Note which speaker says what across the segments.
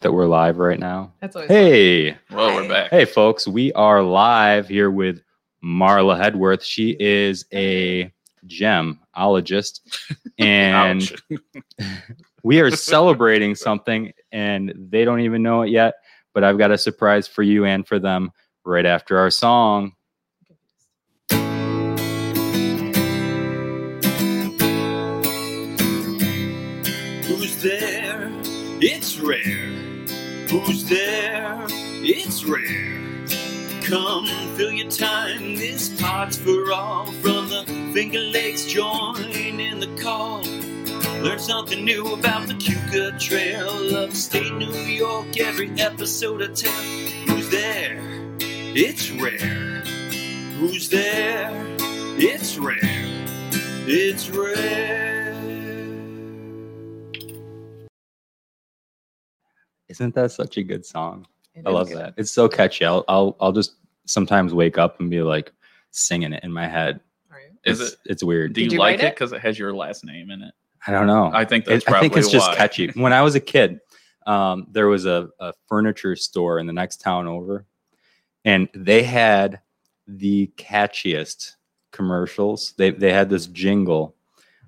Speaker 1: that we're live right now.
Speaker 2: That's always
Speaker 1: Hey,
Speaker 3: Well,
Speaker 2: Hi.
Speaker 3: we're back.
Speaker 1: hey, folks, we are live here with Marla Hedworth. She is a gemologist, and
Speaker 3: Ouch.
Speaker 1: we are celebrating something, and they don't even know it yet. But I've got a surprise for you and for them right after our song.
Speaker 4: Who's there? It's rare. Who's there? It's rare. Come fill your time. This pot's for all. From the Finger Lakes, join in the call. Learn something new about the Cuca Trail of state New York. Every episode I tell. Who's there? It's rare. Who's there? It's rare. It's rare.
Speaker 1: Isn't that such a good song?
Speaker 2: It
Speaker 1: I
Speaker 2: is
Speaker 1: love
Speaker 2: good.
Speaker 1: that. It's so catchy. I'll, I'll I'll just sometimes wake up and be like singing it in my head.
Speaker 2: All right.
Speaker 3: Is
Speaker 1: It's-
Speaker 3: it?
Speaker 1: It's weird.
Speaker 3: Do you,
Speaker 2: Did you
Speaker 3: like
Speaker 2: write
Speaker 3: it
Speaker 2: it?
Speaker 3: because it has your last name in it?
Speaker 1: I don't know.
Speaker 3: I think that's
Speaker 1: It- I
Speaker 3: probably
Speaker 1: think it's just
Speaker 3: why.
Speaker 1: catchy. When I was a kid, um, there was a, a furniture store in the next town over, and they had the catchiest commercials. They they had this jingle,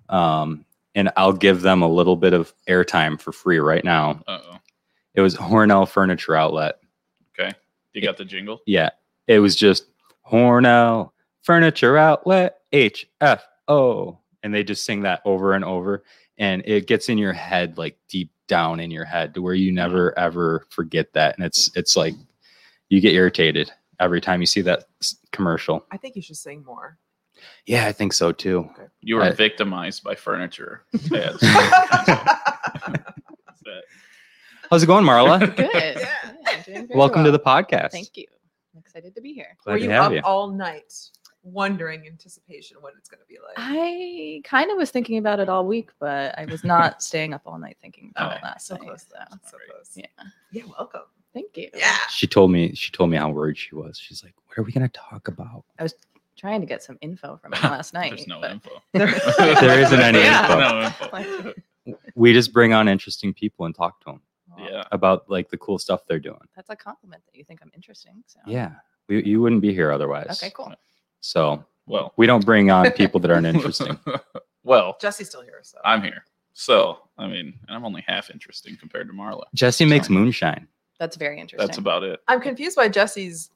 Speaker 1: um, and I'll give them a little bit of airtime for free right now.
Speaker 3: Uh-oh.
Speaker 1: It was Hornell Furniture Outlet.
Speaker 3: You got the jingle?
Speaker 1: Yeah, it was just Hornell Furniture Outlet H F O, and they just sing that over and over, and it gets in your head like deep down in your head to where you never ever forget that, and it's it's like you get irritated every time you see that s- commercial.
Speaker 2: I think you should sing more.
Speaker 1: Yeah, I think so too.
Speaker 3: You were
Speaker 1: I-
Speaker 3: victimized by furniture. ads.
Speaker 1: How's it going, Marla?
Speaker 5: Good.
Speaker 2: Yeah.
Speaker 5: Yeah, doing very
Speaker 1: Welcome to
Speaker 5: well.
Speaker 1: the podcast.
Speaker 5: Thank you. I'm excited to be here.
Speaker 1: Glad
Speaker 2: Were
Speaker 1: to
Speaker 2: you
Speaker 1: have
Speaker 2: up
Speaker 1: you.
Speaker 2: all night wondering anticipation what it's going to be like?
Speaker 5: I kind of was thinking about it all week, but I was not staying up all night thinking about it
Speaker 3: Okay.
Speaker 5: last
Speaker 2: so
Speaker 5: night.
Speaker 2: close.
Speaker 5: So
Speaker 2: So close.
Speaker 5: Yeah.
Speaker 2: Yeah. Welcome.
Speaker 5: thank you.
Speaker 2: Yeah.
Speaker 1: She told me she told me how worried she was. She's like, "What are we gonna talk about?"
Speaker 5: Trying to get some info from it last night.
Speaker 3: There's no
Speaker 5: but-
Speaker 3: info.
Speaker 1: There isn't any
Speaker 3: There's
Speaker 1: info.
Speaker 3: no info.
Speaker 5: Like,
Speaker 1: We just bring on interesting people and talk to them
Speaker 5: well,
Speaker 3: Yeah.
Speaker 1: about like the cool stuff they're doing.
Speaker 5: That's a compliment that you think I'm interesting. So
Speaker 1: Yeah, we, you wouldn't be here otherwise.
Speaker 5: Um, Okay, cool.
Speaker 1: So
Speaker 3: Well.
Speaker 1: we don't bring on people that aren't interesting.
Speaker 3: well,
Speaker 2: Jesse's still here, so
Speaker 3: I'm here. So, I mean, I'm only half interesting compared to Marla.
Speaker 1: Jesse makes moonshine.
Speaker 5: That's very interesting.
Speaker 3: That's about it.
Speaker 2: I'm confused by Jesse's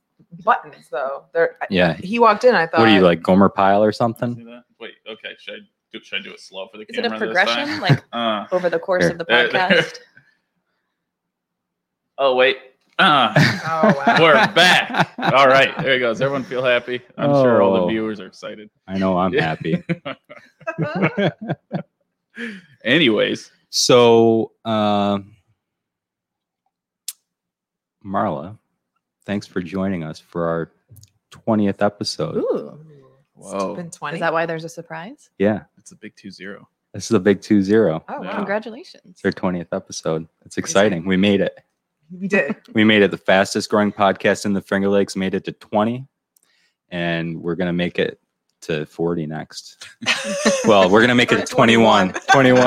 Speaker 2: buttons though. They're
Speaker 1: Yeah.
Speaker 2: he walked in. I thought.
Speaker 1: What are you like, Gomer Pyle or
Speaker 3: See
Speaker 1: something?
Speaker 3: that? Wait, okay. Should I do, should I do it slow for the
Speaker 5: Is it
Speaker 3: camera?
Speaker 5: a
Speaker 3: this time?
Speaker 5: progression? Like
Speaker 3: Uh,
Speaker 5: over the course
Speaker 1: Here.
Speaker 5: of the
Speaker 3: There, there.
Speaker 5: podcast?
Speaker 3: oh, wait. Uh,
Speaker 2: Oh wow.
Speaker 3: We're back. all right. There he goes. Everyone feel happy. I'm sure all
Speaker 1: Oh.
Speaker 3: the viewers are excited.
Speaker 1: I know I'm
Speaker 3: Yeah.
Speaker 1: happy.
Speaker 3: Anyways,
Speaker 1: so, um, Marla, thanks for joining us for our 20th episode.
Speaker 5: Ooh.
Speaker 3: Whoa.
Speaker 2: It's been twenty.
Speaker 5: Is that why there's a surprise?
Speaker 1: Yeah.
Speaker 3: it's a big two zero.
Speaker 1: This is the big 2 0.
Speaker 2: Oh wow.
Speaker 3: Yeah.
Speaker 5: Congratulations.
Speaker 1: It's our 20th episode. It's
Speaker 2: Crazy.
Speaker 1: exciting. We made it.
Speaker 2: We did.
Speaker 1: we made it the fastest growing podcast in the Finger Lakes, made it to 20, and we're going to make it to 40 next. well, we're going to make it
Speaker 2: Or
Speaker 1: to 21. 21.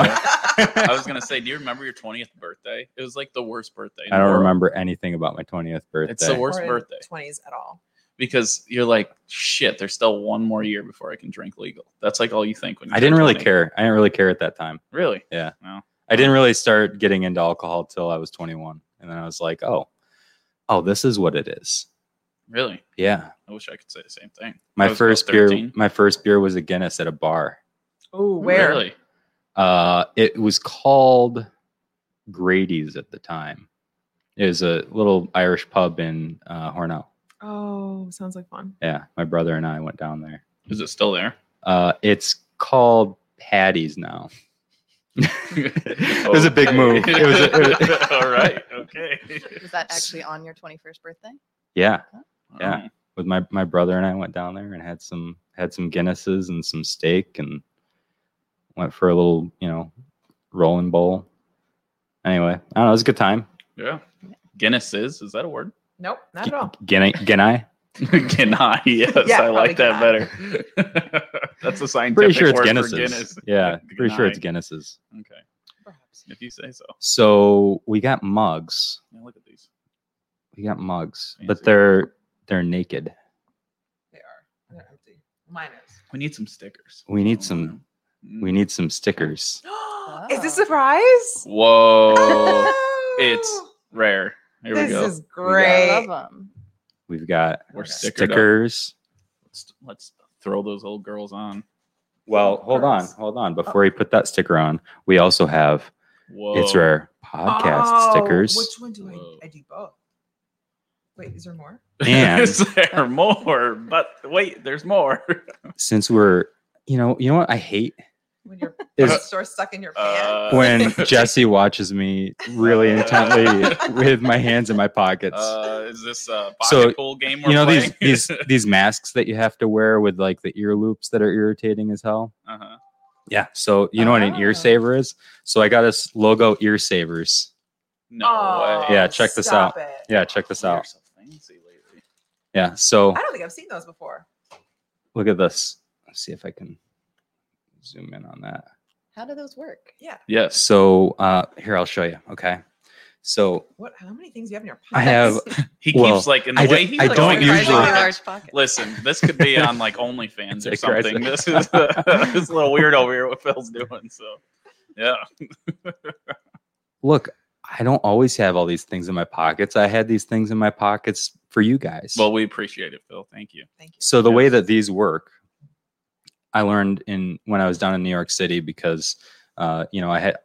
Speaker 3: I was gonna say, do you remember your twentieth birthday? It was like the worst birthday. in
Speaker 1: I
Speaker 3: the
Speaker 1: don't
Speaker 3: world.
Speaker 1: remember anything about my 20th birthday.
Speaker 3: It's the worst
Speaker 2: Or in
Speaker 3: birthday
Speaker 2: 20s at all.
Speaker 3: because you're like, shit. There's still one more year before I can drink legal. That's like all you think when you
Speaker 1: I didn't
Speaker 3: turn
Speaker 1: really
Speaker 3: 20.
Speaker 1: care. I didn't really care at that time.
Speaker 3: Really?
Speaker 1: Yeah.
Speaker 3: No.
Speaker 1: I didn't really start getting into alcohol till I was 21. And then I was like, oh, oh, this is what it is.
Speaker 3: Really?
Speaker 1: Yeah.
Speaker 3: I wish I could say the same thing. I
Speaker 1: My
Speaker 3: was about
Speaker 1: first beer
Speaker 3: 13.
Speaker 1: my first beer was a Guinness at a bar.
Speaker 2: Oh,
Speaker 1: Mm,
Speaker 2: where?
Speaker 3: Really?
Speaker 1: Uh, it was called Grady's at the time. It was a little Irish pub in uh, Hornell.
Speaker 2: Oh, sounds like fun.
Speaker 1: Yeah, my brother and I went down there.
Speaker 3: Is it still there?
Speaker 1: Uh, it's called Patty's now.
Speaker 3: it
Speaker 1: was a big move. It was a- it was-
Speaker 3: all right. Okay.
Speaker 5: Was that actually on your 21st birthday?
Speaker 1: Yeah, Yeah.
Speaker 3: Um,
Speaker 1: with my my brother and I went down there and had some had some Guinnesses and some steak and went for a little you know rolling bowl. Anyway, I don't know. It was a good time.
Speaker 3: Yeah. Guinness is is that a word?
Speaker 2: Nope, not at all.
Speaker 1: Guinea, Guinea.
Speaker 3: Can I? Yes,
Speaker 2: Yeah,
Speaker 3: I like that
Speaker 2: probably
Speaker 3: better. That's a scientific
Speaker 1: Pretty sure it's
Speaker 3: word for
Speaker 1: Guinnesses.
Speaker 3: Guinness.
Speaker 1: Yeah, pretty sure
Speaker 3: Guinea.
Speaker 1: it's Guinnesses.
Speaker 3: Okay.
Speaker 2: Perhaps.
Speaker 3: if you say so.
Speaker 1: So we got mugs.
Speaker 3: Yeah, look at these.
Speaker 1: We got mugs,
Speaker 3: Fancy.
Speaker 1: but they're they're naked.
Speaker 2: They are. They're empty. Mine is.
Speaker 3: We need some stickers. Oh,
Speaker 1: We need some- We need some stickers.
Speaker 2: Is this a surprise?
Speaker 3: Whoa! it's rare. Here
Speaker 2: Oh, this
Speaker 3: we go.
Speaker 2: is
Speaker 5: I
Speaker 2: great.
Speaker 5: love them.
Speaker 1: We've got
Speaker 3: We're
Speaker 2: Okay.
Speaker 3: stickered up.
Speaker 1: stickers.
Speaker 3: Let's, let's throw those old girls on.
Speaker 1: Well, hold on,
Speaker 2: Stickers. Oh.
Speaker 1: hold on. Before you put that sticker on, we also have
Speaker 3: Whoa!
Speaker 1: it's rare podcast
Speaker 2: Oh,
Speaker 1: stickers.
Speaker 2: Which one do
Speaker 3: Whoa.
Speaker 2: I? I do both. Wait, is there more?
Speaker 1: And-
Speaker 3: is there more? But wait, there's more.
Speaker 1: Since we're, you know, you know what I hate
Speaker 2: When your
Speaker 1: is
Speaker 2: pants are stuck in your pants.
Speaker 3: Uh,
Speaker 1: when Jesse watches me really intently with my hands in my pockets.
Speaker 3: Uh, is this a pocket
Speaker 1: So,
Speaker 3: pool game? We're
Speaker 1: you know these
Speaker 3: playing?
Speaker 1: these these masks that you have to wear with like the ear loops that are irritating as hell.
Speaker 3: uh-huh.
Speaker 1: Yeah. So you know what an
Speaker 5: Oh.
Speaker 1: ear saver is? So I got us logo ear savers.
Speaker 3: No
Speaker 2: Oh,
Speaker 3: way.
Speaker 1: Yeah, check this
Speaker 2: stop it.
Speaker 3: Oh,
Speaker 1: Yeah, check this
Speaker 3: You're
Speaker 1: out.
Speaker 3: so fancy lately.
Speaker 1: Yeah. So
Speaker 2: I don't think I've seen those before.
Speaker 1: look at this. Let's see if I can zoom in on that.
Speaker 5: How do those work?
Speaker 3: Yes.
Speaker 1: So uh here I'll show you. Okay. So
Speaker 2: What? How many things do you have in your
Speaker 1: I
Speaker 2: pockets?
Speaker 1: have
Speaker 3: He
Speaker 1: Well,
Speaker 3: keeps like in the
Speaker 1: I
Speaker 3: way
Speaker 1: don't-
Speaker 3: he's
Speaker 1: I
Speaker 3: like,
Speaker 1: don't
Speaker 3: going
Speaker 1: usually-
Speaker 3: around.
Speaker 5: large pocket.
Speaker 3: Listen, this could be on like OnlyFans or
Speaker 1: It's aggressive.
Speaker 3: something. This is this is a little weird over here what Phil's doing. So, yeah,
Speaker 1: look, I don't always have all these things in my pockets. I had these things in my pockets for you guys.
Speaker 3: well, we appreciate it, Phil. Thank you.
Speaker 2: Thank you.
Speaker 1: So the way
Speaker 3: Yes.
Speaker 1: that these work, I learned in when I was down in New York City because uh, you know I had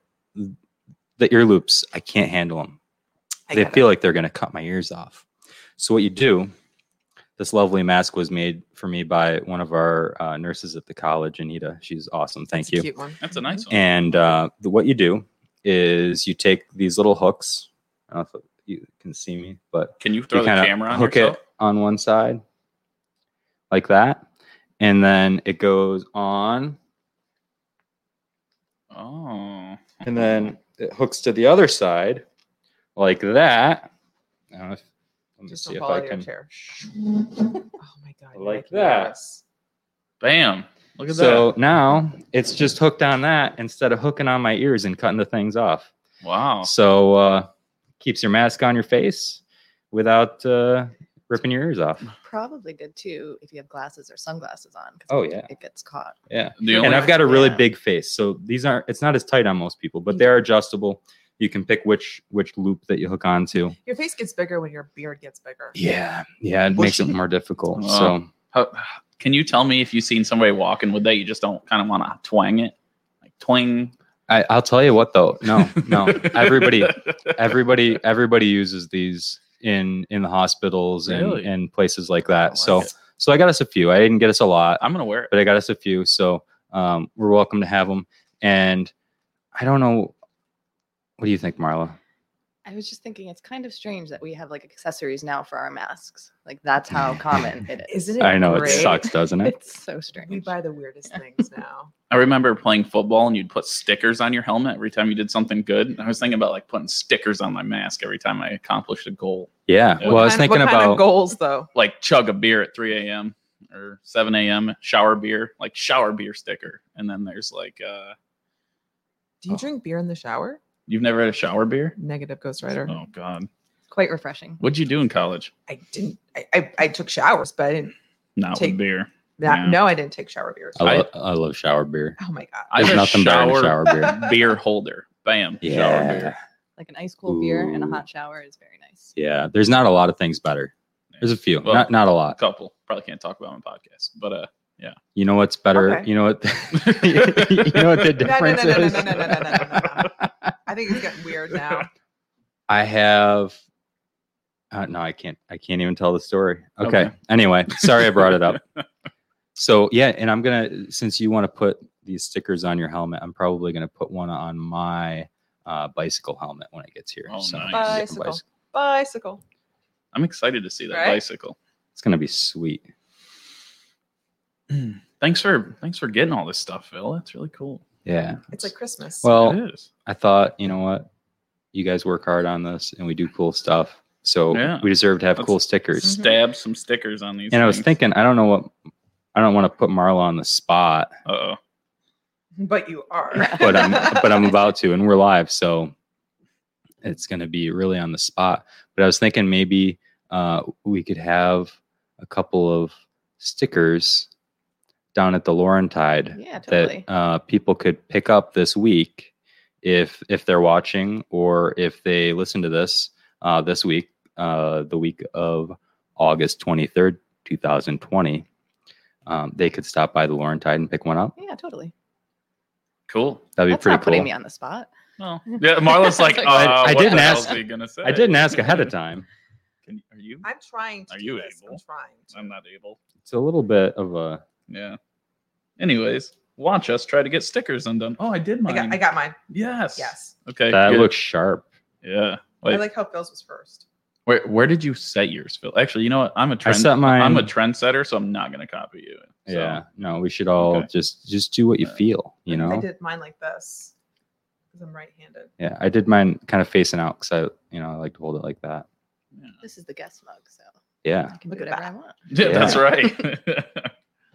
Speaker 1: the ear loops. I can't handle them.
Speaker 2: I
Speaker 1: they
Speaker 2: get it.
Speaker 1: feel like they're going to cut my ears off. So what you do? This lovely mask was made for me by one of our uh, nurses at the college, Anita. She's awesome. Thank
Speaker 2: It's
Speaker 1: you.
Speaker 2: A cute one.
Speaker 3: That's a nice one.
Speaker 1: And uh, the, what you do is you take these little hooks. I don't know if you can see me, but
Speaker 3: Can you throw
Speaker 1: you
Speaker 3: the
Speaker 1: kinda
Speaker 3: camera on
Speaker 1: hook
Speaker 3: yourself?
Speaker 1: it on one side like that and then it goes on
Speaker 3: Oh,
Speaker 1: and then it hooks to the other side like that I don't know if, let me
Speaker 2: Just
Speaker 1: see
Speaker 2: don't
Speaker 1: if
Speaker 2: fall
Speaker 1: i
Speaker 2: out of your
Speaker 1: can
Speaker 2: chair. oh my god! you're
Speaker 1: Like
Speaker 2: making me
Speaker 1: that.
Speaker 2: nervous.
Speaker 3: bam! Look at
Speaker 1: so now it's just hooked on that instead of hooking on my ears and cutting the things off
Speaker 3: that. Wow,
Speaker 1: so uh keeps your mask on your face without uh ripping your ears off
Speaker 5: Probably good too if you have glasses or sunglasses on. 'cause
Speaker 1: Oh, yeah.
Speaker 5: it gets caught.
Speaker 1: yeah
Speaker 3: the only
Speaker 1: and I've got a really
Speaker 5: Yeah.
Speaker 1: big face, so these aren't. It's not as tight on most people, but they are adjustable. You can pick which which loop that you hook onto.
Speaker 2: Your face gets bigger when your beard gets bigger.
Speaker 1: Yeah, yeah, it
Speaker 3: Well,
Speaker 1: makes it
Speaker 3: she-
Speaker 1: more difficult.
Speaker 3: Wow.
Speaker 1: So
Speaker 3: How, can you tell me if you've seen somebody walking with that? You just don't kind of want to twang it, like twang.
Speaker 1: I, I'll tell you what, though. No, no, everybody, everybody, everybody uses these in in the hospitals and
Speaker 3: Really? Oh,
Speaker 1: and places like
Speaker 3: I
Speaker 1: that.
Speaker 3: like
Speaker 1: so
Speaker 3: it.
Speaker 1: so I got us a few. I didn't get us a lot,
Speaker 3: I'm gonna wear it.
Speaker 1: but I got us a few. So um, we're welcome to have them. And I don't know. What do you think, Marla?
Speaker 5: I was just thinking it's kind of strange that we have like accessories now for our masks. Like that's how common it is.
Speaker 2: Isn't it?
Speaker 1: I know
Speaker 2: great?
Speaker 1: it sucks, doesn't it?
Speaker 5: It's so strange.
Speaker 2: We buy the weirdest things now.
Speaker 3: I remember playing football and you'd put stickers on your helmet every time you did something good. And I was thinking about like putting stickers on my mask every time I accomplished a goal,
Speaker 1: Yeah.
Speaker 3: What
Speaker 1: Well, I was
Speaker 2: Kind-
Speaker 1: thinking
Speaker 2: what
Speaker 1: about
Speaker 2: kind of goals though.
Speaker 3: like chug a beer at 3 a.m. or 7 a.m. shower beer, like shower beer sticker. And then there's like, uh,
Speaker 2: Do you
Speaker 1: Oh.
Speaker 2: drink beer in the shower?
Speaker 3: you've never had a shower beer?
Speaker 2: Negative Ghost Rider.
Speaker 3: Oh God,
Speaker 5: Quite refreshing.
Speaker 3: what'd you do in college?
Speaker 2: I didn't. I, I I took showers, but I didn't.
Speaker 3: Not
Speaker 2: Take-
Speaker 3: with beer.
Speaker 2: Not,
Speaker 3: Yeah.
Speaker 2: No, I didn't take shower beers.
Speaker 1: I,
Speaker 3: I-
Speaker 1: lo- I love shower beer.
Speaker 2: oh my god!
Speaker 3: I have
Speaker 1: There's
Speaker 3: a
Speaker 1: nothing better than
Speaker 3: shower
Speaker 1: shower beer.
Speaker 3: beer holder. Bam. Shower beer.
Speaker 5: Like an ice cold beer and a
Speaker 1: Ooh.
Speaker 5: hot shower is very nice.
Speaker 1: Yeah, there's not a lot of things better. There's a few,
Speaker 3: Well-
Speaker 1: not not a
Speaker 3: A
Speaker 1: lot.
Speaker 3: couple. Probably can't talk about on the podcast, but uh,
Speaker 1: You know what's better?
Speaker 2: Okay.
Speaker 1: You know what? you know what the
Speaker 2: No, no, no,
Speaker 1: difference
Speaker 2: no, no,
Speaker 1: is?
Speaker 2: no, no, no, no, no, no, no. I think it's getting weird now.
Speaker 1: I have. Uh, no, I can't. I can't even tell the story. Okay.
Speaker 3: Okay.
Speaker 1: Anyway, sorry I brought it up. So yeah, and I'm gonna since you want to put these stickers on your helmet, I'm probably gonna put one on my uh, bicycle helmet when it gets here.
Speaker 3: Oh,
Speaker 1: I can
Speaker 3: nice.
Speaker 1: get a
Speaker 2: Bicycle.
Speaker 1: bicycle.
Speaker 2: Bicycle.
Speaker 3: I'm excited to see that
Speaker 2: Right?
Speaker 3: bicycle.
Speaker 1: It's gonna be sweet.
Speaker 3: Thanks for thanks for getting all this stuff, Phil. That's really cool.
Speaker 1: Yeah.
Speaker 2: It's like Christmas.
Speaker 1: Well,
Speaker 3: it is.
Speaker 1: I thought, you know what? You guys work hard on this and we do cool stuff. So
Speaker 3: Yeah.
Speaker 1: we deserve to have
Speaker 3: Let's-
Speaker 1: cool
Speaker 2: Mm-hmm.
Speaker 1: stickers.
Speaker 3: Stab some stickers on these.
Speaker 1: And I was thinking, I don't know what, I don't want to put Marla on the spot,
Speaker 3: uh oh,
Speaker 2: but you are.
Speaker 1: but I'm but I'm about to, and we're live, so it's gonna be really on the spot. But I was thinking maybe uh, we could have a couple of stickers down at the Laurentide
Speaker 5: Yeah,
Speaker 1: that
Speaker 5: totally.
Speaker 1: uh, people could pick up this week if if they're watching or if they listen to this uh, this week, uh, the week of August twenty third, two thousand twenty. Um, they could stop by the Laurentide and pick one up.
Speaker 5: yeah, totally.
Speaker 3: Cool.
Speaker 1: That'd be
Speaker 5: That's
Speaker 1: pretty
Speaker 5: not putting
Speaker 1: cool.
Speaker 5: me on the spot.
Speaker 3: Well, yeah, Marla's like, uh,
Speaker 5: Like,
Speaker 1: I- I
Speaker 3: what
Speaker 1: didn't
Speaker 3: the
Speaker 1: ask-
Speaker 3: hell's he gonna say?
Speaker 1: I didn't ask ahead of time.
Speaker 3: Can, are you?
Speaker 2: I'm trying to.
Speaker 3: Are
Speaker 2: do
Speaker 3: you
Speaker 2: this.
Speaker 3: able?
Speaker 2: I'm trying. To.
Speaker 3: I'm not able.
Speaker 1: It's a little bit of a
Speaker 3: Yeah. Anyways, watch us try to get stickers undone. Oh, I did
Speaker 2: I
Speaker 3: mine.
Speaker 2: got, I got mine.
Speaker 3: Yes.
Speaker 2: Yes.
Speaker 3: Okay.
Speaker 1: that
Speaker 3: good.
Speaker 1: looks sharp.
Speaker 3: Yeah.
Speaker 2: I
Speaker 3: Like,
Speaker 2: like how Phil's was first.
Speaker 3: where where did you set yours, Phil? Actually, you know what? I'm a
Speaker 1: I
Speaker 3: trend.
Speaker 1: set mine.
Speaker 3: I'm a trendsetter, so I'm not gonna copy you. So,
Speaker 1: yeah. No, we should all
Speaker 3: Okay.
Speaker 1: just just do what you
Speaker 3: Uh,
Speaker 1: feel. You
Speaker 2: I think
Speaker 1: know.
Speaker 2: I did mine like this because I'm right-handed.
Speaker 1: Yeah, I did mine kind of facing out because I, you know, I like to hold it like that.
Speaker 5: This is the guest mug, so
Speaker 1: Yeah.
Speaker 5: I can
Speaker 2: Look
Speaker 5: do
Speaker 2: at
Speaker 5: whatever
Speaker 2: that.
Speaker 5: I want.
Speaker 3: Yeah,
Speaker 1: Yeah.
Speaker 3: that's right.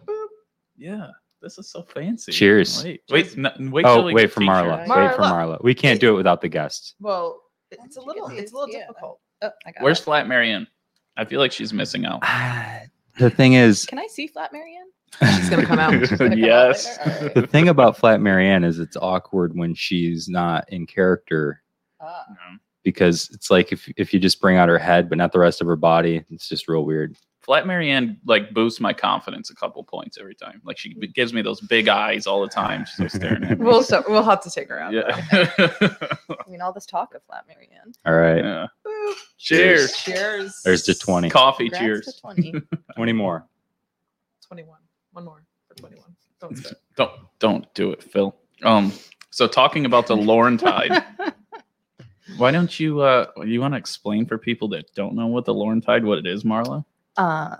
Speaker 3: yeah, this is so fancy.
Speaker 1: Cheers.
Speaker 3: Wait, wait, no, wait till
Speaker 1: Oh,
Speaker 3: we
Speaker 1: wait
Speaker 3: get
Speaker 1: for
Speaker 3: t-shirts.
Speaker 1: Marla.
Speaker 5: Marla.
Speaker 1: Wait for Marla. We can't do it without the guests.
Speaker 2: Well, it-
Speaker 5: Why
Speaker 2: it's a
Speaker 5: don't you
Speaker 2: little.
Speaker 5: give me
Speaker 2: It's a little
Speaker 5: this? Yeah.
Speaker 2: difficult.
Speaker 5: Oh, I got
Speaker 3: Where's
Speaker 5: it. Ah.
Speaker 3: Flat Marianne? I feel like she's missing out.
Speaker 1: the thing is,
Speaker 5: Can I see Flat Marianne?
Speaker 2: Ah, She's gonna come out.
Speaker 5: She's gonna come out
Speaker 3: yes.
Speaker 5: later? All right.
Speaker 1: the thing about Flat Marianne is it's awkward when she's not in character
Speaker 5: Ah,
Speaker 3: No.
Speaker 1: because it's like if if you just bring out her head but not the rest of her body, it's just real weird.
Speaker 3: Flat Marianne like boosts my confidence a couple points every time. Like she
Speaker 5: Mm.
Speaker 3: b- gives me those big eyes all the time. She's like staring at me.
Speaker 2: We'll so we'll have to take her out. though.
Speaker 3: yeah.
Speaker 5: I mean, all this talk of Flat Marianne.
Speaker 1: All right.
Speaker 3: yeah.
Speaker 2: Boop.
Speaker 3: Cheers.
Speaker 2: Cheers.
Speaker 1: There's the 20.
Speaker 3: Coffee.
Speaker 5: Congrats
Speaker 3: cheers.
Speaker 5: To 20.
Speaker 1: 20 more.
Speaker 2: 21. One more for 21. Don't
Speaker 1: Mm-hmm.
Speaker 2: start.
Speaker 3: Don't don't do it, Phil. Um. So talking about the Laurentide, why don't you uh you want to explain for people that don't know what the Laurentide what it is, Marla?
Speaker 5: uh,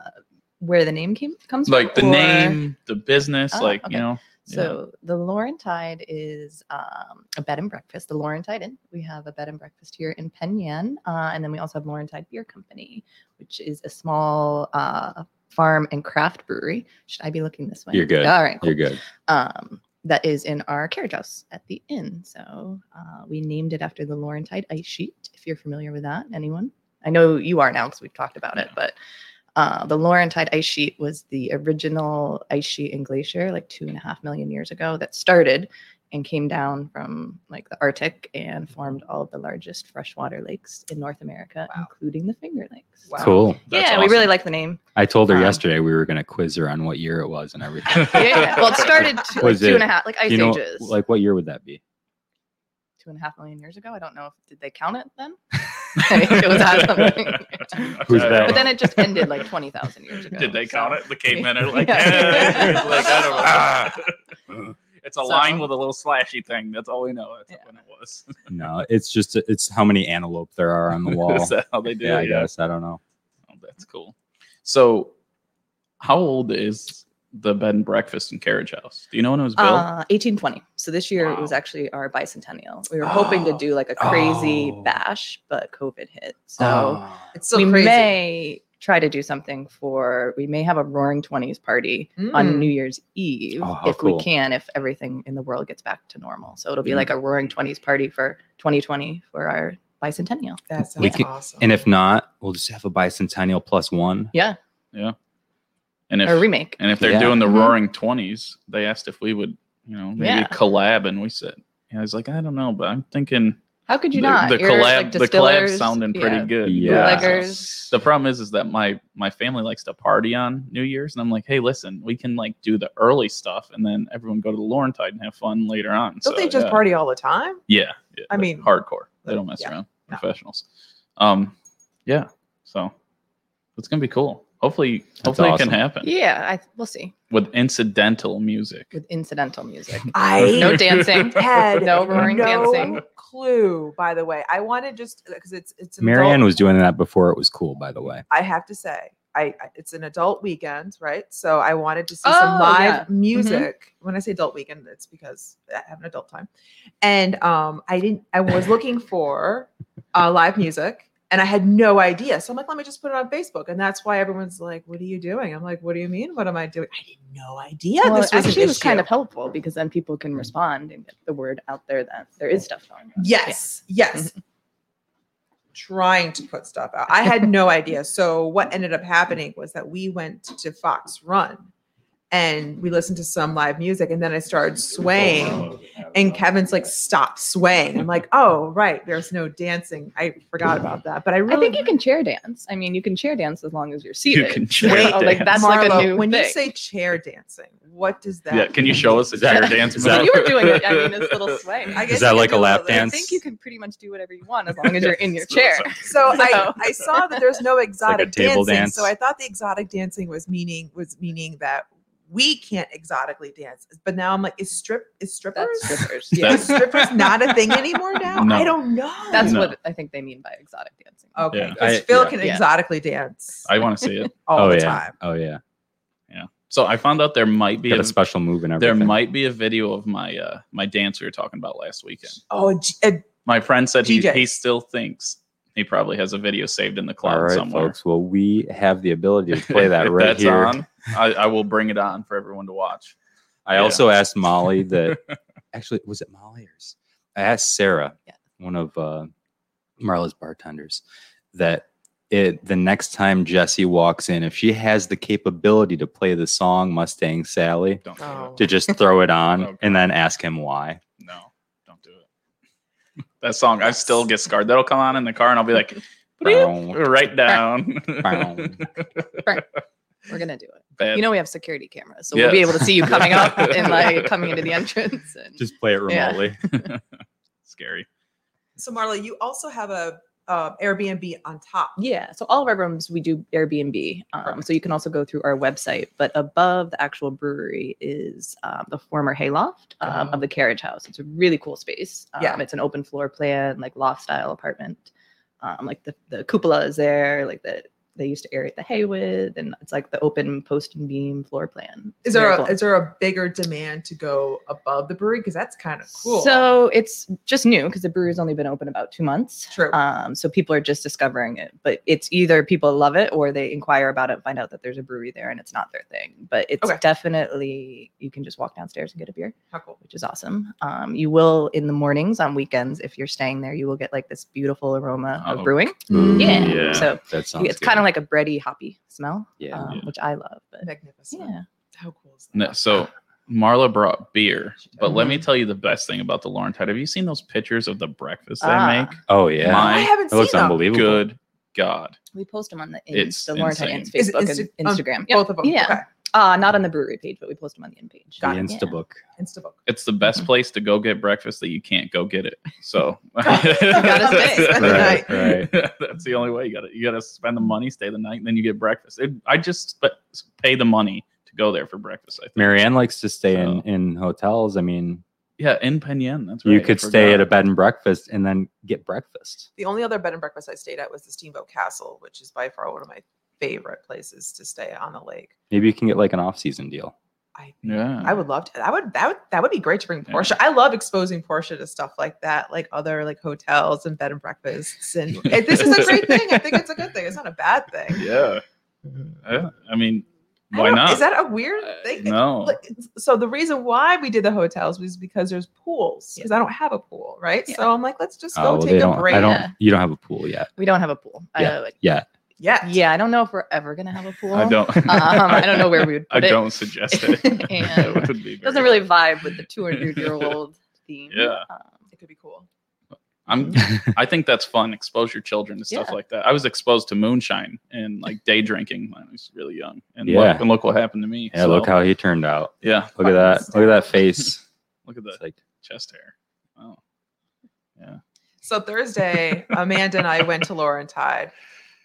Speaker 5: where the name came comes
Speaker 3: Like the
Speaker 5: from? or-
Speaker 3: name, the business,
Speaker 5: Oh,
Speaker 3: like
Speaker 5: okay.
Speaker 3: you know. yeah.
Speaker 5: So the Laurentide is um, a bed and breakfast. The Laurentide Inn. We have a bed and breakfast here in Penyan, uh, and then we also have Laurentide Beer Company, which is a small uh, farm and craft brewery. Should I be looking this way?
Speaker 1: You're good.
Speaker 5: All right.
Speaker 1: You're good.
Speaker 5: um, that is in our carriage house at the inn. So uh, we named it after the Laurentide ice sheet, if you're familiar with that. Anyone? I know you are now because we've talked about it, but uh, the Laurentide ice sheet was the original ice sheet and glacier like two and a half million years ago that started and came down from like the Arctic and
Speaker 2: Mm-hmm.
Speaker 5: formed all of the largest freshwater lakes in North America,
Speaker 2: Wow.
Speaker 5: including the Finger Lakes.
Speaker 2: Wow.
Speaker 1: Cool.
Speaker 3: That's
Speaker 5: yeah, we really
Speaker 3: awesome.
Speaker 5: like the name.
Speaker 1: I told her
Speaker 5: Um,
Speaker 1: yesterday we were going to quiz her on what year it was and everything.
Speaker 5: Yeah, well, it started two, like,
Speaker 1: Was
Speaker 5: two
Speaker 1: it-
Speaker 5: and a half, like ice
Speaker 1: you know,
Speaker 5: ages.
Speaker 1: like what year would that be?
Speaker 5: two and a half million years ago. I don't know if did they count it then? Like, it was at something.
Speaker 1: Who's that?
Speaker 5: But then it just ended like twenty thousand years ago.
Speaker 3: Did they
Speaker 5: so-
Speaker 3: count it? The cavemen are like,
Speaker 5: Yeah. Ah.
Speaker 3: "Eh." Like, I don't know. It's a
Speaker 5: So-
Speaker 3: line with a little slashy thing. That's all we know. That's
Speaker 2: Yeah.
Speaker 3: when it was.
Speaker 1: No, it's just it's how many antelope there are on the wall.
Speaker 3: Is that how they do
Speaker 1: yeah, I
Speaker 3: it? Yeah.
Speaker 1: guess I don't know.
Speaker 3: Oh, that's cool. So, how old is the bed and breakfast and carriage house? Do you know when it was built?
Speaker 5: Uh, eighteen twenty. So this year it was
Speaker 3: Wow.
Speaker 5: actually our bicentennial. We were hoping to
Speaker 3: Oh.
Speaker 5: do like a crazy
Speaker 1: Oh.
Speaker 5: bash, but COVID hit.
Speaker 2: Oh.
Speaker 3: Oh.
Speaker 5: So
Speaker 2: It's so
Speaker 5: we
Speaker 2: crazy.
Speaker 5: may try to do something for. We may have a Roaring Twenties party
Speaker 2: Mm.
Speaker 5: on New Year's Eve
Speaker 1: Oh, how
Speaker 5: if
Speaker 1: cool.
Speaker 5: we can, if everything in the world gets back to normal. So it'll be
Speaker 3: Mm.
Speaker 5: like a Roaring Twenties party for 2020 for our bicentennial.
Speaker 2: That
Speaker 1: We
Speaker 2: sounds
Speaker 1: can-
Speaker 2: awesome.
Speaker 1: and if not, we'll just have a bicentennial plus one.
Speaker 5: Yeah,
Speaker 3: and if
Speaker 5: a remake.
Speaker 3: and if they're
Speaker 1: Yeah.
Speaker 3: doing the
Speaker 5: Mhm.
Speaker 3: Roaring Twenties, they asked if we would, you know, maybe
Speaker 5: Yeah.
Speaker 3: collab, and we said, yeah, I was like, I don't know, but I'm thinking
Speaker 5: How could you
Speaker 3: the,
Speaker 5: not?
Speaker 3: the
Speaker 5: You're,
Speaker 3: collab,
Speaker 5: like,
Speaker 3: the collab
Speaker 5: distillers.
Speaker 3: sounding pretty
Speaker 5: Yeah.
Speaker 3: good.
Speaker 1: Yeah.
Speaker 5: Bootleggers.
Speaker 3: The problem is, is that my my family likes to party on New Year's, and I'm like, hey, listen, we can like do the early stuff, and then everyone go to the Laurentide and have fun later on.
Speaker 2: Don't
Speaker 3: So,
Speaker 2: they just
Speaker 3: yeah.
Speaker 2: party all the time?
Speaker 3: Yeah, yeah,
Speaker 2: I
Speaker 3: like,
Speaker 2: mean,
Speaker 3: hardcore. They
Speaker 2: like,
Speaker 3: don't mess
Speaker 2: yeah,
Speaker 3: around.
Speaker 2: no.
Speaker 3: Professionals. Um, yeah. So it's gonna be cool. Hopefully, hopefully it
Speaker 1: awesome.
Speaker 3: can happen
Speaker 5: Yeah, I, we'll see.
Speaker 3: with incidental music.
Speaker 5: With incidental music.
Speaker 2: I
Speaker 5: No dancing.
Speaker 2: had
Speaker 5: No roaring dancing.
Speaker 2: clue. By the way, I want to just because it's it's an
Speaker 1: Marianne
Speaker 2: adult-
Speaker 1: was doing that before it was cool, by the way.
Speaker 2: I have to say, I I- it's an adult weekend, right? So I wanted to see
Speaker 5: Oh,
Speaker 2: some live
Speaker 5: yeah.
Speaker 2: music. When I say adult weekend, it's because I have an adult time, and um, I didn't. I was looking for uh, live music, And I had no idea. So I'm like, let me just put it on Facebook. And that's why everyone's like, what are you doing? I'm like, what do you mean? What am I doing? I had no idea.
Speaker 5: well,
Speaker 2: this was
Speaker 5: actually,
Speaker 2: an
Speaker 5: it was kind
Speaker 2: issue.
Speaker 5: of helpful because then people can respond and get the word out there that there is stuff going on.
Speaker 2: Yes,
Speaker 5: Mm-hmm.
Speaker 2: yes. Trying to put stuff out. I had no idea. So what ended up happening was that we went to Fox Run and we listened to some live music and then I started
Speaker 3: Oh,
Speaker 2: swaying and Kevin's like stop swaying. I'm like, "Oh, right, there's no dancing. I forgot about that." But I
Speaker 5: I
Speaker 2: really
Speaker 5: think you can chair dance. I mean, you can chair dance as long as you're seated.
Speaker 3: can chair
Speaker 5: So, Like
Speaker 3: dance.
Speaker 5: that's like
Speaker 2: Marlo,
Speaker 5: a new
Speaker 2: when
Speaker 5: thing.
Speaker 2: you say chair dancing, what does that
Speaker 3: Yeah, can you show us a
Speaker 1: that-
Speaker 3: chair dance?
Speaker 1: is that-
Speaker 5: you were doing it. I mean, this little sway. I guess
Speaker 1: that
Speaker 5: you can
Speaker 1: like a
Speaker 5: do
Speaker 1: lap
Speaker 5: little-
Speaker 1: dance?
Speaker 5: I think you can pretty much do whatever you want as long as you're in your chair.
Speaker 2: So I,
Speaker 5: So-
Speaker 2: I saw that there's no exotic
Speaker 1: table
Speaker 2: dancing.
Speaker 1: dance.
Speaker 2: So I thought the exotic dancing was meaning was meaning that we can't exotically dance. But now I'm like, is strip is strippers?
Speaker 5: That's strippers.
Speaker 3: Yeah.
Speaker 2: Is strippers not a thing anymore now?
Speaker 3: No.
Speaker 2: I don't know.
Speaker 5: That's
Speaker 3: No.
Speaker 5: what I think they mean by exotic dancing.
Speaker 2: okay.
Speaker 3: Yeah,
Speaker 2: Because
Speaker 1: I-
Speaker 2: Phil
Speaker 1: yeah.
Speaker 2: can
Speaker 5: Yeah.
Speaker 2: exotically dance
Speaker 3: I want to see it.
Speaker 2: all
Speaker 1: oh
Speaker 2: the
Speaker 1: yeah.
Speaker 2: time.
Speaker 1: Oh yeah.
Speaker 3: So I found out there might be
Speaker 1: Got
Speaker 3: a,
Speaker 1: a special move and
Speaker 3: there
Speaker 1: everything.
Speaker 3: might be a video of my uh, my dance we were talking about last weekend.
Speaker 2: Oh, G- uh,
Speaker 3: My friend said he,
Speaker 2: TJ.
Speaker 3: he still thinks he probably has a video saved in the cloud
Speaker 1: All right,
Speaker 3: somewhere.
Speaker 1: folks. Well, we have the ability to play that
Speaker 3: If
Speaker 1: right
Speaker 3: that's
Speaker 1: here.
Speaker 3: on, I, I will bring it on for everyone to watch.
Speaker 1: I
Speaker 3: Yeah.
Speaker 1: also asked Molly that. actually, was it Molly or? S- I asked Sarah,
Speaker 5: Yeah.
Speaker 1: one of uh, Marla's bartenders, that it the next time Jesse walks in, if she has the capability to play the song Mustang Sally,
Speaker 3: Don't do
Speaker 2: Oh.
Speaker 3: it.
Speaker 1: to just throw it on
Speaker 3: Oh,
Speaker 1: and then ask him why.
Speaker 3: No, don't do it. That song, I still get scarred. That'll come on in the car, and I'll be like,
Speaker 1: Bow,
Speaker 3: right down.
Speaker 1: bow.
Speaker 5: We're gonna do it.
Speaker 3: Bad.
Speaker 5: You know, we have security cameras, so we'll be
Speaker 3: Yeah.
Speaker 5: able to see you coming up and like coming into the entrance. And
Speaker 1: just play it
Speaker 5: Yeah.
Speaker 1: remotely.
Speaker 3: scary.
Speaker 2: so Marla, you also have a uh, Airbnb on top.
Speaker 5: Yeah. So all of our rooms we do Airbnb. Um, so you can also go through our website, but above the actual brewery is um, the former hayloft um,
Speaker 3: Oh.
Speaker 5: of the carriage house. It's a really cool space. Um,
Speaker 2: Uh-huh. Yeah.
Speaker 5: It's an open floor plan, like loft style apartment. Um, like the, the cupola is there, like the they used to aerate the hay with, and it's like the open post and beam floor plan.
Speaker 2: Is there
Speaker 5: Very
Speaker 2: a,
Speaker 5: cool.
Speaker 2: is there a bigger demand to go above the brewery because that's kind of cool?
Speaker 5: So it's just new because the brewery's only been open about two months.
Speaker 2: True.
Speaker 5: Um, so people are just discovering it, but it's either people love it or they inquire about it and find out that there's a brewery there and it's not their thing. But it's
Speaker 2: Okay.
Speaker 5: definitely you can just walk downstairs and get a beer,
Speaker 2: How cool.
Speaker 5: which is awesome. Um, you will in the mornings on weekends if you're staying there, you will get like this beautiful aroma
Speaker 3: Oh.
Speaker 5: of brewing.
Speaker 1: Yeah.
Speaker 3: Yeah.
Speaker 5: So
Speaker 1: That sounds.
Speaker 5: it's kind of like a bready hoppy smell,
Speaker 1: Yeah.
Speaker 5: um,
Speaker 3: Yeah.
Speaker 5: which I love. But
Speaker 2: Magnificent.
Speaker 5: yeah,
Speaker 2: How cool is that?
Speaker 3: No, so Marla brought beer, but let
Speaker 5: Mhm.
Speaker 2: Mm-hmm.
Speaker 3: me tell you the best thing about the Laurentide. Have you seen those pictures of the breakfast they
Speaker 5: Ah.
Speaker 3: make?
Speaker 1: Oh yeah.
Speaker 3: My-
Speaker 2: I haven't
Speaker 1: That looks
Speaker 2: seen them.
Speaker 1: unbelievable.
Speaker 3: Good God.
Speaker 5: we post them on the
Speaker 3: It's
Speaker 5: it's the Lawrence
Speaker 3: insane.
Speaker 5: Ends
Speaker 2: Is it
Speaker 5: Facebook
Speaker 2: Insta-
Speaker 5: and
Speaker 2: on
Speaker 5: Instagram. Yep.
Speaker 2: Both of them.
Speaker 5: oh, Yeah.
Speaker 2: Okay.
Speaker 5: Uh, not on the brewery page, but we post them on the in page.
Speaker 1: The
Speaker 2: Got it.
Speaker 1: Insta book.
Speaker 2: Instabook.
Speaker 3: It's the
Speaker 2: Mm-hmm.
Speaker 3: best place to go get breakfast that you can't go get it. So
Speaker 2: gotta stay, spend the
Speaker 1: Right, night.
Speaker 3: That's the only way. You gotta you gotta spend the money, stay the night, and then you get breakfast. It, I just sp- pay the money to go there for breakfast. I think.
Speaker 1: Marianne likes to stay in,
Speaker 3: So-
Speaker 1: in hotels. I mean,
Speaker 3: Yeah, in Penyen. That's right.
Speaker 1: you
Speaker 3: I
Speaker 1: could stay at a
Speaker 3: forgot.
Speaker 1: bed and breakfast and then get breakfast.
Speaker 2: The only other bed and breakfast I stayed at was the Steamboat Castle, which is by far one of my favorite places to stay on the lake.
Speaker 1: Maybe you can get like an off-season deal.
Speaker 2: I
Speaker 3: Yeah.
Speaker 2: I would
Speaker 1: Mm.
Speaker 2: love to. That would that would that would be great to bring
Speaker 3: Yeah.
Speaker 2: Portia. I love exposing Portia to stuff like that, like other like hotels and bed and breakfasts. And and this is a great thing. I think it's a good thing. It's not a bad thing.
Speaker 3: Yeah. Yeah, I mean,
Speaker 2: I
Speaker 3: why
Speaker 2: don't-
Speaker 3: not? Uh,
Speaker 2: Is that a weird
Speaker 1: Uh,
Speaker 2: thing?
Speaker 3: no.
Speaker 2: Like, So the reason why we did the hotels was because there's pools. Because I don't have a pool, right?
Speaker 5: Yeah.
Speaker 2: So I'm like, let's just
Speaker 1: Oh,
Speaker 2: go
Speaker 1: well, they
Speaker 2: take a
Speaker 1: don't.
Speaker 2: break.
Speaker 1: I
Speaker 5: Yeah.
Speaker 1: don't. You don't have a pool yet.
Speaker 5: We don't have a pool. Uh,
Speaker 1: Yeah.
Speaker 2: yeah.
Speaker 5: yeah, I don't know if we're ever gonna have a pool.
Speaker 3: I don't.
Speaker 5: Um, I don't know where we would
Speaker 3: I
Speaker 5: put it.
Speaker 3: don't suggest it.
Speaker 5: And
Speaker 3: It would be
Speaker 5: It doesn't
Speaker 3: very-
Speaker 5: really vibe with the 200 year old theme.
Speaker 3: Yeah.
Speaker 5: Um,
Speaker 2: It could be cool.
Speaker 3: I'm. I think that's fun. Expose your children to stuff
Speaker 5: Yeah.
Speaker 3: like that. I was exposed to moonshine and like day drinking when I was really young, and
Speaker 1: Yeah.
Speaker 3: look, and look what happened to me.
Speaker 1: Yeah. Look
Speaker 3: So,
Speaker 1: how he turned out.
Speaker 3: Yeah.
Speaker 1: Look at that. Look at that face.
Speaker 3: Look at the
Speaker 1: It's like
Speaker 3: chest hair. Oh.
Speaker 2: So Thursday, Amanda and I went to Laurentide.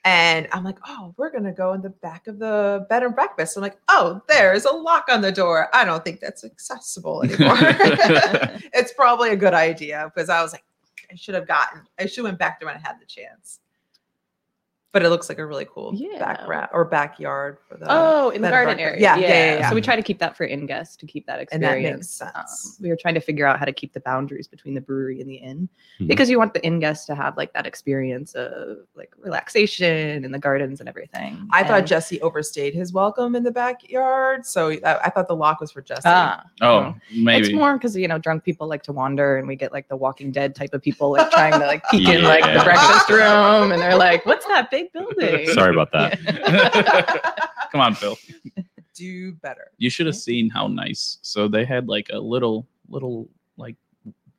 Speaker 2: And I'm like, oh, we're gonna go in the back of the bed and breakfast. I'm like, oh, there's a lock on the door. I don't think that's accessible anymore. it's probably a good idea because I was like, I should have gotten, I should have went back there when I had the chance. but it looks like a really cool back
Speaker 5: Yeah.
Speaker 2: wrap or backyard for the.
Speaker 5: Oh, in
Speaker 2: bed
Speaker 5: the
Speaker 2: and
Speaker 5: garden
Speaker 2: breakfast.
Speaker 5: area.
Speaker 2: Yeah, yeah, yeah, yeah.
Speaker 5: So we try to keep that for in guests to keep that
Speaker 2: And that
Speaker 5: experience.
Speaker 2: makes sense.
Speaker 5: Um, we were trying to figure out how to keep the boundaries between the brewery and the inn
Speaker 3: Mm-hmm.
Speaker 1: Mhm.
Speaker 5: because you want the in guests to have like that experience of like relaxation and the gardens and everything.
Speaker 2: I thought
Speaker 5: And-
Speaker 2: Jesse overstayed his welcome in the backyard, so I, I thought the lock was for Jesse.
Speaker 5: Ah,
Speaker 3: Oh, maybe.
Speaker 5: it's more because you know drunk people like to wander, and we get like the Walking Dead type of people like trying to like peek in like the
Speaker 3: Yeah.
Speaker 5: breakfast room, and they're like, "What's that big building?"
Speaker 1: Sorry about that.
Speaker 3: Come on, Phil.
Speaker 2: Do better.
Speaker 3: You should have seen how nice. So they had like a little, little like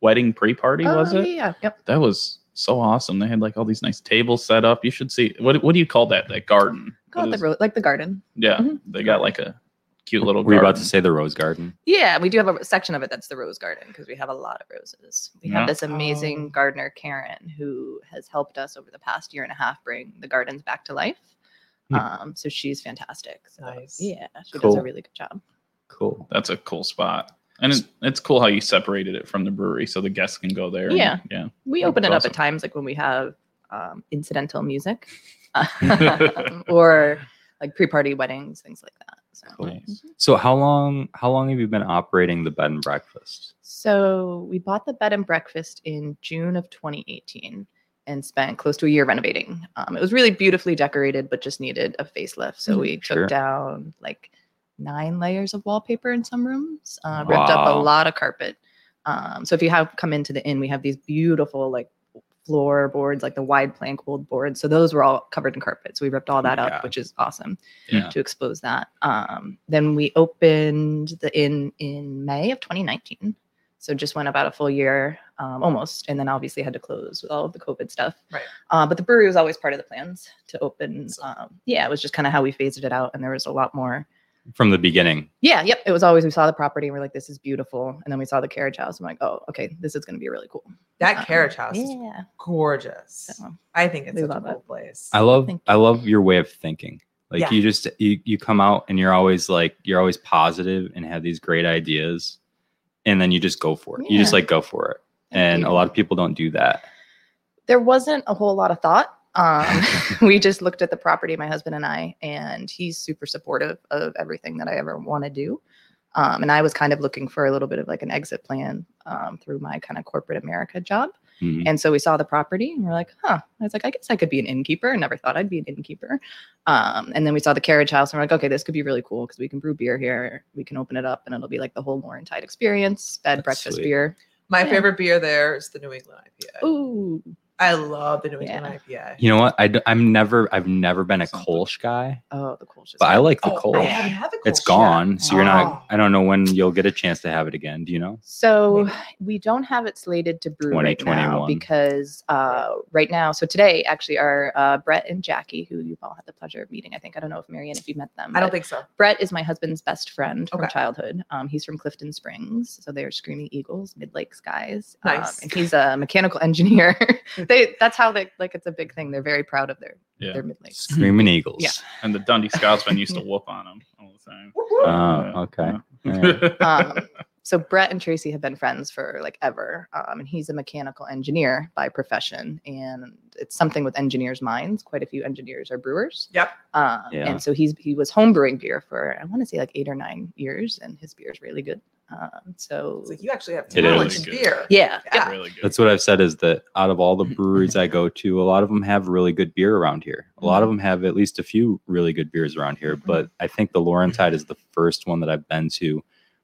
Speaker 3: wedding pre-party,
Speaker 5: Oh,
Speaker 3: was it?
Speaker 5: Yeah. Yep.
Speaker 3: That was so awesome. They had like all these nice tables set up. You should see. What What do you call that? That garden.
Speaker 5: Call
Speaker 3: What
Speaker 5: it the
Speaker 3: is-
Speaker 5: ro- like the garden.
Speaker 3: yeah,
Speaker 5: Mhm.
Speaker 3: they got like a cute little.
Speaker 1: Were you about
Speaker 3: garden.
Speaker 1: to say the rose garden?
Speaker 5: Yeah, we do have a section of it that's the rose garden because we have a lot of roses. We
Speaker 3: Yeah.
Speaker 5: have this amazing
Speaker 2: Oh.
Speaker 5: gardener, Karen, who has helped us over the past year and a half bring the gardens back to life.
Speaker 1: Hmm.
Speaker 5: Um, so she's fantastic. So,
Speaker 2: Nice.
Speaker 5: Yeah, she does
Speaker 1: Cool.
Speaker 5: a really good job.
Speaker 1: Cool.
Speaker 3: That's a cool spot. And it, it's cool how you separated it from the brewery so the guests can go there. and-
Speaker 5: Yeah.
Speaker 3: yeah.
Speaker 5: We
Speaker 3: That's
Speaker 5: open it up
Speaker 3: awesome.
Speaker 5: at times like when we have um, incidental music um, or like pre party weddings, things like that. So.
Speaker 1: Cool.
Speaker 3: Nice.
Speaker 1: So how long how long have you been operating the bed and breakfast?
Speaker 5: So we bought the bed and breakfast in June of 2018 and spent close to a year renovating. Um, it was really beautifully decorated, but just needed a facelift. So
Speaker 2: Mhm.
Speaker 5: we took
Speaker 1: Sure.
Speaker 5: down like nine layers of wallpaper in some rooms, uh, ripped up a
Speaker 1: Wow.
Speaker 5: lot of carpet. Um, so if you have come into the inn, we have these beautiful like floorboards, like the wide plank old boards. So those were all covered in carpet. So we ripped all that
Speaker 1: Yeah.
Speaker 5: up, which is awesome
Speaker 1: Yeah.
Speaker 5: to expose that. Um, then we opened the inn in May of 2019. So just went about a full year um, almost, and then obviously had to close with all of the COVID stuff.
Speaker 2: Right.
Speaker 5: Uh, but the brewery was always part of the plans to open.
Speaker 2: So-
Speaker 5: Um, yeah, it was just kind of how we phased it out, and there was a lot more.
Speaker 1: From the beginning.
Speaker 5: Yeah, yep. It was always we saw the property, and we're like, "This is beautiful," and then we saw the carriage house. I'm like, "Oh, okay, this is going to be really cool."
Speaker 2: That
Speaker 5: Um,
Speaker 2: carriage house is
Speaker 5: Yeah.
Speaker 2: gorgeous.
Speaker 5: So,
Speaker 2: I think it's
Speaker 5: we
Speaker 2: such a
Speaker 5: love it.
Speaker 2: cool place.
Speaker 1: I love
Speaker 5: Thank
Speaker 1: I love your way of thinking. Like
Speaker 2: Yeah.
Speaker 1: you just you, you come out and you're always like you're always positive and have these great ideas and then you just go for it. You just
Speaker 5: Yeah.
Speaker 1: like go for it.
Speaker 5: thank
Speaker 1: and
Speaker 5: you.
Speaker 1: a lot of people don't do that.
Speaker 5: there wasn't a whole lot of thought. Um, we just looked at the property, my husband and I, and he's super supportive of everything that I ever want to do. Um, and I was kind of looking for a little bit of like an exit plan um, through my kind of corporate America job.
Speaker 1: Mhm.
Speaker 5: And so we saw the property and we're like, huh. I was like, I guess I could be an innkeeper. I never thought I'd be an innkeeper. Um, and then we saw the carriage house and we're like, okay, this could be really cool because we can brew beer here. We can open it up and it'll be like the whole Laurentide experience, bed,
Speaker 1: That's
Speaker 5: breakfast,
Speaker 1: sweet.
Speaker 5: beer.
Speaker 2: My
Speaker 5: Yeah.
Speaker 2: favorite beer there is the New England IPA.
Speaker 5: Ooh.
Speaker 2: I love the New
Speaker 5: Yeah.
Speaker 2: England IPA.
Speaker 1: You know what? I am never I've never been a
Speaker 3: Something.
Speaker 1: Kolsch guy,
Speaker 5: Oh, the cool.
Speaker 1: but I like the
Speaker 2: Oh,
Speaker 1: Kolsch.
Speaker 2: I haven't had the
Speaker 1: It's
Speaker 2: Kolsch yet.
Speaker 1: gone, so you're not.
Speaker 2: Oh.
Speaker 1: I don't know when you'll get a chance to have it again. Do you know?
Speaker 5: So
Speaker 2: Maybe.
Speaker 5: we don't have it slated to brew right now
Speaker 1: 2021.
Speaker 5: because uh, right now, so today actually our uh, Brett and Jackie, who you've all had the pleasure of meeting, I think I don't know if Marianne if you met them.
Speaker 2: I don't
Speaker 5: but
Speaker 2: think so.
Speaker 5: Brett is my husband's best friend from
Speaker 2: Okay.
Speaker 5: childhood. Um, he's from Clifton Springs, so they're Screaming Eagles, Mid Lakes guys. Um,
Speaker 2: Nice.
Speaker 5: and he's a mechanical engineer. they that's how they like it's a big thing. They're very proud of their
Speaker 3: Yeah.
Speaker 5: their Mid Lakes.
Speaker 1: Screaming Eagles.
Speaker 5: Yeah.
Speaker 3: And the Dundee Scotsman used to whoop on them all the time.
Speaker 1: Oh, okay.
Speaker 3: Yeah. Yeah.
Speaker 5: um, so Brett and Tracy have been friends for like ever, um, and he's a mechanical engineer by profession, and it's something with engineers' minds. Quite a few engineers are brewers.
Speaker 2: Yep.
Speaker 5: Um,
Speaker 1: Yeah.
Speaker 5: And so he's he was home brewing beer for I want to say like eight or nine years, and his beer is really good. Um, so
Speaker 2: It's like you actually have
Speaker 1: It
Speaker 2: talent
Speaker 3: is.
Speaker 2: in beer.
Speaker 5: yeah,
Speaker 2: Yeah.
Speaker 3: Really good.
Speaker 1: That's what I've said is that out of all
Speaker 2: Mm-hmm.
Speaker 1: the breweries I go to, a lot of them have really good beer around here. A lot of
Speaker 2: Mm-hmm.
Speaker 1: them have at least a few really good beers around here, but I think the Laurentide
Speaker 2: Mm-hmm.
Speaker 1: is the first one that I've been to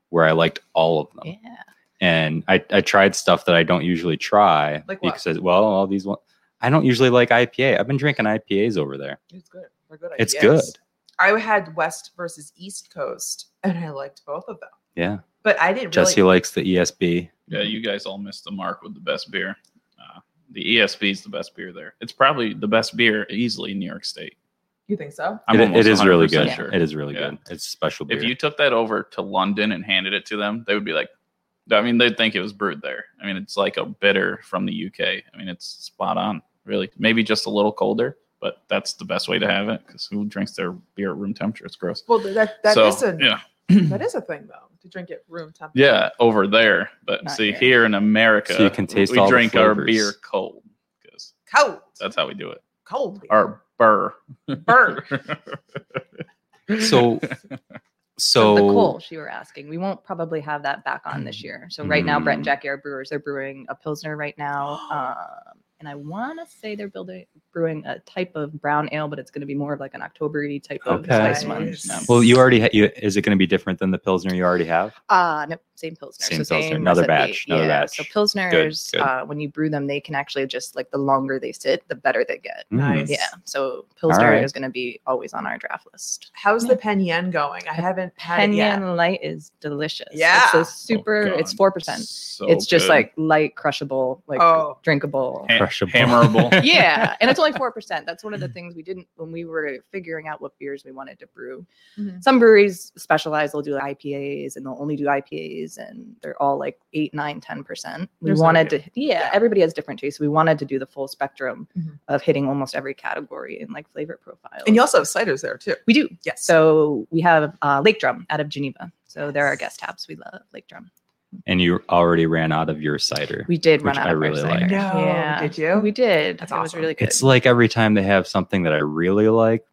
Speaker 1: where I liked all of them.
Speaker 5: yeah.
Speaker 1: And I, I tried stuff that I don't usually try
Speaker 2: Like what?
Speaker 1: because, I- well, all these one I don't usually like IPA. I've been drinking IPAs over there.
Speaker 2: It's good. They're good
Speaker 1: It's
Speaker 2: ideas.
Speaker 1: good.
Speaker 2: I had West versus East Coast, and I liked both of them.
Speaker 1: Yeah.
Speaker 2: But I didn't
Speaker 1: Jesse
Speaker 2: really.
Speaker 1: likes the E ESB.
Speaker 3: Yeah, you guys all missed the mark with the best beer. Uh, the ESB is the best beer there. It's probably the best beer easily in New York State.
Speaker 2: You think so?
Speaker 3: I'm
Speaker 1: It- it
Speaker 3: almost
Speaker 1: is really
Speaker 3: 100%
Speaker 1: good.
Speaker 3: sure.
Speaker 1: It is really
Speaker 3: Yeah.
Speaker 1: good. It's special beer.
Speaker 3: If you took that over to London and handed it to them, they would be like, I mean, they'd think it was brewed there. I mean, it's like a bitter from the UK. I mean, it's spot on, really. Maybe just a little colder, but that's the best way to have it because who drinks their beer at room temperature? It's gross.
Speaker 2: Well, that that
Speaker 3: so,
Speaker 2: is a
Speaker 3: yeah.
Speaker 2: that is a thing though to drink at room temperature.
Speaker 3: Yeah, over there. But
Speaker 5: Not
Speaker 3: see,
Speaker 5: here.
Speaker 3: here. in America,
Speaker 1: So you can taste
Speaker 3: we
Speaker 1: all the
Speaker 3: drink our
Speaker 1: flavors.
Speaker 3: beer cold because
Speaker 2: cold,
Speaker 3: that's how we do it.
Speaker 2: cold. beer.
Speaker 3: Our Burr.
Speaker 2: Burr.
Speaker 1: So, uh,
Speaker 5: So the
Speaker 1: so
Speaker 5: coal she were asking. We won't probably have that back on this year. So right now, Brett and
Speaker 1: Mm.
Speaker 5: Jackie are brewers. They're brewing a pilsner right now, um, and I want to say they're building brewing a type of brown ale, but it's going to be more of like an Octobery type of
Speaker 1: Okay.
Speaker 5: spice one.
Speaker 2: Nice.
Speaker 5: No.
Speaker 1: well, you already ha- you, is it going to be different than the pilsner you already have?
Speaker 5: Uh no, same pilsner.
Speaker 1: Same
Speaker 5: so
Speaker 1: Pilsner,
Speaker 5: same
Speaker 1: another
Speaker 5: recipe.
Speaker 1: batch, another
Speaker 5: yeah.
Speaker 1: batch.
Speaker 5: So
Speaker 1: Good,
Speaker 5: pilsners,
Speaker 1: good.
Speaker 5: Uh, when you brew them, they can actually just like the longer they sit, the better they get.
Speaker 1: Mm.
Speaker 2: Nice.
Speaker 5: Yeah. So pilsner
Speaker 1: right.
Speaker 5: is going to be always on our draft list.
Speaker 2: How's the pen yen going? I haven't had it yet.
Speaker 5: Penyan light is delicious. It's
Speaker 2: Yeah.
Speaker 5: a super.
Speaker 3: Oh,
Speaker 5: it's
Speaker 3: God.
Speaker 5: four percent.
Speaker 3: So
Speaker 5: it's just
Speaker 3: good.
Speaker 5: like light, crushable, like
Speaker 2: Oh.
Speaker 5: drinkable.
Speaker 3: Ha-
Speaker 1: Crushable.
Speaker 3: hammerable.
Speaker 5: yeah, and it's only four percent. That's one of the things we didn't when we were figuring out what beers we wanted to brew.
Speaker 2: Mhm.
Speaker 5: Some breweries specialize; they'll do IPAs and they'll only do IPAs, and they're all like eight, nine, ten percent. We
Speaker 2: There's no
Speaker 5: wanted to,
Speaker 2: deal.
Speaker 5: yeah,
Speaker 2: Yeah.
Speaker 5: Everybody has different tastes. We wanted to do the full spectrum
Speaker 2: Mhm.
Speaker 5: of hitting almost every category Mm-hmm. and like flavor profile.
Speaker 2: And you also have ciders there too.
Speaker 5: we do.
Speaker 2: Yes.
Speaker 5: So we have uh, Lake Drum out of Geneva. So there are guest taps. We love Lake Drum.
Speaker 1: And you already ran out of your cider.
Speaker 5: We did
Speaker 1: Which
Speaker 5: run out
Speaker 1: I
Speaker 5: of our
Speaker 1: really
Speaker 5: cider.
Speaker 1: like.
Speaker 2: No,
Speaker 5: yeah.
Speaker 2: did you?
Speaker 5: Oh, We did.
Speaker 2: That's
Speaker 5: it was
Speaker 2: awesome.
Speaker 5: really good.
Speaker 1: It's like every time they have something that I really like,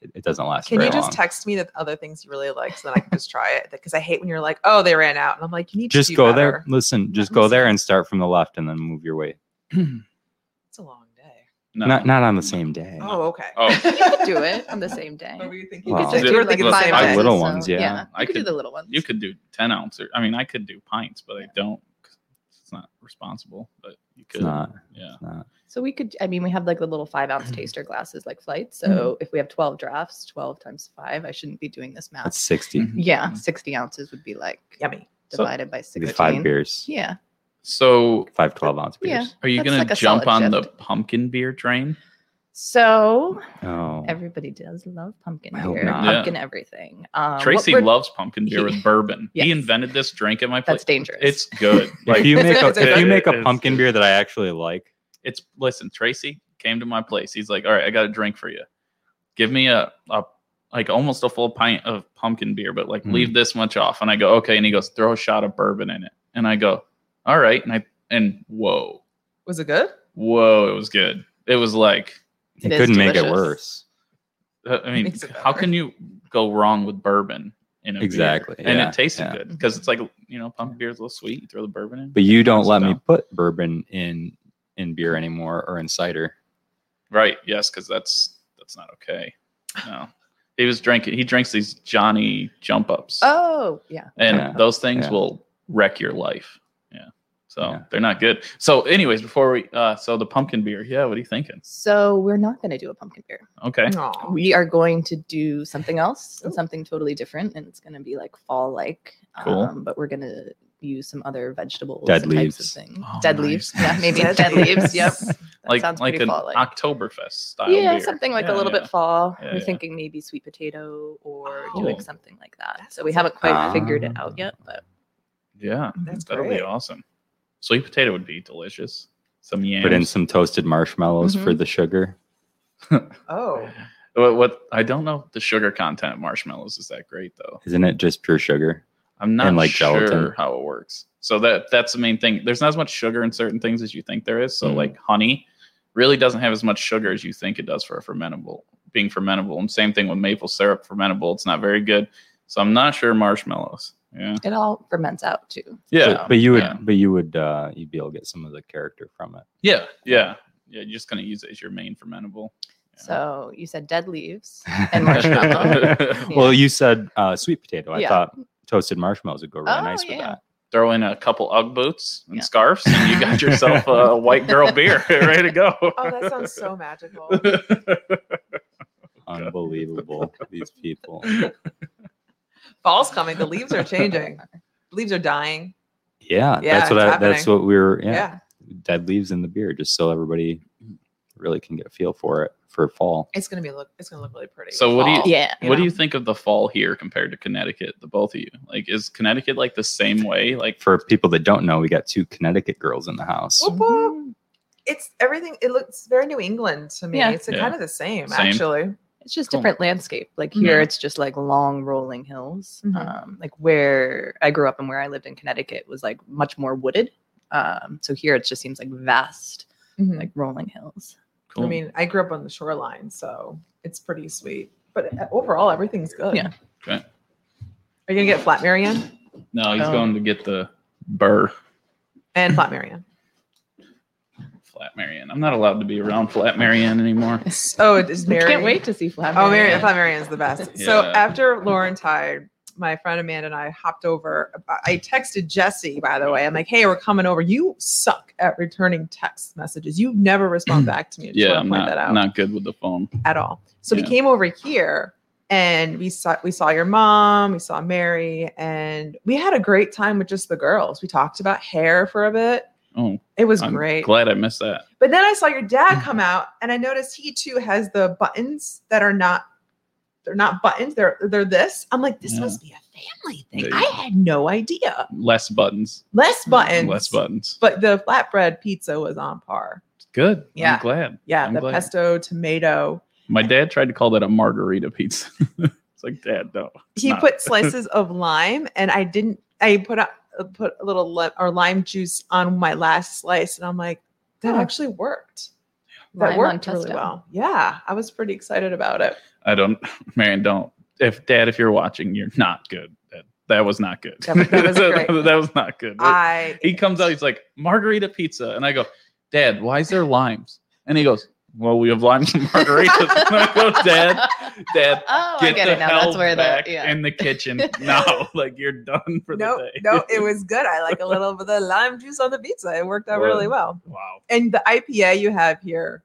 Speaker 1: it, it doesn't last.
Speaker 2: Can
Speaker 1: very
Speaker 2: you just
Speaker 1: long.
Speaker 2: text me the other things you really like so then I can just try it? Because I hate when you're like, oh, they ran out. And I'm like, you need to
Speaker 1: just
Speaker 2: do
Speaker 1: go
Speaker 2: better.
Speaker 1: there? Listen, just go there and start from the left and then move your way.
Speaker 2: It's a long day.
Speaker 3: No.
Speaker 1: Not not on the same day.
Speaker 2: Oh, okay.
Speaker 3: Oh.
Speaker 5: you could do it on the same day.
Speaker 2: What were you thinking?
Speaker 5: You could
Speaker 1: Wow.
Speaker 5: just
Speaker 3: Did
Speaker 5: do
Speaker 3: I
Speaker 5: it like
Speaker 3: think
Speaker 5: five
Speaker 3: listen, I-
Speaker 5: ounces,
Speaker 1: Little
Speaker 5: so,
Speaker 1: ones, yeah.
Speaker 5: I
Speaker 3: I
Speaker 5: you could do
Speaker 3: could-
Speaker 5: the little ones.
Speaker 3: You could do ten ounce, or I mean, I could do pints, but I don't. 'cause It's not responsible, but you could.
Speaker 1: It's not.
Speaker 3: Yeah.
Speaker 1: It's not.
Speaker 5: So we could. I mean, we have like the little five ounce taster glasses, like flights. So if we have twelve drafts, twelve times five, I shouldn't be doing this math.
Speaker 1: That's sixty.
Speaker 3: Mhm.
Speaker 5: yeah, sixty ounces would be like
Speaker 2: Yummy.
Speaker 3: So-
Speaker 5: divided by
Speaker 1: It'd
Speaker 5: sixteen.
Speaker 1: be five beers.
Speaker 5: Yeah.
Speaker 3: So,
Speaker 1: Five 12 ounce
Speaker 5: Yeah.
Speaker 1: beers.
Speaker 3: are you
Speaker 5: That's
Speaker 3: gonna
Speaker 5: like a
Speaker 3: jump
Speaker 5: solid
Speaker 3: on the
Speaker 5: shift.
Speaker 3: pumpkin beer train?
Speaker 5: So
Speaker 1: Oh.
Speaker 5: everybody does love pumpkin
Speaker 1: I hope
Speaker 5: beer,
Speaker 1: not.
Speaker 3: Yeah.
Speaker 5: pumpkin everything. Um, what
Speaker 3: Tracy
Speaker 5: we're-
Speaker 3: loves pumpkin beer
Speaker 5: He-
Speaker 3: with bourbon.
Speaker 5: Yes.
Speaker 3: He invented this drink at my
Speaker 5: That's
Speaker 3: place.
Speaker 5: dangerous.
Speaker 3: It's good. Like
Speaker 1: if you
Speaker 2: It's
Speaker 1: make
Speaker 2: a-
Speaker 1: a,
Speaker 2: it's a-
Speaker 1: if you make a
Speaker 3: it's-
Speaker 1: pumpkin beer that I actually like,
Speaker 3: it's listen, Tracy came to my place. He's like, "All right, I got a drink for you. Give me a, a like almost a full pint of pumpkin beer, but like
Speaker 1: Mm.
Speaker 3: leave this much off." And I go, "Okay." And he goes, "Throw a shot of bourbon in it." And I go, "All right." And I and whoa,
Speaker 2: Was it good?
Speaker 3: whoa, it was good. It was like,
Speaker 1: you
Speaker 5: It is
Speaker 1: couldn't make it worse.
Speaker 5: delicious.
Speaker 3: uh, I mean,
Speaker 2: Makes it
Speaker 3: how
Speaker 2: better.
Speaker 3: can you go wrong with bourbon? In a beer?
Speaker 1: Exactly,
Speaker 3: and
Speaker 1: yeah,
Speaker 3: it tasted
Speaker 1: yeah.
Speaker 3: good because it's like you know, pumpkin beer is a little sweet. You throw the bourbon in,
Speaker 1: But you don't
Speaker 3: Pass it
Speaker 1: let me
Speaker 3: down.
Speaker 1: put bourbon in in beer anymore or in cider.
Speaker 3: Right. Yes, because that's that's not okay. No, he was drinking. He drinks these Johnny jump ups,
Speaker 5: oh yeah.
Speaker 3: and
Speaker 1: Yeah.
Speaker 3: those things
Speaker 1: Yeah.
Speaker 3: will wreck your life. Yeah. So
Speaker 1: Yeah.
Speaker 3: they're not good. So, anyways, before we, uh, so the pumpkin beer. Yeah. What are you thinking?
Speaker 5: So we're not going to do a pumpkin beer.
Speaker 3: Okay.
Speaker 2: Aw.
Speaker 5: we are going to do something else
Speaker 3: Oh.
Speaker 2: Ooh.
Speaker 5: and something totally different and it's going to be like fall like
Speaker 3: Cool.
Speaker 5: but we're going to use some other vegetables
Speaker 1: Dead
Speaker 5: and types
Speaker 1: leaves.
Speaker 5: of things
Speaker 3: Oh,
Speaker 5: dead
Speaker 3: nice.
Speaker 5: leaves yeah maybe
Speaker 2: Dead
Speaker 5: dead leaves yep
Speaker 2: leaves.
Speaker 5: that
Speaker 3: like
Speaker 5: sounds
Speaker 3: like
Speaker 5: pretty
Speaker 3: an
Speaker 5: fall like
Speaker 3: Oktoberfest style.
Speaker 5: yeah
Speaker 3: beer.
Speaker 5: something like
Speaker 3: Yeah,
Speaker 5: a little
Speaker 3: yeah.
Speaker 5: bit fall
Speaker 3: Yeah, Oh.
Speaker 5: we're
Speaker 3: yeah.
Speaker 5: thinking maybe sweet potato or
Speaker 3: Cool.
Speaker 5: doing something like that
Speaker 2: That
Speaker 5: so we
Speaker 2: sounds like
Speaker 5: haven't quite figured it
Speaker 1: Ah.
Speaker 5: out yet but
Speaker 3: Yeah.
Speaker 2: That's
Speaker 3: That'll
Speaker 2: great.
Speaker 3: be awesome. Sweet potato would be delicious. Some yams.
Speaker 1: Put in some toasted marshmallows
Speaker 5: Mm-hmm.
Speaker 1: for the sugar.
Speaker 2: Oh,
Speaker 3: what, what I don't know if the sugar content of marshmallows is that great though.
Speaker 1: Isn't it just pure sugar?
Speaker 3: I'm not
Speaker 1: and, like,
Speaker 3: sure
Speaker 1: gelatin.
Speaker 3: how it works. So that that's the main thing. There's not as much sugar in certain things as you think there is. So
Speaker 1: Mm.
Speaker 3: like honey really doesn't have as much sugar as you think it does for a fermentable being fermentable. And same thing with maple syrup fermentable. It's not very good. So I'm not sure marshmallows. Yeah. Um,
Speaker 5: it all ferments out too
Speaker 3: Yeah.
Speaker 1: But, but you would
Speaker 3: Yeah.
Speaker 1: but you would uh you'd be able to get some of the character from it.
Speaker 3: Yeah. Yeah. Yeah. You're just gonna use it as your main fermentable. Yeah.
Speaker 5: so you said dead leaves and marshmallow
Speaker 1: Well, you said uh sweet potato. I
Speaker 5: Yeah.
Speaker 1: thought toasted marshmallows would go really
Speaker 5: Oh,
Speaker 1: nice with
Speaker 5: yeah.
Speaker 1: that.
Speaker 3: Throw in a couple Ugg boots and
Speaker 5: Yeah.
Speaker 3: scarves, and you got yourself a white girl beer ready to go.
Speaker 2: oh, that sounds so magical.
Speaker 1: Unbelievable. These people.
Speaker 2: Fall's coming. The leaves are changing. The leaves are dying.
Speaker 1: Yeah,
Speaker 2: Yeah,
Speaker 1: that's what
Speaker 2: it's
Speaker 1: I, that's
Speaker 2: happening.
Speaker 1: what we were
Speaker 2: Yeah.
Speaker 1: yeah. dead leaves in the beer, just so everybody really can get a feel for it for fall.
Speaker 2: It's gonna be look. It's gonna look really pretty.
Speaker 3: So
Speaker 2: with
Speaker 3: what do you-
Speaker 2: fall.
Speaker 5: yeah
Speaker 3: what do
Speaker 2: know?
Speaker 3: you think of the fall here compared to Connecticut? The both of you, like, is Connecticut like the same way? Like,
Speaker 1: For people that don't know, we got two Connecticut girls in the house.
Speaker 2: Whoop, whoop. It's everything. It looks very New England to me.
Speaker 5: Yeah.
Speaker 2: It's
Speaker 3: Yeah.
Speaker 2: kind of the same,
Speaker 3: Same.
Speaker 2: actually.
Speaker 5: it's just
Speaker 3: Cool. Mm-hmm.
Speaker 5: different landscape like here
Speaker 3: Yeah.
Speaker 5: it's just like long rolling hills
Speaker 3: Mm-hmm.
Speaker 2: Mhm.
Speaker 5: um, like where i grew up and where i lived in connecticut was like much more wooded um, so here it just seems like vast
Speaker 2: Mhm.
Speaker 5: like rolling hills
Speaker 3: Cool.
Speaker 2: I mean, I grew up on the shoreline, so it's pretty sweet. But uh, overall, everything's good.
Speaker 5: Yeah.
Speaker 3: Okay.
Speaker 2: Are you gonna get Flat Marion
Speaker 3: no, he's
Speaker 2: um,
Speaker 5: Oh.
Speaker 3: going to get the burr
Speaker 2: and Flat Marion?
Speaker 3: flat Marion. I'm not allowed to be around flat Marion anymore.
Speaker 2: Oh, it is
Speaker 5: We
Speaker 2: Marion.
Speaker 5: can't wait to see Flat.
Speaker 2: Oh, Marion,
Speaker 5: Marion.
Speaker 2: Flat Marion's the best. So
Speaker 3: Yeah.
Speaker 2: after Laurentide, my friend Amanda and I hopped over. I texted Jesse, by the way. I'm like, hey, we're coming over. You suck at returning text messages. You never respond back to me. I just
Speaker 3: Yeah,
Speaker 2: wanna
Speaker 3: I'm
Speaker 2: point
Speaker 3: not
Speaker 2: that out.
Speaker 3: not good with the phone.
Speaker 2: at all. So
Speaker 3: Yeah.
Speaker 2: we came over here and we saw we saw your mom, we saw Mary, and we had a great time with just the girls. We talked about hair for a bit.
Speaker 3: Oh,
Speaker 2: It was
Speaker 3: I'm Mm-hmm.
Speaker 2: great.
Speaker 3: glad I missed that.
Speaker 2: but then I saw your dad come out and I noticed he too has the buttons that are not they're not buttons, they're they're this. I'm like, this
Speaker 3: Yeah.
Speaker 2: must be a family
Speaker 3: There
Speaker 2: thing.
Speaker 3: you
Speaker 2: I had no idea.
Speaker 3: Less buttons.
Speaker 2: Less buttons.
Speaker 3: Less buttons.
Speaker 2: But the flatbread pizza was on par.
Speaker 3: Good.
Speaker 2: Yeah.
Speaker 3: I'm glad.
Speaker 2: Yeah,
Speaker 3: I'm
Speaker 2: the
Speaker 3: glad.
Speaker 2: pesto, tomato,
Speaker 3: My dad tried to call that a margarita pizza. it's like, Dad, no.
Speaker 2: he
Speaker 3: not-
Speaker 2: put slices of lime and i didn't i put a put a little lime or lime juice on my last slice and i'm like that
Speaker 5: Huh.
Speaker 2: actually worked that
Speaker 5: Lime on
Speaker 2: worked really
Speaker 5: pesto.
Speaker 2: well yeah i was pretty excited about it
Speaker 3: I don't, Marion, don't. If Dad, if you're watching, you're not good. That, that was not good.
Speaker 2: That was- that was great. Uh,
Speaker 3: That was not good.
Speaker 2: i
Speaker 3: he comes out, he's like, margarita pizza. And I go, Dad, why is there limes? And he goes, Well, we have limes and margaritas. and I go, Dad, Dad,
Speaker 5: Oh,
Speaker 3: get,
Speaker 5: I get
Speaker 3: the
Speaker 5: it now.
Speaker 3: hell
Speaker 5: That's where
Speaker 3: back
Speaker 5: the yeah.
Speaker 3: in the kitchen now. like you're done for
Speaker 2: no
Speaker 3: the day.
Speaker 2: no it was good i like a little bit of lime juice on the pizza it worked out
Speaker 3: Word.
Speaker 2: really well
Speaker 3: Wow.
Speaker 2: and the ipa you have here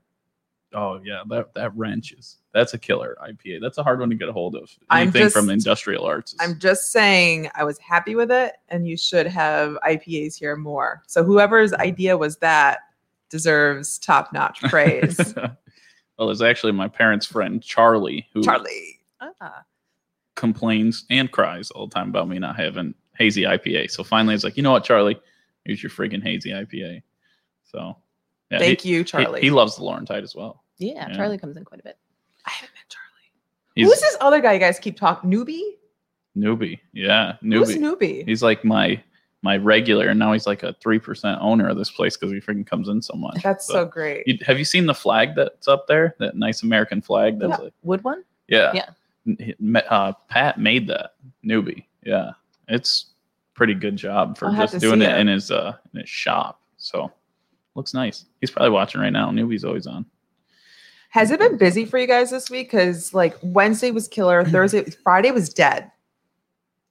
Speaker 3: Oh yeah, that that wrench is that's a killer IPA. That's a hard one to get a hold of.
Speaker 2: I'm
Speaker 3: Anything from
Speaker 2: just-
Speaker 3: industrial arts. Is,
Speaker 2: i'm just saying i was happy with it and you should have ipas here more so whoever's
Speaker 3: Mm.
Speaker 2: idea was that deserves top-notch praise
Speaker 3: well, it's actually my parents' friend Charlie who
Speaker 2: Charlie.
Speaker 5: Ah,
Speaker 3: complains and cries all the time about me not having hazy IPA. So finally, it's like, you know what, Charlie? Here's your friggin' hazy IPA. So yeah,
Speaker 2: Thank
Speaker 3: he,
Speaker 2: you,
Speaker 3: he-
Speaker 2: Charlie.
Speaker 3: He, loves the Laurentide as well.
Speaker 5: yeah,
Speaker 3: Yeah.
Speaker 5: Charlie comes in quite a bit.
Speaker 2: I haven't met Charlie.
Speaker 3: He's
Speaker 2: Who's this other guy you guys keep talking? Newbie?
Speaker 3: newbie. Yeah,
Speaker 2: Who's
Speaker 3: newbie.
Speaker 2: newbie?
Speaker 3: He's like my my regular, and now he's like a three percent owner of this place because he freaking comes in so much.
Speaker 2: That's
Speaker 3: But-
Speaker 2: so great.
Speaker 3: You, have you seen the flag that's up there? That nice American flag. That's like,
Speaker 5: Wood one?
Speaker 3: yeah,
Speaker 5: Yeah.
Speaker 3: N- he- ma- Uh, Pat made that newbie. Yeah, it's pretty good job for
Speaker 2: I'll have
Speaker 3: just
Speaker 2: to
Speaker 3: doing
Speaker 2: see
Speaker 3: it,
Speaker 2: it.
Speaker 3: in his uh in his shop. So looks nice. He's probably watching right now. Newbie's always on.
Speaker 2: Has it been busy for you guys this week? Because like Wednesday was killer, Thursday, Friday was dead,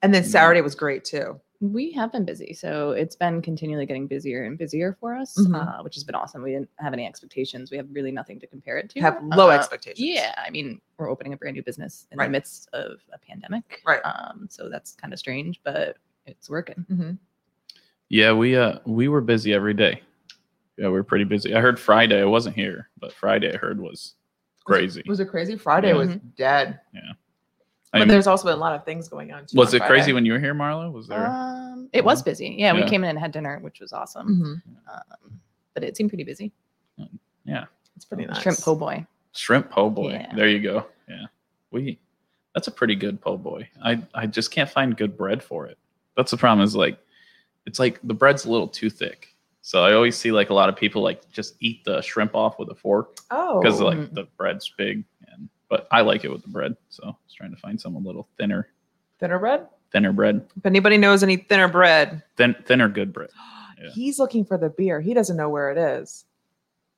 Speaker 2: and then
Speaker 3: Mm.
Speaker 2: Saturday was great too.
Speaker 5: We have been busy, so it's been continually getting busier and busier for us,
Speaker 3: Mm-hmm.
Speaker 2: Mhm.
Speaker 5: uh, which has been awesome. We didn't have any expectations. We have really nothing to compare it to.
Speaker 2: Have low
Speaker 5: Uh,
Speaker 2: expectations.
Speaker 5: Yeah, I mean, we're opening a brand new business in
Speaker 2: Right.
Speaker 5: the midst of a pandemic,
Speaker 2: Right.
Speaker 5: Um, so that's kind of strange, but it's working.
Speaker 2: Mhm.
Speaker 3: Yeah, we uh we were busy every day. Yeah, we were pretty busy. I heard Friday. I wasn't here, but Friday I heard was crazy.
Speaker 2: Was it crazy? Friday
Speaker 3: Yeah.
Speaker 2: was dead.
Speaker 3: Yeah.
Speaker 2: But
Speaker 3: I'm-
Speaker 2: there's also been a lot of things going on. Too
Speaker 3: was
Speaker 2: on
Speaker 3: it crazy
Speaker 2: Friday.
Speaker 3: when you were here, Marla? Was there?
Speaker 5: Um, it was busy. Yeah,
Speaker 3: Yeah.
Speaker 5: we came in and had dinner, which was awesome.
Speaker 2: Mhm.
Speaker 5: Um, but it seemed pretty busy.
Speaker 2: It's pretty nice.
Speaker 5: Shrimp po' boy.
Speaker 3: Shrimp po' boy.
Speaker 5: Yeah.
Speaker 3: There you go. Yeah. We that's a pretty good po' boy. I I just can't find good bread for it. That's the problem is like it's like the bread's a little too thick. So I always see like a lot of people like just eat the shrimp off with a fork
Speaker 2: Oh,
Speaker 3: because like
Speaker 5: Mhm.
Speaker 3: the bread's big and but I like it with the bread. So I was trying to find some a little thinner,
Speaker 2: thinner bread.
Speaker 3: thinner bread.
Speaker 2: If anybody knows any thinner bread,
Speaker 3: Thin thinner good bread. Yeah.
Speaker 2: he's looking for the beer. He doesn't know where it is.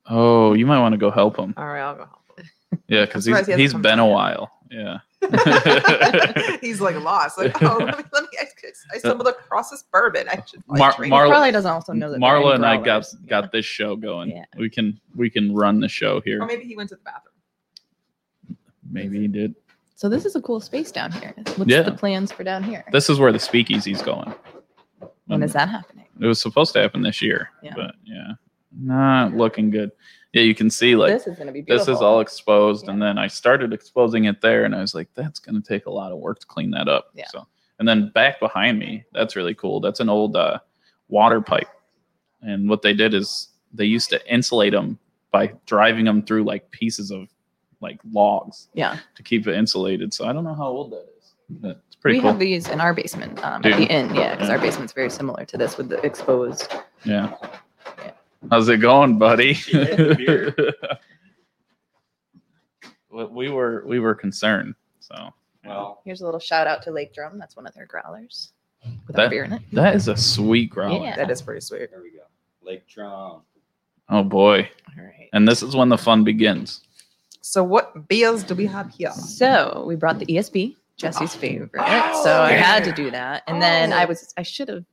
Speaker 3: Oh, you might want to go help him.
Speaker 2: All right, I'll go home.
Speaker 3: Yeah, because
Speaker 2: I'm
Speaker 3: he's
Speaker 2: surprised he hasn't
Speaker 3: he's
Speaker 2: come
Speaker 3: been
Speaker 2: down
Speaker 3: a
Speaker 2: yet.
Speaker 3: while. Yeah.
Speaker 2: he's like lost. Like, oh, let me, let me I, I stumbled across this bourbon. I should probably
Speaker 3: Mar-
Speaker 2: drink
Speaker 3: Mar-
Speaker 2: it.
Speaker 5: He probably doesn't also know that there are
Speaker 3: Marla
Speaker 5: any
Speaker 3: and I got
Speaker 5: growlers.
Speaker 3: got this show going.
Speaker 5: Yeah.
Speaker 3: We can we can run the show here.
Speaker 2: Or
Speaker 3: Maybe,
Speaker 2: maybe he went to the bathroom.
Speaker 3: he did.
Speaker 5: So this is a cool space down here. What's
Speaker 3: Yeah.
Speaker 5: the plans for down here?
Speaker 3: This is where the speakeasy's going. Um,
Speaker 5: when is that happening?
Speaker 3: It was supposed to happen this year,
Speaker 5: Yeah.
Speaker 3: but yeah, not looking good. Yeah, you can see like
Speaker 5: this is going to be
Speaker 3: this,
Speaker 5: beautiful.
Speaker 3: is all exposed, and then I started exposing it there, and I was like, that's going to take a lot of work to clean that up.
Speaker 5: Yeah.
Speaker 3: So, and then back behind me, that's really cool. That's an old uh, water pipe, and what they did is they used to insulate them by driving them through like pieces of like logs.
Speaker 5: yeah.
Speaker 3: to keep it insulated. So I don't know how old that is. But it's pretty
Speaker 5: We
Speaker 3: cool. Mm.
Speaker 5: have these in our basement um,
Speaker 3: Do
Speaker 5: at
Speaker 3: you?
Speaker 5: the inn. Yeah, because
Speaker 3: Yeah.
Speaker 5: our basement's very similar to this with the exposed.
Speaker 3: yeah. How's it going, buddy?
Speaker 4: Yeah, beer.
Speaker 3: w- we were we were concerned. So
Speaker 1: Well,
Speaker 5: Here's a little shout out to Lake Drum. That's one of their growlers without
Speaker 3: That-
Speaker 5: beer in it.
Speaker 3: that is a sweet growler.
Speaker 5: Yeah.
Speaker 2: That is pretty sweet.
Speaker 1: there we go. Lake Drum.
Speaker 3: Oh boy!
Speaker 5: All right.
Speaker 3: And this is when the fun begins.
Speaker 2: So what beers do we have here?
Speaker 5: So we brought the ESB, Jesse's favorite.
Speaker 2: Oh,
Speaker 5: so I had to
Speaker 2: yeah.
Speaker 5: do that. And then
Speaker 2: Oh.
Speaker 5: I was, I should have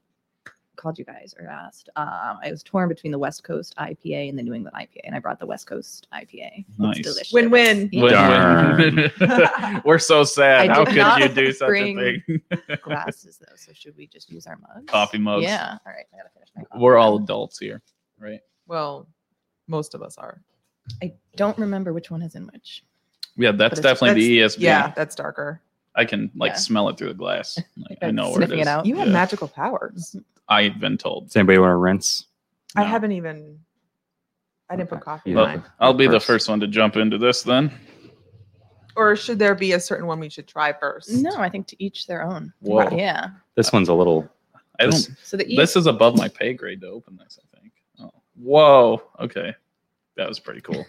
Speaker 5: called you guys or asked. Um, I was torn between the West Coast IPA and the New England IPA, and I brought the West Coast IPA.
Speaker 3: Nice.
Speaker 5: It's delicious.
Speaker 2: Win-win.
Speaker 5: Yeah.
Speaker 3: Win-win. we're so sad.
Speaker 5: I
Speaker 3: How
Speaker 5: did
Speaker 3: could
Speaker 5: not
Speaker 3: you do such
Speaker 5: bring-
Speaker 3: a thing?
Speaker 5: Glasses though, so should we just use our mugs?
Speaker 3: Coffee mugs.
Speaker 5: Yeah. All right. I gotta finish my coffee.
Speaker 3: We're all adults here, right?
Speaker 2: Well, most of us are.
Speaker 5: I don't remember which one is in which.
Speaker 3: Yeah, that's
Speaker 5: it's-
Speaker 3: definitely the E ESB.
Speaker 2: Yeah, that's darker.
Speaker 3: I can like
Speaker 5: Yeah.
Speaker 3: smell it through the glass. Like, I
Speaker 5: Like
Speaker 3: know where it
Speaker 5: sniffing
Speaker 3: is.
Speaker 5: it out.
Speaker 2: You have
Speaker 3: Yeah.
Speaker 2: magical powers.
Speaker 3: I've been told.
Speaker 1: Does anybody want to rinse?
Speaker 2: I
Speaker 3: No.
Speaker 2: haven't even. I didn't put coffee in
Speaker 1: Yeah.
Speaker 3: Well,
Speaker 2: mine.
Speaker 3: I'll be the
Speaker 1: First.
Speaker 3: first one to jump into this then.
Speaker 2: Or should there be a certain one we should try first?
Speaker 5: No, I think to each their own.
Speaker 3: Whoa.
Speaker 5: Yeah.
Speaker 1: This one's a little.
Speaker 3: I
Speaker 1: This-
Speaker 3: don't
Speaker 5: So the
Speaker 3: this is above my pay grade to open this, I think. Oh. Whoa. Okay. That was pretty cool.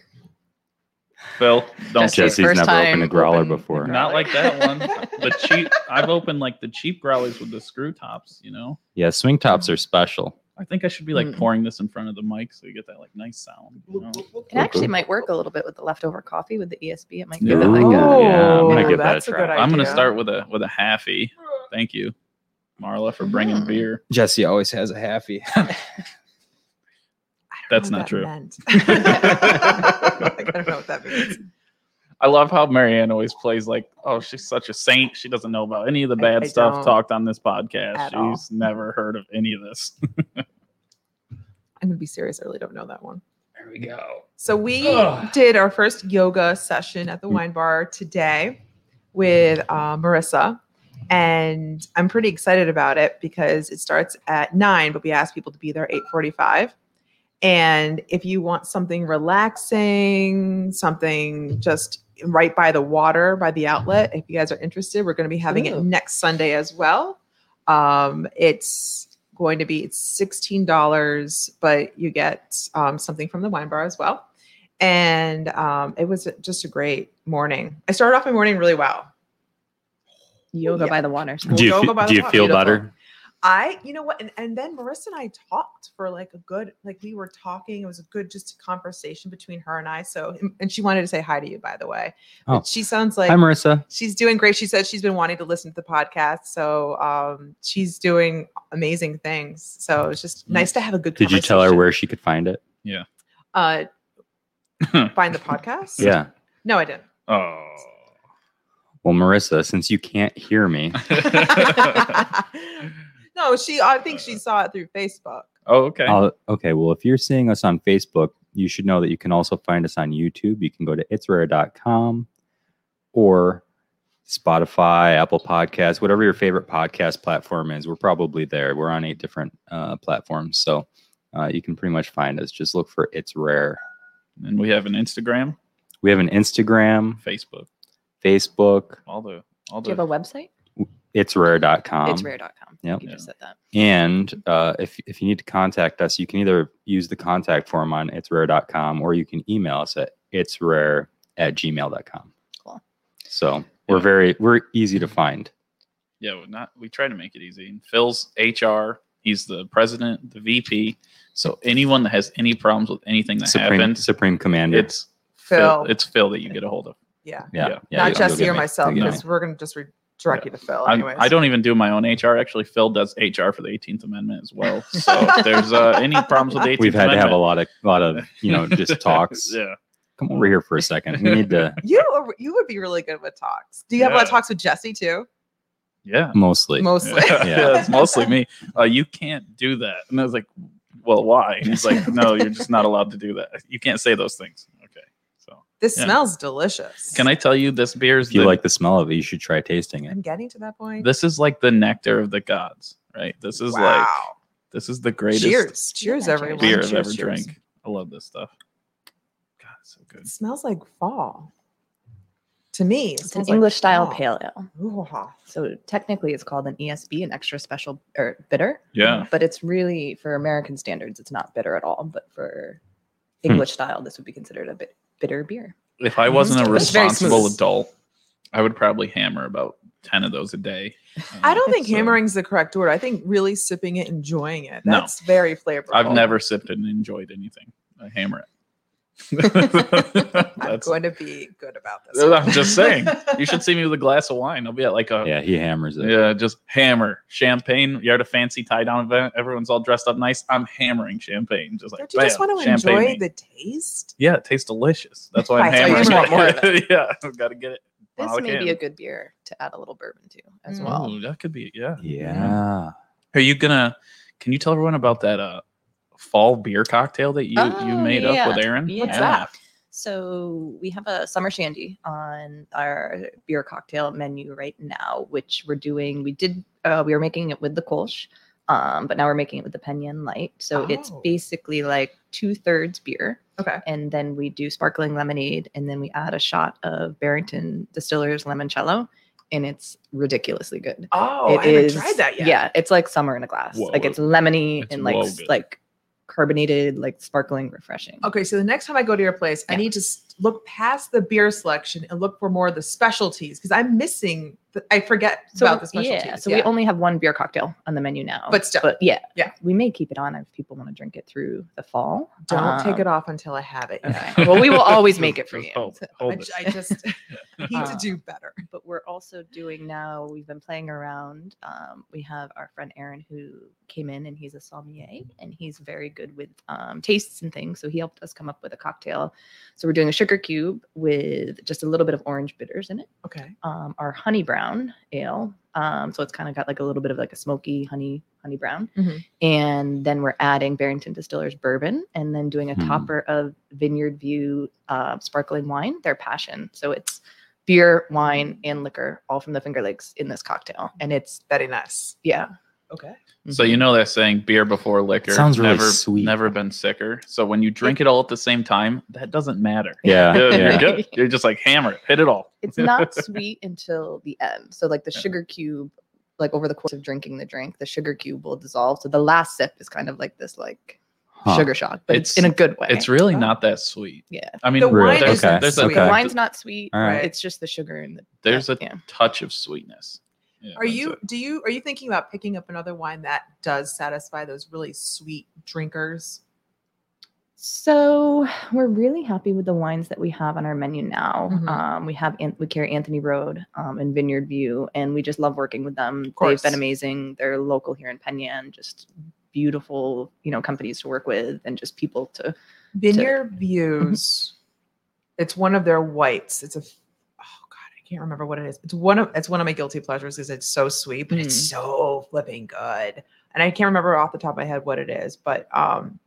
Speaker 3: Phil, don't
Speaker 5: Jesse.
Speaker 1: Jesse's
Speaker 5: first
Speaker 1: never opened a
Speaker 5: time
Speaker 1: growler
Speaker 5: open-
Speaker 1: before.
Speaker 3: not like that one. The cheap I've opened like the cheap growlers with the screw tops, you know.
Speaker 1: Yeah, swing tops are special.
Speaker 3: I think I should be like
Speaker 5: Mm.
Speaker 3: pouring this in front of the mic so you get that like nice sound. You know?
Speaker 5: It actually might work a little bit with the leftover coffee with the ESB. It might be
Speaker 1: Yeah.
Speaker 5: a bit like
Speaker 1: Oh.
Speaker 5: that.
Speaker 1: Yeah, I'm gonna give that a
Speaker 2: that's a
Speaker 1: try.
Speaker 2: good idea.
Speaker 3: I'm gonna start with a with a halfie. Thank you, Marla, for bringing
Speaker 5: Mm.
Speaker 3: beer.
Speaker 1: Jesse always has a halfie.
Speaker 2: I don't
Speaker 3: That's
Speaker 2: know
Speaker 3: not
Speaker 2: what
Speaker 3: true.
Speaker 2: that meant. Like, I don't know what that means.
Speaker 3: I love how Marianne always plays like, oh, she's such a saint. She doesn't know about any of the
Speaker 2: I-
Speaker 3: bad
Speaker 2: I
Speaker 3: stuff
Speaker 2: don't
Speaker 3: talked on this podcast.
Speaker 2: at
Speaker 3: She's
Speaker 2: all.
Speaker 3: never heard of any of this.
Speaker 2: I'm gonna be serious. I really don't know that one.
Speaker 3: There we go.
Speaker 2: So we
Speaker 3: Ugh.
Speaker 2: did our first yoga session at the
Speaker 1: Mm.
Speaker 2: wine bar today with uh, Marissa, and I'm pretty excited about it because it starts at nine, but we asked people to be there eight forty-five. And if you want something relaxing, something just right by the water, by the outlet, if you guys are interested, we're going to be having it
Speaker 5: Ooh.
Speaker 2: next Sunday as well. Um, it's going to be it's sixteen dollars, but you get um, something from the wine bar as well. And um, it was just a great morning. I started off my morning really well.
Speaker 5: Yoga
Speaker 2: Yeah.
Speaker 5: by the water. sounds
Speaker 1: do you,
Speaker 2: Yoga by
Speaker 1: fe- do
Speaker 2: the
Speaker 1: you
Speaker 2: water.
Speaker 1: feel
Speaker 5: Beautiful.
Speaker 1: better?
Speaker 2: I, you know what, and, and then Marissa and I talked for like a good, like we were talking. It was a good just conversation between her and I. So, and she wanted to say hi to you, by the way.
Speaker 1: Oh.
Speaker 2: But she sounds like
Speaker 1: Hi, Marissa.
Speaker 2: she's doing great. She said she's been wanting to listen to the podcast, so um, she's doing amazing things. So it's just nice to have a good.
Speaker 1: Mm. Did you tell her
Speaker 2: conversation.
Speaker 1: where she could find it?
Speaker 2: Uh, find the podcast?
Speaker 1: Yeah.
Speaker 2: No, I didn't.
Speaker 3: Oh.
Speaker 1: Well, Marissa, since you can't hear me,
Speaker 2: no, she. I think she saw it through Facebook.
Speaker 3: oh, okay.
Speaker 1: I'll, okay. Well, if you're seeing us on Facebook, you should know that you can also find us on YouTube. You can go to itsrare.com or Spotify, Apple Podcasts, whatever your favorite podcast platform is. We're probably there. We're on eight different uh, platforms, so uh, you can pretty much find us. Just look for It's Rare.
Speaker 3: and we have an Instagram,
Speaker 1: We have an Instagram,
Speaker 3: Facebook,
Speaker 1: Facebook,
Speaker 3: all the all
Speaker 5: Do you
Speaker 3: the
Speaker 5: have a website?
Speaker 1: itsrare.com.
Speaker 5: it's rare.com.
Speaker 1: Um, yep.
Speaker 5: You just said that.
Speaker 1: And uh, if, if you need to contact us, you can either use the contact form on itsrare.com or you can email us at itsrare at gmail.com.
Speaker 5: Cool.
Speaker 1: So we're
Speaker 3: Yeah.
Speaker 1: very, we're easy to find.
Speaker 3: yeah, we're not we try to make it easy. And Phil's HR, he's the president, the VP. So anyone that has any problems with anything that
Speaker 1: Supreme,
Speaker 3: happens,
Speaker 1: Supreme Commander.
Speaker 3: it's Phil.
Speaker 2: Phil.
Speaker 3: It's Phil that you get a hold of.
Speaker 2: Yeah,
Speaker 1: yeah. yeah,
Speaker 3: yeah.
Speaker 2: not
Speaker 1: you'll- you'll
Speaker 2: Jesse
Speaker 1: get
Speaker 2: or
Speaker 1: me.
Speaker 2: myself
Speaker 1: You'll get
Speaker 2: because
Speaker 1: me.
Speaker 2: we're gonna just redirect you to Phil.
Speaker 3: I'm-
Speaker 2: Anyways,
Speaker 3: I don't even do my own HR. Actually, Phil does HR for the 18th Amendment as well. So if there's uh, any problems with the 18th
Speaker 1: We've had to have a
Speaker 3: Amendment,
Speaker 1: lot of, lot of, you know, just talks.
Speaker 3: yeah.
Speaker 1: Come over here for a second. We need to
Speaker 2: You are- you would be really good with talks. Do you have a lot of
Speaker 3: Yeah.
Speaker 2: talks with Jesse too?
Speaker 3: Yeah.
Speaker 1: mostly.
Speaker 2: Mostly.
Speaker 3: Yeah.
Speaker 1: Yeah.
Speaker 3: It's mostly me. Uh, you can't do that. And I was like, well, why? And he's like, no, you're just not allowed to do that. You can't say those things. Okay. So
Speaker 2: This
Speaker 3: Yeah.
Speaker 2: smells delicious.
Speaker 3: can I tell you this beer is
Speaker 1: if you
Speaker 3: the,
Speaker 1: like the smell of it, you should try tasting it.
Speaker 2: I'm getting to that point.
Speaker 3: this is like the nectar of the gods, right? This is like,
Speaker 2: wow.
Speaker 3: this is the greatest
Speaker 2: cheers, cheers,
Speaker 5: Yeah,
Speaker 2: everyone.
Speaker 3: beer
Speaker 2: cheers,
Speaker 3: I've ever
Speaker 2: cheers.
Speaker 3: drank. I love this stuff. God, it's so good.
Speaker 2: It smells like fall. To me, it
Speaker 5: It's an
Speaker 2: smells like
Speaker 5: English style
Speaker 2: fall.
Speaker 5: pale ale.
Speaker 2: Ooh-ha.
Speaker 5: So technically it's called an ESB, an extra special or bitter.
Speaker 3: Yeah.
Speaker 5: But it's really for American
Speaker 1: Hmm.
Speaker 5: standards, it's not bitter at all. But for English style, this would be considered a bit bitter beer.
Speaker 3: if I wasn't a
Speaker 5: That's very
Speaker 3: responsible
Speaker 5: smooth.
Speaker 3: adult, I would probably hammer about ten of those a day. Um,
Speaker 2: I don't think
Speaker 3: So,
Speaker 2: hammering's the correct word. I think really sipping it, enjoying it.
Speaker 3: No.
Speaker 2: That's very flavorful.
Speaker 3: I've never sipped and enjoyed anything. I hammer it.
Speaker 2: I'm
Speaker 3: That's,
Speaker 2: going to be good about this.
Speaker 3: I'm
Speaker 2: one.
Speaker 3: just saying. you should see me with a glass of wine. I'll be at like a
Speaker 1: Yeah, he hammers it.
Speaker 3: Yeah, just hammer champagne. You're at a fancy tie down event. Everyone's all dressed up nice. I'm hammering champagne. Just like
Speaker 2: Don't you just
Speaker 3: bam,
Speaker 2: want to
Speaker 3: champagne
Speaker 2: enjoy
Speaker 3: me.
Speaker 2: the taste?
Speaker 3: Yeah, it tastes delicious. That's why I'm
Speaker 5: Right, so you
Speaker 3: hammering.
Speaker 5: just want more of
Speaker 3: it. yeah, I've got to get it.
Speaker 5: This
Speaker 3: while I
Speaker 5: may
Speaker 3: can.
Speaker 5: be a good beer to add a little bourbon to as
Speaker 2: Mm.
Speaker 5: well.
Speaker 3: Ooh, that could be yeah.
Speaker 1: Yeah.
Speaker 3: Are you gonna? Can you tell everyone about that uh fall beer cocktail that you you
Speaker 5: Oh,
Speaker 3: made
Speaker 5: yeah.
Speaker 3: up with Aaron?
Speaker 5: What's
Speaker 3: yeah.
Speaker 2: that?
Speaker 5: So we have a summer shandy on our beer cocktail menu right now, which we're doing. We did uh, we were making it with the Kolsch, um, but now we're making it with the Penyon Light. So it's
Speaker 2: Oh.
Speaker 5: basically like two thirds beer,
Speaker 2: Okay.
Speaker 5: and then we do sparkling lemonade, and then we add a shot of Barrington Distillers limoncello, and it's ridiculously good.
Speaker 2: Oh, I haven't tried that yet.
Speaker 5: Yeah, it's like summer in a glass.
Speaker 3: Whoa.
Speaker 5: Like it's lemony
Speaker 3: It's
Speaker 5: and like
Speaker 3: whoa
Speaker 5: s-
Speaker 3: good.
Speaker 5: like carbonated, like sparkling, refreshing.
Speaker 2: Okay, so the next time I go to your place, I
Speaker 5: Yeah.
Speaker 2: need to s- look past the beer selection and look for more of the specialties because I'm missing. The, I forget about the specialties.
Speaker 5: Yeah, so we only have one beer cocktail on the menu now.
Speaker 2: But still.
Speaker 5: But yeah.
Speaker 2: Yeah.
Speaker 5: We may keep it on if people want to drink it through the fall.
Speaker 2: don't take it off until I have it. yet.
Speaker 5: Okay. Well, we will always make it for
Speaker 3: Just
Speaker 5: you.
Speaker 3: hold-
Speaker 5: So-
Speaker 3: hold
Speaker 2: I,
Speaker 3: it.
Speaker 2: ju- I just I need to
Speaker 5: Uh,
Speaker 2: do better.
Speaker 5: But we're also doing now, we've been playing around. Um, we have our friend Aaron who came in and he's a sommelier and he's very good with um, tastes and things. So he helped us come up with a cocktail. So we're doing a sugar cube with just a little bit of orange bitters in it.
Speaker 2: Okay.
Speaker 5: um, our honey brown ale. Um, so it's kind of got like a little bit of like a smoky honey honey brown,
Speaker 3: Mm-hmm.
Speaker 2: Mhm.
Speaker 5: and then we're adding Barrington Distillers bourbon, and then doing a
Speaker 1: Hmm.
Speaker 5: topper of Vineyard View uh, sparkling wine, their passion. So it's beer, wine, and liquor all from the Finger Lakes in this cocktail, and it's
Speaker 2: Very nice.
Speaker 5: yeah. Mm-hmm.
Speaker 2: Okay.
Speaker 3: Hmm. So you know that saying, beer before liquor.
Speaker 1: Sounds really
Speaker 3: never,
Speaker 1: sweet.
Speaker 3: Never been sicker. So when you drink it all at the same time, that doesn't matter.
Speaker 1: Yeah.
Speaker 3: You're-
Speaker 1: yeah.
Speaker 3: You're good. You're just like hammer it, hit it all.
Speaker 5: it's not sweet until the end. So like the
Speaker 3: Yeah.
Speaker 5: sugar cube, like over the course of drinking the drink, the sugar cube will dissolve. So the last sip is kind of like this like
Speaker 1: Huh.
Speaker 5: sugar shock, but it's,
Speaker 3: It's-
Speaker 5: in a good way.
Speaker 3: It's really
Speaker 2: Wow.
Speaker 3: not that sweet.
Speaker 5: yeah.
Speaker 3: I mean,
Speaker 2: The
Speaker 1: wine
Speaker 3: there's,
Speaker 1: isn't
Speaker 3: there's
Speaker 2: sweet.
Speaker 3: a
Speaker 5: The
Speaker 1: Okay.
Speaker 5: wine's not sweet.
Speaker 1: All right.
Speaker 5: It's just the sugar and the
Speaker 3: there's a
Speaker 5: yeah.
Speaker 3: touch of sweetness. Yeah,
Speaker 2: Are
Speaker 3: that's
Speaker 2: you
Speaker 3: it.
Speaker 2: do you are you thinking about picking up another wine that does satisfy those really sweet drinkers?
Speaker 5: So we're really happy with the wines that we have on our menu now.
Speaker 2: Mhm.
Speaker 5: Um, we have An- we carry Anthony Road um, and Vineyard View, and we just love working with them. They've
Speaker 2: course.
Speaker 5: been amazing. They're local here in Penyan, just beautiful, you know, companies to work with, and just people to
Speaker 2: Vineyard Views. Mm-hmm. It's one of their whites. It's a f- oh god, I can't remember what it is. It's one of it's one of my guilty pleasures because it's so sweet, but it's
Speaker 5: Mhm.
Speaker 2: so flipping good. And I can't remember off the top of my head what it is, but um,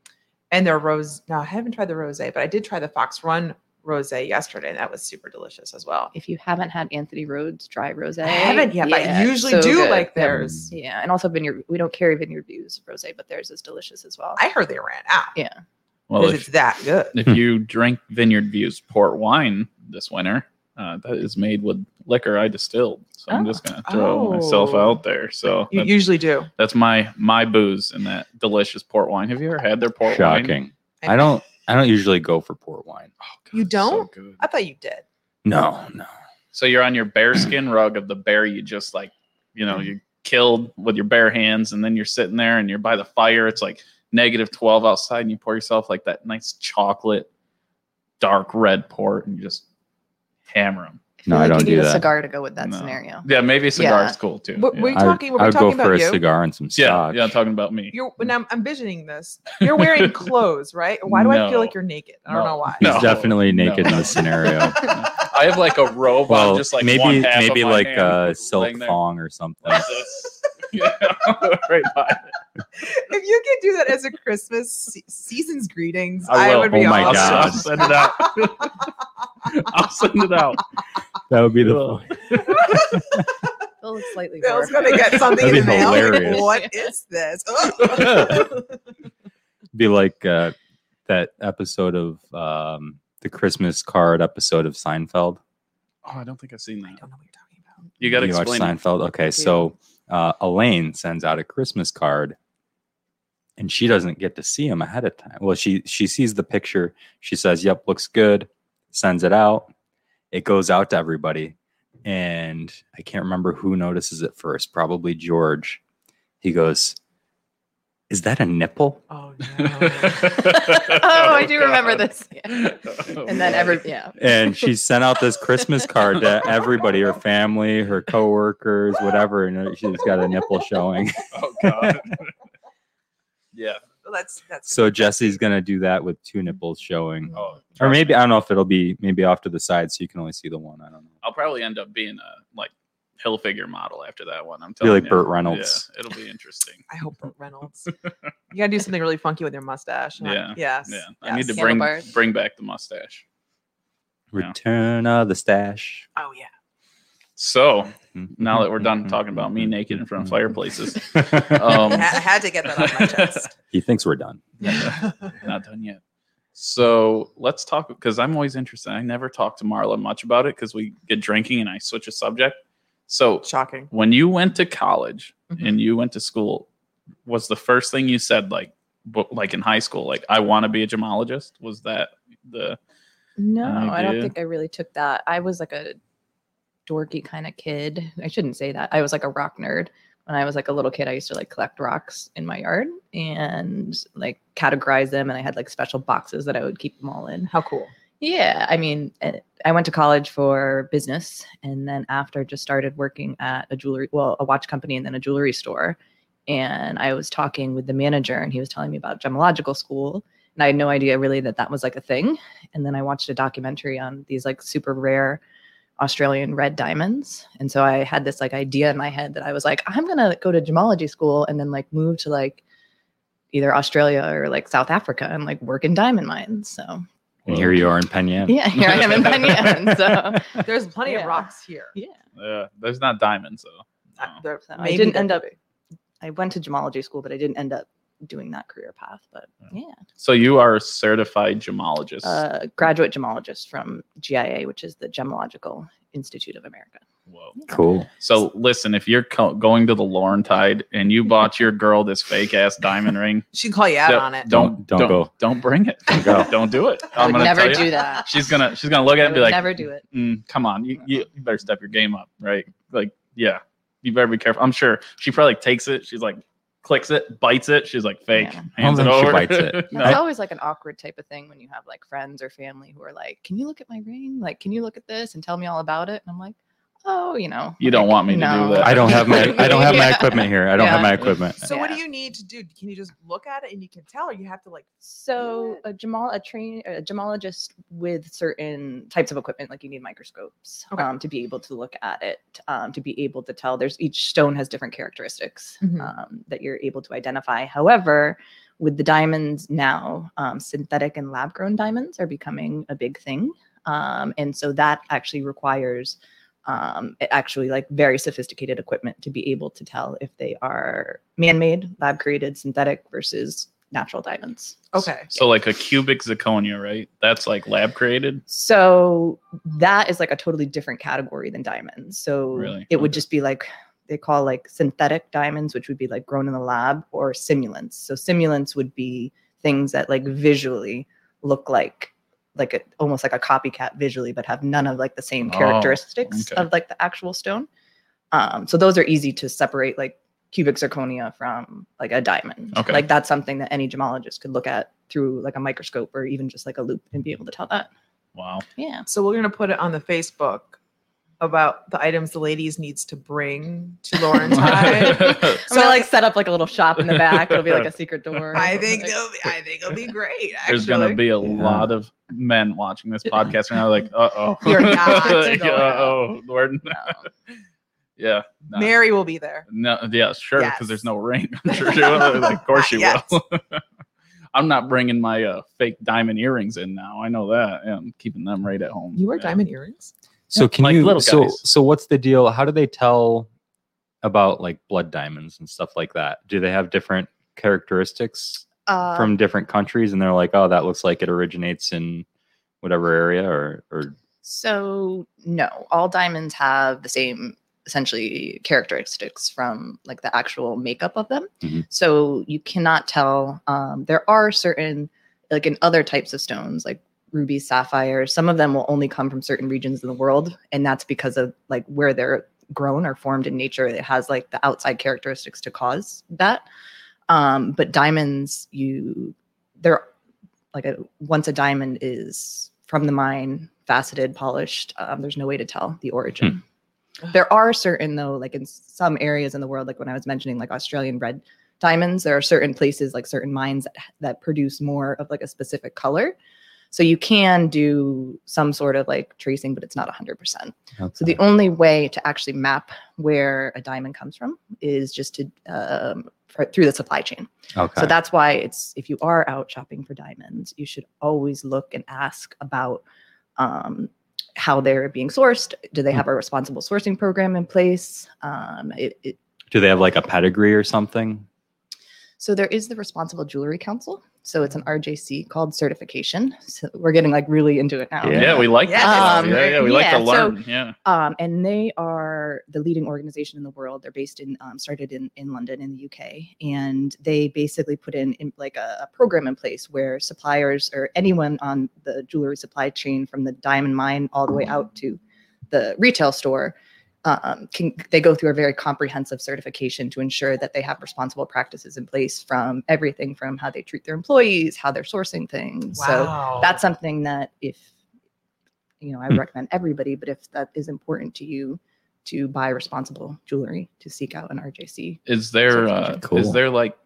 Speaker 2: and their rose. No, I haven't tried the rose, but I did try the Fox Run rose yesterday, and that was super delicious as well.
Speaker 5: if you haven't had Anthony Rhodes dry rosé,
Speaker 2: I haven't yet, but I
Speaker 5: yeah, it's
Speaker 2: usually
Speaker 5: so
Speaker 2: do
Speaker 5: good.
Speaker 2: like
Speaker 5: Yeah.
Speaker 2: theirs.
Speaker 5: Yeah, and also vineyard. We don't carry vineyard views rosé, but theirs is delicious as well.
Speaker 2: I heard they ran out
Speaker 3: Well,
Speaker 2: because
Speaker 3: if,
Speaker 2: it's that good.
Speaker 3: if you drink Vineyard Views port wine this winter, uh, that is made with liquor I distilled. So I'm
Speaker 5: Oh.
Speaker 3: just gonna throw
Speaker 2: Oh.
Speaker 3: myself out there. So
Speaker 2: You
Speaker 3: that-
Speaker 2: usually do.
Speaker 3: that's my my booze in that delicious port wine. Have you ever had their port wine?
Speaker 1: Shocking. I don't I don't usually go for port wine.
Speaker 3: Oh, God,
Speaker 2: You
Speaker 3: it's so
Speaker 2: don't?
Speaker 3: good.
Speaker 2: I thought you did.
Speaker 1: No, no.
Speaker 3: So you're on your bearskin rug of the bear you just like, you know, you killed with your bare hands, and then you're sitting there and you're by the fire. It's like negative 12 outside, and you pour yourself like that nice chocolate, dark red port, and you just hammer them.
Speaker 5: feel
Speaker 1: No, I
Speaker 5: like
Speaker 1: don't
Speaker 5: you
Speaker 1: do
Speaker 5: need a
Speaker 1: that.
Speaker 5: cigar to go with that
Speaker 3: No.
Speaker 5: scenario.
Speaker 3: Yeah, maybe a cigar
Speaker 5: Yeah.
Speaker 3: is cool too.
Speaker 2: But
Speaker 3: yeah.
Speaker 2: we- Are you
Speaker 1: I-
Speaker 2: talking- were
Speaker 1: I
Speaker 2: we
Speaker 1: would go
Speaker 2: talking
Speaker 1: for
Speaker 2: about
Speaker 1: a
Speaker 2: you?
Speaker 1: cigar and some
Speaker 3: yeah,
Speaker 1: scotch.
Speaker 3: yeah, I'm talking about me.
Speaker 2: You're and I'm, I'm envisioning this. You're wearing clothes, right? Why do I feel like
Speaker 3: No.
Speaker 2: you're naked? I don't
Speaker 3: No.
Speaker 2: know why.
Speaker 1: He's
Speaker 3: No,
Speaker 1: definitely
Speaker 3: no,
Speaker 1: naked in
Speaker 3: no.
Speaker 1: this scenario.
Speaker 3: I have like a robe
Speaker 1: well,
Speaker 3: on, just like
Speaker 1: maybe
Speaker 3: one half of
Speaker 1: maybe
Speaker 3: my
Speaker 1: like
Speaker 3: hand
Speaker 1: a
Speaker 3: laying
Speaker 1: silk
Speaker 3: there.
Speaker 1: thong or something.
Speaker 3: Like this. Yeah, right by it.
Speaker 2: If you could do that as a Christmas se- season's greetings, I,
Speaker 3: I will.
Speaker 2: would be
Speaker 1: Oh my
Speaker 2: all
Speaker 3: I'll,
Speaker 2: about
Speaker 1: God.
Speaker 3: I'll send it out. I'll send it out.
Speaker 1: that would be the
Speaker 3: Ugh.
Speaker 5: Bill is slightly
Speaker 2: it. Bill's
Speaker 5: more-
Speaker 2: gonna get something in
Speaker 1: That'd
Speaker 2: the
Speaker 1: be
Speaker 2: mail.
Speaker 1: hilarious.
Speaker 2: Like, what is this? Ugh.
Speaker 1: be like uh, that episode of um, the Christmas card episode of Seinfeld.
Speaker 3: Oh, I don't think I've seen
Speaker 2: I
Speaker 3: that.
Speaker 2: don't know what you're talking about.
Speaker 3: You got to
Speaker 1: you watch
Speaker 3: explain. it.
Speaker 1: Seinfeld. Okay,
Speaker 5: Yeah.
Speaker 1: so uh, Elaine sends out a Christmas card, and she doesn't get to see him ahead of time. Well, she she sees the picture. She says, "Yep, looks good." sends it out. It goes out to everybody. And I can't remember who notices it first, probably George. He goes, Is that a nipple?
Speaker 2: Oh
Speaker 5: oh, I do remember
Speaker 3: God.
Speaker 5: this. Yeah.
Speaker 3: Oh,
Speaker 5: And then every yeah.
Speaker 1: And she sent out this Christmas card to everybody, her family, her coworkers, whatever. And she's got a nipple showing.
Speaker 3: Oh god. yeah.
Speaker 2: That's that's
Speaker 1: So Jesse's going to do that with two nipples showing.
Speaker 3: Oh,
Speaker 1: Or maybe, I don't know if it'll be maybe off to the side so you can only see the one. I don't know.
Speaker 3: I'll probably end up being a like hill figure model after that one. I'm
Speaker 1: Be
Speaker 3: telling
Speaker 1: like
Speaker 3: you.
Speaker 1: Burt Reynolds.
Speaker 3: Yeah, it'll be interesting.
Speaker 2: I hope Burt Reynolds. You gotta do something really funky with your mustache. huh?
Speaker 3: Yeah.
Speaker 2: Yes.
Speaker 3: Yeah. I need to
Speaker 2: yes.
Speaker 3: bring
Speaker 5: Handlebars.
Speaker 3: bring back the mustache. Yeah.
Speaker 1: Return of the stash. Mm-hmm.
Speaker 2: Oh yeah.
Speaker 3: So now that we're done talking about me naked in front of fireplaces,
Speaker 1: Uh,
Speaker 2: I
Speaker 3: um,
Speaker 2: ha- I had to get that off my chest.
Speaker 1: Mm-hmm. he thinks we're done.
Speaker 3: not done yet. So let's talk because I'm always interested. I never talk to Marla much about it because we get drinking and I switch a subject. So
Speaker 2: Shocking.
Speaker 3: when you went to college
Speaker 5: Mhm.
Speaker 3: and you went to school, was the first thing you said like bu- like in high school, like I want to be a gemologist? Was that the
Speaker 5: No,
Speaker 3: An
Speaker 5: I don't
Speaker 3: idea?
Speaker 5: think I really took that. I was like a dorky kind of kid. I shouldn't say that. I was like a rock nerd. When I was like a little kid, I used to like collect rocks in my yard and like categorize them. And I had like special boxes that I would keep them all in.
Speaker 2: How cool.
Speaker 5: Yeah. I mean, eh, I went to college for business and then after just started working at a jewelry, well, a watch company and then a jewelry store. And I was talking with the manager and he was telling me about gemological school. And I had no idea really that that was like a thing. And then I watched a documentary on these like super rare Australian red diamonds. And so I had this like idea in my head that I was like, I'm going to go to gemology school and then like move to like either Australia or like South Africa and like work in diamond mines. So
Speaker 1: And here you are in Penyan.
Speaker 5: yeah, here I am in Bunyan. So
Speaker 2: There's plenty of
Speaker 5: Yeah.
Speaker 2: rocks here.
Speaker 5: yeah,
Speaker 3: uh, there's not diamonds though.
Speaker 2: Uh,
Speaker 3: No.
Speaker 2: there-
Speaker 5: so I
Speaker 2: maybe
Speaker 5: didn't
Speaker 2: there-
Speaker 5: end up. I went to gemology school, but I didn't end up doing that career path. But yeah,
Speaker 3: So you are a certified gemologist.
Speaker 5: uh, graduate gemologist from GIA, which is the Gemological Institute of America.
Speaker 3: Whoa.
Speaker 1: Cool.
Speaker 3: So listen, if you're co- going to the Laurentide and you bought your girl this fake ass diamond ring,
Speaker 2: She can call you out
Speaker 3: don't-
Speaker 2: on it.
Speaker 3: Don't,
Speaker 1: Don't- don't go.
Speaker 3: Don't bring it. Don't
Speaker 1: go.
Speaker 3: Don't do it.
Speaker 5: I
Speaker 3: I'm
Speaker 5: would
Speaker 3: gonna
Speaker 5: never
Speaker 3: tell you.
Speaker 5: do that.
Speaker 3: She's gonna she's gonna look at it
Speaker 5: I
Speaker 3: and be
Speaker 5: would
Speaker 3: like,
Speaker 5: never do it.
Speaker 3: "Mm, "Come on, you, you you better step your game up, right? Like, yeah, you better be careful." I'm sure she probably takes it. She's like, clicks it, bites it. She's like, "Fake."
Speaker 5: Yeah.
Speaker 1: I don't
Speaker 3: Hands it
Speaker 1: think she
Speaker 3: over.
Speaker 1: bites it.
Speaker 5: No,
Speaker 3: No.
Speaker 5: it's always like an awkward type of thing when you have like friends or family who are like, "Can you look at my ring? Like, can you look at this and tell me all about it?" And I'm like, "Oh, you know,
Speaker 3: You don't
Speaker 5: like,
Speaker 3: want me to do
Speaker 5: no."
Speaker 3: that.
Speaker 1: I don't have my I don't have my
Speaker 5: Yeah.
Speaker 1: equipment here. I don't have
Speaker 5: Yeah.
Speaker 1: my equipment.
Speaker 2: So what do
Speaker 5: Yeah.
Speaker 2: you need to do? Can you just look at it and you can tell, or you have to like?
Speaker 5: So a gemol a train a gemologist with certain types of equipment, like you need microscopes
Speaker 2: Okay.
Speaker 5: um, to be able to look at it, um, to be able to tell. There's each stone has different characteristics
Speaker 2: Mhm.
Speaker 5: um, that you're able to identify. However, with the diamonds now, um, synthetic and lab grown diamonds are becoming a big thing, um, and so that actually requires um, a- actually like very sophisticated equipment to be able to tell if they are man-made, lab-created, synthetic versus natural diamonds.
Speaker 2: Okay.
Speaker 3: So like a cubic zirconia, right? That's like lab created.
Speaker 5: So that is like a totally different category than diamonds. So
Speaker 3: Really?
Speaker 5: it would
Speaker 3: Okay.
Speaker 5: just be like they call like synthetic diamonds, which would be like grown in the lab, or simulants. So simulants would be things that like visually look like like a, almost like a copycat visually, but have none of like the same
Speaker 3: Oh,
Speaker 5: characteristics
Speaker 3: okay.
Speaker 5: of like the actual stone. Um, so those are easy to separate like cubic zirconia from like a diamond.
Speaker 3: Okay.
Speaker 5: Like that's something that any gemologist could look at through like a microscope or even just like a loop and be able to tell that.
Speaker 3: Wow.
Speaker 5: Yeah.
Speaker 2: So we're gonna put it on the Facebook about the items the ladies needs to bring to Laurentide.
Speaker 5: I'm
Speaker 2: So-
Speaker 5: gonna like set up like a little shop in the back. It'll be like a secret door.
Speaker 2: I think it'll be, I think it'll be great. Actually.
Speaker 3: There's gonna be a
Speaker 1: Yeah.
Speaker 3: lot of men watching this podcast right now, like, uh oh,
Speaker 5: You're
Speaker 2: not
Speaker 5: going
Speaker 3: uh oh, Lord,
Speaker 5: Um,
Speaker 3: yeah, no,
Speaker 2: Mary will be there.
Speaker 3: no yeah, sure, because
Speaker 2: Yes.
Speaker 3: there's no ring. I'm sure she will. Like, of course she
Speaker 2: Not
Speaker 3: will. I'm not bringing my uh, fake diamond earrings in now. I know that. Yeah, I'm keeping them right at home.
Speaker 2: You wear
Speaker 3: Yeah.
Speaker 2: diamond earrings?
Speaker 1: So can
Speaker 3: Like
Speaker 1: you
Speaker 3: little
Speaker 1: so
Speaker 3: guys.
Speaker 1: so what's the deal? How do they tell about like blood diamonds and stuff like that? Do they have different characteristics
Speaker 5: uh,
Speaker 1: from different countries and they're like, "Oh, that looks like it originates in whatever area or or
Speaker 5: so no, all diamonds have the same essentially characteristics from like the actual makeup of them.
Speaker 1: Mhm.
Speaker 5: So you cannot tell. Um, there are certain like in other types of stones, like rubies, sapphires. Some of them will only come from certain regions in the world, and that's because of like where they're grown or formed in nature. It has like the outside characteristics to cause that. Um, but diamonds, you they're like a once a diamond is from the mine, faceted, polished. Um, there's no way to tell the origin. There are certain though, like in some areas in the world, like when I was mentioning like Australian red diamonds, there are certain places like certain mines that, that produce more of like a specific color. So you can do some sort of like tracing, but it's not 100%. So the only way to actually map where a diamond comes from is just to um, for, through the supply chain.
Speaker 1: okay.
Speaker 5: So that's why it's if you are out shopping for diamonds, you should always look and ask about um, how they're being sourced. Do they have a responsible sourcing program in place? Um, it, it,
Speaker 1: Do they have like a pedigree or something?
Speaker 5: so there is the Responsible Jewelry Council. So it's an RJC called certification. So we're getting like really into it now.
Speaker 1: Yeah.
Speaker 3: Yeah, we like
Speaker 2: Yeah,
Speaker 3: that.
Speaker 5: um,
Speaker 3: yeah, yeah, we like
Speaker 5: yeah,
Speaker 3: to
Speaker 5: so-
Speaker 3: learn. yeah.
Speaker 5: um, and they are the leading organization in the world. They're based in, um, started in, in London in the UK, and they basically put in, in like a, a program in place where suppliers or anyone on the jewelry supply chain, from the diamond mine all the way out to the retail store, um, can they go through a very comprehensive certification to ensure that they have responsible practices in place from everything from how they treat their employees, how they're sourcing things. So
Speaker 2: Wow.
Speaker 5: that's something that if you know i
Speaker 1: Hmm.
Speaker 5: recommend everybody but if that is important to you to buy responsible jewelry to seek out an rjc
Speaker 3: Is there uh,
Speaker 5: Certification.
Speaker 1: Cool.
Speaker 3: is there like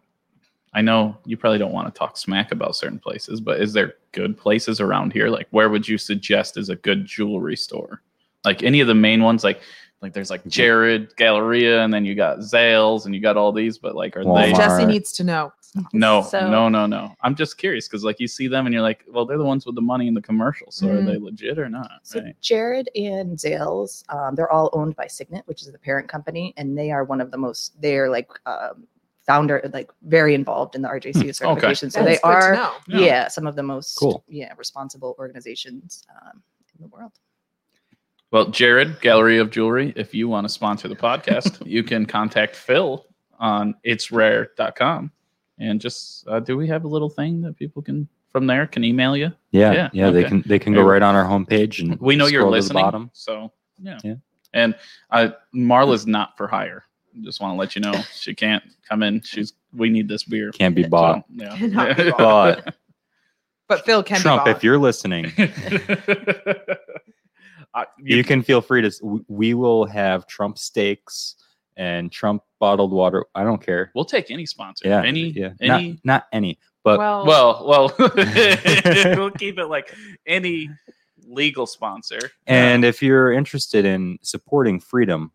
Speaker 3: I know you probably don't want to talk smack about certain places, but is there good places around here? Like where would you suggest is a good jewelry store? Like any of the main ones, like like there's like Jared, Galleria, and then you got Zales and you got all these, but like are
Speaker 1: Walmart.
Speaker 3: they
Speaker 2: Jesse needs to know.
Speaker 3: no,
Speaker 5: So-
Speaker 3: no, no, no. I'm just curious because like you see them and you're like, well, they're the ones with the money in the commercials, so are
Speaker 2: Mhm.
Speaker 3: they legit or not?
Speaker 5: so
Speaker 3: right?
Speaker 5: jared and zales um, they're all owned by signet which is the parent company and they are one of the most they're like um, founder like very involved in the rjc certification so
Speaker 2: That
Speaker 5: they
Speaker 2: is good to
Speaker 5: are
Speaker 2: know.
Speaker 3: Yeah.
Speaker 5: yeah. some of the most
Speaker 1: Hmm. Cool.
Speaker 5: yeah responsible organizations um, in the world
Speaker 3: Well, Jared, Gallery of Jewelry, if you want to sponsor the podcast, you can contact Phil on itsrare.com. And just uh, do we have a little thing that people can from there can email you?
Speaker 1: Yeah,
Speaker 3: Yeah,
Speaker 1: yeah.
Speaker 3: okay.
Speaker 1: They can they can go
Speaker 3: Maybe-
Speaker 1: right on our homepage and
Speaker 3: We know you're
Speaker 1: scroll to the
Speaker 3: listening.
Speaker 1: bottom.
Speaker 3: So yeah.
Speaker 1: Yeah.
Speaker 3: And uh, Marla's not for hire. Just want to let you know she can't come in. She's we need this beer.
Speaker 1: Can't be
Speaker 5: So-
Speaker 1: bought.
Speaker 3: So, yeah.
Speaker 2: Cannot be
Speaker 1: bought.
Speaker 2: But Phil can
Speaker 1: Trump,
Speaker 2: be
Speaker 1: if you're listening,
Speaker 3: Uh,
Speaker 1: you, can feel free to. s- w- We will have Trump steaks and Trump bottled water. I don't care.
Speaker 3: we'll take any sponsor.
Speaker 1: Yeah,
Speaker 3: Any
Speaker 1: yeah.
Speaker 3: any
Speaker 1: not, not any, but
Speaker 2: well,
Speaker 3: Well, well, we'll keep it like any legal sponsor.
Speaker 1: And if you're interested in supporting freedom,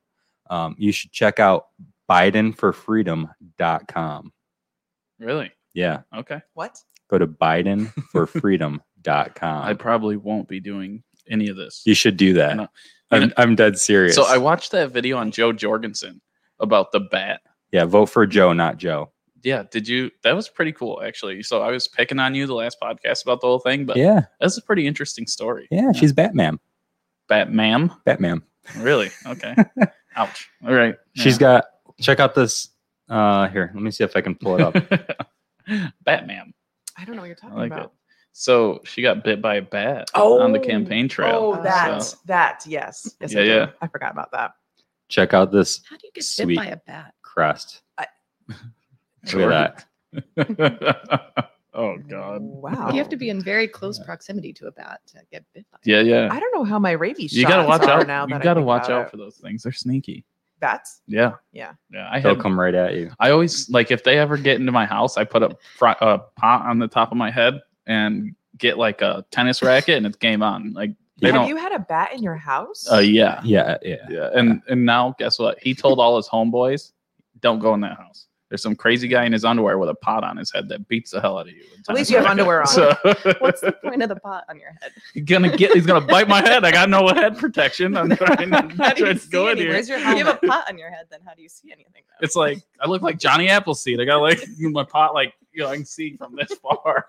Speaker 1: um, you should check out bidenforfreedom.com.
Speaker 3: Uh, really,
Speaker 1: Yeah,
Speaker 3: okay.
Speaker 2: what?
Speaker 1: go to
Speaker 3: I
Speaker 1: bidenforfreedom.com.
Speaker 3: probably won't be doing any of this.
Speaker 1: you should do that.
Speaker 3: No.
Speaker 1: I'm, I'm dead serious.
Speaker 3: So I watched that video on Joe Jorgensen about the bat.
Speaker 1: yeah, vote for Joe, not Joe.
Speaker 3: Yeah, did you? That was pretty cool, actually. So I was picking on you the last podcast about the whole thing, but
Speaker 1: yeah,
Speaker 3: that's a pretty interesting story.
Speaker 1: yeah, she's Batman.
Speaker 3: Batman.
Speaker 1: Batman.
Speaker 3: Really? Okay. Ouch. All right.
Speaker 1: She's got. Check out this. Uh, here, let me see if I can pull it up.
Speaker 3: Batman.
Speaker 2: I don't know what you're talking
Speaker 3: like it.
Speaker 2: about.
Speaker 3: So she got bit by a bat on the campaign trail.
Speaker 2: Oh, that,
Speaker 3: So-
Speaker 2: that, yes. yes I
Speaker 3: Yeah,
Speaker 2: did.
Speaker 3: yeah.
Speaker 2: I forgot about that.
Speaker 1: Check out this
Speaker 5: how do you get
Speaker 1: Sweet.
Speaker 5: bit by a bat
Speaker 1: crest. Look
Speaker 3: Sure.
Speaker 1: at that.
Speaker 3: oh God.
Speaker 2: Wow.
Speaker 5: you have to be in very close proximity to a bat to get bit by
Speaker 3: Yeah, yeah.
Speaker 2: I don't know how my rabies.
Speaker 3: you gotta
Speaker 2: shots
Speaker 3: watch
Speaker 2: are
Speaker 3: out.
Speaker 2: now.
Speaker 3: you
Speaker 2: that I
Speaker 3: gotta
Speaker 2: think
Speaker 3: watch
Speaker 2: about
Speaker 3: out
Speaker 2: it.
Speaker 3: for those things. They're sneaky.
Speaker 2: bats.
Speaker 3: Yeah.
Speaker 2: Yeah.
Speaker 3: Yeah. I
Speaker 1: They'll
Speaker 3: had,
Speaker 1: come right at you.
Speaker 3: I always like if they ever get into my house, I put a, fr- a pot on the top of my head and get like a tennis racket, and it's game on. Like they
Speaker 2: have
Speaker 3: don't.
Speaker 2: you had a bat in your house?
Speaker 3: uh, yeah.
Speaker 1: Yeah, yeah.
Speaker 3: Yeah. And and now guess what? He told all his homeboys, "Don't go in that house." There's some crazy guy in his underwear with a pot on his head that beats the hell out of you. with
Speaker 2: At least
Speaker 3: tennis
Speaker 2: you have
Speaker 3: racket.
Speaker 2: underwear on.
Speaker 3: So-
Speaker 5: What's the point of the pot on your head?
Speaker 3: He's gonna get. He's gonna bite my head. I got no head protection. I'm trying, I'm
Speaker 5: How do you
Speaker 3: trying to
Speaker 5: see
Speaker 3: go in
Speaker 5: anything?
Speaker 3: here.
Speaker 2: Where's your
Speaker 5: If you have
Speaker 2: helmet?
Speaker 5: a pot on your head, then how do you see anything? Though?
Speaker 3: It's like I look like Johnny Appleseed. I got like my pot. Like you know, I can see from this far.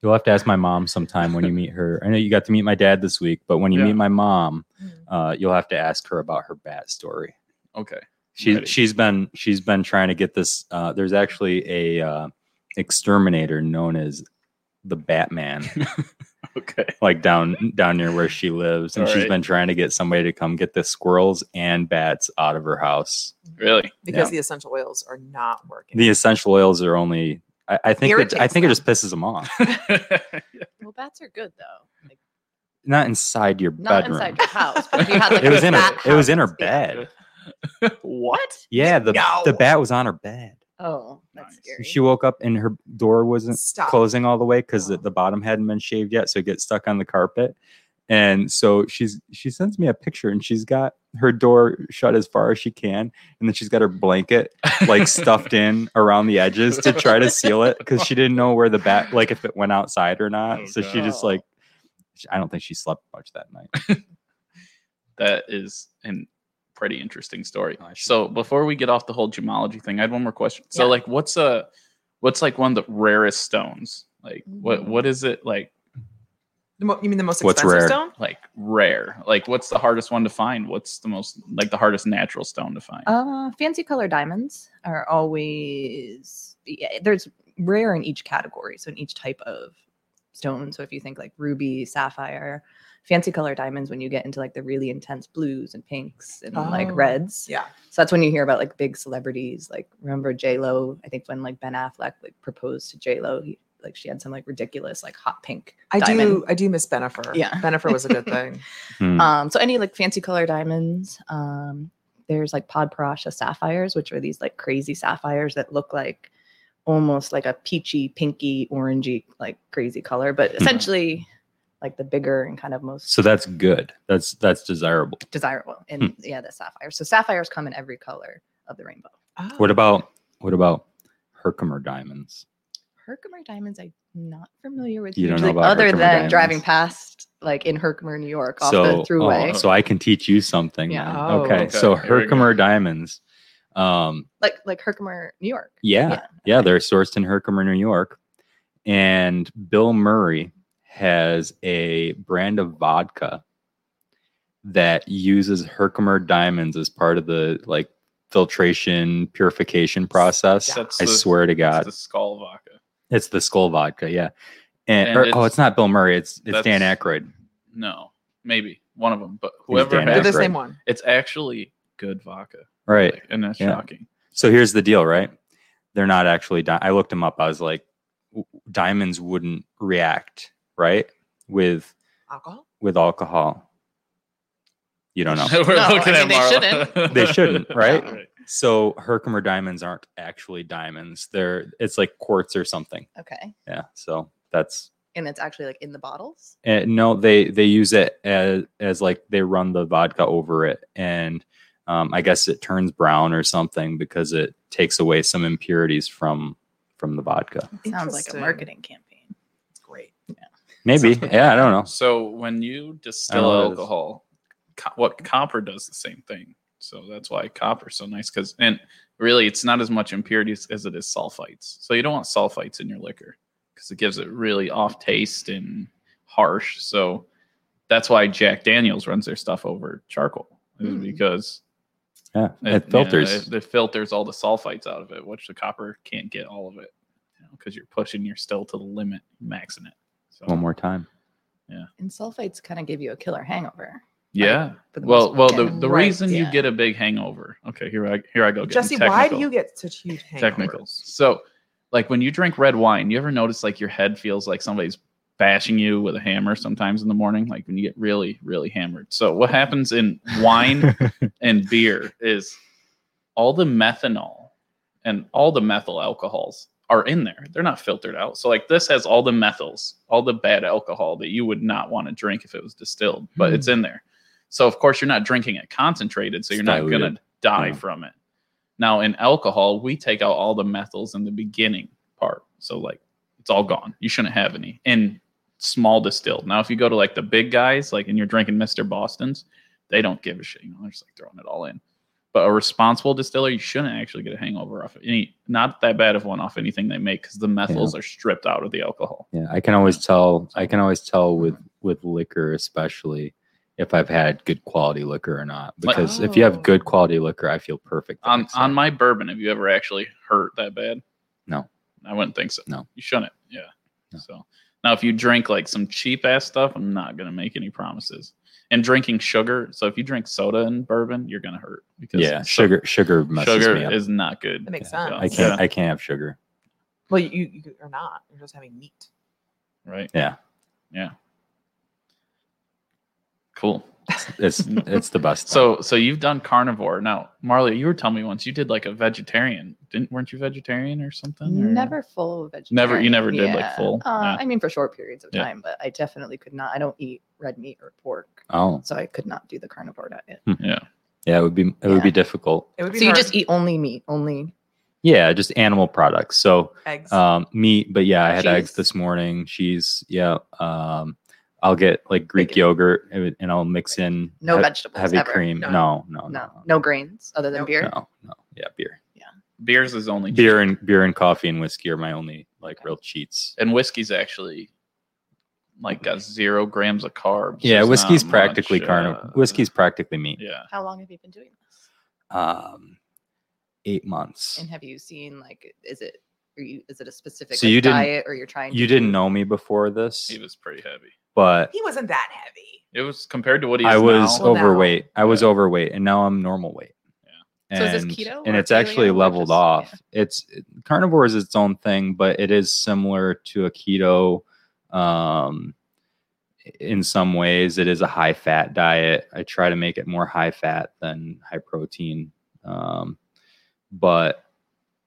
Speaker 1: You'll have to ask my mom sometime when you meet her. I know you got to meet my dad this week, but when you
Speaker 3: Yeah.
Speaker 1: meet my mom,
Speaker 5: Hmm.
Speaker 2: Mm.
Speaker 1: uh, you'll have to ask her about her bat story.
Speaker 3: Okay.
Speaker 1: She
Speaker 3: Ready.
Speaker 1: she's been she's been trying to get this. Uh, there's actually a uh, exterminator known as the Batman,
Speaker 3: Okay.
Speaker 1: like down down near where she lives, and
Speaker 3: All
Speaker 1: she's
Speaker 3: right.
Speaker 1: been trying to get somebody to come get the squirrels and bats out of her house.
Speaker 3: Really?
Speaker 2: because the essential oils are not working.
Speaker 1: The essential oils are only. I, I think. It, I
Speaker 2: Irritates
Speaker 1: think it
Speaker 2: them.
Speaker 1: just pisses them off.
Speaker 5: Well, bats are good though. Like,
Speaker 1: Not inside your
Speaker 5: not
Speaker 1: bedroom.
Speaker 5: inside your house, but if you had like
Speaker 1: it was
Speaker 5: a
Speaker 1: in her.
Speaker 5: bat
Speaker 1: It was in her
Speaker 5: house, yeah.
Speaker 1: bed.
Speaker 5: What?
Speaker 1: Yeah, the the bat was on her bed.
Speaker 5: Oh, that's
Speaker 3: Nice.
Speaker 5: scary.
Speaker 1: She woke up and her door wasn't
Speaker 2: Stop.
Speaker 1: closing all the way because
Speaker 5: Oh.
Speaker 1: the, the bottom hadn't been shaved yet, so it gets stuck on the carpet. And so she's she sends me a picture, and she's got her door shut as far as she can, and then she's got her blanket like stuffed in around the edges to try to seal it because she didn't know where the bat like if it went outside or not.
Speaker 3: Oh,
Speaker 1: so she just
Speaker 5: God.
Speaker 1: like sh- I don't think she slept much that night.
Speaker 3: That is an pretty interesting story.
Speaker 1: Oh, I should-
Speaker 3: so before we get off the whole gemology thing, I had one more question. So
Speaker 5: Yeah.
Speaker 3: like what's a what's like one of the rarest stones? Like what
Speaker 5: Mm.
Speaker 3: what is it like
Speaker 2: The mo- you mean the most
Speaker 1: What's
Speaker 2: expensive
Speaker 1: rare?
Speaker 2: stone?
Speaker 3: like rare? Like what's the hardest one to find? What's the most like the hardest natural stone to find?
Speaker 5: Uh, fancy color diamonds are always yeah, there's rare in each category, so in each type of stone. So if you think like ruby, sapphire, fancy color diamonds, when you get into like the really intense blues and pinks and like
Speaker 2: Oh.
Speaker 5: reds,
Speaker 2: Yeah.
Speaker 5: so that's when you hear about like big celebrities. Like remember J Lo? I think when like Ben Affleck like proposed to J Lo, he like she had some like ridiculous like hot pink.
Speaker 2: I
Speaker 5: diamond.
Speaker 2: do I do miss Benifer.
Speaker 5: Yeah.
Speaker 2: Benifer was a good thing.
Speaker 1: Hmm.
Speaker 5: Um, so any like fancy color diamonds. Um, there's like pod parasha sapphires, which are these like crazy sapphires that look like almost like a peachy, pinky, orangey, like crazy color, but essentially like the bigger and kind of most
Speaker 1: so that's good. That's that's desirable.
Speaker 5: desirable. And yeah, the sapphire. So sapphires come in every color of the rainbow.
Speaker 2: Oh.
Speaker 1: What about what about Herkimer diamonds?
Speaker 5: Herkimer diamonds, I'm not familiar with.
Speaker 1: You don't know
Speaker 5: hugely,
Speaker 1: about
Speaker 5: other
Speaker 1: Herkimer
Speaker 5: than driving
Speaker 1: diamonds?
Speaker 5: past, like in Herkimer, New York, off
Speaker 1: so,
Speaker 5: the throughway.
Speaker 1: oh, so I can teach you something.
Speaker 5: Yeah.
Speaker 1: then.
Speaker 2: Oh.
Speaker 1: okay.
Speaker 3: Okay,
Speaker 1: So
Speaker 3: here we go.
Speaker 1: Herkimer diamonds. Um,
Speaker 5: like like Herkimer, New York.
Speaker 1: yeah, yeah,
Speaker 5: Yeah,
Speaker 1: they're sourced in Herkimer, New York. And Bill Murray has a brand of vodka that uses Herkimer diamonds as part of the like filtration purification process.
Speaker 3: That's
Speaker 1: I
Speaker 3: the-
Speaker 1: swear to
Speaker 3: It's
Speaker 1: God,
Speaker 3: the skull vodka.
Speaker 1: it's the skull vodka. Yeah. And,
Speaker 3: And
Speaker 1: or- oh,
Speaker 3: it's-
Speaker 1: it's not Bill Murray. It's it's Dan
Speaker 3: that's-
Speaker 1: Aykroyd.
Speaker 3: No, maybe one of them, but whoever
Speaker 1: Dan
Speaker 2: They're
Speaker 3: has
Speaker 2: the
Speaker 1: Aykroyd.
Speaker 3: it,
Speaker 2: same one.
Speaker 3: it's actually good vodka,
Speaker 1: Right.
Speaker 3: Like, and that's
Speaker 1: Yeah.
Speaker 3: shocking.
Speaker 1: So here's the deal, right? They're not actually. Di- I looked them up. I was like, w- diamonds wouldn't react, right, with
Speaker 2: Alcohol?
Speaker 1: with alcohol. You don't know.
Speaker 3: We're
Speaker 5: No, I
Speaker 3: looking
Speaker 5: mean, they
Speaker 3: at Marla.
Speaker 5: shouldn't.
Speaker 1: They shouldn't, right? So Herkimer diamonds aren't actually diamonds. They're it's like quartz or something.
Speaker 5: Okay,
Speaker 1: Yeah. So that's
Speaker 5: and it's actually like in the bottles.
Speaker 1: uh, no. They they use it as as like they run the vodka over it, and um, I guess it turns brown or something because it takes away some impurities from from the vodka.
Speaker 5: Sounds like a
Speaker 2: Interesting.
Speaker 5: marketing campaign.
Speaker 2: It's great.
Speaker 1: Maybe. Yeah. I don't know.
Speaker 3: So when you
Speaker 1: I
Speaker 3: distill
Speaker 1: don't know what Oh, it is.
Speaker 3: alcohol, co- what copper does the same thing. So that's why copper's so nice because and really it's not as much impurities as it is sulfites. So you don't want sulfites in your liquor because it gives it really off taste and harsh. So that's why Jack Daniels runs their stuff over charcoal is
Speaker 5: Mm.
Speaker 3: because
Speaker 1: Yeah,
Speaker 3: yeah,
Speaker 1: it filters.
Speaker 3: it, it filters all the sulfites out of it, which the copper can't get all of it because you are pushing your still to the limit, maxing it. So
Speaker 1: One more time.
Speaker 5: And sulfates kind of give you a killer hangover.
Speaker 3: yeah.
Speaker 5: For the
Speaker 3: Well,
Speaker 5: most
Speaker 3: well,
Speaker 5: part.
Speaker 3: the,
Speaker 2: Yeah.
Speaker 3: the
Speaker 2: Right,
Speaker 3: reason you
Speaker 5: yeah.
Speaker 3: get a big hangover. Okay, here I here I go. getting
Speaker 2: Jesse, why do
Speaker 3: technical-
Speaker 2: you get such huge hangovers?
Speaker 3: technicals? So, like when you drink red wine, you ever notice like your head feels like somebody's bashing you with a hammer sometimes in the morning, like when you get really really hammered. So what happens in wine and beer is all the methanol and all the methyl alcohols are in there. They're not filtered out. So like this has all the methyls, all the bad alcohol that you would not want to drink if it was distilled, but
Speaker 1: Hmm.
Speaker 3: it's in there. So of course you're not drinking it concentrated, so
Speaker 1: It's
Speaker 3: you're not going
Speaker 1: diluted.
Speaker 3: to die
Speaker 1: Yeah.
Speaker 3: from it. Now in alcohol, we take out all the methyls in the beginning part. So like it's all gone. You shouldn't have any. And small distilled. Now if you go to like the big guys, like and you're drinking Mr. Boston's, they don't give a shit. You know, they're just like throwing it all in. But a responsible distiller, you shouldn't actually get a hangover off any, not that bad of one off anything they make because the methyls are stripped out of the alcohol.
Speaker 1: yeah, I can always tell. I can always tell with with liquor, especially if I've had good quality liquor or not.
Speaker 3: Like-
Speaker 1: Because if you have good
Speaker 2: Oh.
Speaker 1: quality liquor, I feel perfect. the
Speaker 3: On
Speaker 1: next
Speaker 3: on
Speaker 1: day.
Speaker 3: my bourbon, have you ever actually hurt that bad?
Speaker 1: No.
Speaker 3: I wouldn't think so.
Speaker 1: No.
Speaker 3: you shouldn't. Yeah.
Speaker 1: No.
Speaker 3: So Now, if you drink like some cheap ass stuff, I'm not gonna make any promises. And drinking sugar, so if you drink soda and bourbon, you're gonna hurt because
Speaker 1: yeah,
Speaker 3: so-
Speaker 1: sugar sugar messes me
Speaker 3: Sugar
Speaker 1: up.
Speaker 3: is not good.
Speaker 2: That makes
Speaker 3: Yeah.
Speaker 2: sense.
Speaker 1: I can't
Speaker 3: Yeah.
Speaker 1: I can't have sugar.
Speaker 2: Well, you, you are not. You're just having meat.
Speaker 3: Right.
Speaker 1: Yeah.
Speaker 3: Yeah. Cool.
Speaker 1: It's it's the best. stuff.
Speaker 3: So so you've done carnivore. Now, Marley, you were telling me once you did like a vegetarian. Didn't weren't you vegetarian or something? or-
Speaker 5: Never full vegetarian.
Speaker 3: Never- you never did, like, full?
Speaker 5: Uh,
Speaker 3: Yeah.
Speaker 5: I mean, for short periods of
Speaker 3: Yeah.
Speaker 5: time, but I definitely could not. I don't eat red meat or pork,
Speaker 1: oh
Speaker 5: so I could not do the carnivore diet.
Speaker 1: yeah, it would be it would be difficult.
Speaker 2: It would be
Speaker 5: So you
Speaker 2: hard.
Speaker 5: just eat only meat, only
Speaker 1: Yeah, just animal products. So
Speaker 2: eggs.
Speaker 1: um meat, but yeah, I had eggs
Speaker 5: Cheese.
Speaker 1: this morning. Cheese, yeah. Um I'll get like Greek
Speaker 5: Bacon.
Speaker 1: yogurt and and I'll mix in
Speaker 5: no
Speaker 1: he-
Speaker 5: vegetables.
Speaker 1: heavy
Speaker 5: ever.
Speaker 1: cream.
Speaker 2: No.
Speaker 1: No, no, no,
Speaker 5: No, no grains other than
Speaker 2: Nope.
Speaker 5: beer.
Speaker 1: no, no. Yeah, beer.
Speaker 3: Beers is only
Speaker 1: Beer and beer and coffee and whiskey are my only like
Speaker 5: Okay.
Speaker 1: real cheats.
Speaker 3: and whiskey's actually like got zero grams of carbs.
Speaker 1: Mm-hmm. Yeah,
Speaker 3: There's
Speaker 1: whiskey's
Speaker 3: not
Speaker 1: practically
Speaker 3: much,
Speaker 1: carnivore.
Speaker 3: uh,
Speaker 1: whiskey's practically meat.
Speaker 3: Yeah.
Speaker 5: How long have you been doing this?
Speaker 1: Um, eight months.
Speaker 5: And have you seen like, is it? Are you, is it a specific
Speaker 1: So
Speaker 5: like,
Speaker 1: you didn't-
Speaker 5: diet or you're trying?
Speaker 1: You
Speaker 5: to
Speaker 1: didn't
Speaker 5: do-
Speaker 1: know me before this,
Speaker 3: He was pretty heavy.
Speaker 1: but
Speaker 2: he wasn't that heavy.
Speaker 3: It was compared to what he is
Speaker 1: I was
Speaker 3: now.
Speaker 2: Well, now-
Speaker 1: overweight. I was overweight, and now I'm normal weight.
Speaker 5: Yeah. So is this keto
Speaker 1: and
Speaker 5: or
Speaker 1: it's actually
Speaker 5: paleo or
Speaker 1: leveled
Speaker 5: just-
Speaker 1: off. It's carnivore is its own thing, but it is similar to a keto. Um, in some ways, it is a high fat diet. I try to make it more high fat than high protein, um, but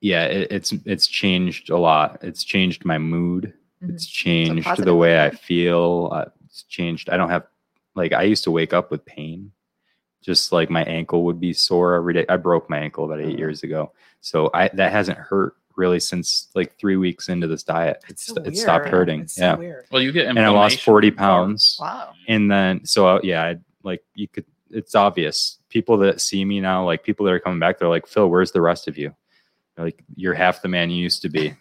Speaker 1: yeah, it, it's it's changed a lot. It's changed my mood.
Speaker 2: Mhm.
Speaker 1: It's changed the
Speaker 5: positive
Speaker 1: way I
Speaker 5: thing.
Speaker 1: feel. Uh, It's changed. I don't have like I used to wake up with pain. Just like my ankle would be sore every day. I broke my ankle about
Speaker 2: Uh-huh.
Speaker 1: eight
Speaker 5: Oh.
Speaker 1: years ago, so I that hasn't hurt really since like three weeks into this diet. It's,
Speaker 2: so
Speaker 1: it stopped
Speaker 2: weird.
Speaker 1: hurting.
Speaker 2: It's so
Speaker 1: yeah,
Speaker 2: weird.
Speaker 3: Well, you get
Speaker 1: and I lost
Speaker 3: inflammation
Speaker 1: forty
Speaker 3: from carbs.
Speaker 1: pounds.
Speaker 5: Wow.
Speaker 1: And then so uh, yeah, I, like you could. It's obvious. People that see me now, like people that are coming back, they're like, Phil, where's the rest of you? They're like you're half the man you used to be.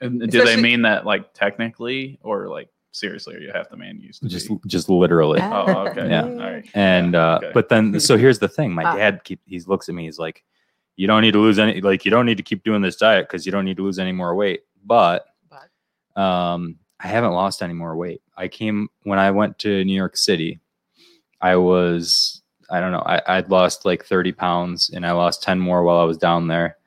Speaker 3: And do they
Speaker 2: Especially-
Speaker 3: mean that like technically or like seriously? Are you half the man you used to
Speaker 1: Just
Speaker 3: be?
Speaker 1: just literally.
Speaker 3: Oh, okay.
Speaker 1: Yeah.
Speaker 3: All right.
Speaker 1: And
Speaker 3: Yeah,
Speaker 1: uh,
Speaker 3: okay.
Speaker 1: but then so here's the thing. My
Speaker 2: Ah.
Speaker 1: dad keep he looks at me. He's like, you don't need to lose any. Like you don't need to keep doing this diet because you don't need to lose any more weight. But
Speaker 2: But
Speaker 1: um, I haven't lost any more weight. I came when I went to New York City. I was I don't know. I, I'd lost like 30 pounds and I lost 10 more while I was down there.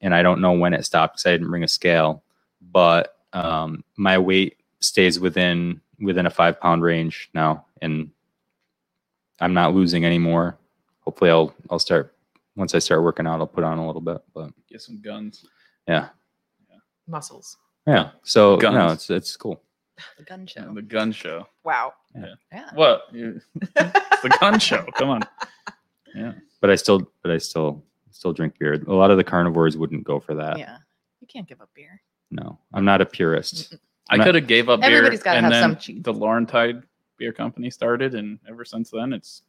Speaker 1: And I don't know when it stopped because I didn't bring a scale. But um, my weight stays within within a five pound range now, and I'm not losing anymore. Hopefully, I'll I'll start once I start working out. I'll put on a little bit, but
Speaker 3: Get some guns.
Speaker 1: yeah,
Speaker 2: muscles.
Speaker 1: yeah. So no,
Speaker 3: Guns.
Speaker 1: it's it's cool.
Speaker 5: The gun show.
Speaker 3: The gun show.
Speaker 2: Wow.
Speaker 5: Yeah.
Speaker 3: What? You-
Speaker 1: Mm.
Speaker 3: It's the gun show. Come on.
Speaker 1: but I still, but I still, still drink beer. A lot of the carnivores wouldn't go for that.
Speaker 5: Yeah. You can't give up beer.
Speaker 1: No, I'm not a purist. I'm
Speaker 3: I
Speaker 1: not-
Speaker 3: could have gave up beer.
Speaker 5: Everybody's gotta
Speaker 3: and
Speaker 5: have
Speaker 3: then
Speaker 5: some cheat.
Speaker 3: The Laurentide Beer Company started, and ever since then, it's.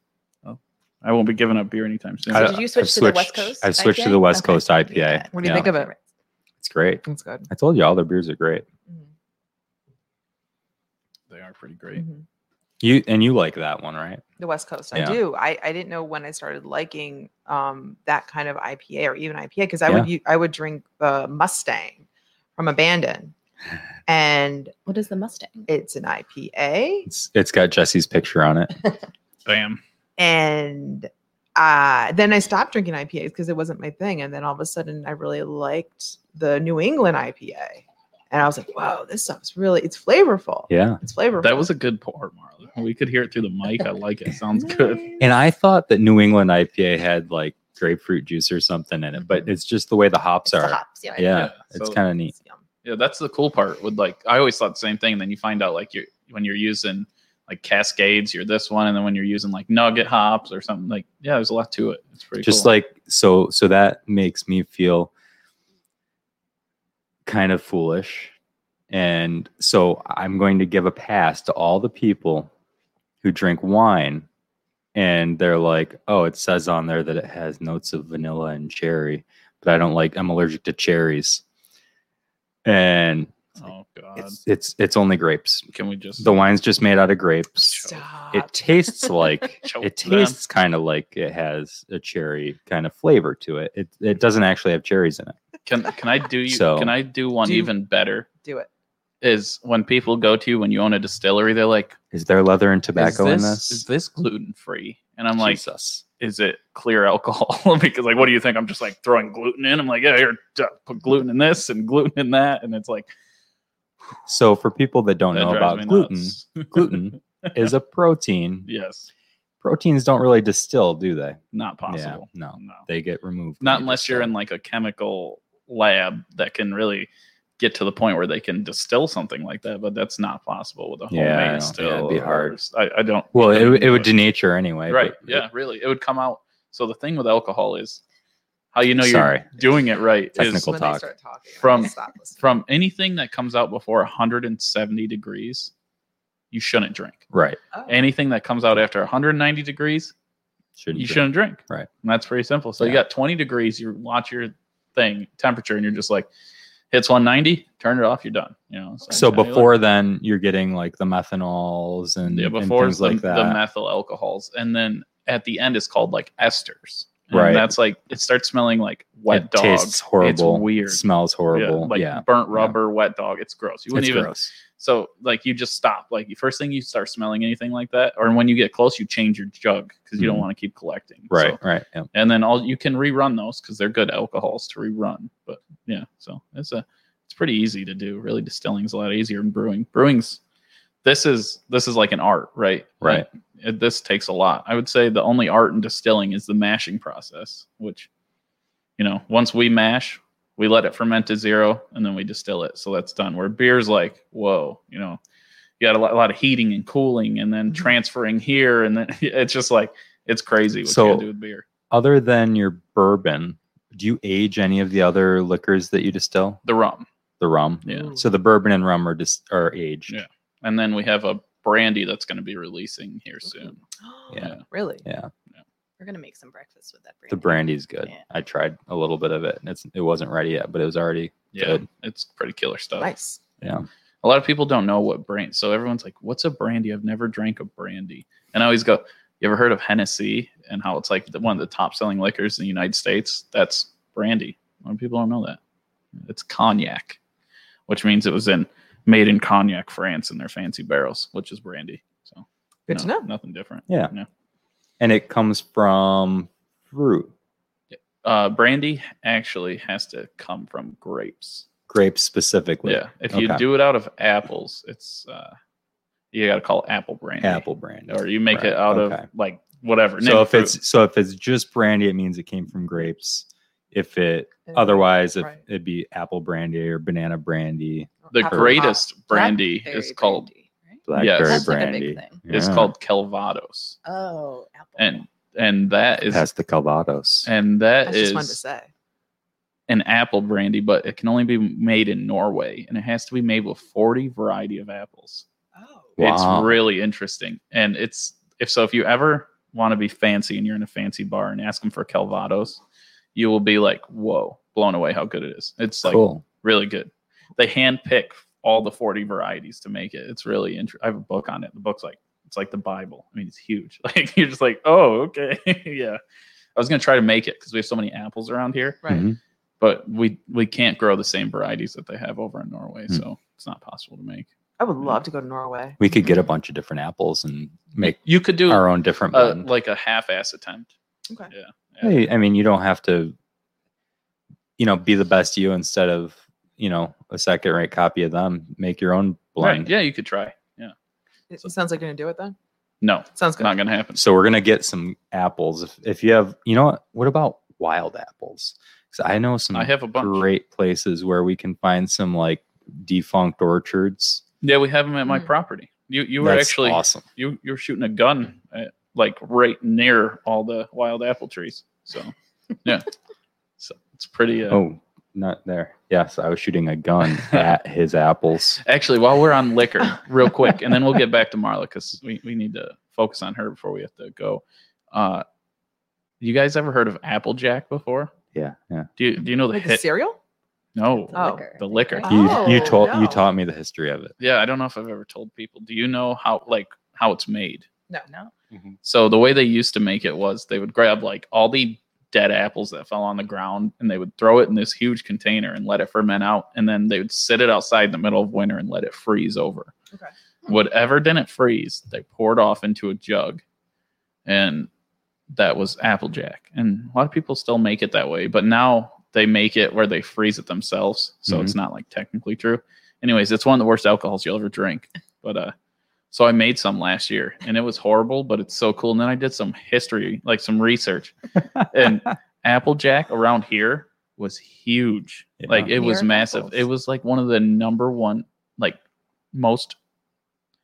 Speaker 3: Oh, I won't be giving up beer anytime soon.
Speaker 5: So
Speaker 1: I-
Speaker 5: did you switch
Speaker 1: I've
Speaker 5: to the West
Speaker 1: switched-
Speaker 5: Coast?
Speaker 1: I've switched to the West Coast IPA.
Speaker 2: What do you
Speaker 1: Yeah.
Speaker 2: think of it?
Speaker 1: It's great.
Speaker 2: It's good.
Speaker 1: I told you all their beers are great.
Speaker 2: Mhm.
Speaker 3: they are pretty great.
Speaker 2: Mhm.
Speaker 1: You and you like that one, right?
Speaker 2: The West Coast.
Speaker 1: Yeah.
Speaker 2: I do. I, I didn't know when I started liking um, that kind of IPA or even IPA because I would u- I would drink the Mustang from Abandon, and
Speaker 5: What is the Mustang?
Speaker 2: it's an IPA.
Speaker 1: It's it's got Jesse's picture on it.
Speaker 3: Bam.
Speaker 2: and uh, then I stopped drinking IPAs because it wasn't my thing. And then all of a sudden, I really liked the New England IPA, and I was like, "Wow, this stuff's really it's flavorful.
Speaker 1: Yeah.
Speaker 2: It's flavorful."
Speaker 3: That was a good pour, Marla. We could hear it through the mic. I like it. Sounds good.
Speaker 1: And I thought that New England IPA had like grapefruit juice or something in it, but
Speaker 2: Mhm.
Speaker 1: it's just the way the hops
Speaker 5: It's the
Speaker 1: are.
Speaker 5: hops. Yeah.
Speaker 1: Yeah,
Speaker 3: Yeah,
Speaker 1: it's
Speaker 3: so-
Speaker 1: kind of neat.
Speaker 2: It's yum.
Speaker 3: Yeah, that's the cool part. With like, I always thought the same thing. And then you find out like you when you're using like Cascades, you're this one, and then when you're using like Nugget hops or something like, yeah, there's a lot to it. It's pretty.
Speaker 1: just
Speaker 3: cool.
Speaker 1: like so so that makes me feel kind of foolish and so i'm going to give a pass to all the people who drink wine and they're like oh it says on there that it has notes of vanilla and cherry but i don't like i'm allergic to cherries and
Speaker 3: oh god,
Speaker 1: it's it's, it's only grapes
Speaker 3: can we just
Speaker 1: the wine's just made out of grapes
Speaker 2: Stop.
Speaker 1: it tastes like
Speaker 3: choke
Speaker 1: it
Speaker 3: them?
Speaker 1: tastes kind of like it has a cherry kind of flavor to it. It it doesn't actually have cherries in it.
Speaker 3: Can can I do you?
Speaker 1: So-
Speaker 3: can I do one
Speaker 2: Do-
Speaker 3: even better?
Speaker 2: Do it.
Speaker 3: is when people go to you when you own a distillery, they're like,
Speaker 1: Is there leather and tobacco
Speaker 3: is
Speaker 1: in
Speaker 3: this,
Speaker 1: this?
Speaker 3: Is this gluten free? And I'm like,
Speaker 1: Jesus.
Speaker 3: is it clear alcohol? because like, what do you think? I'm just like throwing gluten in. I'm like, yeah, here, d- put gluten in this and gluten in that, and it's like,
Speaker 1: So for people that don't
Speaker 3: that
Speaker 1: know
Speaker 3: drives
Speaker 1: about
Speaker 3: me
Speaker 1: gluten,
Speaker 3: nuts.
Speaker 1: gluten is a protein.
Speaker 3: yes,
Speaker 1: Proteins don't really distill, do they?
Speaker 3: not possible.
Speaker 1: Yeah, no.
Speaker 3: No,
Speaker 1: They get removed. when
Speaker 3: not
Speaker 1: you
Speaker 3: unless you're
Speaker 1: distill.
Speaker 3: in like a chemical lab that can really get to the point where they can distill something like that. But that's not possible with a
Speaker 1: Yeah,
Speaker 3: homemade
Speaker 1: I don't- yeah,
Speaker 3: still.
Speaker 1: it'd be
Speaker 3: or-
Speaker 1: hard.
Speaker 3: I, I don't.
Speaker 1: Well,
Speaker 3: I don't
Speaker 1: it, it would
Speaker 3: know.
Speaker 1: denature anyway.
Speaker 3: right
Speaker 1: but-
Speaker 3: yeah really it would come out so the thing with alcohol is how you know
Speaker 1: Sorry.
Speaker 3: you're doing it right is
Speaker 1: Technical.
Speaker 2: when
Speaker 1: talk.
Speaker 2: they start talking, I'm
Speaker 3: From-
Speaker 2: gonna stop listening.
Speaker 3: from anything that comes out before 170 degrees you shouldn't drink
Speaker 1: Right.
Speaker 2: Oh.
Speaker 3: anything that comes out after 190 degrees
Speaker 1: Shouldn't
Speaker 3: you
Speaker 1: drink.
Speaker 3: shouldn't drink
Speaker 1: Right.
Speaker 3: and that's pretty simple so you
Speaker 1: Yeah.
Speaker 3: got 20 degrees you watch your thing temperature and you're just like hits 190 turn it off you're done you know
Speaker 1: So
Speaker 3: yeah, you
Speaker 1: before then, you're getting like the methanols and,
Speaker 3: yeah,
Speaker 1: and
Speaker 3: before
Speaker 1: things
Speaker 3: the,
Speaker 1: like that.
Speaker 3: the methyl alcohols, and then at the end it's called like esters. And
Speaker 1: Right.
Speaker 3: That's like it starts smelling like wet
Speaker 1: it
Speaker 3: dog.
Speaker 1: tastes horrible.
Speaker 3: It's weird.
Speaker 1: Smells
Speaker 3: Yeah,
Speaker 1: horrible.
Speaker 3: like
Speaker 1: Yeah.
Speaker 3: burnt rubber, wet dog. It's gross. You wouldn't
Speaker 1: It's
Speaker 3: even.
Speaker 1: gross.
Speaker 3: So like you just stop. Like the first thing you start smelling anything like that, or when you get close, you change your jug because you don't
Speaker 1: Mhm.
Speaker 3: want to keep collecting.
Speaker 1: Right.
Speaker 3: So-
Speaker 1: Right. Yeah.
Speaker 3: and then all you can rerun those because they're good alcohols to rerun. But yeah, so it's a it's pretty easy to do. Really, distilling's a lot easier than brewing. Brewing's this is this is like an art, right?
Speaker 1: Right.
Speaker 3: Like, it, this takes a lot. I would say the only art in distilling is the mashing process, which you know, once we mash, we let it ferment to zero, and then we distill it. So that's done. Where beer's like, whoa, you know, you got a lot, a lot of heating and cooling, and then
Speaker 2: Mhm.
Speaker 3: transferring here, and then it's just like it's crazy what
Speaker 1: So-
Speaker 3: you gotta do with beer.
Speaker 1: Other than your bourbon, do you age any of the other liquors that you distill?
Speaker 3: the rum.
Speaker 1: The rum.
Speaker 3: Yeah.
Speaker 2: Ooh.
Speaker 1: So the bourbon and rum are just are aged.
Speaker 3: Yeah. And then we have a brandy that's going to be releasing here soon. Yeah.
Speaker 2: Really?
Speaker 1: Yeah.
Speaker 5: We're gonna make some breakfast with that. Brandy.
Speaker 1: The brandy's good.
Speaker 5: Yeah.
Speaker 1: I tried a little bit of it. and It's it wasn't ready yet, but it was already
Speaker 3: Yeah.
Speaker 1: Good.
Speaker 3: It's pretty killer stuff.
Speaker 2: Nice.
Speaker 3: A lot of people don't know what brand. So everyone's like, what's a brandy? I've never drank a brandy. And I always go, you ever heard of Hennessy and how it's like the, one of the top selling liquors in the United States? That's brandy. A lot of people don't know that. It's cognac, which means it was in made in cognac, France, in their fancy barrels, which is brandy. So
Speaker 2: Good to
Speaker 3: no,
Speaker 2: know.
Speaker 3: Nothing different.
Speaker 1: Yeah.
Speaker 3: No.
Speaker 1: and it comes from fruit.
Speaker 3: Uh, brandy actually has to come from grapes.
Speaker 1: grapes specifically.
Speaker 3: Yeah, if you
Speaker 1: Okay.
Speaker 3: do it out of apples, it's uh, you got to call it apple brandy,
Speaker 1: Apple brand.
Speaker 3: or you make
Speaker 1: Right,
Speaker 3: it out
Speaker 1: okay.
Speaker 3: of like whatever.
Speaker 1: so
Speaker 3: name
Speaker 1: if
Speaker 3: fruit.
Speaker 1: it's so if it's just brandy, it means it came from grapes. If it
Speaker 2: And-
Speaker 1: otherwise, if
Speaker 2: Right.
Speaker 1: it'd be apple brandy or banana brandy,
Speaker 3: the
Speaker 2: Apple
Speaker 3: greatest
Speaker 5: Black-
Speaker 3: brandy
Speaker 5: blackberry
Speaker 3: is called
Speaker 5: brandy, right?
Speaker 1: blackberry
Speaker 5: That's like a
Speaker 1: brandy,
Speaker 5: big thing.
Speaker 3: is
Speaker 1: Yeah.
Speaker 3: called Calvados,
Speaker 5: Oh, apple.
Speaker 3: and and that is
Speaker 1: That's the Calvados.
Speaker 3: and that
Speaker 2: That's just fun to
Speaker 3: is
Speaker 2: say.
Speaker 3: an apple brandy, but it can only be made in Norway, and it has to be made with forty variety of apples.
Speaker 2: Oh.
Speaker 1: Wow.
Speaker 3: It's really interesting, and it's if so. If you ever want to be fancy and you're in a fancy bar and ask them for Calvados, you will be like, "Whoa, blown away how good it is!" It's like
Speaker 1: cool.
Speaker 3: really good. They hand pick all the 40 varieties to make it. It's really interesting. I have a book on it. The book's like it's like the Bible. I mean, it's huge. Like you're just like, "Oh, okay, yeah." I was gonna try to make it because we have so many apples around here,
Speaker 2: Right.
Speaker 1: Mhm.
Speaker 3: but we we can't grow the same varieties that they have over in Norway,
Speaker 1: Hmm.
Speaker 3: so it's not possible to make.
Speaker 2: I would
Speaker 3: Mm-hmm.
Speaker 2: love to go to Norway.
Speaker 1: We could get a bunch of different apples and make
Speaker 3: You could do
Speaker 1: our own different
Speaker 3: uh,
Speaker 1: blend.
Speaker 3: like a half-ass attempt.
Speaker 2: Okay.
Speaker 3: Yeah. yeah.
Speaker 1: Hey, I mean, you don't have to, you know, be the best you instead of you know a second rate copy of them. Make your own
Speaker 3: Right,
Speaker 1: blend.
Speaker 3: Yeah, you could try. Yeah.
Speaker 2: It it sounds like you're gonna do it then.
Speaker 3: No,
Speaker 2: Sounds
Speaker 3: it's
Speaker 2: good.
Speaker 3: not gonna happen.
Speaker 1: So we're gonna get some apples. If if you have, you know what? What about wild apples? 'Cause I know some
Speaker 3: I have a bunch.
Speaker 1: great places where we can find some like defunct orchards.
Speaker 3: Yeah, we have them at my
Speaker 2: Hmm.
Speaker 3: property. You you were
Speaker 1: That's
Speaker 3: actually
Speaker 1: awesome.
Speaker 3: you you were shooting a gun at, like right near all the wild apple trees. So yeah, so it's pretty. Uh,
Speaker 1: Oh, not there. Yes, I was shooting a gun at his apples.
Speaker 3: Actually, while we're on liquor, real quick, and then we'll get back to Marla because we, we need to focus on her before we have to go. Uh, you guys ever heard of Applejack before?
Speaker 1: Yeah, yeah.
Speaker 3: Do you do you know the
Speaker 2: Like the
Speaker 3: hit?
Speaker 2: cereal?
Speaker 3: no,
Speaker 5: The
Speaker 2: Oh.
Speaker 5: liquor.
Speaker 3: the liquor.
Speaker 5: Right?
Speaker 1: You you
Speaker 2: Oh,
Speaker 1: told you
Speaker 2: no.
Speaker 1: taught me the history of it.
Speaker 3: Yeah, I don't know if I've ever told people. Do you know how like how it's made?
Speaker 5: No.
Speaker 3: So the way they used to make it was they would grab like all the dead apples that fell on the ground and they would throw it in this huge container and let it ferment out and then they would sit it outside in the middle of winter and let it freeze over
Speaker 2: Okay.
Speaker 3: whatever didn't freeze they poured off into a jug and that was applejack and a lot of people still make it that way but now they make it where they freeze it themselves so it's not like technically true anyways it's one of the worst alcohols you'll ever drink but uh so I made some last year and it was horrible, but it's so cool. And then I did some history, like some research. and Applejack around here was huge.
Speaker 1: Yeah.
Speaker 3: Like it was
Speaker 5: Here?
Speaker 3: massive.
Speaker 5: Apples.
Speaker 3: It was like one of the number one, like most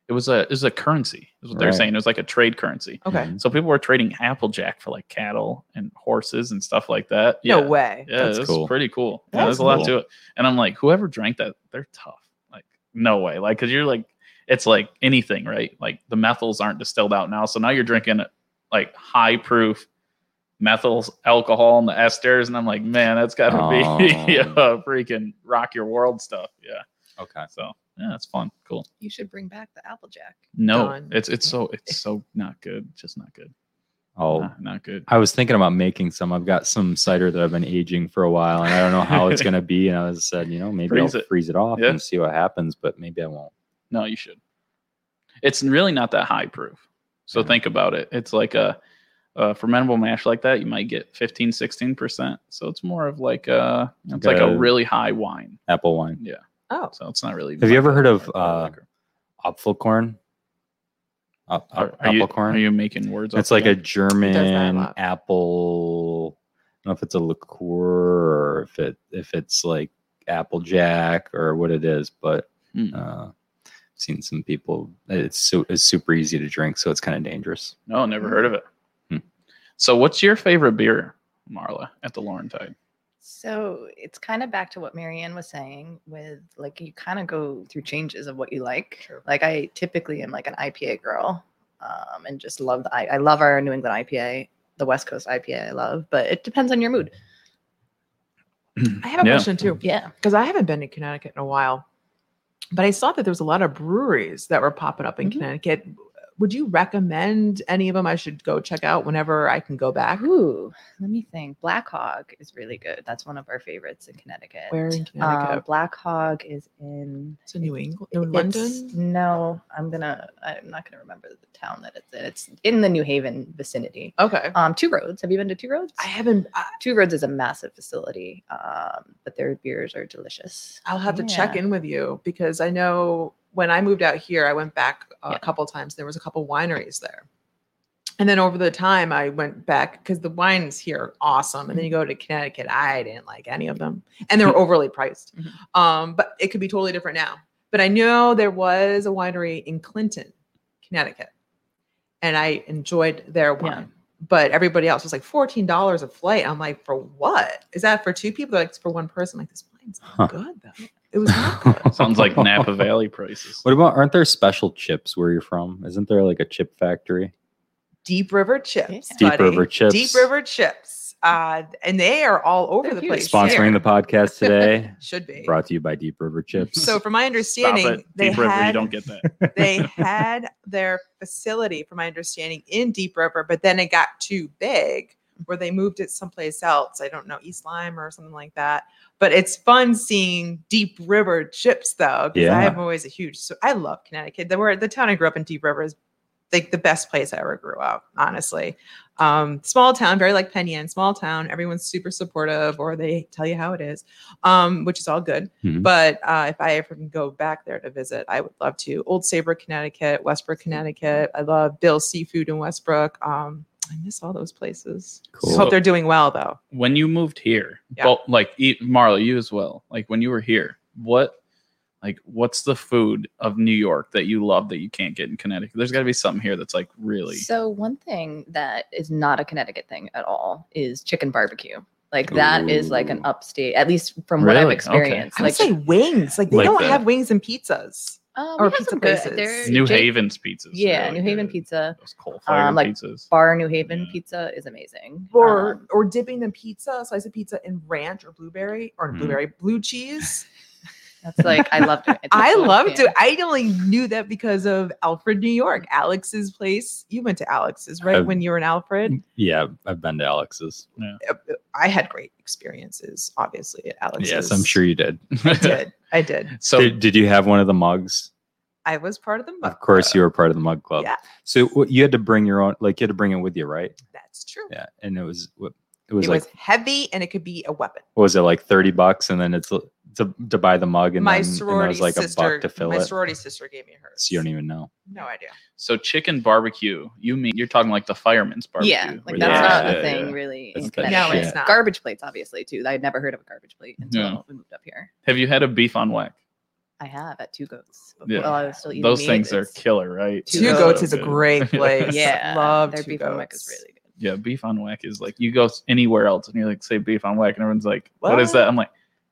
Speaker 3: it was a it was a currency, is what they're
Speaker 1: Right.
Speaker 3: saying. It was like a trade currency.
Speaker 2: Okay.
Speaker 3: So people were trading Applejack for like cattle and horses and stuff like that.
Speaker 2: No
Speaker 3: Yeah.
Speaker 2: way.
Speaker 3: Yeah,
Speaker 1: That's
Speaker 3: that's
Speaker 1: cool.
Speaker 3: pretty cool. Yeah,
Speaker 1: That's
Speaker 3: there's a lot
Speaker 1: cool.
Speaker 3: to it. And I'm like, whoever drank that, they're tough. Like, no way. Like, cause you're like, it's like anything, right? Like the methyls aren't distilled out now. So now you're drinking like high proof methyls, alcohol, and the esters. And I'm like, man, that's gotta be
Speaker 1: Oh.
Speaker 3: uh, freaking rock your world stuff. Yeah.
Speaker 1: Okay.
Speaker 3: So yeah, it's fun. Cool.
Speaker 5: You should bring back the Applejack.
Speaker 3: No,
Speaker 2: Done.
Speaker 3: it's it's so it's so not good. Just not good.
Speaker 1: Oh,
Speaker 3: Not, not good.
Speaker 1: I was thinking about making some. I've got some cider that I've been aging for a while, and I don't know how it's going to be. And I was said, you know, maybe
Speaker 3: Freeze
Speaker 1: I'll
Speaker 3: it.
Speaker 1: freeze it off
Speaker 3: Yeah.
Speaker 1: and see what happens, but maybe I won't.
Speaker 3: No, you should. It's really not that high proof. So
Speaker 1: Mhm.
Speaker 3: think about it. It's like a, a fermentable mash like that. You might get 15, 16%. So it's more of like a, it's like a
Speaker 1: Good.
Speaker 3: really high wine.
Speaker 1: Apple wine,
Speaker 3: Yeah.
Speaker 2: Oh,
Speaker 3: So it's not really.
Speaker 1: Have you ever heard of,
Speaker 3: Or-
Speaker 1: uh,
Speaker 3: or-
Speaker 1: Apfelkorn. Op-
Speaker 3: are,
Speaker 1: op-
Speaker 3: are you,
Speaker 1: Apfelkorn.
Speaker 3: are you making words?
Speaker 1: It's
Speaker 3: up
Speaker 1: like a
Speaker 3: again?
Speaker 1: German
Speaker 2: lot.
Speaker 1: apple. I don't know if it's a liqueur or if it if it's like applejack or what it is, but
Speaker 3: Hmm.
Speaker 1: uh, I've seen some people. It's so it's super easy to drink, so it's kind of dangerous.
Speaker 3: No, never heard of it.
Speaker 1: Hmm.
Speaker 3: So what's your favorite beer, Marla, at the Laurentide?
Speaker 5: So it's kind of back to what Marianne was saying with like you kind of go through changes of what you like.
Speaker 2: Sure.
Speaker 5: Like I typically am like an IPA girl, um, and just love the I, I love our New England IPA, the West Coast IPA I love, but it depends on your mood.
Speaker 2: I have a
Speaker 3: Yeah. Mm-hmm.
Speaker 2: question too.
Speaker 5: Yeah,
Speaker 2: because I haven't been to Connecticut in a while, but I saw that there was a lot of breweries that were popping up in
Speaker 3: Mm-hmm.
Speaker 5: Mhm.
Speaker 2: Connecticut. Would you recommend any of them I should go check out whenever I can go back?
Speaker 5: Ooh, let me think. Black Hog is really good. That's one of our favorites in Connecticut.
Speaker 2: Where in
Speaker 5: Um,
Speaker 2: Connecticut?
Speaker 5: Black Hog is in
Speaker 2: It's in New England, New
Speaker 5: it's-
Speaker 2: London.
Speaker 5: No, I'm gonna. I'm not gonna remember the town that it's in. It's in the New Haven vicinity.
Speaker 2: Okay.
Speaker 5: Um, Two Roads. Have you been to Two Roads?
Speaker 2: I haven't. I,
Speaker 5: Two Roads is a massive facility, um, but their beers are delicious.
Speaker 2: I'll have to check
Speaker 5: Yeah.
Speaker 2: in with you because I know when I moved out here, I went back a
Speaker 5: Yeah.
Speaker 2: couple times. There was a couple wineries there. And then over the time, I went back because the wines here are awesome. And then you
Speaker 5: Mm-hmm.
Speaker 2: go to Connecticut, I didn't like any of them, and they were overly priced.
Speaker 5: Mhm.
Speaker 2: Um, but it could be totally different now. But I know there was a winery in Clinton, Connecticut, and I enjoyed their
Speaker 5: Yeah.
Speaker 2: wine. But everybody else was like fourteen dollars a flight. I'm like, for what? Is that for two people? They're like, it's for one person. I'm like this wine's
Speaker 1: Huh.
Speaker 2: not good though. It was not good.
Speaker 3: Sounds like Napa Valley prices.
Speaker 1: What about aren't there special chips where you're from? Isn't there like a chip factory?
Speaker 2: Deep River Chips.
Speaker 1: Deep
Speaker 2: buddy.
Speaker 1: River Chips.
Speaker 2: Deep River Chips. Uh, and they are all over
Speaker 5: They're
Speaker 2: the
Speaker 5: huge.
Speaker 2: place.
Speaker 1: Sponsoring
Speaker 2: here.
Speaker 1: the podcast today,
Speaker 2: should be.
Speaker 1: brought to you by Deep River Chips.
Speaker 2: So from my
Speaker 3: Stop
Speaker 2: understanding,
Speaker 3: it.
Speaker 2: they
Speaker 3: Deep
Speaker 2: had
Speaker 3: River, you don't get that.
Speaker 2: they had their facility, from my understanding, in Deep River, but then it got too big where they moved it someplace else. I don't know, East Lyme or something like that. But it's fun seeing Deep River chips though, because
Speaker 1: Yeah.
Speaker 2: I'm always a huge so I love Connecticut. The where the town I grew up in Deep River is like the best place I ever grew up, honestly. Um, small town, very like Penyon, small town, everyone's super supportive or they tell you how it is, um, which is all good.
Speaker 1: Mhm.
Speaker 2: But uh, if I ever can go back there to visit, I would love to. Old Sabre, Connecticut, Westbrook, Connecticut. I love Bill's Seafood in Westbrook. Um, I miss all those places.
Speaker 1: Cool.
Speaker 2: Hope they're doing well though.
Speaker 3: when you moved here,
Speaker 2: Yeah.
Speaker 3: bo- like e- Marla, you as well. Like when you were here, what, like, what's the food of New York that you love that you can't get in Connecticut? There's got to be something here that's like really.
Speaker 5: So one thing that is not a Connecticut thing at all is chicken barbecue. Like that is like an
Speaker 1: Ooh.
Speaker 5: upstate, at least from what
Speaker 3: Really?
Speaker 5: I've
Speaker 3: Okay.
Speaker 5: experienced.
Speaker 2: I would
Speaker 5: Like
Speaker 2: say wings. Like they
Speaker 3: Like
Speaker 2: don't
Speaker 3: the-
Speaker 2: have wings and pizzas.
Speaker 5: uh,
Speaker 2: or
Speaker 5: we have
Speaker 2: pizza
Speaker 5: some good-
Speaker 2: places.
Speaker 5: there-
Speaker 3: New
Speaker 5: Jake-
Speaker 3: Haven's pizzas. is
Speaker 5: Yeah,
Speaker 3: really
Speaker 5: New Haven
Speaker 3: good. Mm-hmm.
Speaker 5: pizza.
Speaker 3: Those coal fire
Speaker 5: Um, like-
Speaker 3: pizzas.
Speaker 5: Bar New Haven
Speaker 3: Yeah.
Speaker 5: pizza is amazing.
Speaker 2: Or
Speaker 5: Um,
Speaker 2: or dipping the pizza, slice of pizza in ranch or blueberry or
Speaker 1: Mm.
Speaker 2: blueberry blue cheese.
Speaker 5: That's like I loved it. It's
Speaker 2: I
Speaker 5: a
Speaker 2: loved
Speaker 5: fan.
Speaker 2: it. I only knew that because of Alfred, New York, Alex's place. You went to Alex's, right?
Speaker 1: I've-
Speaker 2: when you were in Alfred,
Speaker 1: Yeah, I've been to Alex's.
Speaker 2: I had great experiences, obviously, at Alex's.
Speaker 1: Yes, I'm sure you did.
Speaker 2: I did. I did.
Speaker 3: so
Speaker 1: did, did you have one of the mugs?
Speaker 2: I was part of the
Speaker 1: Of course, you were part of the mug club.
Speaker 2: Uh, Yeah.
Speaker 1: So what, you had to bring your own, like you had to bring it with you, right?
Speaker 2: That's true.
Speaker 1: Yeah. And it was what it
Speaker 2: It
Speaker 1: was
Speaker 2: was,
Speaker 1: like
Speaker 2: heavy and it could be a weapon.
Speaker 1: what was it like thirty bucks, and then it's l- to, to buy the mug, and
Speaker 2: my
Speaker 1: then and
Speaker 2: sorority
Speaker 1: it was like
Speaker 2: sister,
Speaker 1: a buck to fill
Speaker 2: my
Speaker 1: it.
Speaker 2: sorority sister gave me hers.
Speaker 1: So you don't even know.
Speaker 2: no idea.
Speaker 3: so chicken barbecue. You mean you're talking like the fireman's barbecue?
Speaker 5: Yeah,
Speaker 3: where
Speaker 5: like
Speaker 3: you
Speaker 5: that's
Speaker 1: Yeah,
Speaker 3: just-
Speaker 5: not
Speaker 3: yeah,
Speaker 5: a thing
Speaker 3: yeah.
Speaker 5: really.
Speaker 1: That's
Speaker 5: in
Speaker 1: the
Speaker 5: Connecticut.
Speaker 1: shit. No, it's
Speaker 2: not.
Speaker 5: Garbage plates, obviously, too. I'd never heard of a garbage plate until
Speaker 3: Yeah.
Speaker 5: we moved up here.
Speaker 3: Have you had a beef on whack?
Speaker 5: I have at Two Goats. Before,
Speaker 3: Yeah.
Speaker 5: While I was still eating
Speaker 3: Those
Speaker 5: meat,
Speaker 3: things are
Speaker 5: it's-
Speaker 3: killer, right?
Speaker 5: Two
Speaker 2: Two,
Speaker 5: Goats.
Speaker 2: Goats is a
Speaker 3: Yeah.
Speaker 2: great place.
Speaker 5: Yeah,
Speaker 2: Love
Speaker 5: their
Speaker 2: Two
Speaker 5: beef
Speaker 2: Goats.
Speaker 5: on whack is really good.
Speaker 3: Yeah, beef on whack is like you go s- anywhere else and you like say beef on whack and everyone's like, what is
Speaker 2: What?
Speaker 3: that? I'm like,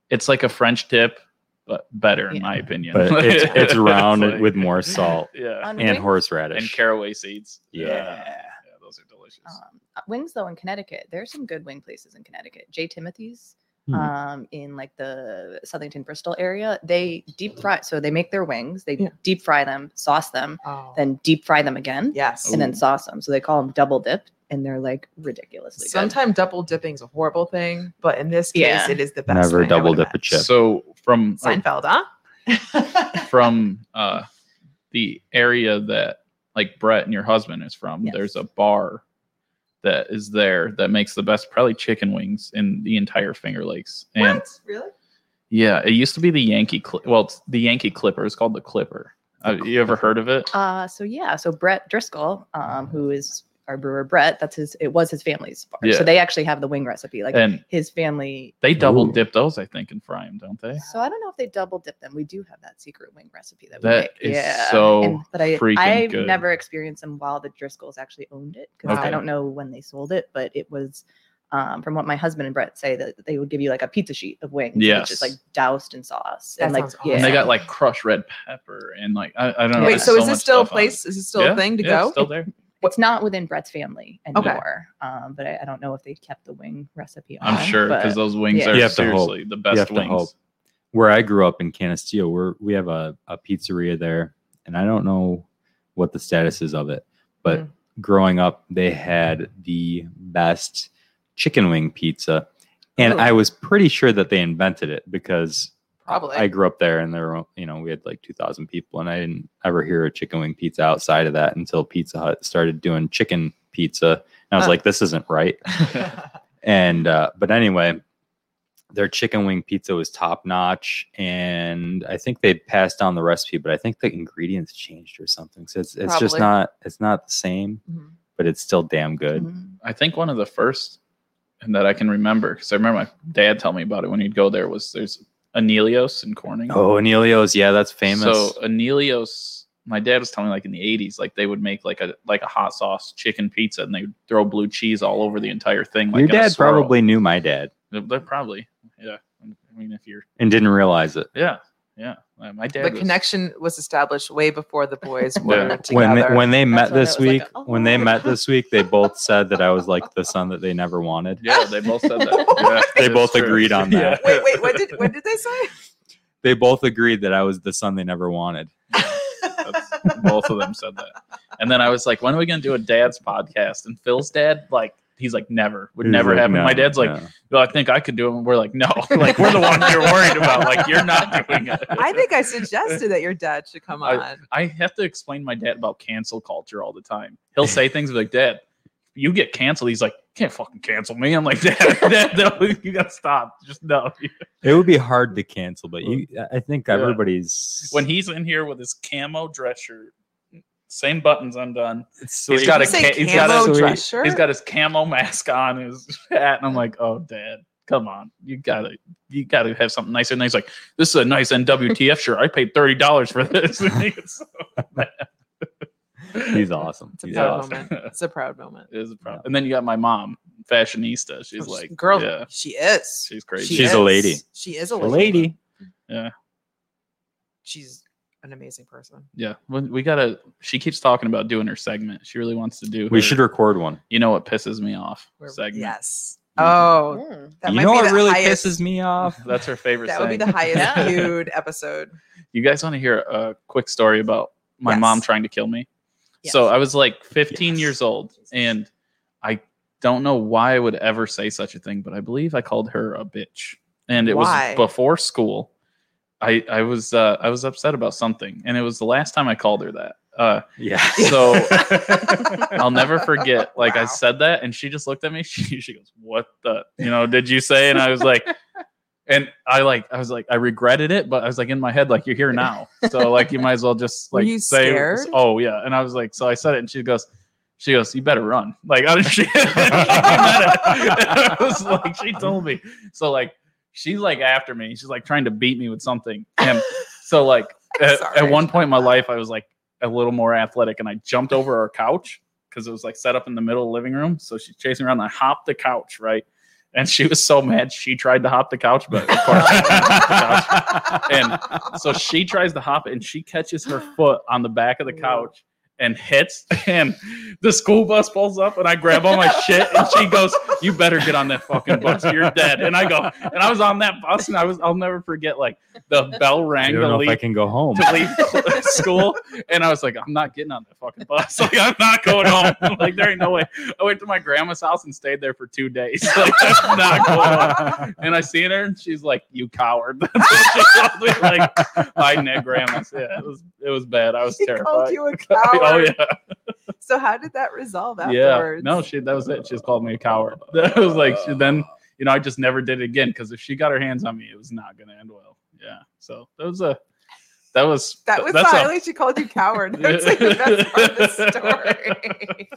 Speaker 3: it's like a French dip, but better in
Speaker 5: Yeah.
Speaker 3: my opinion.
Speaker 1: But it's, it's round
Speaker 3: like-
Speaker 1: with more salt
Speaker 3: yeah,
Speaker 5: On
Speaker 1: and
Speaker 5: wings,
Speaker 1: horseradish.
Speaker 3: and caraway seeds.
Speaker 1: Yeah.
Speaker 3: Yeah, those are delicious.
Speaker 5: Um, uh, wings though in Connecticut, there's some good wing places in Connecticut. J. Timothy's
Speaker 1: Hmm.
Speaker 5: um, in like the Southington Bristol area, they deep fry. So they make their wings, they
Speaker 2: Yeah.
Speaker 5: deep fry them, sauce them,
Speaker 2: Oh.
Speaker 5: then deep fry them again,
Speaker 1: Oh,
Speaker 2: yes.
Speaker 5: and then
Speaker 3: Ooh.
Speaker 5: sauce them. So they call them double dip, and they're like ridiculously good.
Speaker 2: Sometimes double dipping's a horrible thing, but in this case,
Speaker 5: Yeah.
Speaker 2: it is the best.
Speaker 1: Never
Speaker 2: thing I
Speaker 1: double
Speaker 2: would
Speaker 1: dip a chip.
Speaker 3: So from oh,
Speaker 2: imagine. Seinfeld, huh?
Speaker 3: from uh, the area that like Brett and your husband is from,
Speaker 5: Yes.
Speaker 3: there's a bar that is there that makes the best probably chicken wings in the entire Finger Lakes. And
Speaker 2: what? Really?
Speaker 3: yeah, it used to be the Yankee. Cli- well, it's the Yankee Clipper. It's called the Clipper.
Speaker 1: The
Speaker 3: Uh, you ever heard of it?
Speaker 5: Uh, so yeah, so Brett Driscoll,
Speaker 3: Mm.
Speaker 5: um, who is our brewer, Brett, that's his. It was his family's bar,
Speaker 3: Yeah.
Speaker 5: so they actually have the wing recipe. Like
Speaker 3: and
Speaker 5: his family
Speaker 3: they double
Speaker 1: Ooh.
Speaker 3: dip those, I think, and fry them, don't they?
Speaker 5: So I don't know if they double dip them. We do have that secret wing recipe that we
Speaker 3: That
Speaker 5: make.
Speaker 3: is so
Speaker 5: but I
Speaker 3: freaking
Speaker 5: I've
Speaker 3: good.
Speaker 5: never experienced them while the Driscolls actually owned it because
Speaker 2: Okay.
Speaker 5: I don't know when they sold it, but it was um, from what my husband and Brett say that they would give you like a pizza sheet of wings, which
Speaker 3: Yes.
Speaker 5: is like doused in sauce
Speaker 2: That
Speaker 5: and like
Speaker 2: sounds awesome.
Speaker 5: yeah.
Speaker 3: And they got like crushed red pepper and like I, I don't know.
Speaker 2: Wait,
Speaker 3: there's
Speaker 2: so is
Speaker 3: much
Speaker 2: this still a
Speaker 3: stuff on it.
Speaker 2: place? Is this still
Speaker 3: Yeah,
Speaker 2: a thing to
Speaker 3: yeah,
Speaker 2: go?
Speaker 3: it's Still there?
Speaker 5: it's not within Brett's family
Speaker 2: Okay.
Speaker 5: anymore. Um, but I, I don't know if they kept the wing recipe. On,
Speaker 3: I'm sure because
Speaker 5: but
Speaker 3: those wings
Speaker 5: yeah.
Speaker 3: are
Speaker 1: You have to hope.
Speaker 3: seriously the best
Speaker 1: have to
Speaker 3: wings.
Speaker 1: hope. where I grew up in Canastilla, we're, we have a, a pizzeria there, and I don't know what the status is of it, but
Speaker 2: Mm.
Speaker 1: growing up, they had the best chicken wing pizza. And
Speaker 2: Ooh.
Speaker 1: I was pretty sure that they invented it because
Speaker 2: Probably.
Speaker 1: I grew up there and there were, you know, we had like 2,000 people, and I didn't ever hear a chicken wing pizza outside of that until Pizza Hut started doing chicken pizza. And I was
Speaker 2: Huh.
Speaker 1: like, this isn't right. And uh, but anyway, their chicken wing pizza was top notch, and I think they passed down the recipe, but I think the ingredients changed or something. So it's it's just
Speaker 2: Probably.
Speaker 1: not it's not the same,
Speaker 2: Mhm.
Speaker 1: but it's still damn good.
Speaker 2: Mm-hmm.
Speaker 5: Mhm.
Speaker 3: I think one of the first that I can remember because I remember my dad telling me about it when he'd go there was there's Anelios in Corning.
Speaker 1: Oh, Anelio's, yeah, that's famous.
Speaker 3: So Oh Anelios, my dad was telling me like in the 80s, like they would make like a like a hot sauce chicken pizza and they would throw blue cheese all over the entire thing. Like
Speaker 1: Your
Speaker 3: in a
Speaker 1: dad
Speaker 3: swirl.
Speaker 1: probably knew my dad
Speaker 3: They're- they're probably yeah. I mean, if you're
Speaker 1: and didn't realize it.
Speaker 3: yeah yeah, Uh, my dad
Speaker 2: the
Speaker 3: was-
Speaker 2: connection was established way before the boys
Speaker 3: Yeah.
Speaker 2: were
Speaker 1: When
Speaker 2: together.
Speaker 1: they, when they met
Speaker 5: That's when
Speaker 1: this
Speaker 5: it was
Speaker 1: week,
Speaker 5: like, "Oh."
Speaker 1: when they met this week, they both said that I was like the son that they never wanted.
Speaker 3: Yeah, they both said that. Yeah,
Speaker 1: They
Speaker 3: it's
Speaker 1: both agreed on that.
Speaker 2: wait, wait, what did what did they say?
Speaker 1: They both agreed that I was the son they never wanted.
Speaker 3: That's- both of them said that. And then I was like, when are we going to do a dad's podcast? And Phil's dad, like, he's like, never, would
Speaker 1: He's
Speaker 3: never
Speaker 1: like,
Speaker 3: happen.
Speaker 1: "No,
Speaker 3: My dad's like,
Speaker 1: no."
Speaker 3: well, I think I could do it. And we're like, no, like, we're the one you're worried about. Like, you're not doing it.
Speaker 2: I think I suggested that your dad should come
Speaker 3: I-
Speaker 2: on.
Speaker 3: I have to explain to my dad about cancel culture all the time. He'll say things like, Dad, you get canceled. He's like, "You can't fucking cancel me. I'm like, Dad, Dad no, you got to stop. Just no.
Speaker 1: It would be hard to cancel, but you, I think
Speaker 3: Yeah.
Speaker 1: everybody's
Speaker 3: When he's in here with his camo dress shirt, same buttons undone.
Speaker 1: It's
Speaker 3: he's
Speaker 1: sweet.
Speaker 3: got
Speaker 2: Did
Speaker 3: a
Speaker 2: you say
Speaker 3: ca- he's got
Speaker 2: camo
Speaker 1: a- so
Speaker 2: dress shirt?
Speaker 3: He's got his camo mask on, his hat, and I'm like, "Oh, Dad, come on, you gotta, you gotta have something nicer." And he's like, "This is a nice NWTF shirt. I paid thirty dollars for this." it's
Speaker 1: he's awesome.
Speaker 2: it's a
Speaker 1: He's
Speaker 3: Yeah.
Speaker 2: proud
Speaker 1: awesome.
Speaker 2: moment. It's a proud moment.
Speaker 3: a problem. And then you got my mom, fashionista. She's like,
Speaker 2: girl,
Speaker 3: yeah,
Speaker 2: she is.
Speaker 3: she's crazy."
Speaker 2: She
Speaker 1: She's a
Speaker 2: is.
Speaker 1: lady.
Speaker 2: She is a
Speaker 1: A
Speaker 2: lady.
Speaker 1: lady.
Speaker 2: She's an amazing person.
Speaker 3: yeah, we, we gotta. She keeps talking about doing her segment. She really wants to do.
Speaker 1: We
Speaker 3: her-
Speaker 1: should record one.
Speaker 3: You know what pisses me off?
Speaker 2: We're-
Speaker 3: segment.
Speaker 2: Yes. Oh, that
Speaker 1: you
Speaker 2: might
Speaker 1: Mm-hmm. know
Speaker 2: be
Speaker 1: what
Speaker 2: the
Speaker 1: really
Speaker 2: highest,
Speaker 1: pisses me off?
Speaker 3: That's her favorite
Speaker 2: That
Speaker 3: saying.
Speaker 2: would be the highest
Speaker 5: Yeah.
Speaker 2: viewed episode.
Speaker 3: you guys want to hear a quick story about my
Speaker 2: Yes.
Speaker 3: mom trying to kill me? So I was like 15
Speaker 1: Yes.
Speaker 3: years old, and I don't know why I would ever say such a thing, but I believe I called her a bitch, and it
Speaker 2: Why?
Speaker 3: was before school. I I was uh, I was upset about something, and it was the last time I called her that. Uh,
Speaker 1: Yeah.
Speaker 3: So- I'll never forget. Like I
Speaker 2: Wow.
Speaker 3: said that, and she just looked at me. She she goes, "What the? You know? Did you say?" And I was like, and I like I was like I regretted it, but I was like in my head like you're here now, so like you might as well just
Speaker 2: Were
Speaker 3: like
Speaker 2: you
Speaker 3: say
Speaker 2: scared?
Speaker 3: oh yeah. And I was like, so I said it, and she goes. She goes, you better run. Like, I didn't she? she meant it. I was like, she told me. So like, she's like after me. She's like trying to beat me with something. And so like,
Speaker 2: I'm
Speaker 3: at,
Speaker 2: sorry.
Speaker 3: at one point in my life, I was like a little more athletic, and I jumped over our couch because it was like set up in the middle of the living room. So she's chasing around. And I hopped the couch right, and she was so mad she tried to hop the couch, but of course, I didn't hop the couch. and so she tries to hop, it, and she catches her foot on the back of the couch. And hits, and the school bus pulls up, and I grab all my shit, and she goes, "You better get on that fucking bus. You're dead." And I go, and I was on that bus, and I was—I'll never forget. Like the bell
Speaker 1: I
Speaker 3: rang,
Speaker 1: don't
Speaker 3: the
Speaker 1: know if I
Speaker 3: lead
Speaker 1: can go home.
Speaker 3: to leave cl- school, and I was like, I'm not getting on that fucking bus. Like, I'm not going home. Like, there ain't no way. I went to my grandma's house and stayed there for two days. Like, that's not going on. And I seen her, and she's like, "You coward!" That's what she called me. Like, hiding at grandma's. Yeah, it was it was bad. I was
Speaker 2: She called
Speaker 3: terrified.
Speaker 2: you a coward.
Speaker 3: Oh yeah,
Speaker 2: So how did that resolve
Speaker 3: yeah.
Speaker 2: afterwards?
Speaker 3: No, she that was it. She just called me a coward. That was like she, then you know I just never did it again because if she got her hands on me, it was not gonna end well. Yeah. So that was a that was
Speaker 2: that was
Speaker 3: that's a-
Speaker 2: finally she called you coward. That's like the best part of the story.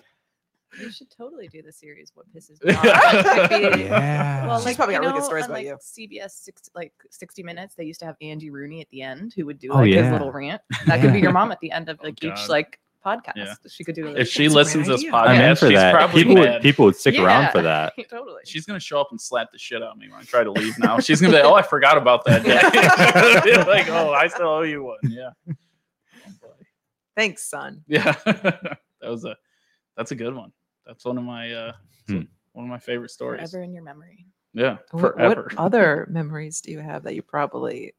Speaker 5: You should totally do the series. What pisses me
Speaker 3: me
Speaker 5: off?
Speaker 3: off. It could be-
Speaker 1: yeah.
Speaker 5: Well,
Speaker 2: She's
Speaker 5: like,
Speaker 2: probably
Speaker 5: you
Speaker 2: got really good
Speaker 5: know,
Speaker 2: stories
Speaker 5: on,
Speaker 2: about
Speaker 5: like,
Speaker 2: you.
Speaker 5: CBS six like sixty minutes. They used to have Andy Rooney at the end, who would do
Speaker 1: Oh,
Speaker 5: like his
Speaker 1: yeah.
Speaker 5: little rant. That could be
Speaker 1: Yeah.
Speaker 5: your mom at the end of like each
Speaker 3: God.
Speaker 5: like podcast.
Speaker 3: Yeah.
Speaker 5: She could do. Like,
Speaker 3: if she
Speaker 2: That's a
Speaker 3: listens to
Speaker 2: great idea.
Speaker 3: this podcast,
Speaker 1: I'm in for
Speaker 3: she's
Speaker 1: that.
Speaker 3: probably
Speaker 1: People would,
Speaker 3: mad.
Speaker 1: people would stick around
Speaker 5: Yeah.
Speaker 1: for that.
Speaker 5: totally.
Speaker 3: she's gonna show up and slap the shit out of me when I try to leave. Now she's gonna be like, "Oh, I forgot about that." Day. Be like, "Oh, I still owe you one." Yeah,
Speaker 2: Thanks, son.
Speaker 3: yeah. that was a that's a good one. That's one of my uh
Speaker 1: Hmm.
Speaker 3: one of my favorite stories.
Speaker 5: forever in your memory.
Speaker 3: Yeah,
Speaker 2: What,
Speaker 3: forever.
Speaker 2: what other memories do you have that you probably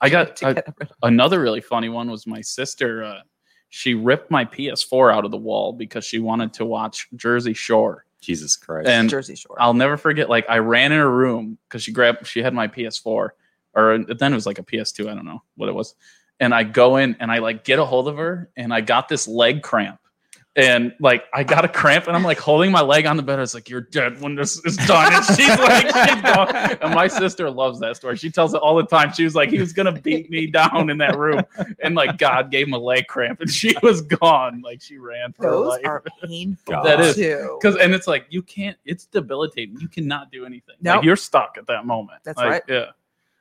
Speaker 3: I got
Speaker 2: to
Speaker 3: I-
Speaker 2: get rid of?
Speaker 3: another really funny one was my sister. Uh, she ripped my PS4 out of the wall because she wanted to watch Jersey Shore.
Speaker 1: Jesus Christ.
Speaker 3: And
Speaker 2: Jersey Shore.
Speaker 3: I'll never forget. Like I ran in her room because she grabbed. She had my PS4, or then it was like a PS2. I don't know what it was. And I go in and I like get a hold of her, and I got this leg cramp, and like I got a cramp, and I'm like holding my leg on the bed. I was like, "You're dead when this is done." And she's like, "She's gone." And my sister loves that story. She tells it all the time. She was like, "He was gonna beat me down in that room," and like God gave him a leg cramp, and she was gone. Like she ran for her
Speaker 2: Those
Speaker 3: life
Speaker 2: are painful.
Speaker 1: God. That
Speaker 3: is-
Speaker 2: too.
Speaker 3: because and it's like you can't it's debilitating you cannot do anything
Speaker 2: Nope.
Speaker 3: like you're stuck at that moment
Speaker 2: That's
Speaker 3: Like,
Speaker 2: right.
Speaker 3: yeah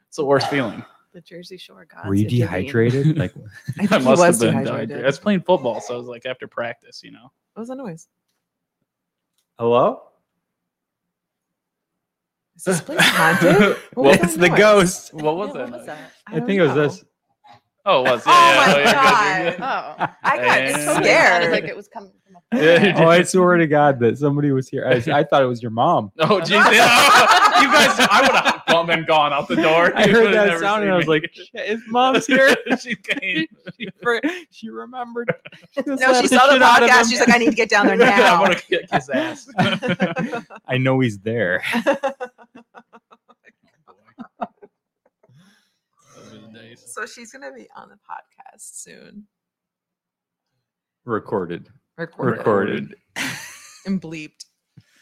Speaker 3: it's the worst feeling
Speaker 5: The Jersey Shore gods.
Speaker 1: Were you dehydrated? Like,
Speaker 2: I, think
Speaker 3: i
Speaker 2: he was
Speaker 3: must have been
Speaker 2: dehydrated.
Speaker 3: dehydrated. i was playing football so it was like after practice you know
Speaker 2: What was that noise?
Speaker 1: hello?
Speaker 2: Is this place haunted? What was
Speaker 3: Well,
Speaker 2: that
Speaker 1: It's the
Speaker 2: noise?
Speaker 1: ghost.
Speaker 3: what was it
Speaker 1: I, think it was this.
Speaker 3: oh it was
Speaker 2: Oh
Speaker 3: yeah,
Speaker 2: my
Speaker 3: yeah,
Speaker 2: God.
Speaker 3: yeah,
Speaker 5: Oh,
Speaker 2: I got
Speaker 3: And-
Speaker 5: totally
Speaker 2: scared.
Speaker 5: sounded like it was coming from up
Speaker 3: Yeah, you
Speaker 1: oh, I swear to God that somebody was here. I, I thought it was your mom.
Speaker 3: oh jeez yeah. you guys i would have bum and gone out the door
Speaker 1: I
Speaker 3: You
Speaker 1: heard
Speaker 3: would've
Speaker 1: that
Speaker 3: never
Speaker 1: sound and I was
Speaker 3: seen me.
Speaker 1: like, "Shit, his mom's here.
Speaker 3: she came
Speaker 1: she, for- she remembered.
Speaker 2: No, she saw the podcast. She's like, I need to get down there
Speaker 3: i'm
Speaker 2: now.
Speaker 3: gonna kick his ass
Speaker 1: I know he's there.
Speaker 2: so she's gonna be on the podcast soon.
Speaker 1: Recorded.
Speaker 2: Recorded
Speaker 1: Recorded.
Speaker 2: and bleeped,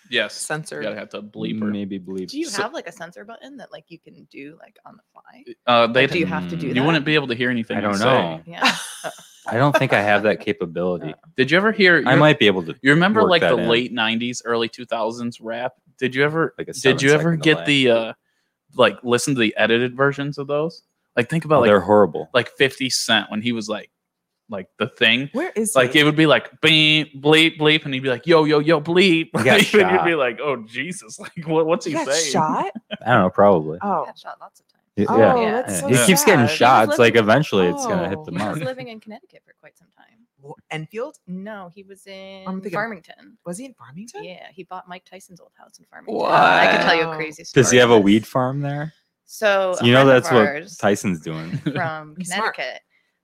Speaker 3: yes you
Speaker 2: censored.
Speaker 3: gotta have to bleep her
Speaker 1: Maybe bleep.
Speaker 5: Do you
Speaker 3: So-
Speaker 5: have like a sensor button that like you can do like on the fly?
Speaker 3: uh they
Speaker 5: do you have to do
Speaker 1: Mm.
Speaker 5: that?
Speaker 3: you wouldn't be able to hear anything
Speaker 1: I don't
Speaker 3: say.
Speaker 1: know.
Speaker 5: Yeah.
Speaker 1: I don't think I have that capability.
Speaker 3: Did you ever hear?
Speaker 1: I
Speaker 3: you-
Speaker 1: might be able to.
Speaker 3: You remember
Speaker 1: work
Speaker 3: like
Speaker 1: that
Speaker 3: the
Speaker 1: in.
Speaker 3: late '90s, early 2000s rap? Did you ever?
Speaker 1: Like a
Speaker 3: did you ever
Speaker 1: seven-second
Speaker 3: get
Speaker 1: delay.
Speaker 3: the uh like listen to the edited versions of those? Like think about
Speaker 1: They're
Speaker 3: like
Speaker 1: horrible.
Speaker 3: like 50 Cent when he was like like the thing.
Speaker 2: Where is
Speaker 3: Like
Speaker 2: he?
Speaker 3: it would be like beep bleep bleep, and he'd be like yo yo yo bleep,
Speaker 1: He got
Speaker 3: Like, and you'd
Speaker 1: shot.
Speaker 3: be like oh Jesus, like what, what's
Speaker 2: He
Speaker 3: he
Speaker 2: got
Speaker 3: saying?
Speaker 2: shot?
Speaker 1: I don't know. Probably.
Speaker 2: Oh,
Speaker 5: Got shot lots of times.
Speaker 1: Y-
Speaker 2: Oh,
Speaker 1: yeah.
Speaker 5: Yeah.
Speaker 2: that's
Speaker 1: yeah.
Speaker 2: so
Speaker 1: he keeps getting
Speaker 2: sad.
Speaker 5: shot.
Speaker 1: shots. Like eventually, it's gonna hit
Speaker 2: Oh.
Speaker 1: the
Speaker 5: He
Speaker 1: mark.
Speaker 5: was living in Connecticut for quite some time.
Speaker 2: Well, Enfield
Speaker 5: No, he was in
Speaker 2: thinking-
Speaker 5: Farmington.
Speaker 2: was he in Farmington?
Speaker 5: Yeah, he bought Mike Tyson's old house in Farmington. I could tell you a
Speaker 2: Wow.
Speaker 5: crazy story.
Speaker 1: Does he have a
Speaker 5: but-
Speaker 1: weed farm there?
Speaker 5: So a
Speaker 1: you know
Speaker 5: friend of
Speaker 1: that's what
Speaker 5: ours-
Speaker 1: Tyson's doing.
Speaker 5: from
Speaker 2: He's smart.
Speaker 5: Connecticut.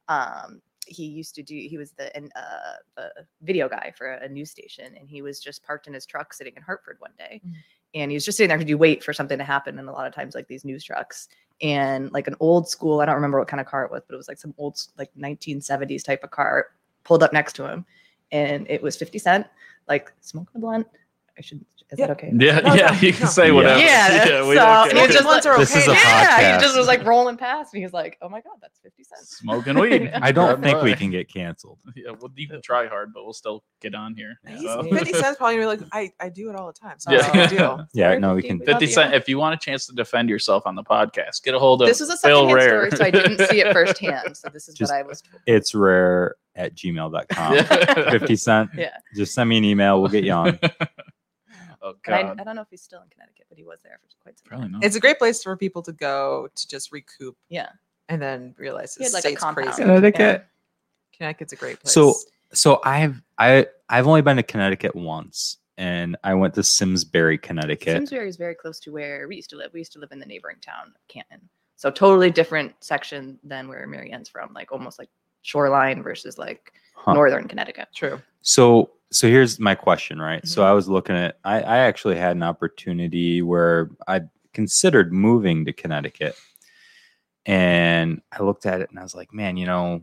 Speaker 5: Um, he used to do. He was the an, uh, the video guy for a, a news station, and he was just parked in his truck sitting in Hartford one day,
Speaker 2: Mhm.
Speaker 5: and he was just sitting there because you wait for something to happen, and a lot of times like these news trucks and like an old school. I don't remember what kind of car it was, but it was like some old s- like 1970s type of car pulled up next to him, and it was 50 Cent, like smoking a blunt. I should. Is
Speaker 2: Yeah.
Speaker 5: that okay?
Speaker 3: Yeah,
Speaker 2: No,
Speaker 3: yeah,
Speaker 2: no,
Speaker 3: you can
Speaker 2: no.
Speaker 3: say
Speaker 1: Yeah.
Speaker 3: whatever.
Speaker 5: Yeah,
Speaker 3: we
Speaker 5: so-
Speaker 3: don't
Speaker 5: and
Speaker 3: care.
Speaker 5: it's just like-
Speaker 2: are
Speaker 1: This is
Speaker 2: okay
Speaker 1: a
Speaker 2: now.
Speaker 5: yeah,
Speaker 1: podcast.
Speaker 5: he just was like rolling past, and he was like, "Oh my god, that's 50 Cent."
Speaker 3: smoking weed.
Speaker 1: I don't
Speaker 3: God,
Speaker 1: think we
Speaker 3: why?
Speaker 1: can get canceled.
Speaker 3: Yeah, well, you can try hard, but we'll still get on here.
Speaker 2: Uh, He's
Speaker 3: so.
Speaker 2: 50 Cent's probably gonna be like, I, I do it all the time. So
Speaker 3: Yeah.
Speaker 2: yeah. I do.
Speaker 1: Yeah, no, we can-
Speaker 3: 50 Cent, if you want a chance to defend yourself on the podcast, get a hold of
Speaker 5: This was a
Speaker 3: Bill
Speaker 5: secondhand
Speaker 3: Rare.
Speaker 5: story, so I didn't see it firsthand. So this is
Speaker 1: Just-
Speaker 5: what I was. Told.
Speaker 1: It's rare at gmail.com.
Speaker 3: Yeah.
Speaker 1: 50 cent.
Speaker 5: Yeah.
Speaker 1: Just send me an email. We'll get you on.
Speaker 3: Oh,
Speaker 5: And I,
Speaker 3: God.
Speaker 5: I don't know if he's still in Connecticut, but he was there for quite some
Speaker 3: Probably
Speaker 5: time.
Speaker 3: not.
Speaker 2: It's a great place for people to go to just recoup
Speaker 5: Yeah,
Speaker 2: and then realize
Speaker 5: he
Speaker 2: the
Speaker 5: had like a
Speaker 2: state's
Speaker 5: compound.
Speaker 2: crazy.
Speaker 1: Yeah. Connecticut.
Speaker 2: Connecticut's a great place.
Speaker 1: So- So I've I I've only been to Connecticut once and I went to Simsbury,
Speaker 5: Yeah.
Speaker 1: Connecticut.
Speaker 5: Simsbury is very close to where we used to live. We used to live in the neighboring town of Canton, so totally different section than where Marianne's from. Like almost like shoreline versus like
Speaker 1: Huh.
Speaker 5: northern Connecticut.
Speaker 2: true.
Speaker 1: So so here's my question, right? So
Speaker 5: Mm-hmm.
Speaker 1: I was looking at I, I actually had an opportunity where I considered moving to Connecticut. And I looked at it and I was like, man, you know,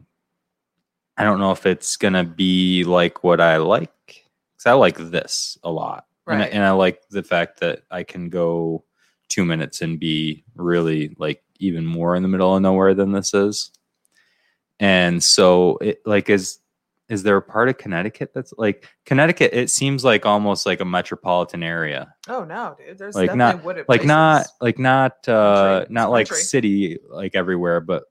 Speaker 1: I don't know if it's gonna be like what I like. Cause I like this a lot. And I-
Speaker 2: Right.
Speaker 1: and I like the fact that I can go two minutes and be really like even more in the middle of nowhere than this is. And so it like is is there a part of Connecticut that's like Connecticut? It seems like almost like a metropolitan area,
Speaker 2: Oh no, dude. There's
Speaker 1: Like,
Speaker 2: definitely
Speaker 1: not-
Speaker 2: wooded
Speaker 1: like
Speaker 2: places.
Speaker 1: not like not uh
Speaker 2: Country.
Speaker 1: not like
Speaker 2: Country.
Speaker 1: city like everywhere, but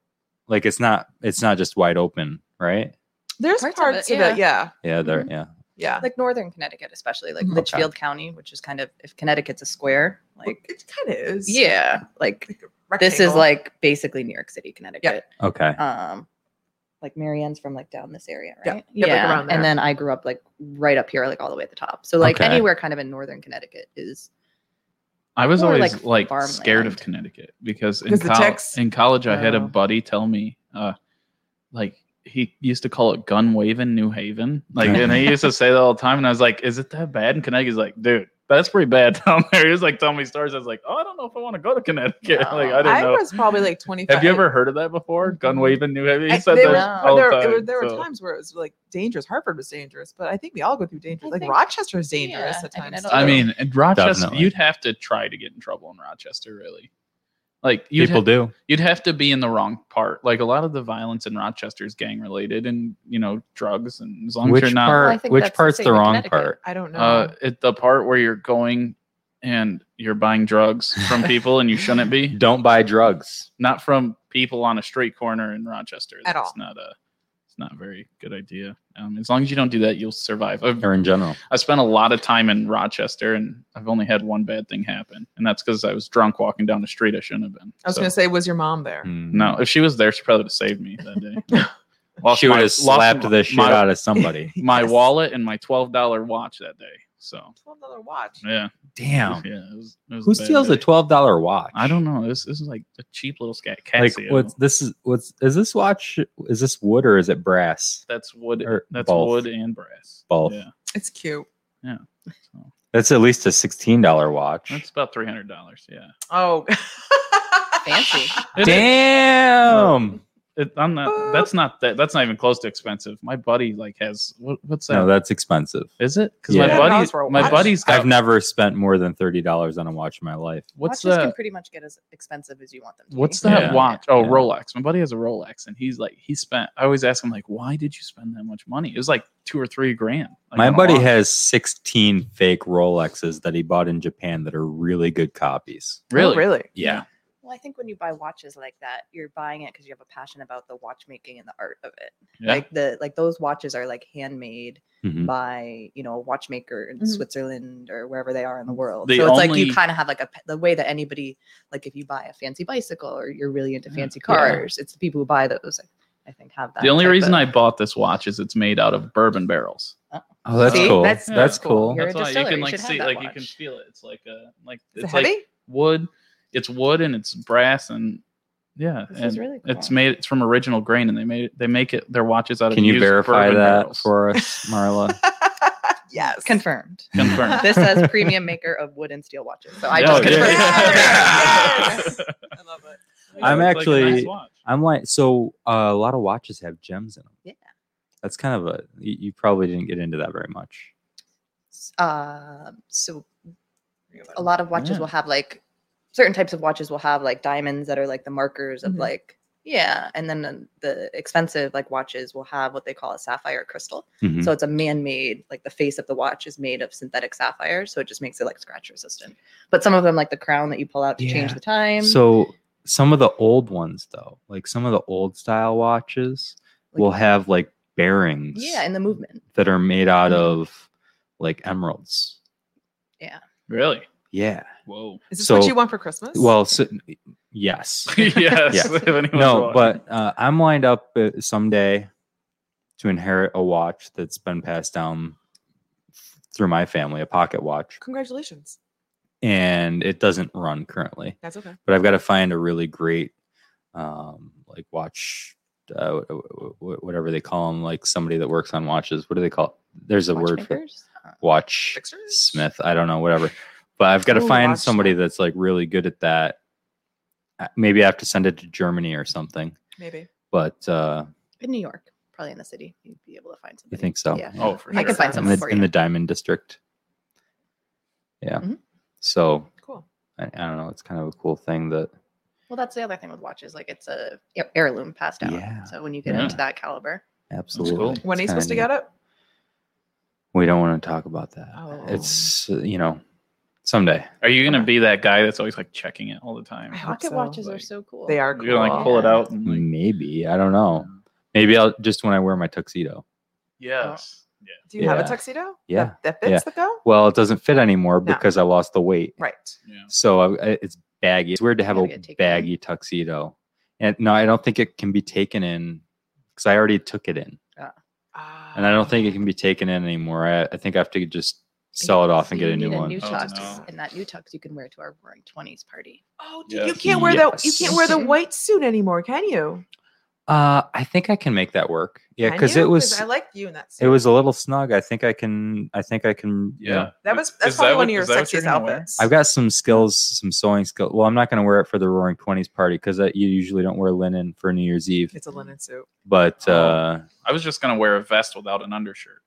Speaker 1: like it's not it's not just wide open, right?
Speaker 2: there's
Speaker 5: parts
Speaker 2: parts,
Speaker 5: of it,
Speaker 2: of, it, yeah.
Speaker 1: Yeah, there.
Speaker 2: Mm-hmm.
Speaker 1: Yeah,
Speaker 2: Yeah.
Speaker 5: Like northern Connecticut, especially like
Speaker 2: Mhm.
Speaker 1: Mm, Okay.
Speaker 5: Litchfield County, which is kind of if Connecticut's a square, like
Speaker 2: it kind of is.
Speaker 5: yeah, like
Speaker 2: Like a
Speaker 5: this is
Speaker 2: rectangle.
Speaker 5: like basically New York City, Connecticut.
Speaker 1: okay.
Speaker 5: Um, like Marianne's from like down this area,
Speaker 2: Yeah.
Speaker 5: right?
Speaker 2: Yeah, like around there.
Speaker 5: And then I grew up like right up here, like all the way at the top. So like
Speaker 1: Okay.
Speaker 5: anywhere kind of in northern Connecticut is
Speaker 3: I was
Speaker 5: Or,
Speaker 3: always
Speaker 5: like,
Speaker 3: like,
Speaker 5: farmland.
Speaker 3: scared of Connecticut because in,
Speaker 2: 'Cause the
Speaker 3: col-
Speaker 2: ticks?
Speaker 3: in college I had a
Speaker 5: Oh.
Speaker 3: buddy tell me, uh, like he used to call it gun waving New Haven, like, and he used to say that all the time. And I was like, "Is it that bad?" And Connecticut's like, "Dude, that's pretty bad down there." He was like telling me stories. I was like, "Oh, I don't know if I want to go to Connecticut."
Speaker 5: No.
Speaker 3: like, I didn't
Speaker 2: I
Speaker 3: know.
Speaker 2: was probably like 25.
Speaker 3: Have you ever heard of that before? Gun waving New Haven. He
Speaker 2: Mm-hmm. I-
Speaker 3: said
Speaker 2: there,
Speaker 3: that
Speaker 5: were-
Speaker 3: all
Speaker 2: there,
Speaker 3: the time.
Speaker 2: it were- there were
Speaker 3: so-
Speaker 2: times where it was like dangerous. Hartford was dangerous, but I think we all go through danger.
Speaker 5: I
Speaker 2: Like
Speaker 5: think-
Speaker 2: Rochester is dangerous
Speaker 5: yeah,
Speaker 2: at
Speaker 5: I mean, I
Speaker 2: times.
Speaker 5: don't-
Speaker 3: I
Speaker 5: Oh.
Speaker 3: mean, in Rochester,
Speaker 1: Definitely.
Speaker 3: you'd have to try to get in trouble in Rochester, really. Like you'd
Speaker 1: People
Speaker 3: ha-
Speaker 1: do.
Speaker 3: you'd have to be in the wrong part. Like a lot of the violence in Rochester is gang related, and you know drugs. And as long as
Speaker 1: Which
Speaker 3: you're not,
Speaker 1: part?
Speaker 5: I think
Speaker 1: which
Speaker 5: that's the
Speaker 1: part's the,
Speaker 5: state of
Speaker 1: wrong
Speaker 5: Connecticut.
Speaker 1: part?
Speaker 2: I don't know.
Speaker 3: uh, at the part where you're going and you're buying drugs from people, and you shouldn't be,
Speaker 1: Don't buy drugs.
Speaker 3: not from people on a street corner in Rochester.
Speaker 2: At
Speaker 3: That's
Speaker 2: all.
Speaker 3: not a, it's not a very good idea. Um, as long as you don't do that, you'll survive. I've,
Speaker 1: Or in general.
Speaker 3: I spent a lot of time in Rochester, and I've only had one bad thing happen, and that's because I was drunk walking down the street I shouldn't have been.
Speaker 2: I was
Speaker 3: So-
Speaker 2: going to say, was your mom there?
Speaker 1: Mm.
Speaker 3: No, if she was there, she probably would have saved me that day. Lost
Speaker 1: she would
Speaker 3: my-
Speaker 1: have
Speaker 3: lost
Speaker 1: slapped
Speaker 3: my-
Speaker 1: the shit
Speaker 3: my-
Speaker 1: out of somebody.
Speaker 3: Mm, my
Speaker 2: Yes.
Speaker 3: wallet and my twelve dollar watch that day. So
Speaker 2: Well, Another watch.
Speaker 3: yeah,
Speaker 1: Damn.
Speaker 3: yeah. It was, it was
Speaker 1: Who
Speaker 3: bad
Speaker 1: steals a
Speaker 3: day.
Speaker 1: twelve dollar watch?
Speaker 3: I don't know. This, this is like a cheap little scat.
Speaker 1: Like
Speaker 3: Casio.
Speaker 1: what's this is what's is this watch is this wood or is it brass?
Speaker 3: that's wood.
Speaker 1: or
Speaker 3: That's
Speaker 1: both.
Speaker 3: wood and brass.
Speaker 1: Both.
Speaker 3: Yeah,
Speaker 2: It's cute.
Speaker 1: That's at least a sixteen dollar watch.
Speaker 3: that's about three hundred dollars. Yeah.
Speaker 2: Oh,
Speaker 5: fancy.
Speaker 3: It is. Oh,
Speaker 1: Damn.
Speaker 3: It, I'm not.
Speaker 5: Uh,
Speaker 3: That's not that. That's not even close to expensive. My buddy like has what, what's that?
Speaker 1: No, that's expensive.
Speaker 3: Is it? Because
Speaker 1: Yeah.
Speaker 3: my
Speaker 2: $10 for a
Speaker 3: buddy, my
Speaker 2: watch?
Speaker 3: buddy's got.
Speaker 1: I've never spent more than thirty dollars on a watch in my life.
Speaker 3: what's
Speaker 5: Watches can
Speaker 3: that?
Speaker 5: pretty much get as expensive as you want them to.
Speaker 3: What's
Speaker 5: be.
Speaker 3: that
Speaker 1: Yeah.
Speaker 3: watch? Oh,
Speaker 1: Yeah.
Speaker 3: Rolex. My buddy has a Rolex, and he's like, he spent. I always ask him like, why did you spend that much money? It was like two or three grand. like,
Speaker 1: my
Speaker 3: on a
Speaker 1: buddy
Speaker 3: watch.
Speaker 1: has sixteen fake Rolexes that he bought in Japan that are really good copies.
Speaker 5: Oh,
Speaker 3: really,
Speaker 2: really?
Speaker 1: Yeah.
Speaker 5: Well, I think when you buy watches like that, you're buying it because you have a passion about the watchmaking and the art of it.
Speaker 3: Yeah.
Speaker 5: Like the like those watches are like handmade
Speaker 3: Mm.
Speaker 1: Mhm.
Speaker 5: by you know a watchmaker in
Speaker 2: Mhm.
Speaker 5: Switzerland or wherever they are in the world.
Speaker 3: They
Speaker 5: so it's like
Speaker 3: Mm. only-
Speaker 5: you kind of have like a p- the way that anybody like if you buy a fancy bicycle or you're really into
Speaker 3: Yeah.
Speaker 5: fancy
Speaker 3: Mm, Yeah.
Speaker 5: cars, it's the people who buy those. I, I think have that.
Speaker 3: The only
Speaker 5: type
Speaker 3: reason
Speaker 5: of-
Speaker 3: I bought this watch is it's made out of bourbon barrels.
Speaker 1: Oh, that's
Speaker 5: See?
Speaker 1: cool. That's,
Speaker 5: That's-
Speaker 1: cool.
Speaker 5: You're a
Speaker 3: That's why you
Speaker 5: distiller,
Speaker 3: can
Speaker 5: you
Speaker 3: like
Speaker 5: should have
Speaker 3: see,
Speaker 5: that
Speaker 3: like you can
Speaker 5: watch.
Speaker 3: feel it. It's like a like
Speaker 2: Is it
Speaker 3: it's
Speaker 2: heavy?
Speaker 3: like wood. It's wood and it's brass and yeah,
Speaker 5: This is
Speaker 3: and
Speaker 5: really
Speaker 3: it's
Speaker 5: cool.
Speaker 3: made it's from original grain and they made it, they make it their watches out of.
Speaker 1: Can you
Speaker 3: used
Speaker 1: verify
Speaker 3: bourbon
Speaker 1: that
Speaker 3: barrels.
Speaker 1: for us, Marla?
Speaker 2: yes.
Speaker 5: confirmed.
Speaker 3: confirm?
Speaker 5: This says premium maker of wood and steel watches. So
Speaker 3: Oh,
Speaker 5: I
Speaker 3: Yeah,
Speaker 5: just
Speaker 1: yeah.
Speaker 5: confirmed.
Speaker 2: Yes. I love it.
Speaker 1: I'm
Speaker 3: It's like a
Speaker 1: actually-
Speaker 3: nice watch.
Speaker 1: I'm like, so uh, a lot of watches have gems in them.
Speaker 5: Yeah.
Speaker 1: That's kind of a, you, you probably didn't get into that very much.
Speaker 5: Uh, so
Speaker 2: Bring it
Speaker 5: a
Speaker 2: up.
Speaker 5: lot of watches
Speaker 3: Yeah.
Speaker 5: will have like certain types of watches will have like diamonds that are like the markers of
Speaker 1: Mm-hmm.
Speaker 2: Mhm.
Speaker 5: like yeah and then the, the expensive like watches will have what they call a sapphire crystal
Speaker 1: Mhm.
Speaker 5: so it's a man-made like the face of the watch is made of synthetic sapphire so it just makes it like scratch resistant but some of them like the crown that you pull out to change
Speaker 1: Yeah.
Speaker 5: the time
Speaker 1: So some of the old ones, though, like some of the old style watches
Speaker 5: like,
Speaker 1: will have like bearings
Speaker 5: yeah and the movement
Speaker 1: that are made out
Speaker 5: Mhm.
Speaker 1: of like emeralds.
Speaker 3: Really?
Speaker 1: Yeah.
Speaker 3: Whoa.
Speaker 2: Is this
Speaker 1: so-
Speaker 2: what you want for Christmas?
Speaker 1: Well, so, yes.
Speaker 3: yes.
Speaker 1: Yeah.
Speaker 3: if anyone's
Speaker 1: no,
Speaker 3: watching.
Speaker 1: but uh, I'm lined up uh, someday to inherit a watch that's been passed down f- through my family, a pocket watch,
Speaker 2: congratulations.
Speaker 1: and it doesn't run currently.
Speaker 2: That's okay.
Speaker 1: But I've got to find a really great, um, like watch, uh, wh- wh- wh- whatever they call them, like somebody that works on watches. What do they call? It? There's a word for it.
Speaker 5: watchmakers? Uh,
Speaker 1: watch
Speaker 2: Fixers?
Speaker 1: smith. I don't know, whatever. But I've got to
Speaker 2: Ooh,
Speaker 1: find
Speaker 2: watch
Speaker 1: somebody
Speaker 2: smith.
Speaker 1: that's like really good at that. Uh, Maybe I have to send it to Germany or something.
Speaker 2: Maybe.
Speaker 1: But uh,
Speaker 5: in new york probably in the city you'd be able to find something
Speaker 1: you think so?
Speaker 5: yeah
Speaker 3: oh, for sure.
Speaker 5: I can find
Speaker 1: in
Speaker 5: someone
Speaker 1: the,
Speaker 5: for
Speaker 1: in
Speaker 5: you.
Speaker 1: the Diamond District. Yeah.
Speaker 2: Mm-hmm.
Speaker 5: Mhm.
Speaker 1: So
Speaker 2: Cool.
Speaker 1: I, I don't know. It's kind of a cool thing that
Speaker 5: well that's the other thing with watches like it's a heir- heirloom passed down
Speaker 1: Yeah.
Speaker 5: so when you get
Speaker 3: Yeah.
Speaker 5: into that caliber
Speaker 1: absolutely.
Speaker 3: cool.
Speaker 2: When are you supposed to get it?
Speaker 1: We don't want to talk about that.
Speaker 2: Oh.
Speaker 1: It's uh, you know someday.
Speaker 3: Are you gonna be that guy that's always like checking it all the time?
Speaker 2: I hope
Speaker 5: Pocket
Speaker 2: so.
Speaker 5: watches are
Speaker 3: Like,
Speaker 5: so cool.
Speaker 2: They are
Speaker 3: You're
Speaker 2: cool.
Speaker 3: gonna like pull it out and like
Speaker 1: Maybe I don't know. Maybe I'll just when I wear my tuxedo.
Speaker 3: yes. Yeah.
Speaker 2: Do you have
Speaker 1: Yeah.
Speaker 2: a tuxedo?
Speaker 1: Yeah.
Speaker 2: That, that fits
Speaker 1: Yeah.
Speaker 2: the bill?
Speaker 1: Well, it doesn't fit anymore
Speaker 2: No.
Speaker 1: because I lost the weight.
Speaker 2: Right.
Speaker 3: Yeah.
Speaker 1: So uh, I, I- it's baggy. It's weird to have
Speaker 5: Gotta
Speaker 1: a
Speaker 5: get taken in.
Speaker 1: baggy tuxedo. And no, I don't think it can be taken in because I already took it in. and I don't think it can be taken in anymore. I, I think I have to just sell it off and
Speaker 5: So
Speaker 1: get
Speaker 5: you
Speaker 1: a new
Speaker 5: need
Speaker 1: one.
Speaker 5: A new
Speaker 3: Oh,
Speaker 5: tux,
Speaker 3: no.
Speaker 5: And that new tux you can wear to our roaring twenties party.
Speaker 2: Oh, dude,
Speaker 3: Yes.
Speaker 2: you can't wear the you
Speaker 1: Yes.
Speaker 2: can't wear the
Speaker 5: Mhm.
Speaker 2: white suit anymore, can you?
Speaker 1: Uh, I think I can make that work. Yeah,
Speaker 2: Can
Speaker 1: because
Speaker 2: you?
Speaker 1: it was
Speaker 2: I like you in that suit.
Speaker 1: it was a little snug. I think I can. I think I can.
Speaker 3: Yeah.
Speaker 2: that was
Speaker 3: Is
Speaker 2: that's
Speaker 3: that
Speaker 2: probably
Speaker 3: what-
Speaker 2: one of your
Speaker 3: is that what you're
Speaker 2: sexiest
Speaker 3: gonna wear?
Speaker 2: outfits.
Speaker 1: I've got some skills, some sewing skills. Well, I'm not going to wear it for the Roaring Twenties party because you usually don't wear linen for New Year's Eve.
Speaker 2: it's a linen suit.
Speaker 1: But
Speaker 3: Oh.
Speaker 1: uh,
Speaker 3: I was just gonna wear a vest without an undershirt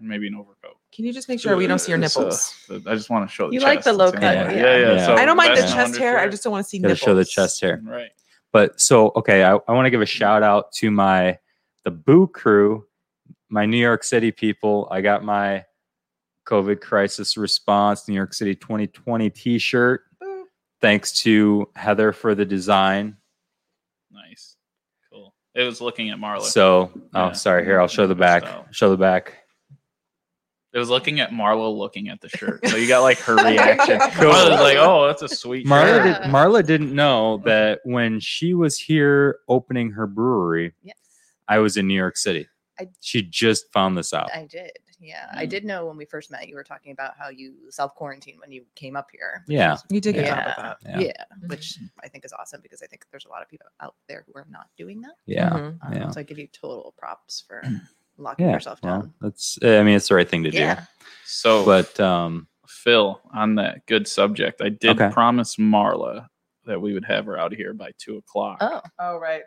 Speaker 3: and maybe an overcoat.
Speaker 2: Can you just make sure we don't see your
Speaker 3: It's, uh,
Speaker 2: nipples?
Speaker 3: the- I just want to show the
Speaker 5: You like the
Speaker 3: chest.
Speaker 5: low
Speaker 3: That's
Speaker 1: cut,
Speaker 3: anyway.
Speaker 1: yeah.
Speaker 3: Yeah, yeah.
Speaker 1: Yeah.
Speaker 2: I don't mind the
Speaker 3: vest and
Speaker 2: chest hair. I
Speaker 3: Oh, undershirt.
Speaker 2: just don't want to see
Speaker 1: got to
Speaker 2: nipples.
Speaker 1: show the chest hair.
Speaker 3: Right.
Speaker 1: But so okay, I, I want to give a shout out to my the Boo crew, my New York City people. I got my COVID crisis response New York City 2020 T-shirt.
Speaker 2: Boop.
Speaker 1: Thanks to Heather for the design.
Speaker 3: Nice. Cool. It was looking at Marla.
Speaker 1: So, oh,
Speaker 3: Yeah.
Speaker 1: sorry. Here, I'll show the
Speaker 3: Good
Speaker 1: back.
Speaker 3: style.
Speaker 1: Show the back.
Speaker 3: it was looking at Marla looking at the shirt. So you got like her reaction.
Speaker 1: Cool.
Speaker 3: Marla was like, "Oh, that's a sweet
Speaker 1: Marla,
Speaker 3: shirt."
Speaker 1: did,
Speaker 5: Yeah.
Speaker 1: Marla didn't know that when she was here opening her brewery,
Speaker 5: Yes,
Speaker 1: I was in New York City.
Speaker 5: I-
Speaker 1: she just found this out.
Speaker 5: I did. Yeah, I
Speaker 3: Mm.
Speaker 5: did know when we first met. You were talking about how you self quarantine when you came up here. which
Speaker 1: Yeah.
Speaker 5: is-
Speaker 2: You did a good job
Speaker 5: yeah,
Speaker 2: with that.
Speaker 5: yeah,
Speaker 1: Yeah.
Speaker 5: which I think is awesome because I think there's a lot of people out there who are not doing that.
Speaker 1: yeah.
Speaker 2: Mhm.
Speaker 5: Um,
Speaker 1: Yeah. Mm.
Speaker 5: So I give you total props for locking
Speaker 1: Yeah.
Speaker 5: yourself
Speaker 1: Well,
Speaker 5: down.
Speaker 1: that's, I mean, it's the right thing to do.
Speaker 5: Yeah,
Speaker 3: So,
Speaker 1: But um,
Speaker 3: Phil, on that good subject, I did
Speaker 1: Okay.
Speaker 3: promise Marla that we would have her out here by two o'clock.
Speaker 5: Oh,
Speaker 2: Oh right.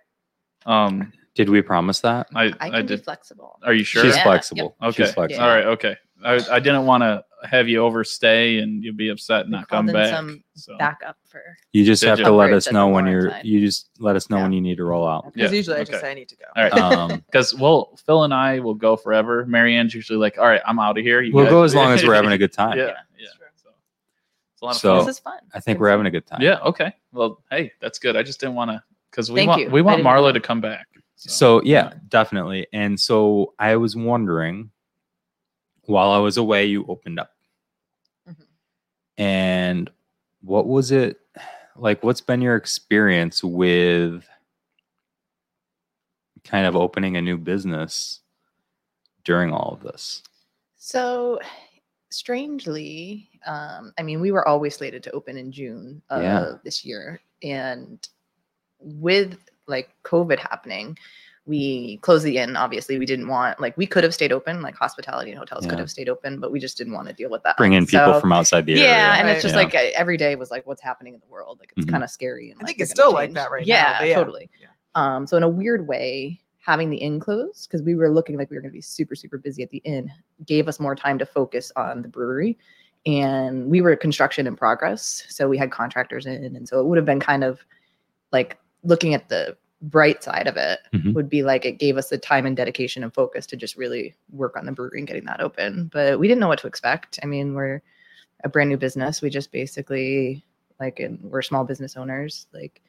Speaker 3: Um,
Speaker 1: did we promise that?
Speaker 3: I
Speaker 5: I
Speaker 3: I,
Speaker 5: can be
Speaker 3: did.
Speaker 5: flexible.
Speaker 3: Are you sure?
Speaker 1: She's
Speaker 5: Yeah.
Speaker 1: flexible.
Speaker 3: Okay.
Speaker 1: She's flexible.
Speaker 5: Yeah.
Speaker 3: All right. Okay. I, I didn't want to have you overstay and you'd be upset and
Speaker 5: We
Speaker 3: not
Speaker 5: called
Speaker 3: come
Speaker 5: in
Speaker 3: back.
Speaker 5: some
Speaker 1: Oh.
Speaker 3: so.
Speaker 5: Backup for
Speaker 1: You just
Speaker 3: Did
Speaker 1: have
Speaker 3: you?
Speaker 1: to let
Speaker 5: Coverage
Speaker 1: us
Speaker 5: at
Speaker 1: know
Speaker 5: the
Speaker 1: when
Speaker 5: Lauren
Speaker 1: you're.
Speaker 5: side.
Speaker 1: You just let us know
Speaker 5: Yeah.
Speaker 1: when you need to roll out.
Speaker 2: Because
Speaker 3: Yeah,
Speaker 2: usually I
Speaker 3: okay.
Speaker 2: just say I need to go.
Speaker 3: All right.
Speaker 1: Um,
Speaker 3: Because well, Phil and I will go forever. Marianne's usually like, "All right, I'm out of here." You
Speaker 1: we'll
Speaker 3: guys-
Speaker 1: go as long as we're having a good
Speaker 3: Uh, yeah,
Speaker 1: time.
Speaker 3: yeah.
Speaker 5: Yeah,
Speaker 2: that's true.
Speaker 3: So, as a lot of
Speaker 1: So-
Speaker 5: this
Speaker 3: fun.
Speaker 5: is fun.
Speaker 1: Oh, I think we're having a good time.
Speaker 3: Yeah. Okay. Well, hey, that's good. I just didn't want to because we
Speaker 5: Thank
Speaker 3: want
Speaker 5: you.
Speaker 3: we
Speaker 5: I
Speaker 3: want
Speaker 5: didn't know
Speaker 3: Marla to
Speaker 5: that.
Speaker 3: come back.
Speaker 1: So yeah, definitely. And so I was wondering, while I was away, you opened up,
Speaker 5: Mhm.
Speaker 1: and what was it like? What's been your experience with kind of opening a new business during all of this?
Speaker 5: So strangely, um, I mean, we were always slated to open in June of
Speaker 1: Yeah.
Speaker 5: this year, and with like COVID happening, we closed the inn. Obviously, we didn't want like we could have stayed open, like hospitality and hotels
Speaker 1: Yeah.
Speaker 5: could have stayed open, but we just didn't want to deal with that.
Speaker 1: Bring in people
Speaker 5: So-
Speaker 1: from outside the
Speaker 5: yeah, Mm-hmm.
Speaker 1: area.
Speaker 5: and it's just
Speaker 1: Right.
Speaker 5: like I, every day was like, what's happening in the world? Like it's
Speaker 1: Mhm.
Speaker 5: kind of scary. And
Speaker 2: I
Speaker 5: like,
Speaker 2: think
Speaker 5: we're
Speaker 2: it's
Speaker 5: gonna
Speaker 2: still like
Speaker 5: change.
Speaker 2: that right now,
Speaker 5: yeah,
Speaker 2: but yeah.
Speaker 5: totally.
Speaker 2: Yeah.
Speaker 5: Um, so in a weird way, having the inn closed because we were looking like we were going to be super super busy at the inn gave us more time to focus on the brewery, and we were construction in progress, so we had contractors in, and so it would have been kind of like looking at the bright side of it
Speaker 1: Mhm.
Speaker 5: would be like it gave us the time and dedication and focus to just really work on the brewery and getting that open but we didn't know what to expect i mean we're a brand new business we just basically like and we're small business owners like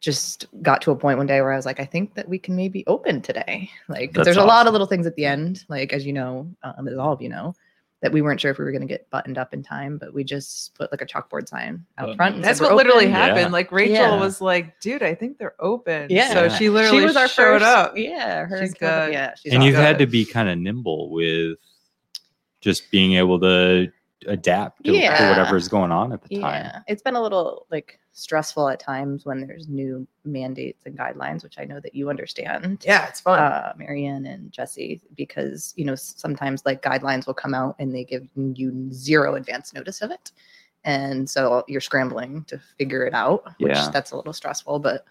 Speaker 5: just got to a point one day where i was like i think that we can maybe open today like 'cause
Speaker 1: That's
Speaker 5: there's a lot
Speaker 1: awesome.
Speaker 5: of little things at the end like as you know um, as all of you know that we weren't sure if we were going to get buttoned up in time but we just put like a chalkboard sign out
Speaker 3: Button.
Speaker 5: front and said,
Speaker 2: That's
Speaker 5: "We're
Speaker 2: what literally
Speaker 5: open."
Speaker 2: happened.
Speaker 1: Yeah.
Speaker 2: Like Rachel
Speaker 5: Yeah.
Speaker 2: was like, "Dude, I think they're open."
Speaker 5: Yeah.
Speaker 2: So she literally
Speaker 5: she was our
Speaker 2: showed
Speaker 5: first,
Speaker 2: up.
Speaker 5: Yeah, her
Speaker 2: She's
Speaker 5: and Caleb-
Speaker 2: good.
Speaker 5: Yeah, she's
Speaker 1: and you've had
Speaker 5: awesome.
Speaker 1: to be kind of nimble with just being able to adapt to, to
Speaker 5: Yeah.
Speaker 1: whatever's going on at the time.
Speaker 5: Yeah, it's been a little like stressful at times when there's new mandates and guidelines, which I know that you understand.
Speaker 2: Yeah, it's fun.
Speaker 5: Uh, Marianne and Jesse, because you know s- sometimes like guidelines will come out and they give you zero advance notice of it, and so you're scrambling to figure it out. Which
Speaker 1: Yeah.
Speaker 5: that's a little stressful, but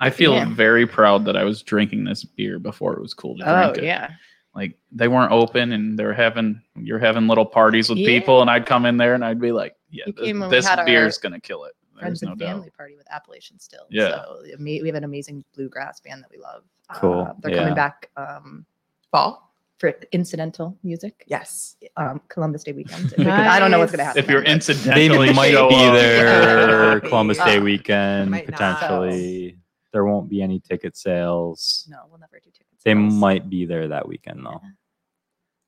Speaker 3: I feel
Speaker 5: Yeah.
Speaker 3: very proud that I was drinking this beer before it was cool to
Speaker 5: oh
Speaker 3: drink it.
Speaker 5: yeah,
Speaker 3: Like they weren't open and they're having you're having little parties with
Speaker 5: Yeah.
Speaker 3: people and I'd come in there and I'd be like, Yeah,
Speaker 5: You
Speaker 3: this,
Speaker 5: came when we
Speaker 3: this
Speaker 5: had our
Speaker 3: beer's gonna kill it.
Speaker 5: friends
Speaker 3: There's no
Speaker 5: and
Speaker 3: doubt.
Speaker 5: family party with Appalachian Still.
Speaker 3: Yeah.
Speaker 5: So ama- we have an amazing bluegrass band that we love.
Speaker 1: Cool.
Speaker 5: Uh, they're
Speaker 1: Yeah.
Speaker 5: coming back um, fall for incidental music.
Speaker 2: yes.
Speaker 5: Um, Columbus Day weekend. If we can- I don't know what's going to
Speaker 2: Nice.
Speaker 5: happen.
Speaker 3: If you're
Speaker 5: then, but-
Speaker 1: they
Speaker 3: incidentally
Speaker 1: might
Speaker 3: show
Speaker 1: be
Speaker 3: up-
Speaker 1: there
Speaker 2: Yeah.
Speaker 1: Columbus Day
Speaker 5: Uh,
Speaker 1: weekend
Speaker 2: might not.
Speaker 1: potentially. There won't be any ticket sales.
Speaker 5: No, we'll never do tickets.
Speaker 1: They
Speaker 5: sales.
Speaker 1: might be there that weekend though.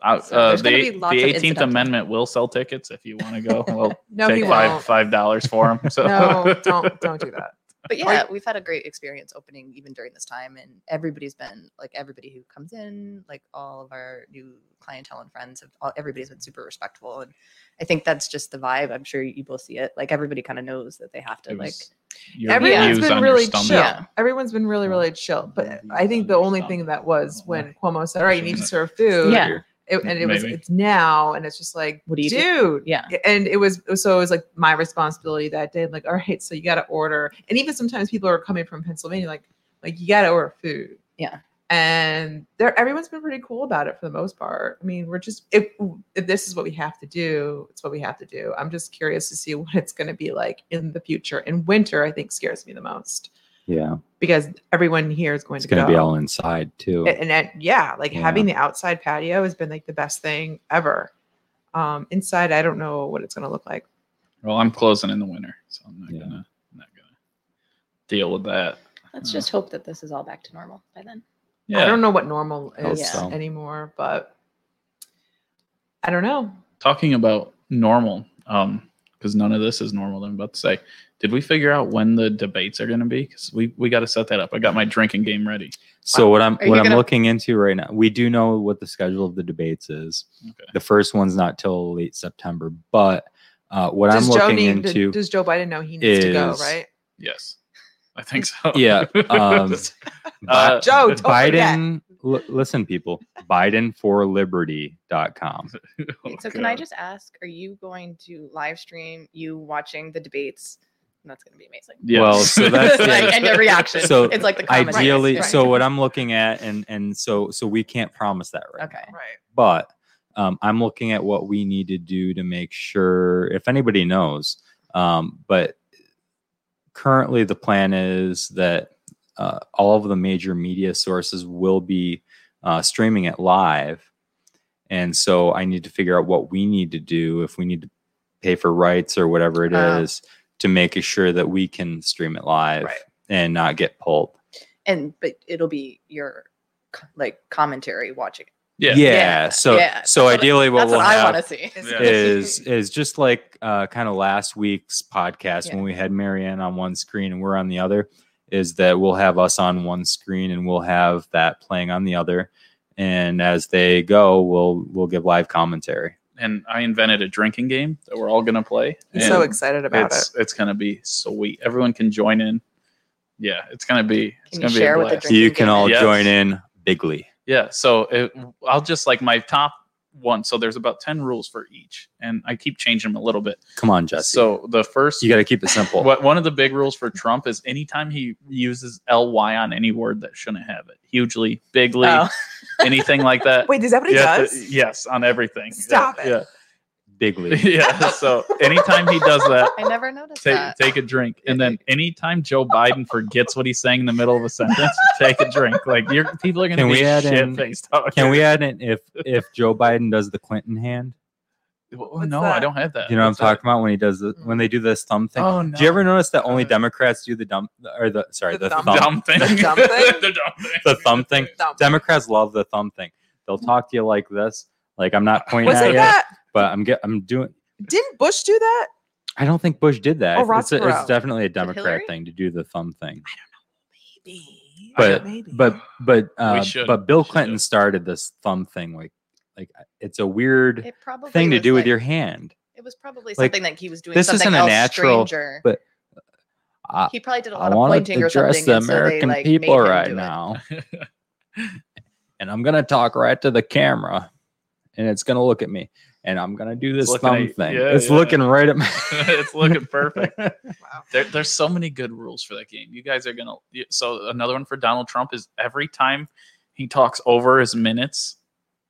Speaker 3: Uh,
Speaker 5: So
Speaker 3: uh,
Speaker 5: there's
Speaker 3: the
Speaker 5: gonna be
Speaker 3: the
Speaker 5: lots of
Speaker 3: 18th
Speaker 5: incidental.
Speaker 3: Amendment will sell tickets if you want to go. We'll
Speaker 2: No, he
Speaker 3: take five
Speaker 2: won't.
Speaker 3: five dollars for them. So
Speaker 2: No, don't don't do that.
Speaker 5: But yeah, we've had a great experience opening even during this time, and everybody's been like everybody who comes in, like all of our new clientele and friends have all, everybody's been super respectful, and I think that's just the vibe. I'm sure you both see it. Like everybody kind of knows that they have to
Speaker 3: It
Speaker 5: like.
Speaker 3: was your
Speaker 2: Everyone's
Speaker 3: views
Speaker 2: been
Speaker 3: on your
Speaker 2: really
Speaker 3: stomach.
Speaker 2: chill.
Speaker 5: Yeah.
Speaker 2: Everyone's been really, really chill. But I think the only thing that was when Cuomo said, "All right, you need to serve food,"
Speaker 5: Yeah.
Speaker 2: it, and it was
Speaker 3: Maybe.
Speaker 2: it's now, and it's just like,
Speaker 5: What do you do?
Speaker 2: dude?
Speaker 5: Yeah.
Speaker 2: And it was so it was like my responsibility that day. Like, all right, so you got to order, and even sometimes people are coming from Pennsylvania, like, like you got to order food.
Speaker 5: Yeah.
Speaker 2: And there, everyone's been pretty cool about it for the most part. I mean, we're just if if this is what we have to do, it's what we have to do. I'm just curious to see what it's going to be like in the future. And winter, I think, scares me the most
Speaker 1: Yeah.
Speaker 2: because everyone here is going
Speaker 1: It's
Speaker 2: to
Speaker 1: gonna
Speaker 2: go.
Speaker 1: be all inside too.
Speaker 2: A- and, that- yeah, like
Speaker 1: Yeah.
Speaker 2: having the outside patio has been like the best thing ever. Um, inside, I don't know what it's going to look like.
Speaker 3: Well, I'm closing in the winter, so I'm not
Speaker 1: Yeah.
Speaker 3: gonna I'm not gonna deal with that.
Speaker 5: Let's
Speaker 3: Uh,
Speaker 5: just hope that this is all back to normal by then.
Speaker 2: I
Speaker 3: Yeah.
Speaker 2: don't know what normal
Speaker 1: Hope
Speaker 2: is
Speaker 1: so.
Speaker 2: anymore, but I don't know.
Speaker 3: Talking about normal, um, because none of this is normal. I'm about to say, did we figure out when the debates are gonna be? Because we we got to set that up. I got my drinking game ready.
Speaker 1: So what I'm
Speaker 5: Are
Speaker 1: what
Speaker 5: you
Speaker 1: I'm
Speaker 5: gonna-
Speaker 1: looking into right now, we do know what the schedule of the debates is.
Speaker 3: Okay.
Speaker 1: The first one's not till late September, but uh, what
Speaker 2: does
Speaker 1: I'm
Speaker 2: Joe
Speaker 1: looking
Speaker 2: need?
Speaker 1: into
Speaker 2: does Joe Biden know he needs to go?
Speaker 1: is-
Speaker 2: Right?
Speaker 3: Yes, I think so.
Speaker 1: Yeah, um,
Speaker 3: Uh,
Speaker 2: Joe, don't forget.
Speaker 1: Biden l- listen people, Biden for liberty.com.
Speaker 3: Oh,
Speaker 5: Wait, so can I just ask, are you going to live stream you watching the debates? That's going to be amazing.
Speaker 3: Yeah.
Speaker 1: Well, so that's the-
Speaker 5: like, and your reaction.
Speaker 1: So
Speaker 5: it's like the comments.
Speaker 1: Ideally,
Speaker 5: Right.
Speaker 1: so what I'm looking at and and so so we can't promise that right. now.
Speaker 5: Okay.
Speaker 2: Right.
Speaker 1: but um, I'm looking at what we need to do to make sure if anybody knows. Um, but currently, the plan is that uh, all of the major media sources will be uh, streaming it live, and so I need to figure out what we need to do if we need to pay for rights or whatever it is
Speaker 5: Ah.
Speaker 1: to make sure that we can stream it live
Speaker 5: Right.
Speaker 1: and not get pulled.
Speaker 5: and but it'll be your co- like commentary watching. it.
Speaker 1: Yeah.
Speaker 3: Yeah.
Speaker 5: Yeah,
Speaker 1: So
Speaker 5: yeah.
Speaker 1: so
Speaker 5: That's what-
Speaker 1: ideally what
Speaker 5: That's
Speaker 1: we'll
Speaker 5: what I
Speaker 1: have
Speaker 5: want to see.
Speaker 2: Is-
Speaker 3: Yeah.
Speaker 1: is is just like uh, kind of last week's podcast
Speaker 5: Yeah.
Speaker 1: when we had Marianne on one screen and we're on the other. Is that we'll have us on one screen and we'll have that playing on the other, and as they go, we'll we'll give live commentary.
Speaker 3: And I invented a drinking game that we're all gonna play.
Speaker 2: He's so
Speaker 3: and
Speaker 2: excited about
Speaker 3: it's,
Speaker 2: it.
Speaker 3: It's gonna be sweet. Everyone can join in. Yeah, it's gonna be. It's
Speaker 5: Can you
Speaker 3: gonna be a
Speaker 5: share with the
Speaker 3: blast.
Speaker 5: Drinking
Speaker 1: you can
Speaker 5: game.
Speaker 1: all
Speaker 3: Yes.
Speaker 1: join in bigly.
Speaker 3: Yeah, so it, I'll just like my top one. So there's about ten rules for each, and I keep changing them a little bit.
Speaker 1: Come on, Jesse.
Speaker 3: So the first,
Speaker 1: you got to keep it simple.
Speaker 3: what one of the big rules for Trump is anytime he uses ly on any word that shouldn't have it, hugely, bigly,
Speaker 5: Oh,
Speaker 3: anything like that.
Speaker 2: Wait, is that what he
Speaker 3: You have
Speaker 2: does?
Speaker 3: to- yes, on everything.
Speaker 2: Stop
Speaker 3: yeah,
Speaker 2: it.
Speaker 3: Yeah,
Speaker 1: bigly.
Speaker 3: yeah. So anytime he does that,
Speaker 5: I never noticed
Speaker 3: take
Speaker 2: Uh,
Speaker 5: that.
Speaker 3: take a drink, and then anytime Joe Biden forgets what he's saying in the middle of a sentence, take a drink. Like your people are gonna
Speaker 1: Can
Speaker 3: be
Speaker 1: we add in-
Speaker 3: shit faced.
Speaker 1: Can we add in if if Joe Biden does the Clinton hand?
Speaker 3: Well, oh,
Speaker 2: What's
Speaker 3: no, I
Speaker 2: that?
Speaker 3: don't have that.
Speaker 1: You know what I'm
Speaker 3: What's that?
Speaker 1: talking about when he does
Speaker 5: Mm.
Speaker 1: the, when they do this thumb thing.
Speaker 3: Oh no.
Speaker 1: Do you ever notice that only
Speaker 3: Uh,
Speaker 1: Democrats do the dumb or the sorry the,
Speaker 2: the
Speaker 1: thumb,
Speaker 2: thumb-
Speaker 3: dumb thing?
Speaker 2: The dumb thing?
Speaker 3: the dumb thing.
Speaker 1: the thumb thing?
Speaker 2: Thumb.
Speaker 1: Democrats love the thumb thing. They'll
Speaker 3: Mm.
Speaker 1: talk to you like this, like I'm not pointing
Speaker 2: Wasn't
Speaker 1: at you,
Speaker 2: that?
Speaker 1: but I'm get I'm doing.
Speaker 2: Didn't Bush do that?
Speaker 1: I don't think Bush did that.
Speaker 2: Oh,
Speaker 1: it's, a- it's
Speaker 2: Roxborough.
Speaker 1: definitely a
Speaker 5: Hillary?
Speaker 1: Democrat thing to do the thumb thing.
Speaker 2: Maybe.
Speaker 1: But-
Speaker 2: Maybe.
Speaker 1: But but uh,
Speaker 3: should-
Speaker 1: but Bill
Speaker 3: we should
Speaker 1: Clinton
Speaker 3: have-
Speaker 1: started this thumb thing like like it's a weird
Speaker 5: It probably
Speaker 1: thing to
Speaker 5: was
Speaker 1: do with
Speaker 5: like-
Speaker 1: your hand.
Speaker 5: It was probably
Speaker 1: Like,
Speaker 5: something that he was doing.
Speaker 1: this
Speaker 5: something
Speaker 1: isn't a
Speaker 5: else
Speaker 1: natural-
Speaker 5: stranger.
Speaker 1: but, uh,
Speaker 5: he probably did a
Speaker 1: I
Speaker 5: lot of
Speaker 1: want
Speaker 5: pointing
Speaker 1: to
Speaker 5: or
Speaker 1: address
Speaker 5: something.
Speaker 1: the
Speaker 5: and so they,
Speaker 1: American
Speaker 5: like, made
Speaker 1: people
Speaker 5: him
Speaker 1: right
Speaker 5: do it.
Speaker 1: now, and I'm gonna talk right to the camera, and it's gonna look at me, and I'm gonna do this
Speaker 3: looking at
Speaker 1: thumb
Speaker 3: you.
Speaker 1: thing.
Speaker 3: Yeah,
Speaker 1: it's
Speaker 3: yeah.
Speaker 1: looking right at me.
Speaker 3: it's looking perfect.
Speaker 2: wow.
Speaker 3: There, there's so many good rules for that game. You guys are gonna. you- So another one for Donald Trump is every time he talks over his minutes,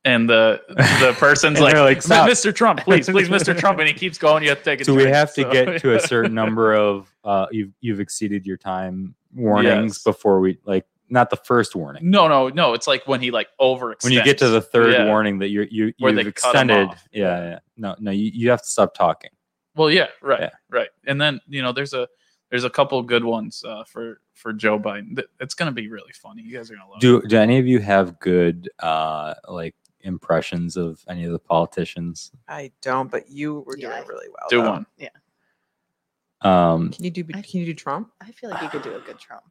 Speaker 3: and the the person's
Speaker 1: And
Speaker 3: like,
Speaker 1: they're like,
Speaker 3: "Mi-
Speaker 1: "Stop."
Speaker 3: Mr. Trump, please, please, Mr. Trump, and he keeps going. You have to take. A
Speaker 1: so we
Speaker 3: drink.
Speaker 1: have to
Speaker 3: So-
Speaker 1: get to a certain number of uh, you've you've exceeded your time warnings
Speaker 3: Yes.
Speaker 1: before we like not the first warning.
Speaker 3: No, no, no. It's like when he like overextends.
Speaker 1: When you get to the third
Speaker 3: Yeah.
Speaker 1: warning that you're, you
Speaker 3: Where
Speaker 1: you've
Speaker 3: they cut 'em
Speaker 1: extended,
Speaker 3: off.
Speaker 1: yeah, yeah, no, no, you, you have to stop talking.
Speaker 3: Well, yeah, right,
Speaker 1: Yeah.
Speaker 3: right. And then you know, there's a there's a couple good ones uh, for for Joe Biden. Th- It's gonna be really funny. You guys are gonna love. it.
Speaker 1: Do do any of you have good uh, like impressions of any of the politicians?
Speaker 2: I don't, but you were doing
Speaker 5: Yeah.
Speaker 2: really well.
Speaker 3: do
Speaker 2: though.
Speaker 3: one.
Speaker 1: Um,
Speaker 2: Can you do
Speaker 5: I-
Speaker 2: can you do Trump?
Speaker 5: I feel like you could do a good Trump.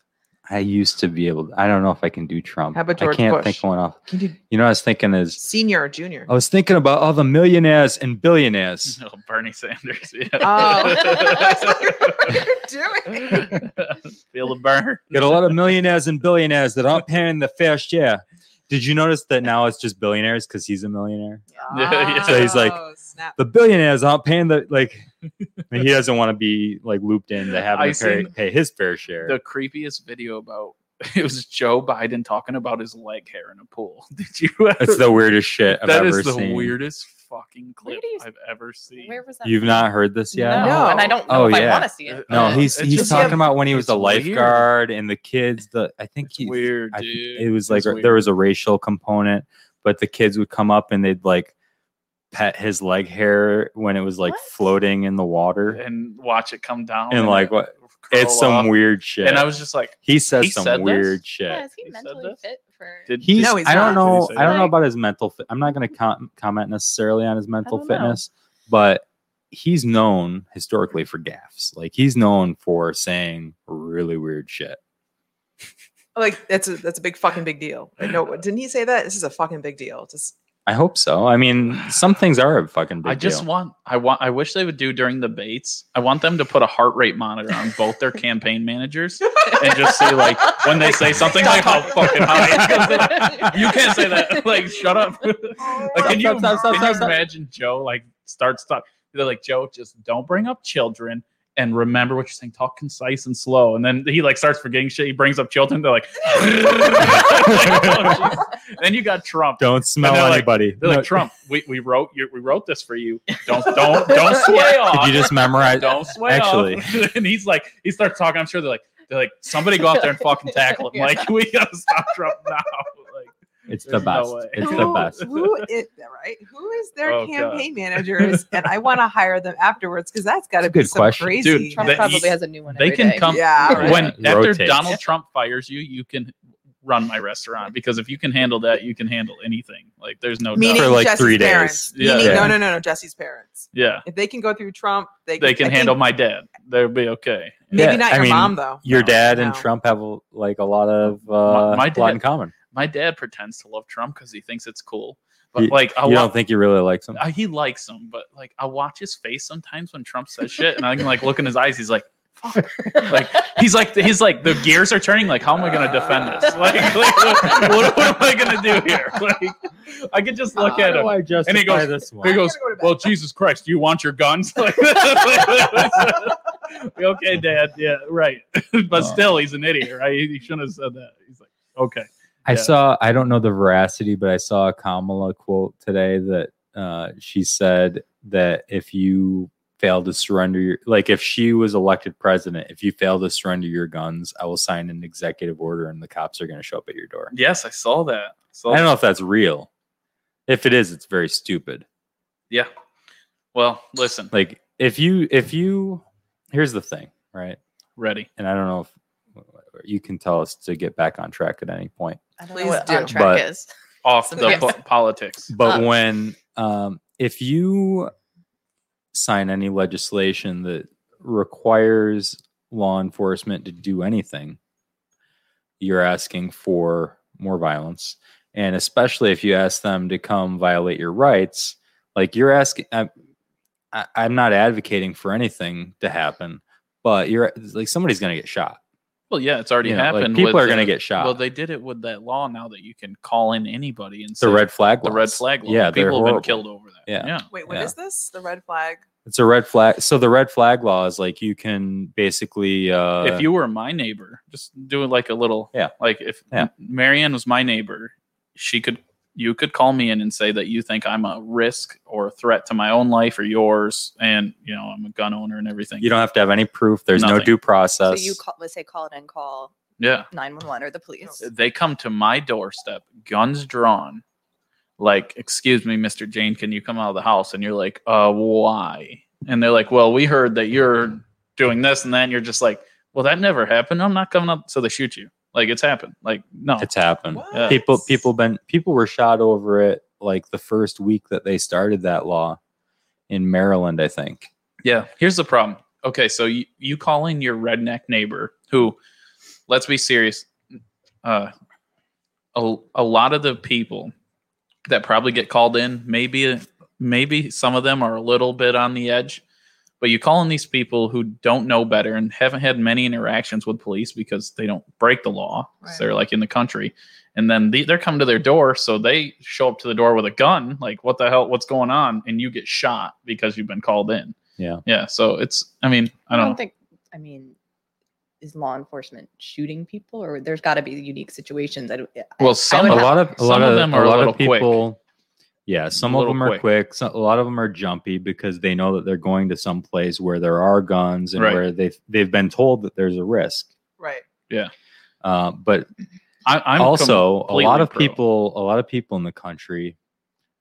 Speaker 1: I used to be able. I don't know if I can do Trump.
Speaker 2: How about
Speaker 1: I
Speaker 2: George
Speaker 1: can't
Speaker 2: Bush?
Speaker 1: think of one off.
Speaker 2: Can you do
Speaker 1: You know, what I was thinking is
Speaker 2: senior or junior?
Speaker 1: I was thinking about all the millionaires and billionaires.
Speaker 3: No, Bernie Sanders. Yeah.
Speaker 2: Oh. That's what you're doing.
Speaker 3: Feel the burn.
Speaker 1: Got a lot of millionaires and billionaires that aren't paying the fair share. Did you notice that now it's just billionaires because he's a millionaire?
Speaker 3: Yeah, yeah.
Speaker 1: So he's like-
Speaker 2: Oh, snap.
Speaker 1: The billionaires aren't paying the like. and he doesn't want to be like looped in to
Speaker 3: I
Speaker 1: having to pay,
Speaker 3: seen
Speaker 1: pay his fair share.
Speaker 3: The creepiest video about it was Joe Biden talking about his leg hair in a pool. Did you? Ever,
Speaker 1: That's the weirdest shit I've
Speaker 3: that
Speaker 1: ever
Speaker 3: is the
Speaker 1: seen.
Speaker 3: weirdest fucking clip
Speaker 5: do you-
Speaker 3: I've ever seen.
Speaker 5: Where was that?
Speaker 1: You've
Speaker 5: from?
Speaker 1: not heard this yet?
Speaker 5: No,
Speaker 2: No.
Speaker 5: and I don't know
Speaker 1: Oh,
Speaker 5: if I
Speaker 1: yeah.
Speaker 5: want to see it.
Speaker 1: No,
Speaker 3: Uh,
Speaker 1: he's
Speaker 3: it's
Speaker 1: he's
Speaker 3: just-
Speaker 1: talking about when he was
Speaker 3: it's
Speaker 1: the
Speaker 3: weird.
Speaker 1: lifeguard and the kids. The I think
Speaker 3: It's
Speaker 1: he
Speaker 3: weird,
Speaker 1: I-
Speaker 3: dude.
Speaker 1: it was like
Speaker 3: It's
Speaker 1: a-
Speaker 3: weird.
Speaker 1: there was a racial component, but the kids would come up and they'd like pet his leg hair when it was like
Speaker 5: What?
Speaker 1: floating in the water
Speaker 3: and watch it come down
Speaker 1: and like what.
Speaker 3: curl
Speaker 1: It's some
Speaker 3: up.
Speaker 1: weird shit.
Speaker 3: And I was just like,
Speaker 1: he says
Speaker 3: He
Speaker 1: some
Speaker 3: said this?
Speaker 1: weird shit.
Speaker 5: Yeah, is he
Speaker 3: He said
Speaker 5: mentally
Speaker 3: this?
Speaker 5: fit for?
Speaker 3: did
Speaker 1: He's,
Speaker 2: No, he's
Speaker 1: I don't
Speaker 2: not.
Speaker 1: know.
Speaker 3: Did he say
Speaker 1: I don't know
Speaker 5: that?
Speaker 1: about his mental. Fit. I'm not going to com- comment necessarily on his mental
Speaker 5: don't know.
Speaker 1: fitness, but he's known historically for gaffes. Like he's known for saying really weird shit.
Speaker 2: Like that's a that's a big fucking big deal. Like, No, didn't he say that? This is a fucking big deal. Just
Speaker 1: I hope so. I mean, some things are a fucking big
Speaker 3: I just
Speaker 1: deal.
Speaker 3: want, I want, I wish they would do during debates. I want them to put a heart rate monitor on both their campaign managers and just see like when they say something like, "Oh fucking high," you can't say that. Like, shut up. like, can
Speaker 1: Stop,
Speaker 3: you,
Speaker 1: stop, stop, stop,
Speaker 3: can you
Speaker 1: stop.
Speaker 3: imagine Joe like starts talk? They're like, Joe, just don't bring up children. And remember what you're saying. Talk concise and slow. And then he like starts forgetting shit. He brings up children. They're like, oh, Jesus. then you got Trump.
Speaker 1: Don't smell
Speaker 3: they're like-
Speaker 1: anybody.
Speaker 3: They're
Speaker 1: No,
Speaker 3: like Trump. We, we wrote you. We wrote this for you. Don't don't don't sway
Speaker 1: Could
Speaker 3: off.
Speaker 1: you just memorize?
Speaker 3: don't sway
Speaker 1: Actually.
Speaker 3: off. and he's like, he starts talking. I'm sure they're like, they're like, somebody go out there and fucking tackle him. Like we gotta stop Trump now. Like
Speaker 1: It's the
Speaker 3: There's
Speaker 1: best.
Speaker 3: no way.
Speaker 1: it's the
Speaker 2: who,
Speaker 1: best.
Speaker 2: Who is right? Who is their
Speaker 3: Oh, God.
Speaker 2: campaign managers? And I want to hire them afterwards because that's got
Speaker 1: That's
Speaker 2: to
Speaker 1: a
Speaker 2: be
Speaker 1: good
Speaker 2: some
Speaker 1: question.
Speaker 2: crazy.
Speaker 3: Dude,
Speaker 5: Trump
Speaker 3: That-
Speaker 5: probably
Speaker 3: you-
Speaker 5: has a new one.
Speaker 3: they
Speaker 5: every
Speaker 3: can
Speaker 5: day.
Speaker 3: come
Speaker 2: Yeah, right.
Speaker 3: when
Speaker 1: Yeah,
Speaker 3: after
Speaker 1: rotate.
Speaker 3: Donald Trump fires you, you can run my restaurant because if you can handle that, you can handle anything. Like there's no
Speaker 2: meaning
Speaker 1: For
Speaker 3: doubt.
Speaker 1: like
Speaker 2: Jesse's
Speaker 1: three days.
Speaker 2: parents.
Speaker 3: Yeah.
Speaker 2: Meaning,
Speaker 1: Yeah.
Speaker 2: No, no, no, no. Jesse's parents.
Speaker 3: Yeah,
Speaker 2: If they can go through Trump, they,
Speaker 3: they can
Speaker 2: I think-
Speaker 3: handle my dad. They'll be okay.
Speaker 2: Maybe
Speaker 1: Yeah,
Speaker 2: not
Speaker 1: I
Speaker 2: your
Speaker 1: mean,
Speaker 2: mom though.
Speaker 1: Your
Speaker 2: No,
Speaker 1: dad and
Speaker 2: no.
Speaker 1: Trump have like a lot of uh,
Speaker 3: my
Speaker 1: lot
Speaker 3: dad-
Speaker 1: in common.
Speaker 3: My dad pretends to love Trump because he thinks it's cool, but
Speaker 1: You-
Speaker 3: like I
Speaker 1: you don't think he really likes him?
Speaker 3: he likes him, but like I watch his face sometimes when Trump says shit, and I can like look in his eyes. He's like, "Fuck!" Like he's like he's like the gears are turning. Like how am I going to defend this? Like, like, what, what, am I going to do here? Like I could just look
Speaker 1: How
Speaker 3: at
Speaker 1: do
Speaker 3: him.
Speaker 1: I justify
Speaker 3: goes-
Speaker 1: this
Speaker 3: He
Speaker 1: one?
Speaker 3: goes,
Speaker 2: gotta go to bed.
Speaker 3: "Well, Jesus Christ, you want your guns?" Like, okay, Dad. Yeah, right. but still, he's an idiot, right? He shouldn't have said that. He's like, okay,
Speaker 1: I
Speaker 3: Yeah.
Speaker 1: saw, I don't know the veracity, but I saw a Kamala quote today that uh, she said that if you fail to surrender your, like if she was elected president, if you fail to surrender your guns, I will sign an executive order and the cops are going to show up at your door.
Speaker 3: yes, I saw that. So
Speaker 1: I don't know if that's real. If it is, it's very stupid.
Speaker 3: yeah. Well, listen,
Speaker 1: Like if you, if you, here's the thing, right?
Speaker 3: ready.
Speaker 1: And I don't know if you can tell us to get back on track at any point.
Speaker 5: I don't
Speaker 2: Please
Speaker 5: know what
Speaker 2: do.
Speaker 5: on track
Speaker 1: But-
Speaker 5: is.
Speaker 3: Off the
Speaker 5: Yes.
Speaker 3: po- politics.
Speaker 1: but
Speaker 5: Uh,
Speaker 1: when um, if you sign any legislation that requires law enforcement to do anything you're asking for more violence and especially if you ask them to come violate your rights like you're asking I'm, I- I'm not advocating for anything to happen but you're like somebody's gonna get shot
Speaker 3: Well, yeah, it's already
Speaker 1: You know, like,
Speaker 3: happened.
Speaker 1: people
Speaker 3: with
Speaker 1: are gonna
Speaker 3: the-
Speaker 1: get shot.
Speaker 3: Well, they did it with that law now that you can call in anybody and
Speaker 1: the
Speaker 3: say-
Speaker 1: red flag
Speaker 3: the red
Speaker 1: laws.
Speaker 3: flag law.
Speaker 1: yeah they're
Speaker 3: people have been
Speaker 1: horrible.
Speaker 3: killed over that.
Speaker 1: Yeah.
Speaker 3: yeah.
Speaker 2: Wait, what is
Speaker 1: Yeah.
Speaker 2: this? The red flag.
Speaker 1: It's a red flag. So the red flag law is like you can basically uh,
Speaker 3: if you were my neighbor, just do it like a little
Speaker 1: Yeah.
Speaker 3: Like if
Speaker 1: Yeah.
Speaker 3: Marianne was my neighbor, she could you could call me in and say that you think I'm a risk or a threat to my own life or yours, and you know I'm a gun owner and everything.
Speaker 1: you don't have to have any proof. There's no
Speaker 3: Nothing.
Speaker 1: due process.
Speaker 5: So you call, let's say call it and call
Speaker 3: yeah,
Speaker 5: 911 or the police.
Speaker 3: they come to my doorstep, guns drawn. Like, excuse me, Mister Jane, can you come out of the house? And you're like, uh, why? And they're like, well, we heard that you're doing this and that. And you're just like, well, that never happened. I'm not coming up. So they shoot you. Like it's happened. Like no,
Speaker 1: it's happened.
Speaker 2: What?
Speaker 1: People people been people were shot over it like the first week that they started that law in Maryland, I think.
Speaker 3: Yeah. Here's the problem. Okay, so you, you call in your redneck neighbor who, let's be serious, uh, a, a lot of the people that probably get called in, maybe maybe some of them are a little bit on the edge, but you call in these people who don't know better and haven't had many interactions with police because they don't break the law.
Speaker 2: Right.
Speaker 3: So they're like in the country, and then the, they're coming to their door, so they show up to the door with a gun. Like, what the hell? What's going on? And you get shot because you've been called in. Yeah, so it's. I mean, I don't.
Speaker 5: think. I mean, is law enforcement shooting people, or there's got to be unique situations? I don't,
Speaker 3: well, some
Speaker 1: A
Speaker 5: would
Speaker 3: of,
Speaker 5: have-
Speaker 1: lot of a
Speaker 3: Some
Speaker 1: lot
Speaker 3: of
Speaker 1: of
Speaker 3: them
Speaker 1: them
Speaker 3: are
Speaker 1: are
Speaker 3: a
Speaker 1: a lot
Speaker 3: little
Speaker 1: of
Speaker 3: quick.
Speaker 1: people. Yeah, some of
Speaker 3: Little
Speaker 1: them are
Speaker 3: quick.
Speaker 1: quick. some, a lot of them are jumpy because they know that they're going to some place where there are guns and
Speaker 3: Right.
Speaker 1: where they have they've been told that there's a risk.
Speaker 2: Right.
Speaker 1: Uh, but
Speaker 3: I, I'm
Speaker 1: also a lot
Speaker 3: completely
Speaker 1: of
Speaker 3: pro.
Speaker 1: people a lot of people in the country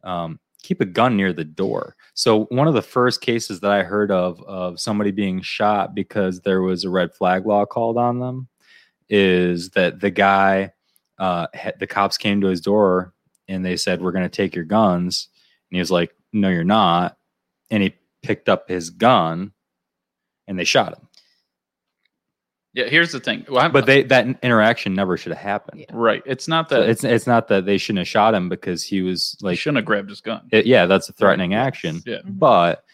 Speaker 1: um, keep a gun near the door so one of the first cases that i heard of of somebody being shot because there was a red flag law called on them is that the guy uh, ha- the cops came to his door and they said we're going to take your guns and he was like no you're not and he picked up his gun and they shot him
Speaker 3: Yeah, here's the thing. Well, I'm-
Speaker 1: but they that interaction never should have happened
Speaker 5: Yeah.
Speaker 3: right. It's not
Speaker 1: so
Speaker 3: that
Speaker 1: it's it's not that they shouldn't have shot him because he was
Speaker 3: like
Speaker 1: like,
Speaker 3: shouldn't have grabbed his gun.
Speaker 1: it- yeah, Mm-hmm. that's a threatening
Speaker 3: Right.
Speaker 1: action,
Speaker 3: Yeah,
Speaker 1: but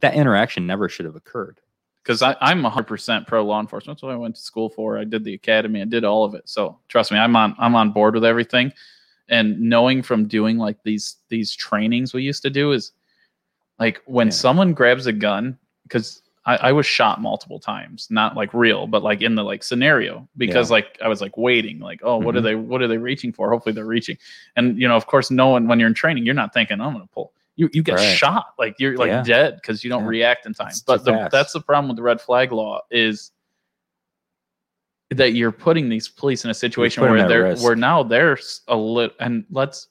Speaker 1: that interaction never should have occurred.
Speaker 3: because I'm 100 percent pro law enforcement. That's what I went to school for. I did the academy. I did all of it. So trust me, I'm on. I'm on board with everything. And knowing from doing like these these trainings we used to do is like when
Speaker 1: Yeah.
Speaker 3: someone grabs a gun because. I, I was shot multiple times, not like real, but like in the like scenario because like I was like waiting, like oh, what are
Speaker 1: Mhm.
Speaker 3: they, what are they reaching for? Hopefully they're reaching, and you know, of course, no one when you're in training, you're not thinking I'm gonna pull. You you get
Speaker 1: Right.
Speaker 3: shot, like you're like
Speaker 1: Yeah.
Speaker 3: dead because you don't
Speaker 1: Yeah.
Speaker 3: react in time.
Speaker 1: It's too
Speaker 3: but the,
Speaker 1: fast.
Speaker 3: that's the problem with the red flag law is that you're putting these police in a situation
Speaker 1: put 'em
Speaker 3: where
Speaker 1: at
Speaker 3: they're
Speaker 1: risk.
Speaker 3: where now they're s- a little and let's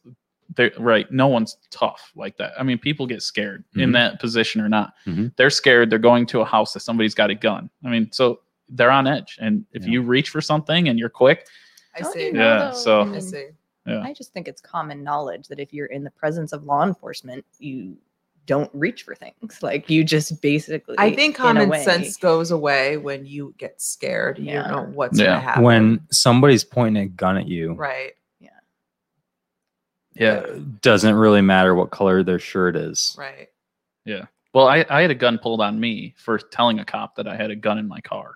Speaker 3: they're right no one's tough like that i mean people get scared in
Speaker 1: Mhm.
Speaker 3: that position or not
Speaker 1: Mhm.
Speaker 3: they're scared they're going to a house that somebody's got a gun i mean so they're on edge and if
Speaker 1: Yeah.
Speaker 3: you reach for something and you're quick
Speaker 2: I
Speaker 5: Don't
Speaker 2: see.
Speaker 5: you know,
Speaker 3: Yeah,
Speaker 5: though?
Speaker 3: so-
Speaker 5: I
Speaker 2: I
Speaker 5: mean,
Speaker 2: see.
Speaker 3: Yeah.
Speaker 5: I just think it's common knowledge that if you're in the presence of law enforcement, you don't reach for things. Like you just basically.
Speaker 2: I think
Speaker 5: in a
Speaker 2: common
Speaker 5: way-
Speaker 2: sense goes away when you get scared. You
Speaker 5: Yeah.
Speaker 2: don't know what's
Speaker 3: Yeah.
Speaker 2: gonna happen.
Speaker 1: when somebody's pointing a gun at you,
Speaker 2: right,
Speaker 3: yeah
Speaker 1: it doesn't really matter what color their shirt is.
Speaker 2: right.
Speaker 3: well I, I had a gun pulled on me for telling a cop that i had a gun in my car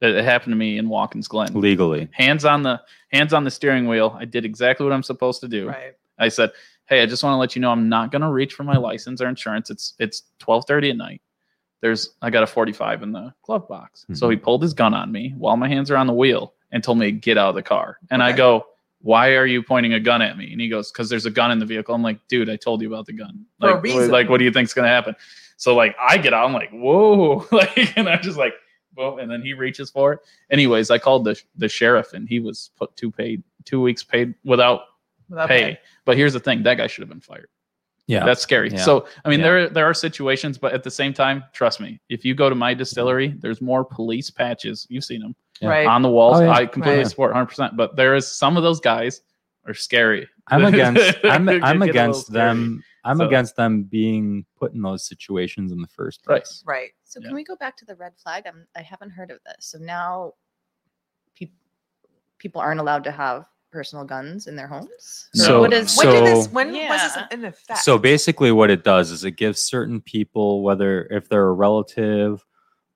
Speaker 3: it, it happened to me in watkins glen
Speaker 1: Legally,
Speaker 3: hands on the hands on the steering wheel i did exactly what i'm supposed to do
Speaker 2: Right.
Speaker 3: I said, "Hey, I just want to let you know I'm not going to reach for my license or insurance. It's it's 12:30 at night. There's I got a 45 in the glove box." So he pulled his gun on me while my hands are on the wheel and told me to get out of the car. And I
Speaker 2: Okay.
Speaker 3: go, "Why are you pointing a gun at me?" And he goes, "Cuz there's a gun in the vehicle." I'm like, "Dude, I told you about the gun.
Speaker 2: For a
Speaker 3: Like wh-
Speaker 2: reason.
Speaker 3: like what do you think's going to happen?" So like I get out, I'm like, "Whoa." like and I'm just like Boom, and then he reaches for it. Anyways, I called the the sheriff, and he was put two paid two weeks paid without
Speaker 2: Without
Speaker 3: pay. But here's the thing: that guy should have been fired.
Speaker 1: yeah,
Speaker 3: That's scary.
Speaker 1: Yeah.
Speaker 3: So I mean,
Speaker 1: Yeah.
Speaker 3: there there are situations, but at the same time, trust me, if you go to my distillery, there's more police patches. You've seen them
Speaker 1: Yeah.
Speaker 2: Right.
Speaker 3: on the walls.
Speaker 1: Oh, yeah.
Speaker 3: I completely
Speaker 1: Right.
Speaker 3: support 100. percent But there is some of those guys are scary.
Speaker 1: I'm against.
Speaker 3: They
Speaker 1: I'm,
Speaker 3: could
Speaker 1: I'm
Speaker 3: get a little
Speaker 1: against them. I'm
Speaker 3: So-
Speaker 1: against them being put in those situations in the first
Speaker 3: Right.
Speaker 1: place.
Speaker 2: right.
Speaker 5: So
Speaker 3: Yeah.
Speaker 5: can we go back to the red flag? I'm, I haven't heard of this. So now, peop people aren't allowed to have personal guns in their homes. Or
Speaker 1: So-
Speaker 5: what is?
Speaker 2: When did this?
Speaker 1: So-
Speaker 2: When was this
Speaker 5: Yeah.
Speaker 2: in effect?
Speaker 1: So basically, what it does is it gives certain people, whether if they're a relative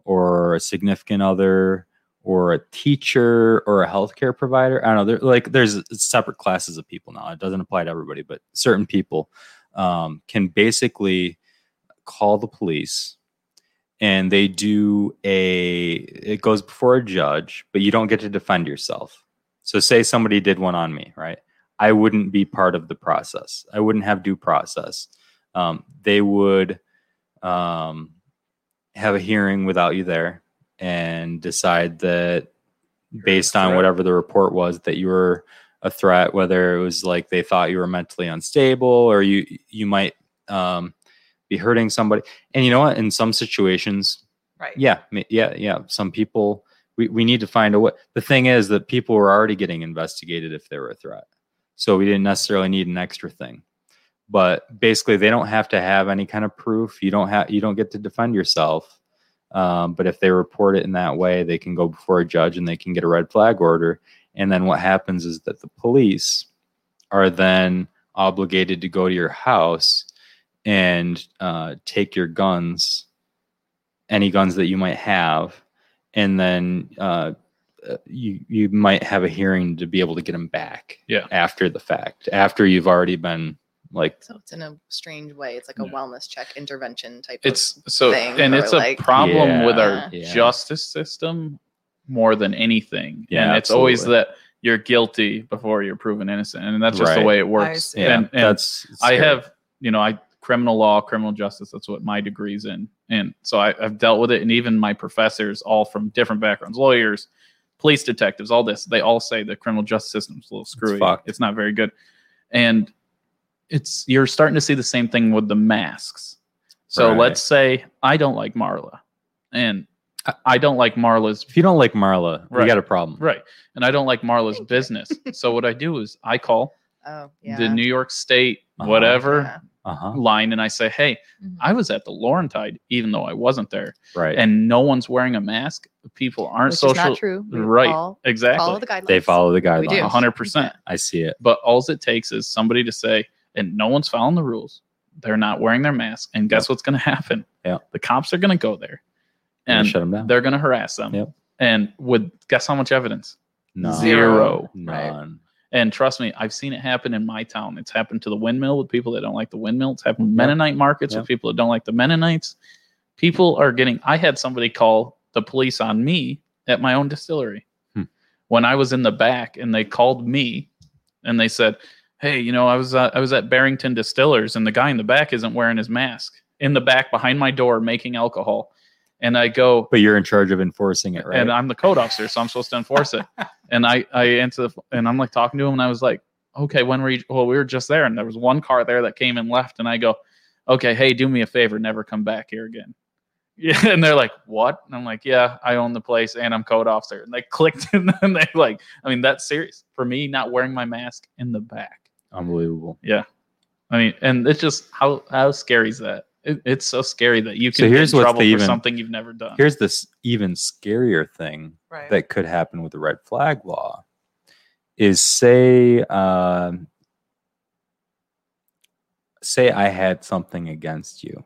Speaker 1: or a significant other or a teacher or a healthcare provider, I don't know. There, like, there's separate classes of people now. It doesn't apply to everybody, but certain people um, can basically call the police and they do a it goes before a judge but you don't get to defend yourself so say somebody did one on me right I wouldn't be part of the process. I wouldn't have due process. Um, they would um, have a hearing without you there and decide that based
Speaker 3: a
Speaker 1: on
Speaker 3: threat.
Speaker 1: whatever the report was that you were a threat, whether it was like they thought you were mentally unstable or you you might um, be hurting somebody. And you know what? In some situations,
Speaker 2: right.
Speaker 1: yeah, ma- yeah, yeah. Some people we, we need to find a way. The thing is that people were already getting investigated if they were a threat. So we didn't necessarily need an extra thing. But basically they don't have to have any kind of proof. You don't have you don't get to defend yourself. Um, but if they report it in that way, they can go before a judge and they can get a red flag order. And then what happens is that the police are then obligated to go to your house and uh, take your guns any guns that you might have, and then uh, uh, you you might have a hearing to be able to get them back.
Speaker 3: Yeah.
Speaker 1: After the fact, after you've already been like,
Speaker 5: So it's in a strange way. It's like a
Speaker 3: Yeah.
Speaker 5: wellness check intervention type.
Speaker 3: It's so,
Speaker 5: thing
Speaker 3: and
Speaker 5: or
Speaker 3: it's a
Speaker 5: like-
Speaker 3: problem with our
Speaker 1: Yeah.
Speaker 3: justice system more than anything.
Speaker 1: Yeah,
Speaker 3: and it's always
Speaker 1: absolutely.
Speaker 3: that you're guilty before you're proven innocent, and that's just the
Speaker 1: Right.
Speaker 3: way it works.
Speaker 2: see.
Speaker 1: yeah,
Speaker 3: And, and
Speaker 1: that's
Speaker 3: I
Speaker 1: scary.
Speaker 3: have, you know, I criminal law, criminal justice. That's what my degree's in, and so I, I've dealt with it. And even my professors, all from different backgrounds, lawyers, police detectives, all this, they all say the criminal justice system's a little screwy.
Speaker 1: fucked.
Speaker 3: It's not very good, and it's you're starting to see the same thing with the masks. So
Speaker 1: Right.
Speaker 3: let's say I don't like Marla, and I- I don't like Marla's
Speaker 1: If you don't like Marla,
Speaker 3: Right.
Speaker 1: we got a problem.
Speaker 3: right, and I don't like Marla's
Speaker 5: Thank you.
Speaker 3: business. so what I do is I call
Speaker 5: oh yeah.
Speaker 3: the New York State,
Speaker 1: Uh-huh.
Speaker 3: whatever
Speaker 5: Yeah.
Speaker 1: Uh huh.
Speaker 3: line and I say, Hey,
Speaker 5: Mhm.
Speaker 3: I was at the Laurentide, even though I wasn't there,
Speaker 1: Right.
Speaker 3: and no one's wearing a mask. People aren't
Speaker 5: Which
Speaker 3: social.
Speaker 5: is not true. We
Speaker 3: Right.
Speaker 5: All, follow
Speaker 3: Exactly.
Speaker 5: the guidelines.
Speaker 1: they follow the
Speaker 5: We do.
Speaker 1: guidelines.
Speaker 3: 100%.
Speaker 1: I see it.
Speaker 3: But all it takes is somebody to say, and no one's following the rules. They're not wearing their mask. And guess what's going to happen?
Speaker 1: Yeah.
Speaker 3: The cops are going to go there
Speaker 1: And
Speaker 3: and
Speaker 1: shut them down.
Speaker 3: they're going to harass them.
Speaker 1: Yep.
Speaker 3: And with guess how much evidence?
Speaker 1: None.
Speaker 3: Zero.
Speaker 2: Right.
Speaker 1: None.
Speaker 3: And trust me, I've seen it happen in my town. It's happened to the windmill with people that don't like the windmill. It's happened with
Speaker 1: Yep.
Speaker 3: Mennonite markets
Speaker 1: Yep.
Speaker 3: with people that don't like the Mennonites. People are getting. I had somebody call the police on me at my own distillery
Speaker 1: Hmm.
Speaker 3: when I was in the back, and they called me, and they said, "Hey, you know, I was uh, I was at Barrington Distillers, and the guy in the back isn't wearing his mask in the back behind my door making alcohol." and I go,
Speaker 1: But you're in charge of enforcing it, right?
Speaker 3: and I'm the code officer, so I'm supposed to enforce it. and I, I answer the, ph- and I'm like talking to him, and I was like, okay, when were you? Well, we were just there, and there was one car there that came and left, and I go, okay, hey, do me a favor, never come back here again. Yeah, and they're like, what? And I'm like, yeah, I own the place, and I'm code officer. And they clicked, and then they like, I mean, that's serious for me not wearing my mask in the back.
Speaker 1: Unbelievable.
Speaker 3: I mean, and it's just how how scary is that? It, it's so scary that you
Speaker 1: So
Speaker 3: can
Speaker 1: here's
Speaker 3: get in
Speaker 1: what's
Speaker 3: trouble
Speaker 1: the
Speaker 3: for
Speaker 1: even-
Speaker 3: something you've never done.
Speaker 1: Here's this even scarier thing
Speaker 2: Right.
Speaker 1: that could happen with the red flag law is say um, say I had something against you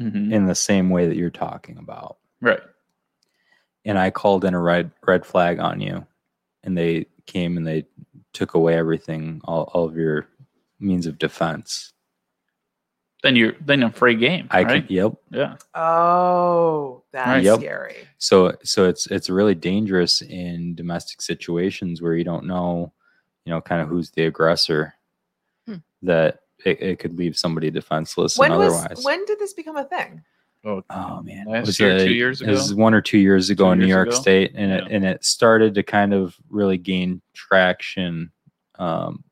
Speaker 3: Mhm.
Speaker 1: in the same way that you're talking about,
Speaker 3: right.
Speaker 1: and I called in a red red flag on you, and they came and they took away everything, all, all of your means of defense.
Speaker 3: Then you're then a free game.
Speaker 1: I
Speaker 3: right?
Speaker 1: could, yep.
Speaker 3: yeah.
Speaker 2: oh, that's
Speaker 3: Right.
Speaker 1: Yep.
Speaker 2: scary.
Speaker 1: So so it's it's really dangerous in domestic situations where you don't know, you know, kind of who's the aggressor.
Speaker 5: Hmm.
Speaker 1: That it, it could leave somebody defenseless
Speaker 2: When
Speaker 1: and
Speaker 2: was
Speaker 1: otherwise.
Speaker 2: when did this become a thing?
Speaker 1: oh man,
Speaker 3: Last
Speaker 1: was
Speaker 3: year, two
Speaker 1: it-
Speaker 3: years
Speaker 1: It was
Speaker 3: ago?
Speaker 1: one or two years ago
Speaker 3: Two
Speaker 1: in New
Speaker 3: years
Speaker 1: York
Speaker 3: ago?
Speaker 1: State, and it
Speaker 3: Yeah.
Speaker 1: and it started to kind of really gain traction um,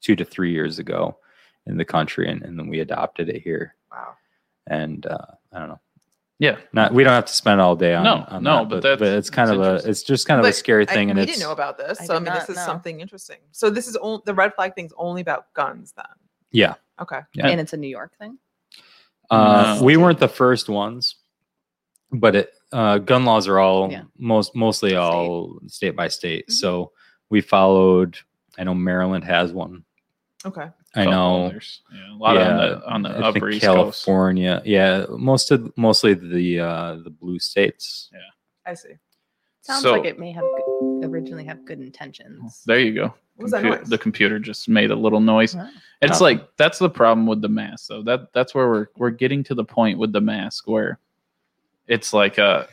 Speaker 1: two to three years ago in the country, and, and then we adopted it here.
Speaker 2: Wow.
Speaker 1: And uh, I don't know.
Speaker 3: Yeah.
Speaker 1: not we don't have to spend all day on
Speaker 3: No,
Speaker 1: on
Speaker 3: no,
Speaker 1: that,
Speaker 3: but
Speaker 1: but,
Speaker 3: that's-
Speaker 1: but it's kind
Speaker 3: that's
Speaker 1: of a
Speaker 3: interesting.
Speaker 1: it's just kind of a
Speaker 2: But
Speaker 1: scary
Speaker 2: I-
Speaker 1: thing and
Speaker 2: we
Speaker 1: it's
Speaker 2: didn't know about this,
Speaker 5: I
Speaker 2: so I
Speaker 5: did
Speaker 2: mean, this
Speaker 5: not
Speaker 2: is
Speaker 5: know.
Speaker 2: something interesting. So this is only the red flag thing's only about guns, then.
Speaker 1: yeah
Speaker 2: Okay.
Speaker 1: Yeah.
Speaker 5: And it's a New York thing.
Speaker 1: uh,
Speaker 3: No.
Speaker 1: we weren't the first ones but it uh, gun laws are all
Speaker 5: Yeah.
Speaker 1: most mostly
Speaker 5: State.
Speaker 1: all state by state
Speaker 2: Mm-hmm.
Speaker 5: Mhm.
Speaker 1: so we followed I know Maryland has one
Speaker 2: Okay.
Speaker 1: I
Speaker 3: Couple
Speaker 1: know
Speaker 3: others. Yeah, a lot on the on the
Speaker 1: I think
Speaker 3: upper east coast.
Speaker 1: California yeah most of mostly the uh, the blue states
Speaker 2: I see.
Speaker 5: Sounds
Speaker 3: So- Oh,
Speaker 5: like it may have good, originally have good intentions.
Speaker 3: There you go.
Speaker 2: What was that
Speaker 3: Compu-
Speaker 2: noise?
Speaker 3: The computer just made a little noise.
Speaker 5: Wow.
Speaker 3: It's
Speaker 1: Oh.
Speaker 3: like that's the problem with the mask. though. that that's where we're we're getting to the point with the mask where it's like uh,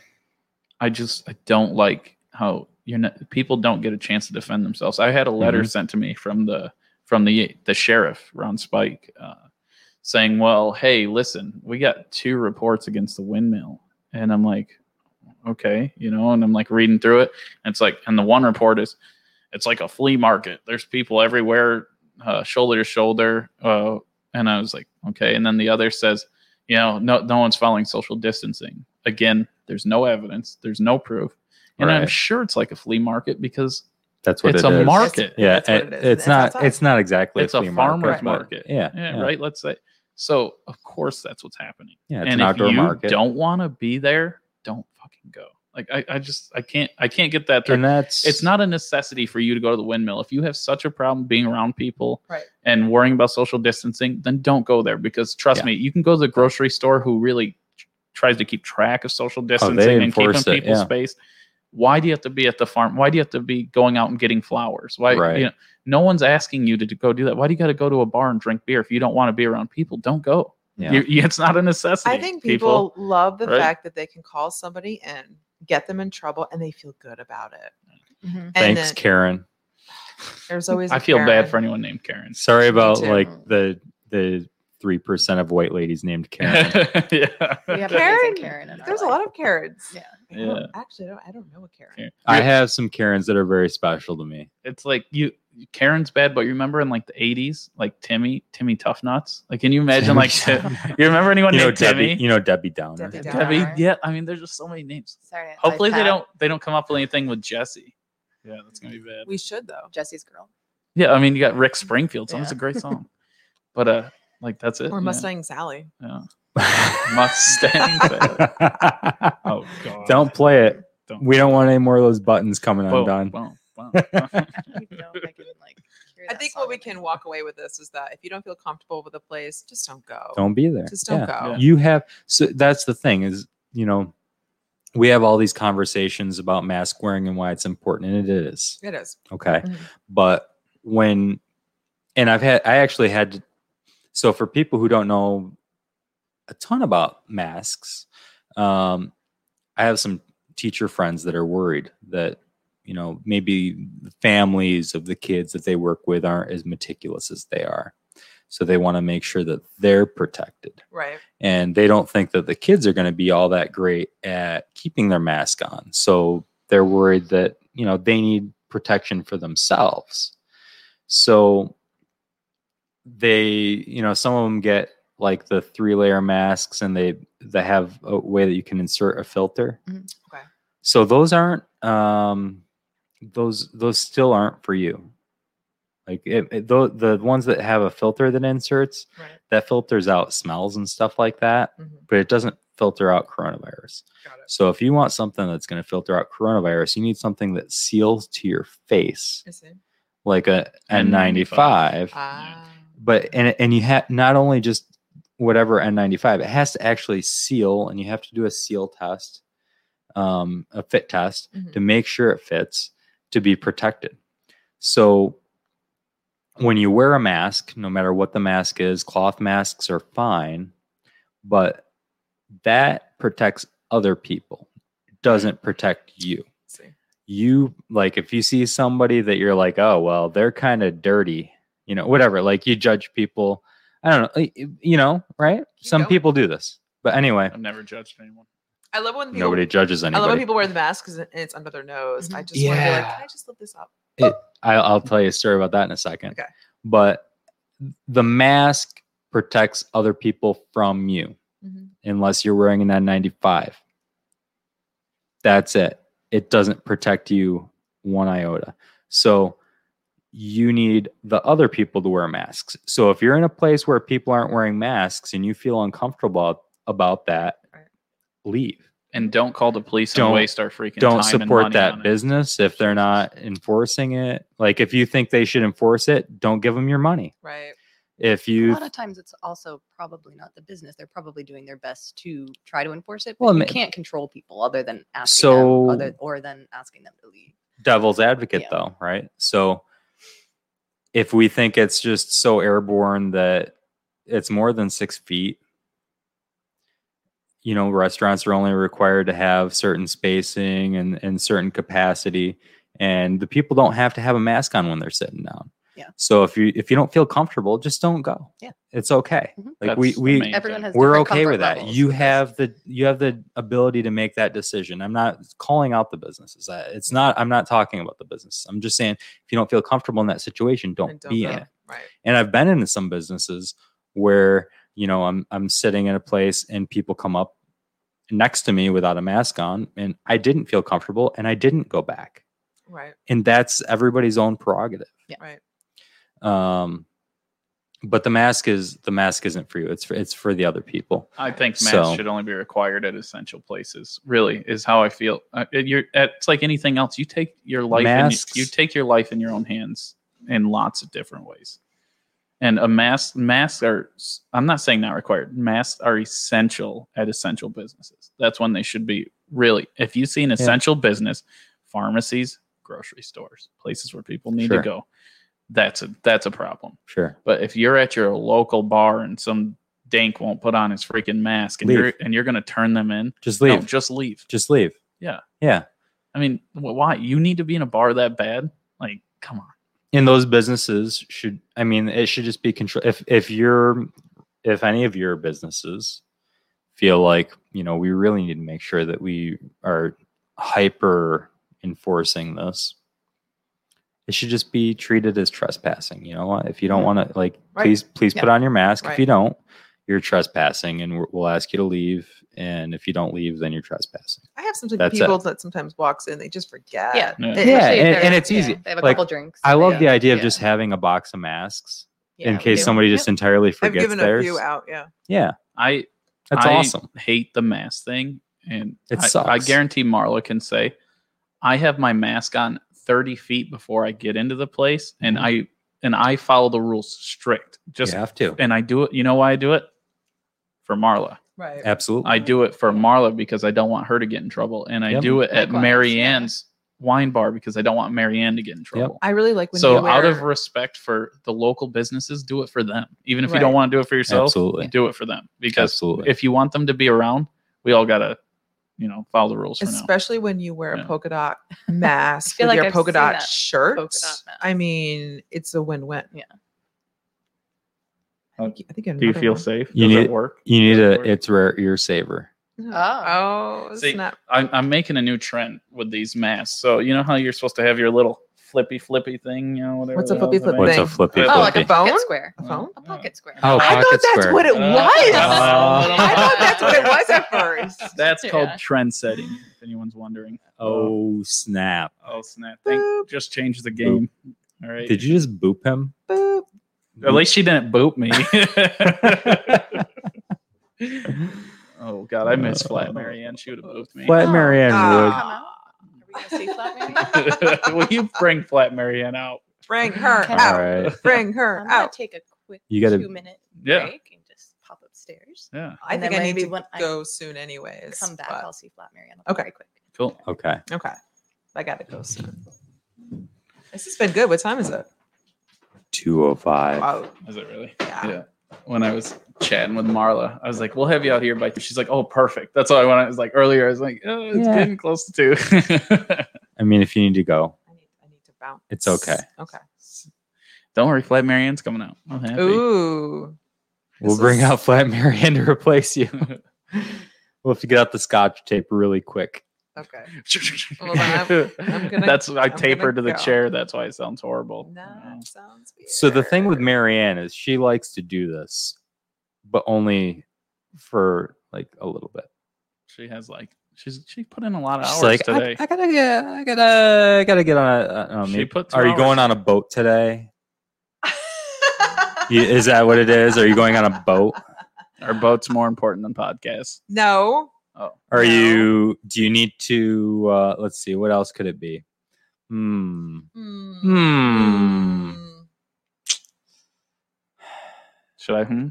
Speaker 3: I just I don't like how you're not people don't get a chance to defend themselves. I had a letter
Speaker 1: Mhm.
Speaker 3: sent to me from the from the the sheriff Ron Spike uh, saying, "Well, hey, listen, we got two reports against the windmill," and I'm like, "Okay," you know, and I'm like reading through it, and it's like, and the one report is, it's like a flea market. There's people everywhere, uh, shoulder to shoulder, uh, and I was like, "Okay," and then the other says, "You know, no, no one's following social distancing." Again, there's no evidence, there's no proof, and I'm
Speaker 1: Right.
Speaker 3: sure it's like a flea market because
Speaker 1: that's what
Speaker 3: it's
Speaker 1: it
Speaker 3: a
Speaker 1: is.
Speaker 3: market.
Speaker 1: yeah
Speaker 2: That's what
Speaker 1: it-
Speaker 2: it is.
Speaker 1: it's
Speaker 2: It's
Speaker 1: not
Speaker 2: outside.
Speaker 1: it's not exactly
Speaker 3: It's a
Speaker 1: flea
Speaker 3: farmer's
Speaker 1: but
Speaker 3: market.
Speaker 1: yeah,
Speaker 3: yeah, eh, right. Let's say so. Of course, that's what's happening.
Speaker 1: yeah it's an
Speaker 3: and if
Speaker 1: outdoor
Speaker 3: you
Speaker 1: market
Speaker 3: don't want to be there, don't fucking go. Like I, I just I can't I can't get that through.
Speaker 1: and that's
Speaker 3: It's not a necessity for you to go to the windmill. If you have such a problem being around people
Speaker 2: Right.
Speaker 3: and worrying about social distancing, then don't go there because trust
Speaker 1: Yeah.
Speaker 3: me, you can go to the grocery store who really tr- tries to keep track of social distancing and keeping
Speaker 1: Oh, enforce
Speaker 3: people
Speaker 1: it, yeah.
Speaker 3: space. Why do you have to be at the farm? Why do you have to be going out and getting flowers? Why
Speaker 1: Right.
Speaker 3: you know, no one's asking you to, to go do that. Why do you got to go to a bar and drink beer if you don't want to be around people? Don't go.
Speaker 1: yeah.
Speaker 3: You- you- it's not a necessity.
Speaker 2: I think people, love the
Speaker 3: right?
Speaker 2: fact that they can call somebody in, get them in trouble, and they feel good about it.
Speaker 5: Mhm.
Speaker 2: And
Speaker 1: Thanks,
Speaker 2: then
Speaker 1: Karen.
Speaker 2: there's always
Speaker 3: I
Speaker 2: a
Speaker 3: feel bad
Speaker 2: Karen.
Speaker 3: for anyone named Karen.
Speaker 1: Sorry about
Speaker 2: too.
Speaker 1: like the the three percent of white ladies named Karen.
Speaker 3: yeah.
Speaker 5: We
Speaker 2: Karen-
Speaker 5: have Karen. Karen in our
Speaker 2: There's a
Speaker 5: life.
Speaker 2: lot of Karens.
Speaker 5: Yeah.
Speaker 2: I don't-
Speaker 3: Yeah.
Speaker 2: Actually, I don't, I don't know a Karen.
Speaker 3: Karen.
Speaker 1: I have some Karens that are very special to me.
Speaker 3: it's like you Karen's bad, but you remember in like the eighties, like Timmy, Timmy Tough Nuts. Like, can you imagine like
Speaker 1: you
Speaker 3: Tim- you remember anyone
Speaker 1: know
Speaker 3: named
Speaker 1: Debbie,
Speaker 3: Timmy?
Speaker 1: you know Debbie Downer.
Speaker 2: Debbie Downer.
Speaker 3: Debbie,
Speaker 5: Downer.
Speaker 3: yeah. I mean, there's just so many names.
Speaker 5: Saturday Night Live
Speaker 3: Hopefully they
Speaker 5: Pat.
Speaker 3: don't they don't come up with anything with Jesse. Yeah, that's gonna be bad.
Speaker 2: We should though.
Speaker 5: Jesse's girl.
Speaker 3: Yeah, I mean you got Rick Springfield. Song. It's a
Speaker 5: Yeah.
Speaker 3: great song. But uh like that's it.
Speaker 2: Or
Speaker 3: yeah,
Speaker 2: Mustang Sally.
Speaker 3: Yeah. Mustang. Sally. oh god.
Speaker 1: don't play it.
Speaker 3: Don't.
Speaker 1: We don't want any more of those buttons coming
Speaker 3: Boom,
Speaker 1: undone.
Speaker 3: boom, boom.
Speaker 5: I don't even know if I can like. hear
Speaker 2: I
Speaker 5: that
Speaker 2: think
Speaker 5: song
Speaker 2: what we
Speaker 5: in my
Speaker 2: can
Speaker 5: head.
Speaker 2: walk away with this is that if you don't feel comfortable with a place, just don't go.
Speaker 1: Don't be there.
Speaker 2: Just don't
Speaker 1: Yeah.
Speaker 2: go.
Speaker 3: Yeah.
Speaker 1: you have so that's the thing is you know we have all these conversations about mask wearing and why it's important and it is
Speaker 2: It is.
Speaker 1: okay
Speaker 2: Mhm.
Speaker 1: but when and i've had i actually had to, so for people who don't know a ton about masks um i have some teacher friends that are worried that you know maybe the families of the kids that they work with aren't as meticulous as they are So they want to make sure that they're protected.
Speaker 2: Right.
Speaker 1: And they don't think that the kids are going to be all that great at keeping their mask on. So they're worried that, you know, they need protection for themselves. So they, you know, some of them get like the three layer masks and they they have a way that you can insert a filter.
Speaker 5: Mhm.
Speaker 2: Okay.
Speaker 1: So those aren't um those those still aren't for you. Like it, it, tho- the ones that have a filter that inserts,
Speaker 2: Right.
Speaker 1: that filters out smells and stuff like that,
Speaker 2: Mhm.
Speaker 1: but it doesn't filter out coronavirus.
Speaker 2: Got it.
Speaker 1: So if you want something that's going to filter out coronavirus, you need something that seals to your face
Speaker 2: I see.
Speaker 1: like a N95.
Speaker 3: N95.
Speaker 2: Ah.
Speaker 1: but and and you have not only just whatever N95, it has to actually seal, and you have to do a seal test, um, a fit test
Speaker 2: Mhm.
Speaker 1: to make sure it fits to be protected. So when you wear a mask, no matter what the mask is, cloth masks are fine, but that protects other people, It doesn't protect you
Speaker 2: see.
Speaker 1: you like if you see somebody that you're like oh well they're kind of dirty you know whatever like you judge people i don't know y- you know right some
Speaker 2: don't.
Speaker 1: people do this but anyway
Speaker 3: I've never judged anyone.
Speaker 2: I love when people.
Speaker 1: nobody judges
Speaker 2: I love when
Speaker 1: anybody
Speaker 2: people wear the mask 'cause it- and it's under their nose. I just want to be like,
Speaker 1: Yeah.
Speaker 2: can I just lift this up?
Speaker 1: I, i'll tell you a story about that in a second
Speaker 2: Okay.
Speaker 1: but the mask protects other people from you
Speaker 2: Mhm.
Speaker 1: unless you're wearing an n95 that's it it doesn't protect you one iota so you need the other people to wear masks so if you're in a place where people aren't wearing masks and you feel uncomfortable about that
Speaker 2: Right.
Speaker 1: leave
Speaker 3: And don't call the police
Speaker 1: Don't-
Speaker 3: and waste our freaking
Speaker 1: don't
Speaker 3: time and
Speaker 1: support
Speaker 3: money on
Speaker 1: that
Speaker 3: it.
Speaker 1: business if they're not enforcing it like if you think they should enforce it don't give them your money
Speaker 2: Right.
Speaker 1: if
Speaker 5: A
Speaker 1: you
Speaker 5: lot of times, it's also probably not the business. They're probably doing their best to try to enforce it, but
Speaker 1: Well,
Speaker 5: you
Speaker 1: ma-
Speaker 5: can't control people other than asking
Speaker 1: So-
Speaker 5: them, other, or than asking them to leave.
Speaker 1: devil's advocate
Speaker 5: Yeah.
Speaker 1: though, right? So if we think it's just so airborne that it's more than six feet, you know, restaurants are only required to have certain spacing and, and certain capacity. And the people don't have to have a mask on when they're sitting down.
Speaker 5: Yeah.
Speaker 1: So if you if you don't feel comfortable, just don't go.
Speaker 5: Yeah.
Speaker 1: It's okay.
Speaker 5: Mhm.
Speaker 1: Like
Speaker 3: That's
Speaker 1: we
Speaker 3: the
Speaker 1: we
Speaker 3: main
Speaker 5: Everyone
Speaker 3: thing.
Speaker 5: has
Speaker 1: we're
Speaker 5: different
Speaker 1: okay
Speaker 5: comfort
Speaker 1: with that.
Speaker 5: levels
Speaker 1: You
Speaker 5: with this.
Speaker 1: have the you have the ability to make that decision. I'm not calling out the businesses. That it's not. I'm not talking about the business. I'm just saying if you don't feel comfortable in that situation, don't,
Speaker 2: And
Speaker 1: be
Speaker 2: go.
Speaker 1: in it.
Speaker 2: Right.
Speaker 1: And I've been in some businesses where you know I'm I'm sitting in a place and people come up next to me without a mask on, and I didn't feel comfortable, and I didn't go back.
Speaker 2: Right.
Speaker 1: And that's everybody's own prerogative
Speaker 2: Right.
Speaker 1: um but the mask is the mask isn't for you it's for it's for the other people
Speaker 3: I think masks
Speaker 1: So-
Speaker 3: should only be required at essential places. Really, is how I feel. Uh, it- you're, it's like anything else. You take your life. In,
Speaker 1: Masks-
Speaker 3: you take your life in your own hands in lots of different ways. And a mask, masks are. s- I'm not saying not required. Masks are essential at essential businesses. That's when they should be. Really, if you see an essential business, pharmacies, grocery stores, places where people need
Speaker 1: Sure.
Speaker 3: to go, that's a that's a problem.
Speaker 1: sure
Speaker 3: But if you're at your local bar and some dank won't put on his freaking mask and
Speaker 1: Leave.
Speaker 3: you're and you're gonna turn them in,
Speaker 1: just leave
Speaker 3: no, just leave.
Speaker 1: just leave
Speaker 3: Yeah.
Speaker 1: yeah
Speaker 3: I mean, wh- why? You need to be in a bar that bad? Like, come on.
Speaker 1: and those businesses should i mean it should just be control if if you're if any of your businesses feel like you know we really need to make sure that we are hyper enforcing this it should just be treated as trespassing you know if you don't
Speaker 2: Mhm.
Speaker 1: want to like
Speaker 2: Right.
Speaker 1: please please put
Speaker 5: Yeah.
Speaker 1: on your mask if
Speaker 2: Right.
Speaker 1: you don't you're trespassing and we're- we'll ask you to leave and if you don't leave then you're trespassing
Speaker 2: I have some
Speaker 1: That's
Speaker 2: people that sometimes walks in, they just forget.
Speaker 5: Yeah.
Speaker 3: Yeah.
Speaker 5: Especially
Speaker 1: Yeah,
Speaker 5: if
Speaker 1: and-
Speaker 5: they're-
Speaker 1: and it's
Speaker 5: yeah,
Speaker 1: easy.
Speaker 5: They have a
Speaker 1: Like,
Speaker 5: couple drinks.
Speaker 1: i
Speaker 5: and
Speaker 1: love
Speaker 5: they-
Speaker 1: the idea of
Speaker 5: yeah.
Speaker 1: just having a box of masks
Speaker 5: Yeah,
Speaker 1: in
Speaker 5: we
Speaker 1: case
Speaker 5: do.
Speaker 1: somebody
Speaker 5: Yep.
Speaker 1: just entirely
Speaker 2: I've
Speaker 1: forgets
Speaker 2: given a
Speaker 1: theirs
Speaker 2: few out. Yeah.
Speaker 1: yeah
Speaker 3: I
Speaker 1: That's
Speaker 3: I
Speaker 1: awesome.
Speaker 3: hate the mask thing. And
Speaker 1: It
Speaker 3: I, I
Speaker 1: sucks.
Speaker 3: guarantee Marla can say, I have my mask on 30 feet before I get into the place, and
Speaker 1: Mm-hmm.
Speaker 3: I and I follow the rules strict. Just
Speaker 1: you have to.
Speaker 3: and I do it. You know why I do it? For Marla.
Speaker 2: Right.
Speaker 1: Absolutely.
Speaker 3: I do it for Marla because I don't want her to get in trouble, and I
Speaker 1: Yep.
Speaker 3: do it at
Speaker 5: Likewise,
Speaker 3: Mary
Speaker 5: yeah.
Speaker 3: Ann's wine bar because I don't want Mary Ann to get in trouble.
Speaker 2: I really like when
Speaker 3: So
Speaker 2: you wear,
Speaker 3: out of respect for the local businesses, do it for them. Even if you don't
Speaker 2: Right.
Speaker 3: want to do it for yourself,
Speaker 1: Absolutely.
Speaker 3: do it for them because
Speaker 1: Absolutely.
Speaker 3: if you want them to be around, we all gotta, you know, follow the rules for now.
Speaker 2: especially when you wear
Speaker 3: Yeah.
Speaker 2: a polka dot mask
Speaker 5: feel
Speaker 2: with
Speaker 5: like
Speaker 2: your
Speaker 5: I've
Speaker 2: polka
Speaker 5: seen
Speaker 2: dot
Speaker 5: that
Speaker 2: shirt.
Speaker 5: polka dot mask.
Speaker 2: I mean, it's a win-win. I think, I think
Speaker 3: Do you
Speaker 2: another
Speaker 3: feel
Speaker 2: one.
Speaker 3: safe?
Speaker 1: You
Speaker 3: Does
Speaker 1: need-
Speaker 3: it work?
Speaker 1: You need
Speaker 3: Does it
Speaker 1: a
Speaker 3: work?
Speaker 1: it's rare ear saver.
Speaker 2: Oh, it's
Speaker 3: See,
Speaker 2: not.
Speaker 3: I'm, I'm making a new trend with these masks. So you know how you're supposed to have your little flippy flippy thing, you know, whatever.
Speaker 2: What's a
Speaker 3: that was
Speaker 2: flippy
Speaker 3: the
Speaker 2: flip
Speaker 3: name.
Speaker 1: What's
Speaker 2: thing?
Speaker 1: a flippy
Speaker 3: Oh,
Speaker 5: Oh, like
Speaker 1: flippy?
Speaker 5: a pocket
Speaker 2: phone?
Speaker 5: square.
Speaker 2: A phone?
Speaker 5: A pocket square.
Speaker 1: Oh,
Speaker 2: I thought
Speaker 1: pocket
Speaker 2: that's
Speaker 1: square.
Speaker 2: what it
Speaker 3: Uh,
Speaker 2: was.
Speaker 1: Oh.
Speaker 2: I thought that's what it was at first.
Speaker 3: That's called
Speaker 5: Yeah.
Speaker 3: trend setting. If anyone's wondering.
Speaker 1: oh snap!
Speaker 3: Oh snap! Thank,
Speaker 2: Boop.
Speaker 3: just change the game. All right.
Speaker 1: Did you just boop him?
Speaker 2: Boop.
Speaker 3: At least she didn't boot me. oh God, I miss Flat Marianne. She would have booped me.
Speaker 1: Flat Marianne
Speaker 2: Ah.
Speaker 1: would.
Speaker 5: Come out. Are we gonna see Flat Mary?
Speaker 3: Will you bring Flat Marianne out?
Speaker 2: Bring her
Speaker 5: Okay.
Speaker 1: All
Speaker 2: out.
Speaker 1: right.
Speaker 2: Bring
Speaker 5: I'm
Speaker 2: her
Speaker 5: gonna
Speaker 2: out.
Speaker 5: take a quick
Speaker 1: You gotta-
Speaker 5: two minute
Speaker 3: oh. Yeah.
Speaker 5: break and just pop upstairs.
Speaker 3: Yeah.
Speaker 2: I
Speaker 5: And
Speaker 2: think
Speaker 5: then
Speaker 2: I need
Speaker 5: maybe
Speaker 2: to
Speaker 5: when I
Speaker 2: go soon, anyways.
Speaker 5: Come back,
Speaker 2: but-
Speaker 5: I'll see Flat Mary on
Speaker 2: Okay.
Speaker 5: very quick.
Speaker 3: Cool.
Speaker 1: Okay.
Speaker 2: Okay. I got to go soon. This has been good. What time is it?
Speaker 1: Two oh five.
Speaker 2: Wow.
Speaker 3: Is it really?
Speaker 2: Yeah.
Speaker 3: Yeah. When I was chatting with Marla, I was like, "We'll have you out here by." She's like, "Oh, perfect." That's all I wanted. I was like earlier. I was like, oh, "It's
Speaker 1: Yeah.
Speaker 3: getting close to two.
Speaker 1: I mean, if you need to go,
Speaker 2: I need, I need to bounce.
Speaker 1: It's okay.
Speaker 2: Okay.
Speaker 3: Don't worry, Flat Marianne's coming out. I'm happy.
Speaker 2: Ooh.
Speaker 1: we'll
Speaker 2: This
Speaker 1: bring
Speaker 2: is-
Speaker 1: out Flat Marianne to replace you. we'll have to get out the Scotch tape really quick.
Speaker 2: Okay. Hold on, I'm- I'm gonna-
Speaker 3: That's I
Speaker 2: I'm
Speaker 3: tape her to
Speaker 2: gonna
Speaker 3: the
Speaker 2: go.
Speaker 3: chair. That's why it sounds horrible.
Speaker 2: That sounds weird.
Speaker 1: So the thing with Marianne is she likes to do this, but only for like a little bit.
Speaker 3: She has like she's she put in a lot of
Speaker 1: She's
Speaker 3: hours
Speaker 1: like, I,
Speaker 3: today.
Speaker 1: I gotta get, I gotta, I gotta get on. A, uh, um,
Speaker 3: She put two
Speaker 1: are you going
Speaker 3: hours.
Speaker 1: on a boat today? You- Is that what it is? Are you going on a boat?
Speaker 3: Our boat's more important than podcasts.
Speaker 2: No.
Speaker 3: Oh,
Speaker 1: Are
Speaker 2: No.
Speaker 1: you? Do you need to? Uh, let's see. What else could it be? Hmm.
Speaker 2: Hmm.
Speaker 1: Hmm.
Speaker 3: should I? Hmm.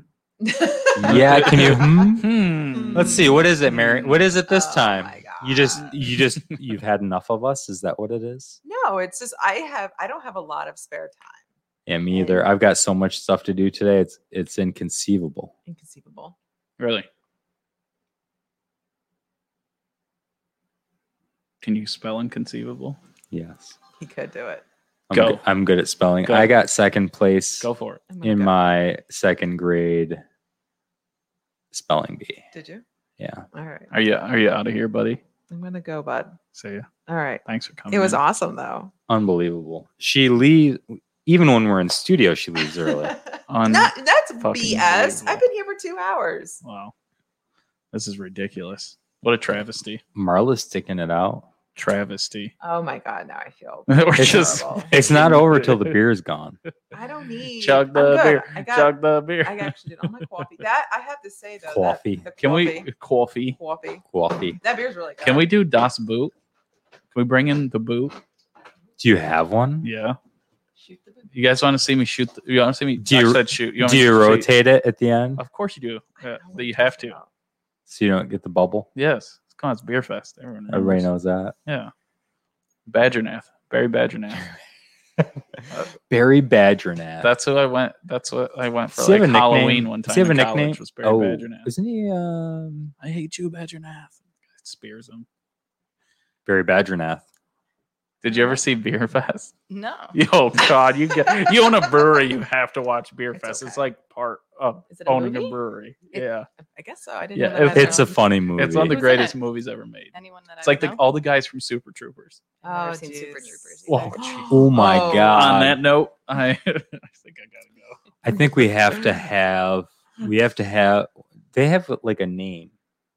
Speaker 1: Yeah. Can you? Hmm?
Speaker 3: Hmm.
Speaker 1: Let's see. What is it, Mary? What is it this
Speaker 2: Oh
Speaker 1: time?
Speaker 2: my
Speaker 1: You just,
Speaker 2: God.
Speaker 1: you just, you've had enough of us. Is that what it is?
Speaker 2: No, it's just I have I don't have a lot of spare time.
Speaker 1: Yeah, me either. I've got so much stuff to do today. It's, it's inconceivable.
Speaker 2: Inconceivable.
Speaker 3: Really? Can you spell inconceivable?
Speaker 1: Yes.
Speaker 2: He could do it.
Speaker 1: I'm
Speaker 3: Go.
Speaker 1: Good, I'm good at spelling.
Speaker 3: Go.
Speaker 1: I got second place
Speaker 3: Go for it.
Speaker 2: I'm gonna
Speaker 1: in
Speaker 2: go.
Speaker 1: my second grade spelling bee.
Speaker 2: Did you?
Speaker 1: Yeah.
Speaker 2: All right.
Speaker 3: Are you are you out of here, buddy?
Speaker 2: I'm gonna go, bud.
Speaker 3: See ya.
Speaker 2: All right.
Speaker 3: Thanks for coming.
Speaker 2: It was
Speaker 3: in.
Speaker 2: awesome though.
Speaker 1: Unbelievable. She leaves, even when we're in studio, she leaves early.
Speaker 3: Un-
Speaker 2: Not, that's
Speaker 3: fucking
Speaker 2: BS.
Speaker 3: believable.
Speaker 2: I've been here for two hours.
Speaker 3: Wow. This is ridiculous. What a travesty.
Speaker 1: Marla's sticking it out.
Speaker 3: Travesty.
Speaker 2: Oh my god, now I feel
Speaker 3: We're
Speaker 1: It's-
Speaker 3: just
Speaker 2: terrible.
Speaker 1: It's not over till the beer is gone.
Speaker 2: I don't need
Speaker 3: chug
Speaker 2: I'm
Speaker 3: the
Speaker 2: good.
Speaker 3: beer.
Speaker 2: I got
Speaker 3: chug the beer.
Speaker 2: I actually did all my coffee. That I have to say though.
Speaker 1: Coffee.
Speaker 2: That, the
Speaker 3: Can
Speaker 2: coffee,
Speaker 3: we coffee?
Speaker 2: coffee?
Speaker 1: Coffee.
Speaker 2: That beer's really good.
Speaker 3: Can we do Das Boot? Can we bring in the boot?
Speaker 1: Do you have one?
Speaker 3: Yeah.
Speaker 5: Shoot the boob.
Speaker 3: You guys want to see me shoot? The, you want to see me?
Speaker 1: Do
Speaker 3: I
Speaker 1: you-
Speaker 3: said shoot. want
Speaker 1: Do
Speaker 3: me to Oh.
Speaker 1: you
Speaker 3: shoot?
Speaker 1: rotate it at the end
Speaker 3: Of course you do.
Speaker 2: I
Speaker 3: Yeah,
Speaker 2: know
Speaker 3: that
Speaker 2: what
Speaker 3: you
Speaker 2: you're
Speaker 3: have
Speaker 2: talking
Speaker 3: to.
Speaker 2: about.
Speaker 1: so you don't get the bubble?
Speaker 3: Yes. It's called it's Beer Fest. Everyone knows.
Speaker 1: Everybody knows that.
Speaker 3: Yeah. Badgernath. Barry Badgernath.
Speaker 1: Barry Badgernath.
Speaker 3: That's who I went. That's what I went for
Speaker 1: Does he have
Speaker 3: like
Speaker 1: a nickname?
Speaker 3: Halloween one time.
Speaker 1: Does he have
Speaker 3: in
Speaker 1: a
Speaker 3: college
Speaker 1: nickname?
Speaker 3: Was Barry
Speaker 1: oh,
Speaker 3: Badgernath.
Speaker 1: isn't he um,
Speaker 3: I hate you, Badgernath. Spears him.
Speaker 1: Barry Badgernath?
Speaker 3: Did you ever see Beer Fest?
Speaker 5: No.
Speaker 3: Oh God, you get, you own a brewery, you have to watch Beer
Speaker 5: It's
Speaker 3: Fest. It's
Speaker 5: okay.
Speaker 3: like part of
Speaker 5: Is it a
Speaker 3: owning a
Speaker 5: movie?
Speaker 3: brewery.
Speaker 5: It-
Speaker 3: yeah,
Speaker 2: I guess so. I didn't
Speaker 3: Yeah,
Speaker 2: know that.
Speaker 1: It's a
Speaker 5: know.
Speaker 1: funny movie.
Speaker 3: it's one of the
Speaker 5: Who's in
Speaker 3: greatest
Speaker 5: it?
Speaker 3: movies ever made.
Speaker 5: Anyone that
Speaker 3: It's
Speaker 5: I
Speaker 3: like the,
Speaker 5: don't
Speaker 3: all the guys from Super Troopers.
Speaker 5: know? I've never
Speaker 2: Oh,
Speaker 5: seen Super
Speaker 2: jeez.
Speaker 5: Troopers.
Speaker 3: Whoa.
Speaker 5: either.
Speaker 1: Oh my
Speaker 2: Oh.
Speaker 1: god!
Speaker 3: On that note, I I think I gotta go.
Speaker 1: I think we have to have we have to have they have like a name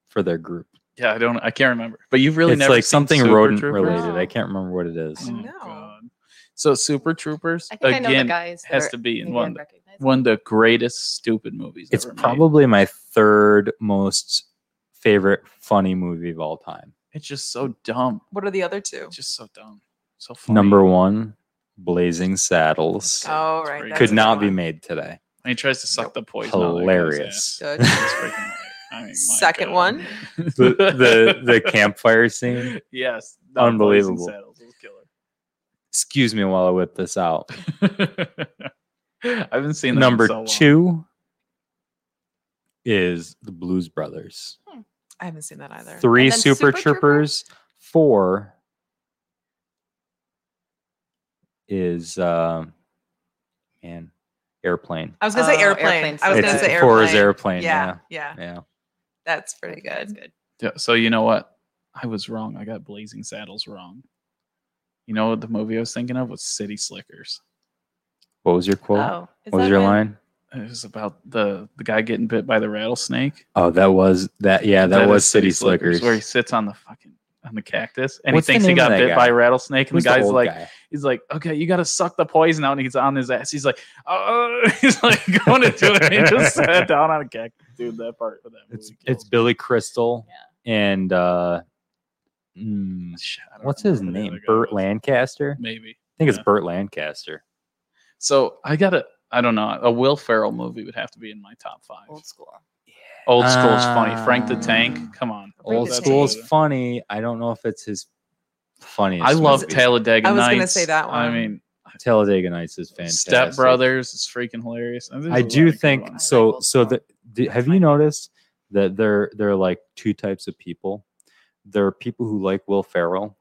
Speaker 1: for their group.
Speaker 3: Yeah, I don't. I can't remember. But you've really
Speaker 1: it's
Speaker 3: never
Speaker 1: like
Speaker 3: seen
Speaker 1: something
Speaker 3: Super
Speaker 1: rodent
Speaker 3: Troopers?
Speaker 1: related. I
Speaker 5: No.
Speaker 1: can't remember what it is.
Speaker 2: Mm.
Speaker 3: Oh,
Speaker 2: No.
Speaker 3: God. So Super Troopers
Speaker 5: I think
Speaker 3: again
Speaker 5: I know the guys. that
Speaker 3: has
Speaker 5: are-
Speaker 3: to be
Speaker 5: I
Speaker 3: in
Speaker 5: think
Speaker 3: one
Speaker 5: I'd
Speaker 3: of the-
Speaker 5: recognize them.
Speaker 3: one of the greatest stupid movies.
Speaker 1: It's
Speaker 3: ever made.
Speaker 1: probably my third most favorite funny movie of all time.
Speaker 3: it's just so dumb.
Speaker 2: What are the other two?
Speaker 3: It's just so dumb. So funny.
Speaker 1: Number one, Blazing Saddles.
Speaker 2: Oh,
Speaker 3: That's
Speaker 2: right.
Speaker 3: pretty
Speaker 2: that's
Speaker 1: Could
Speaker 2: a
Speaker 1: not
Speaker 2: good
Speaker 1: be
Speaker 2: one.
Speaker 1: made today.
Speaker 3: And he tries to suck the poison. out of that guy's
Speaker 1: Hilarious.
Speaker 3: ass.
Speaker 2: Good.
Speaker 3: It's freaking hilarious. I mean, my
Speaker 2: Second
Speaker 3: God.
Speaker 2: one?
Speaker 1: the, the the campfire scene.
Speaker 3: Yes. not Blazing
Speaker 1: Unbelievable.
Speaker 3: Saddles was
Speaker 1: Excuse me while I whip this out.
Speaker 3: killer. I haven't seen that in
Speaker 1: Number
Speaker 3: so long.
Speaker 1: two is the Blues Brothers.
Speaker 2: I haven't seen that either.
Speaker 1: Three
Speaker 5: And then
Speaker 1: Super,
Speaker 5: Super
Speaker 1: Troopers,
Speaker 5: Troopers.
Speaker 1: Four is uh, man. airplane.
Speaker 2: I was gonna say
Speaker 5: Oh,
Speaker 2: Uh, airplane.
Speaker 5: airplane
Speaker 2: I was
Speaker 1: it's
Speaker 2: gonna say airplane.
Speaker 1: Forra's airplane.
Speaker 2: Yeah,
Speaker 1: Yeah.
Speaker 2: yeah,
Speaker 1: yeah.
Speaker 2: that's pretty good.
Speaker 3: Yeah, so you know what? I was wrong. I got Blazing Saddles wrong. You know what the movie I was thinking of was City Slickers.
Speaker 1: What was your quote?
Speaker 5: Oh, is
Speaker 1: what was
Speaker 5: that
Speaker 1: your
Speaker 5: it?
Speaker 1: line?
Speaker 3: It was about the the guy getting bit by the rattlesnake.
Speaker 1: Oh, that was that. Yeah, that,
Speaker 3: is
Speaker 1: was City Slickers.
Speaker 3: where he sits on the fucking on the cactus and
Speaker 1: What's the
Speaker 3: he thinks he
Speaker 1: name of
Speaker 3: got
Speaker 1: that
Speaker 3: bit
Speaker 1: guy?
Speaker 3: by a rattlesnake. And
Speaker 1: Who's
Speaker 3: the guy's
Speaker 1: old
Speaker 3: like,
Speaker 1: guy?
Speaker 3: he's like, okay, you got to suck the poison out. And he's on his ass. He's like, oh, he's like going into it. And he just sat down on a cactus. Dude, that part of that movie.
Speaker 1: it's
Speaker 3: kills
Speaker 1: it's
Speaker 3: me.
Speaker 1: Billy Crystal and uh, mm,
Speaker 3: Shit, I don't
Speaker 1: what's his
Speaker 3: remember the
Speaker 1: name?
Speaker 3: other guy
Speaker 1: Burt
Speaker 3: was.
Speaker 1: Lancaster. I
Speaker 3: Maybe.
Speaker 1: think it's
Speaker 3: yeah.
Speaker 1: Burt Lancaster.
Speaker 3: So I got to, I don't know, a Will Ferrell movie would have to be in my top five.
Speaker 5: Old school.
Speaker 3: Old school's funny. Frank the
Speaker 1: Ah.
Speaker 3: Tank. Come on.
Speaker 5: Bring
Speaker 1: Old
Speaker 5: the
Speaker 3: That's
Speaker 1: school's
Speaker 3: good.
Speaker 1: funny. I don't know if it's his funniest.
Speaker 3: I love
Speaker 1: movie.
Speaker 3: Talladega
Speaker 2: I was gonna
Speaker 3: Nights.
Speaker 2: say that
Speaker 3: I
Speaker 2: one.
Speaker 3: mean,
Speaker 1: Talladega Nights is fantastic.
Speaker 3: Step Brothers is freaking hilarious. And there's
Speaker 1: I
Speaker 3: a lot
Speaker 1: do
Speaker 3: of good
Speaker 1: think
Speaker 3: ones.
Speaker 5: I like
Speaker 1: so.
Speaker 5: old
Speaker 1: So
Speaker 5: school.
Speaker 1: the, the, have you noticed that there there are like two types of people? There are people who like Will Ferrell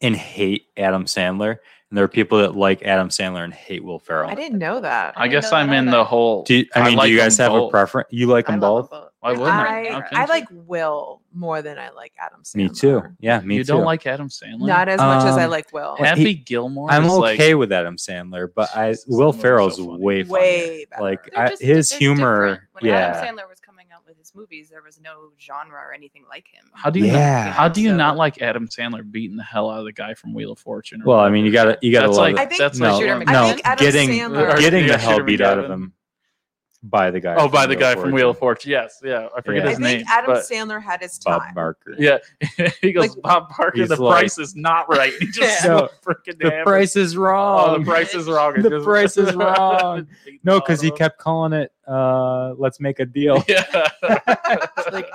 Speaker 1: and hate Adam Sandler, and there are people that like Adam Sandler and hate Will Ferrell.
Speaker 2: I didn't know that.
Speaker 3: I guess
Speaker 5: know
Speaker 3: I'm
Speaker 5: that
Speaker 3: in
Speaker 5: either.
Speaker 3: the whole.
Speaker 1: Do you, I
Speaker 3: I
Speaker 1: mean,
Speaker 3: like
Speaker 1: do you guys
Speaker 3: them
Speaker 1: have a
Speaker 3: both.
Speaker 1: preference? You like
Speaker 5: I
Speaker 1: them both?
Speaker 5: love them
Speaker 3: Why wouldn't I?
Speaker 2: I,
Speaker 3: How can
Speaker 2: I
Speaker 3: you?
Speaker 2: like Will more than I like Adam Sandler.
Speaker 1: Me too. Yeah, me
Speaker 3: you
Speaker 1: too.
Speaker 3: don't like Adam Sandler?
Speaker 2: Not as much as I
Speaker 1: Um,
Speaker 2: like Will.
Speaker 1: and
Speaker 3: Happy
Speaker 1: he-
Speaker 3: Gilmore.
Speaker 1: I'm
Speaker 3: is like-
Speaker 1: okay with Adam Sandler, but I
Speaker 3: Jesus,
Speaker 1: Will
Speaker 3: that movie's
Speaker 1: Ferrell's
Speaker 3: so funny.
Speaker 1: way funnier.
Speaker 2: Way better.
Speaker 1: like
Speaker 5: They're
Speaker 1: I,
Speaker 5: just-
Speaker 1: his
Speaker 5: they're
Speaker 1: humor.
Speaker 5: different. When
Speaker 1: Yeah,
Speaker 5: Adam Sandler was coming out with his movies, there was no genre or anything like him.
Speaker 3: How do you? Not,
Speaker 1: Yeah.
Speaker 3: how do you
Speaker 5: So-
Speaker 3: not like Adam Sandler beating the hell out of the guy from Wheel of Fortune? or
Speaker 1: Well, I mean, you
Speaker 3: whatever?
Speaker 1: gotta- you gotta
Speaker 3: That's
Speaker 1: love
Speaker 3: like,
Speaker 1: it.
Speaker 2: I think
Speaker 3: that's
Speaker 1: no,
Speaker 3: like
Speaker 5: Shooter
Speaker 3: one-
Speaker 5: McGavin.
Speaker 1: no,
Speaker 5: I think
Speaker 2: Adam
Speaker 1: getting
Speaker 2: Sandler-
Speaker 3: Or-
Speaker 1: getting
Speaker 3: yeah,
Speaker 1: the hell
Speaker 3: Shooter
Speaker 1: beat out of
Speaker 3: McGavin.
Speaker 1: him by the guy.
Speaker 3: Oh,
Speaker 1: from
Speaker 3: by the guy from Wheel of
Speaker 1: Fortune,
Speaker 3: Fortune. Yes, yeah. I forget
Speaker 1: Yeah.
Speaker 2: I
Speaker 3: his
Speaker 2: think
Speaker 3: name.
Speaker 2: Adam
Speaker 3: but-
Speaker 2: Sandler had his time.
Speaker 1: Bob Barker.
Speaker 3: Yeah, he goes,
Speaker 2: Like-
Speaker 3: Bob Parker.
Speaker 1: He's
Speaker 3: The
Speaker 1: like-
Speaker 3: price is not right. He just
Speaker 1: Yeah.
Speaker 3: yeah. freaking
Speaker 1: the
Speaker 3: hammered.
Speaker 1: price is wrong.
Speaker 3: Oh, the price is wrong. It
Speaker 1: The
Speaker 3: just-
Speaker 1: price is wrong.
Speaker 3: Beating
Speaker 1: no,
Speaker 3: all
Speaker 1: because he
Speaker 3: of
Speaker 1: kept calling it. Uh, let's make a
Speaker 3: them.
Speaker 1: deal.
Speaker 3: Yeah.
Speaker 1: like,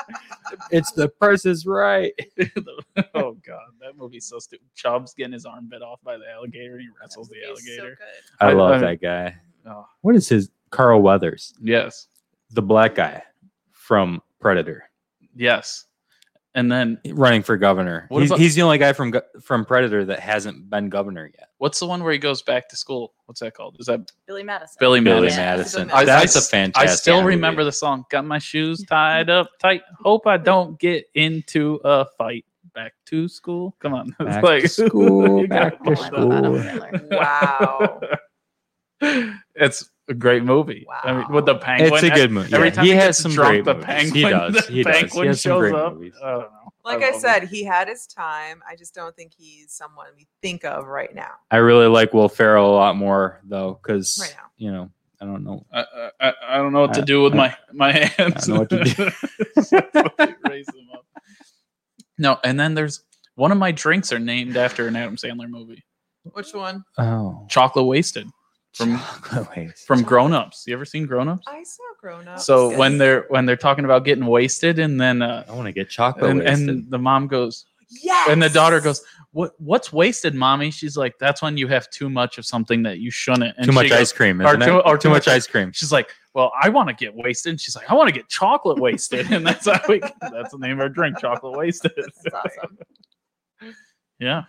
Speaker 1: it's the price is right.
Speaker 3: oh god, that movie's so stupid. Chubb's getting his arm bit off by the alligator. He wrestles the alligator.
Speaker 1: I,
Speaker 3: I-
Speaker 1: love
Speaker 3: I-
Speaker 1: that guy.
Speaker 3: Oh,
Speaker 1: What is his Carl Weathers,
Speaker 3: yes,
Speaker 1: the black guy from Predator,
Speaker 3: yes. And then
Speaker 1: running for governor?
Speaker 3: What
Speaker 1: he's,
Speaker 3: about-
Speaker 1: he's the only guy from go- from Predator that hasn't been governor yet.
Speaker 3: what's the one where he goes back to school? What's that called? Is that
Speaker 5: Billy Madison.
Speaker 3: Billy
Speaker 1: Billy
Speaker 3: Madison?
Speaker 1: Madison.
Speaker 5: I-
Speaker 1: That's
Speaker 3: I-
Speaker 1: a
Speaker 3: I
Speaker 1: fantastic.
Speaker 3: still
Speaker 1: movie.
Speaker 3: remember the song. Got my shoes tied up tight. Hope I don't get into a fight. Back to school. Come on. It's
Speaker 1: Back
Speaker 3: like-
Speaker 1: to school,
Speaker 3: You gotta
Speaker 1: back
Speaker 5: Oh, I
Speaker 1: to
Speaker 3: love
Speaker 5: love Adam
Speaker 1: school.
Speaker 5: Sandler.
Speaker 2: Wow.
Speaker 3: that. It's a great movie. I mean, with the
Speaker 2: Wow.
Speaker 3: penguin.
Speaker 1: It's a good movie.
Speaker 3: Every
Speaker 1: Yeah,
Speaker 3: time
Speaker 1: he
Speaker 3: he
Speaker 1: has
Speaker 3: gets
Speaker 1: some
Speaker 3: drunk,
Speaker 1: great
Speaker 3: the
Speaker 1: movies.
Speaker 3: penguin.
Speaker 1: he does.
Speaker 3: The
Speaker 1: He does. He
Speaker 3: penguin
Speaker 1: has some
Speaker 3: shows
Speaker 1: great
Speaker 3: up. Uh,
Speaker 1: movies.
Speaker 3: I don't know.
Speaker 2: Like I,
Speaker 3: love it.
Speaker 2: said, he had his time. I just don't think he's someone we think of right now.
Speaker 1: I really like Will Ferrell a lot more though, because
Speaker 2: Right now.
Speaker 1: you know I don't know.
Speaker 3: I, I, I- I don't know what to
Speaker 1: I-
Speaker 3: do with
Speaker 1: I-
Speaker 3: my my hands.
Speaker 1: know what to do.
Speaker 3: Raise them up. No, and then there's one of my drinks are named after an Adam Sandler movie,
Speaker 2: Which one?
Speaker 1: Oh,
Speaker 3: Chocolate Wasted from
Speaker 1: Chocolate Waste.
Speaker 3: from Grown Ups. You ever seen Grown Ups?
Speaker 2: I saw grown up.
Speaker 3: So when they're when they're talking about getting wasted, and then uh,
Speaker 1: I want to get chocolate
Speaker 3: and,
Speaker 1: wasted.
Speaker 3: and the mom goes,
Speaker 2: yes,
Speaker 3: and the daughter goes, "What what's wasted, mommy?" She's like, "That's when you have too much of something that you shouldn't." And
Speaker 1: too
Speaker 3: she
Speaker 1: much
Speaker 3: goes-
Speaker 1: ice cream,
Speaker 3: or
Speaker 1: isn't
Speaker 3: too-
Speaker 1: it?
Speaker 3: or
Speaker 1: too much ice cream.
Speaker 3: She's like, "Well, I want to get wasted." And she's like, "I want to get chocolate wasted," and that's how we that's the name of our drink, chocolate wasted.
Speaker 5: That's awesome.
Speaker 3: yeah,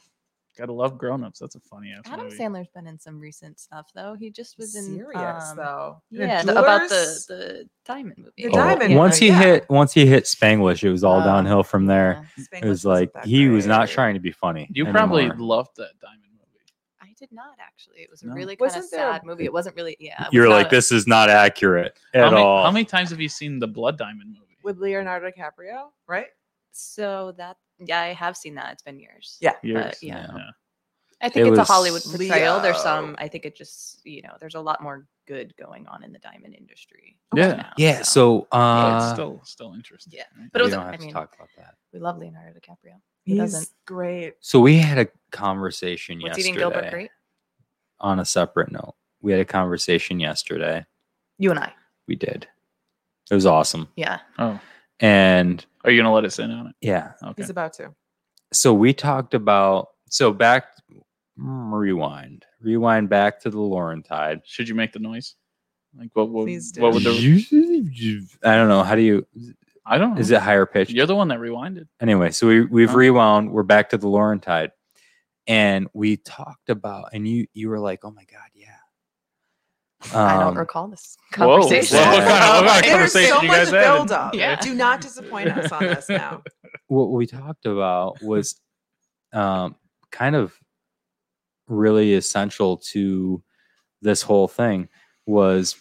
Speaker 3: gotta love grown ups. That's a funny ass
Speaker 5: Adam
Speaker 3: movie.
Speaker 5: Sandler's been in some recent stuff though. He just was in
Speaker 2: serious
Speaker 5: um,
Speaker 2: though.
Speaker 5: Yeah, the- about the
Speaker 2: Jewelers?
Speaker 5: the diamond movie.
Speaker 2: The diamond
Speaker 1: oh, once
Speaker 2: one,
Speaker 1: he
Speaker 2: yeah.
Speaker 1: hit once he hit Spanglish, it was all
Speaker 5: Oh,
Speaker 1: downhill from there.
Speaker 5: Yeah.
Speaker 2: Spanglish
Speaker 1: It was
Speaker 2: wasn't
Speaker 1: like
Speaker 2: that
Speaker 1: he was not
Speaker 2: great.
Speaker 1: trying to be funny.
Speaker 3: You probably
Speaker 1: anymore.
Speaker 3: loved that diamond movie.
Speaker 5: I did not actually. It was a
Speaker 3: No.
Speaker 5: really kind of
Speaker 2: Wasn't there-
Speaker 5: sad movie. It wasn't really. Yeah. it
Speaker 1: you're
Speaker 5: was
Speaker 1: like
Speaker 5: not-
Speaker 1: this is not accurate
Speaker 3: How
Speaker 1: at
Speaker 3: many,
Speaker 1: all.
Speaker 3: how many times have you seen the Blood Diamond movie?
Speaker 2: with Leonardo DiCaprio, right?
Speaker 5: So that yeah, I have seen that. It's been years.
Speaker 2: Yeah.
Speaker 3: Years.
Speaker 5: uh, yeah.
Speaker 1: Uh,
Speaker 3: yeah.
Speaker 5: I think
Speaker 1: It was-
Speaker 5: it's a Hollywood portrayal. There's
Speaker 2: Leo.
Speaker 5: some. I think it just you know there's a lot more good going on in the diamond industry.
Speaker 3: Yeah.
Speaker 5: now,
Speaker 1: yeah. So
Speaker 3: But
Speaker 1: uh,
Speaker 3: it's still still interesting.
Speaker 5: yeah.
Speaker 3: right?
Speaker 5: But it
Speaker 1: we
Speaker 5: was-
Speaker 1: don't
Speaker 5: I
Speaker 1: have to
Speaker 5: mean-
Speaker 1: talk about that.
Speaker 5: we love Leonardo DiCaprio. He
Speaker 2: He's
Speaker 5: doesn't.
Speaker 2: great.
Speaker 1: So we had a conversation
Speaker 5: What's
Speaker 1: yesterday
Speaker 5: eating Gilbert Grape?
Speaker 1: on a separate note. We had a conversation yesterday.
Speaker 5: You and I.
Speaker 1: We did. It was awesome.
Speaker 5: Yeah.
Speaker 3: oh,
Speaker 1: And
Speaker 3: are you gonna let us in on it?
Speaker 1: yeah,
Speaker 3: Okay.
Speaker 2: He's about to.
Speaker 1: so we talked about so back mm, rewind, rewind back to the Laurentide.
Speaker 3: Should you make the noise? Like what? What,
Speaker 2: Please do.
Speaker 3: what would the?
Speaker 1: I don't know. How do you?
Speaker 3: I don't. know.
Speaker 1: Is it higher pitched?
Speaker 3: You're the one that rewinded.
Speaker 1: anyway, so we we've
Speaker 3: Huh.
Speaker 1: rewound. We're back to the Laurentide, and we talked about, and you you were like, "Oh my god, yeah,
Speaker 5: I don't
Speaker 1: Um,
Speaker 5: recall this
Speaker 3: Whoa, whoa,
Speaker 5: conversation.
Speaker 3: What kind of, what kind of
Speaker 2: There's
Speaker 3: conversation
Speaker 2: so
Speaker 3: you
Speaker 2: much
Speaker 3: guys had?
Speaker 2: buildup.
Speaker 5: Yeah.
Speaker 2: Do not disappoint us on this now.
Speaker 1: what we talked about was um, kind of really essential to this whole thing was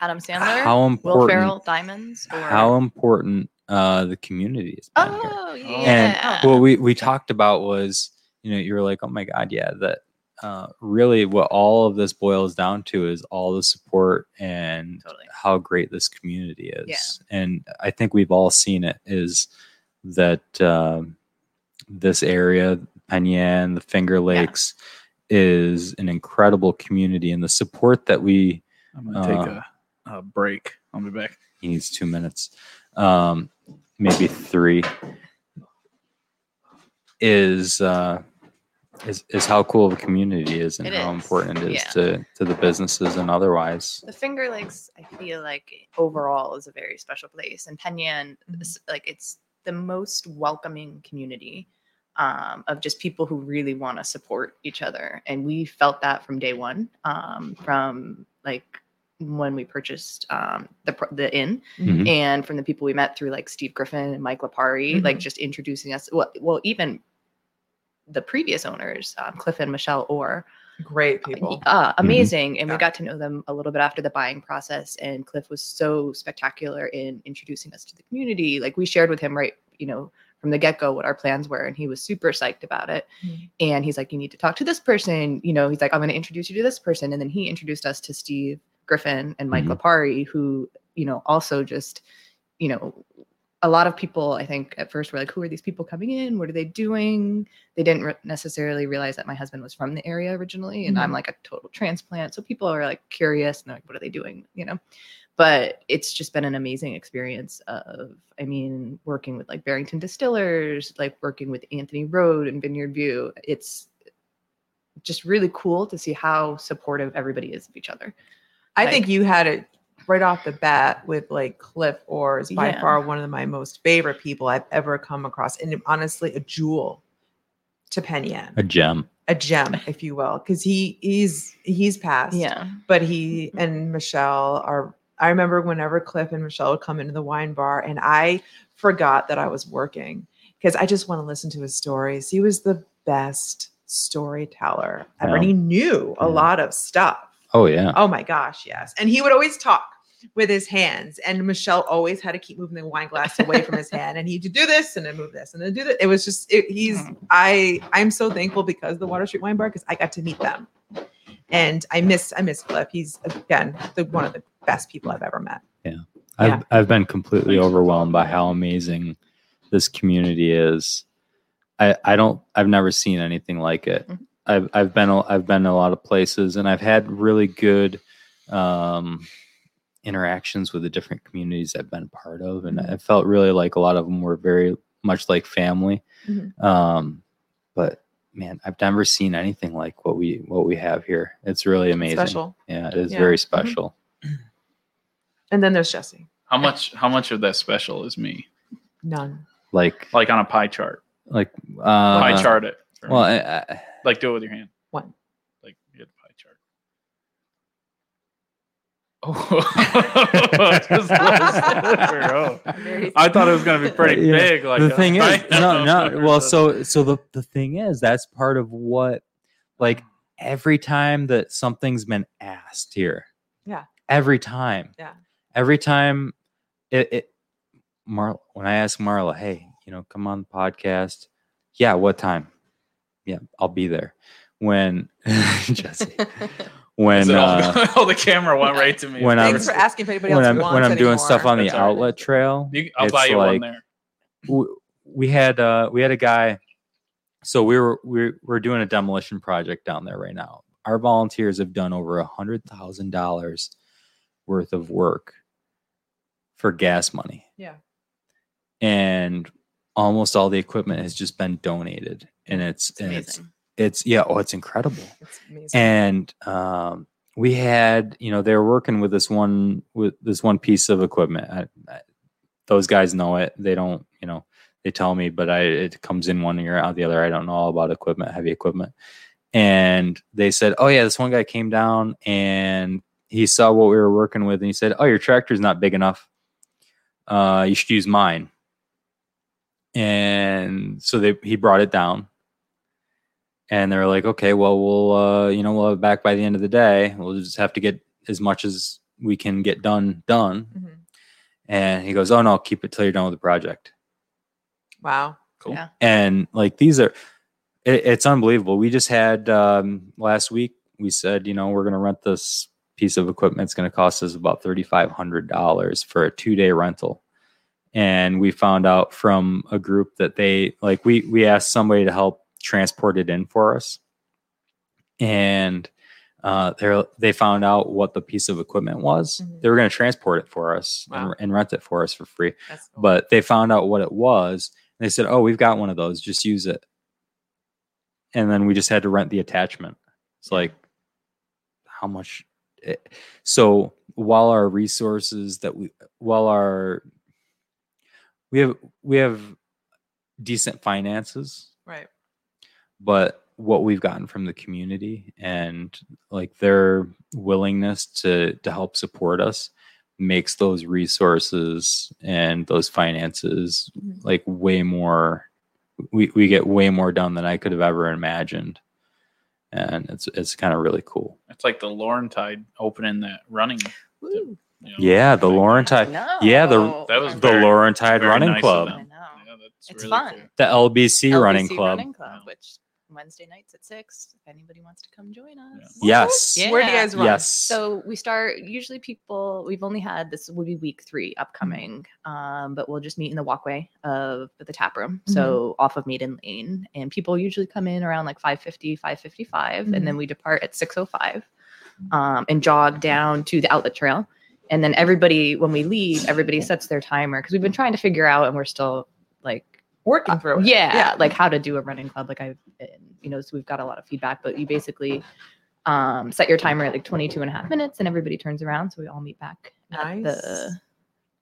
Speaker 5: Adam Sandler,
Speaker 1: how
Speaker 5: Will
Speaker 1: important
Speaker 5: Ferrell, Diamonds, or
Speaker 1: how important uh, the community is.
Speaker 5: oh
Speaker 3: Oh.
Speaker 5: yeah,
Speaker 1: what we we talked about was you know you were like oh my god yeah that uh, really what all of this boils down to is all the support and
Speaker 5: totally.
Speaker 1: how great this community is and i think we've all seen it is that um, this area penyan the finger lakes is an incredible community and the support that we
Speaker 3: I'm gonna take
Speaker 1: Uh,
Speaker 3: a, a break. I'll be back.
Speaker 1: he needs two minutes, um, maybe three. Is uh, is is how cool of a community is and
Speaker 5: It
Speaker 1: how
Speaker 5: is,
Speaker 1: important it is
Speaker 5: yeah.
Speaker 1: to to the businesses and otherwise.
Speaker 5: The Finger Lakes, I feel like overall is a very special place, and Penyan, s- like it's the most welcoming community um, of just people who really want to support each other, and we felt that from day one, um, from like when we purchased um, the pro- the inn,
Speaker 1: Mhm.
Speaker 5: and from the people we met through like Steve Griffin and Mike Lapari, like just introducing us. Well, well, even the previous owners, um, Cliff and Michelle Orr,
Speaker 2: Great people.
Speaker 5: uh, amazing. And
Speaker 2: Yeah.
Speaker 5: we got to know them a little bit after the buying process. And Cliff was so spectacular in introducing us to the community. Like we shared with him, right, you know, from the get go what our plans were. And he was super psyched about it.
Speaker 2: Mhm.
Speaker 5: And he's like, you need to talk to this person. You know, he's like, I'm going to introduce you to this person. And then he introduced us to Steve Griffin and Mike
Speaker 1: Mhm.
Speaker 5: Lapari, who, you know, also just, you know, a lot of people, I think, at first were like, who are these people coming in? What are they doing? They didn't re- necessarily realize that my husband was from the area originally, and I'm like a total transplant. So people are like curious and they're like, what are they doing? You know? But it's just been an amazing experience of, I mean, working with like Barrington Distillers, like working with Anthony Road and Vineyard View. It's just really cool to see how supportive everybody is of each other.
Speaker 2: I
Speaker 5: Like-
Speaker 2: think you had it right off the bat with like Cliff Orr is by
Speaker 5: Yeah.
Speaker 2: far one of my most favorite people I've ever come across, and honestly, a jewel to Penyan,
Speaker 1: A gem.
Speaker 2: a gem, if you will, because he he's he's passed.
Speaker 5: Yeah.
Speaker 2: but he and Michelle are. I remember whenever Cliff and Michelle would come into the wine bar, and I forgot that I was working because I just want to listen to his stories. He was the best storyteller ever, and
Speaker 1: Yeah.
Speaker 2: he knew a
Speaker 1: Yeah.
Speaker 2: lot of stuff.
Speaker 1: Oh yeah.
Speaker 2: Oh my gosh, yes. And he would always talk with his hands, and Michelle always had to keep moving the wine glass away from his hand, and he'd do this and then move this and then do that. It was just it, he's
Speaker 1: Hmm.
Speaker 2: I I'm so thankful because of the Water Street Wine Bar because I got to meet them, and I miss I miss Cliff. He's again the one of the best people I've ever met.
Speaker 1: I've I've been completely
Speaker 3: Thanks for
Speaker 1: overwhelmed by
Speaker 3: talking.
Speaker 1: how amazing this community is. I I don't I've never seen anything like it.
Speaker 2: Mm-hmm.
Speaker 5: Mhm.
Speaker 1: I've I've been a- I've been a lot of places and I've had really good um interactions with the different communities I've been part of and
Speaker 2: Mm-hmm.
Speaker 1: I felt really like a lot of them were very much like family.
Speaker 2: Mhm.
Speaker 1: Um but man, I've never seen anything like what we what we have here. It's really amazing.
Speaker 2: Special.
Speaker 1: Yeah, it is
Speaker 2: Yeah. Mm-hmm.
Speaker 1: very special.
Speaker 2: And then there's Jesse.
Speaker 3: How much? How much of that special is me?
Speaker 2: None.
Speaker 1: Like
Speaker 3: Like on a pie chart.
Speaker 1: like uh
Speaker 3: Pie chart it. for me.
Speaker 1: Well, I, I,
Speaker 3: like do it with your hand.
Speaker 2: One.
Speaker 3: Like you had a pie chart. Oh, Just a little sliver, oh. I thought it was gonna be pretty
Speaker 1: Yeah.
Speaker 3: big. Like
Speaker 1: the
Speaker 3: a
Speaker 1: thing is,
Speaker 3: pie
Speaker 1: no, no.
Speaker 3: chart.
Speaker 1: Well, so so the the thing is, that's part of what, like, every time that something's been asked here,
Speaker 2: Yeah.
Speaker 1: every time,
Speaker 2: Yeah.
Speaker 1: every time, it, it Marla, when I ask Marla, hey, you know, come on the podcast, yeah, what time? Yeah, I'll be there. When Jesse,
Speaker 3: Is
Speaker 1: when
Speaker 3: it all,
Speaker 1: uh,
Speaker 3: all the camera went right to me.
Speaker 1: when I
Speaker 2: Thanks
Speaker 1: was-
Speaker 2: for asking if anybody
Speaker 1: when
Speaker 2: else
Speaker 1: I'm
Speaker 2: wants
Speaker 1: when I'm doing stuff
Speaker 2: anymore.
Speaker 1: on the
Speaker 3: That's all right.
Speaker 1: outlet trail,
Speaker 3: You- I'll
Speaker 1: it's
Speaker 3: buy you
Speaker 1: like-
Speaker 3: one there.
Speaker 1: w- we had uh we had a guy so we were we're, we're doing a demolition project down there right now our volunteers have done over a hundred thousand dollars worth of work for gas money
Speaker 2: Yeah.
Speaker 1: and almost all the equipment has just been donated and it's,
Speaker 5: It's
Speaker 1: and it's
Speaker 5: amazing.
Speaker 1: it's yeah oh it's incredible
Speaker 2: It's amazing.
Speaker 1: and um, we had you know they were working with this one with this one piece of equipment I, I, those guys know it they don't you know they tell me but i it comes in one ear out the other i don't know all about equipment heavy equipment and they said oh yeah this one guy came down and he saw what we were working with and he said, "Oh, your tractor's not big enough. Uh, you should use mine." And so they he brought it down, and they were like, "Okay, well, we'll uh, you know we'll have it back by the end of the day. We'll just have to get as much as we can get done done."
Speaker 2: Mhm.
Speaker 1: And he goes, "Oh no, keep it till you're done with the project."
Speaker 2: Wow.
Speaker 3: Cool.
Speaker 5: Yeah.
Speaker 1: and like these are it, it's unbelievable we just had um last week we said you know we're going to rent this piece of equipment it's going to cost us about $3500 for a two day rental and we found out from a group that they like we we asked somebody to help transport it in for us and uh, they they found out what the piece of equipment was.
Speaker 2: Mhm.
Speaker 1: They were going to transport it for us
Speaker 2: Wow.
Speaker 1: and, and rent it for us for free
Speaker 2: That's cool.
Speaker 1: but they found out what it was and they said oh we've got one of those just use it and then we just had to rent the attachment it's like how much it, so while our resources that we while our we have we have decent finances
Speaker 2: right.
Speaker 1: but what we've gotten from the community and like their willingness to to help support us makes those resources and those finances
Speaker 5: Mhm.
Speaker 1: like way more we, we get way more done than I could have ever imagined. And it's it's kind of really cool.
Speaker 3: It's like the Laurentide opening that running.
Speaker 5: Woo.
Speaker 3: you know,
Speaker 1: Yeah, the
Speaker 3: thing.
Speaker 1: Laurentide
Speaker 5: No.
Speaker 1: yeah, the-
Speaker 3: That was
Speaker 1: the
Speaker 3: very-
Speaker 1: Laurentide
Speaker 3: very
Speaker 1: Running
Speaker 3: nice of
Speaker 1: Club,
Speaker 5: I
Speaker 3: them.
Speaker 5: know.
Speaker 3: Yeah, that's
Speaker 5: It's
Speaker 3: really
Speaker 5: fun.
Speaker 3: cool.
Speaker 1: the LBC, Running
Speaker 5: LBC
Speaker 1: Club.
Speaker 5: Running Club, which Wednesday nights at six. If anybody wants to come join us.
Speaker 1: Yes.
Speaker 5: Yeah.
Speaker 2: Where do you guys run?
Speaker 1: Yes.
Speaker 5: So we start usually people we've only had this would be week three upcoming. Um, but we'll just meet in the walkway of the tap room. So off of Maiden Lane. And people usually come in around like 550, 555, and then we depart at 605 um, and jog down to the outlet trail. And then everybody, when we leave, everybody sets their timer because we've been trying to figure out and we're still like
Speaker 2: Working through it.
Speaker 5: Uh, yeah, like how to do a running club. Like I've, been- you know, so we've got a lot of feedback, but you basically um, set your timer at like 22 and a half minutes and everybody turns around. So we all meet back at
Speaker 2: Nice.
Speaker 5: the,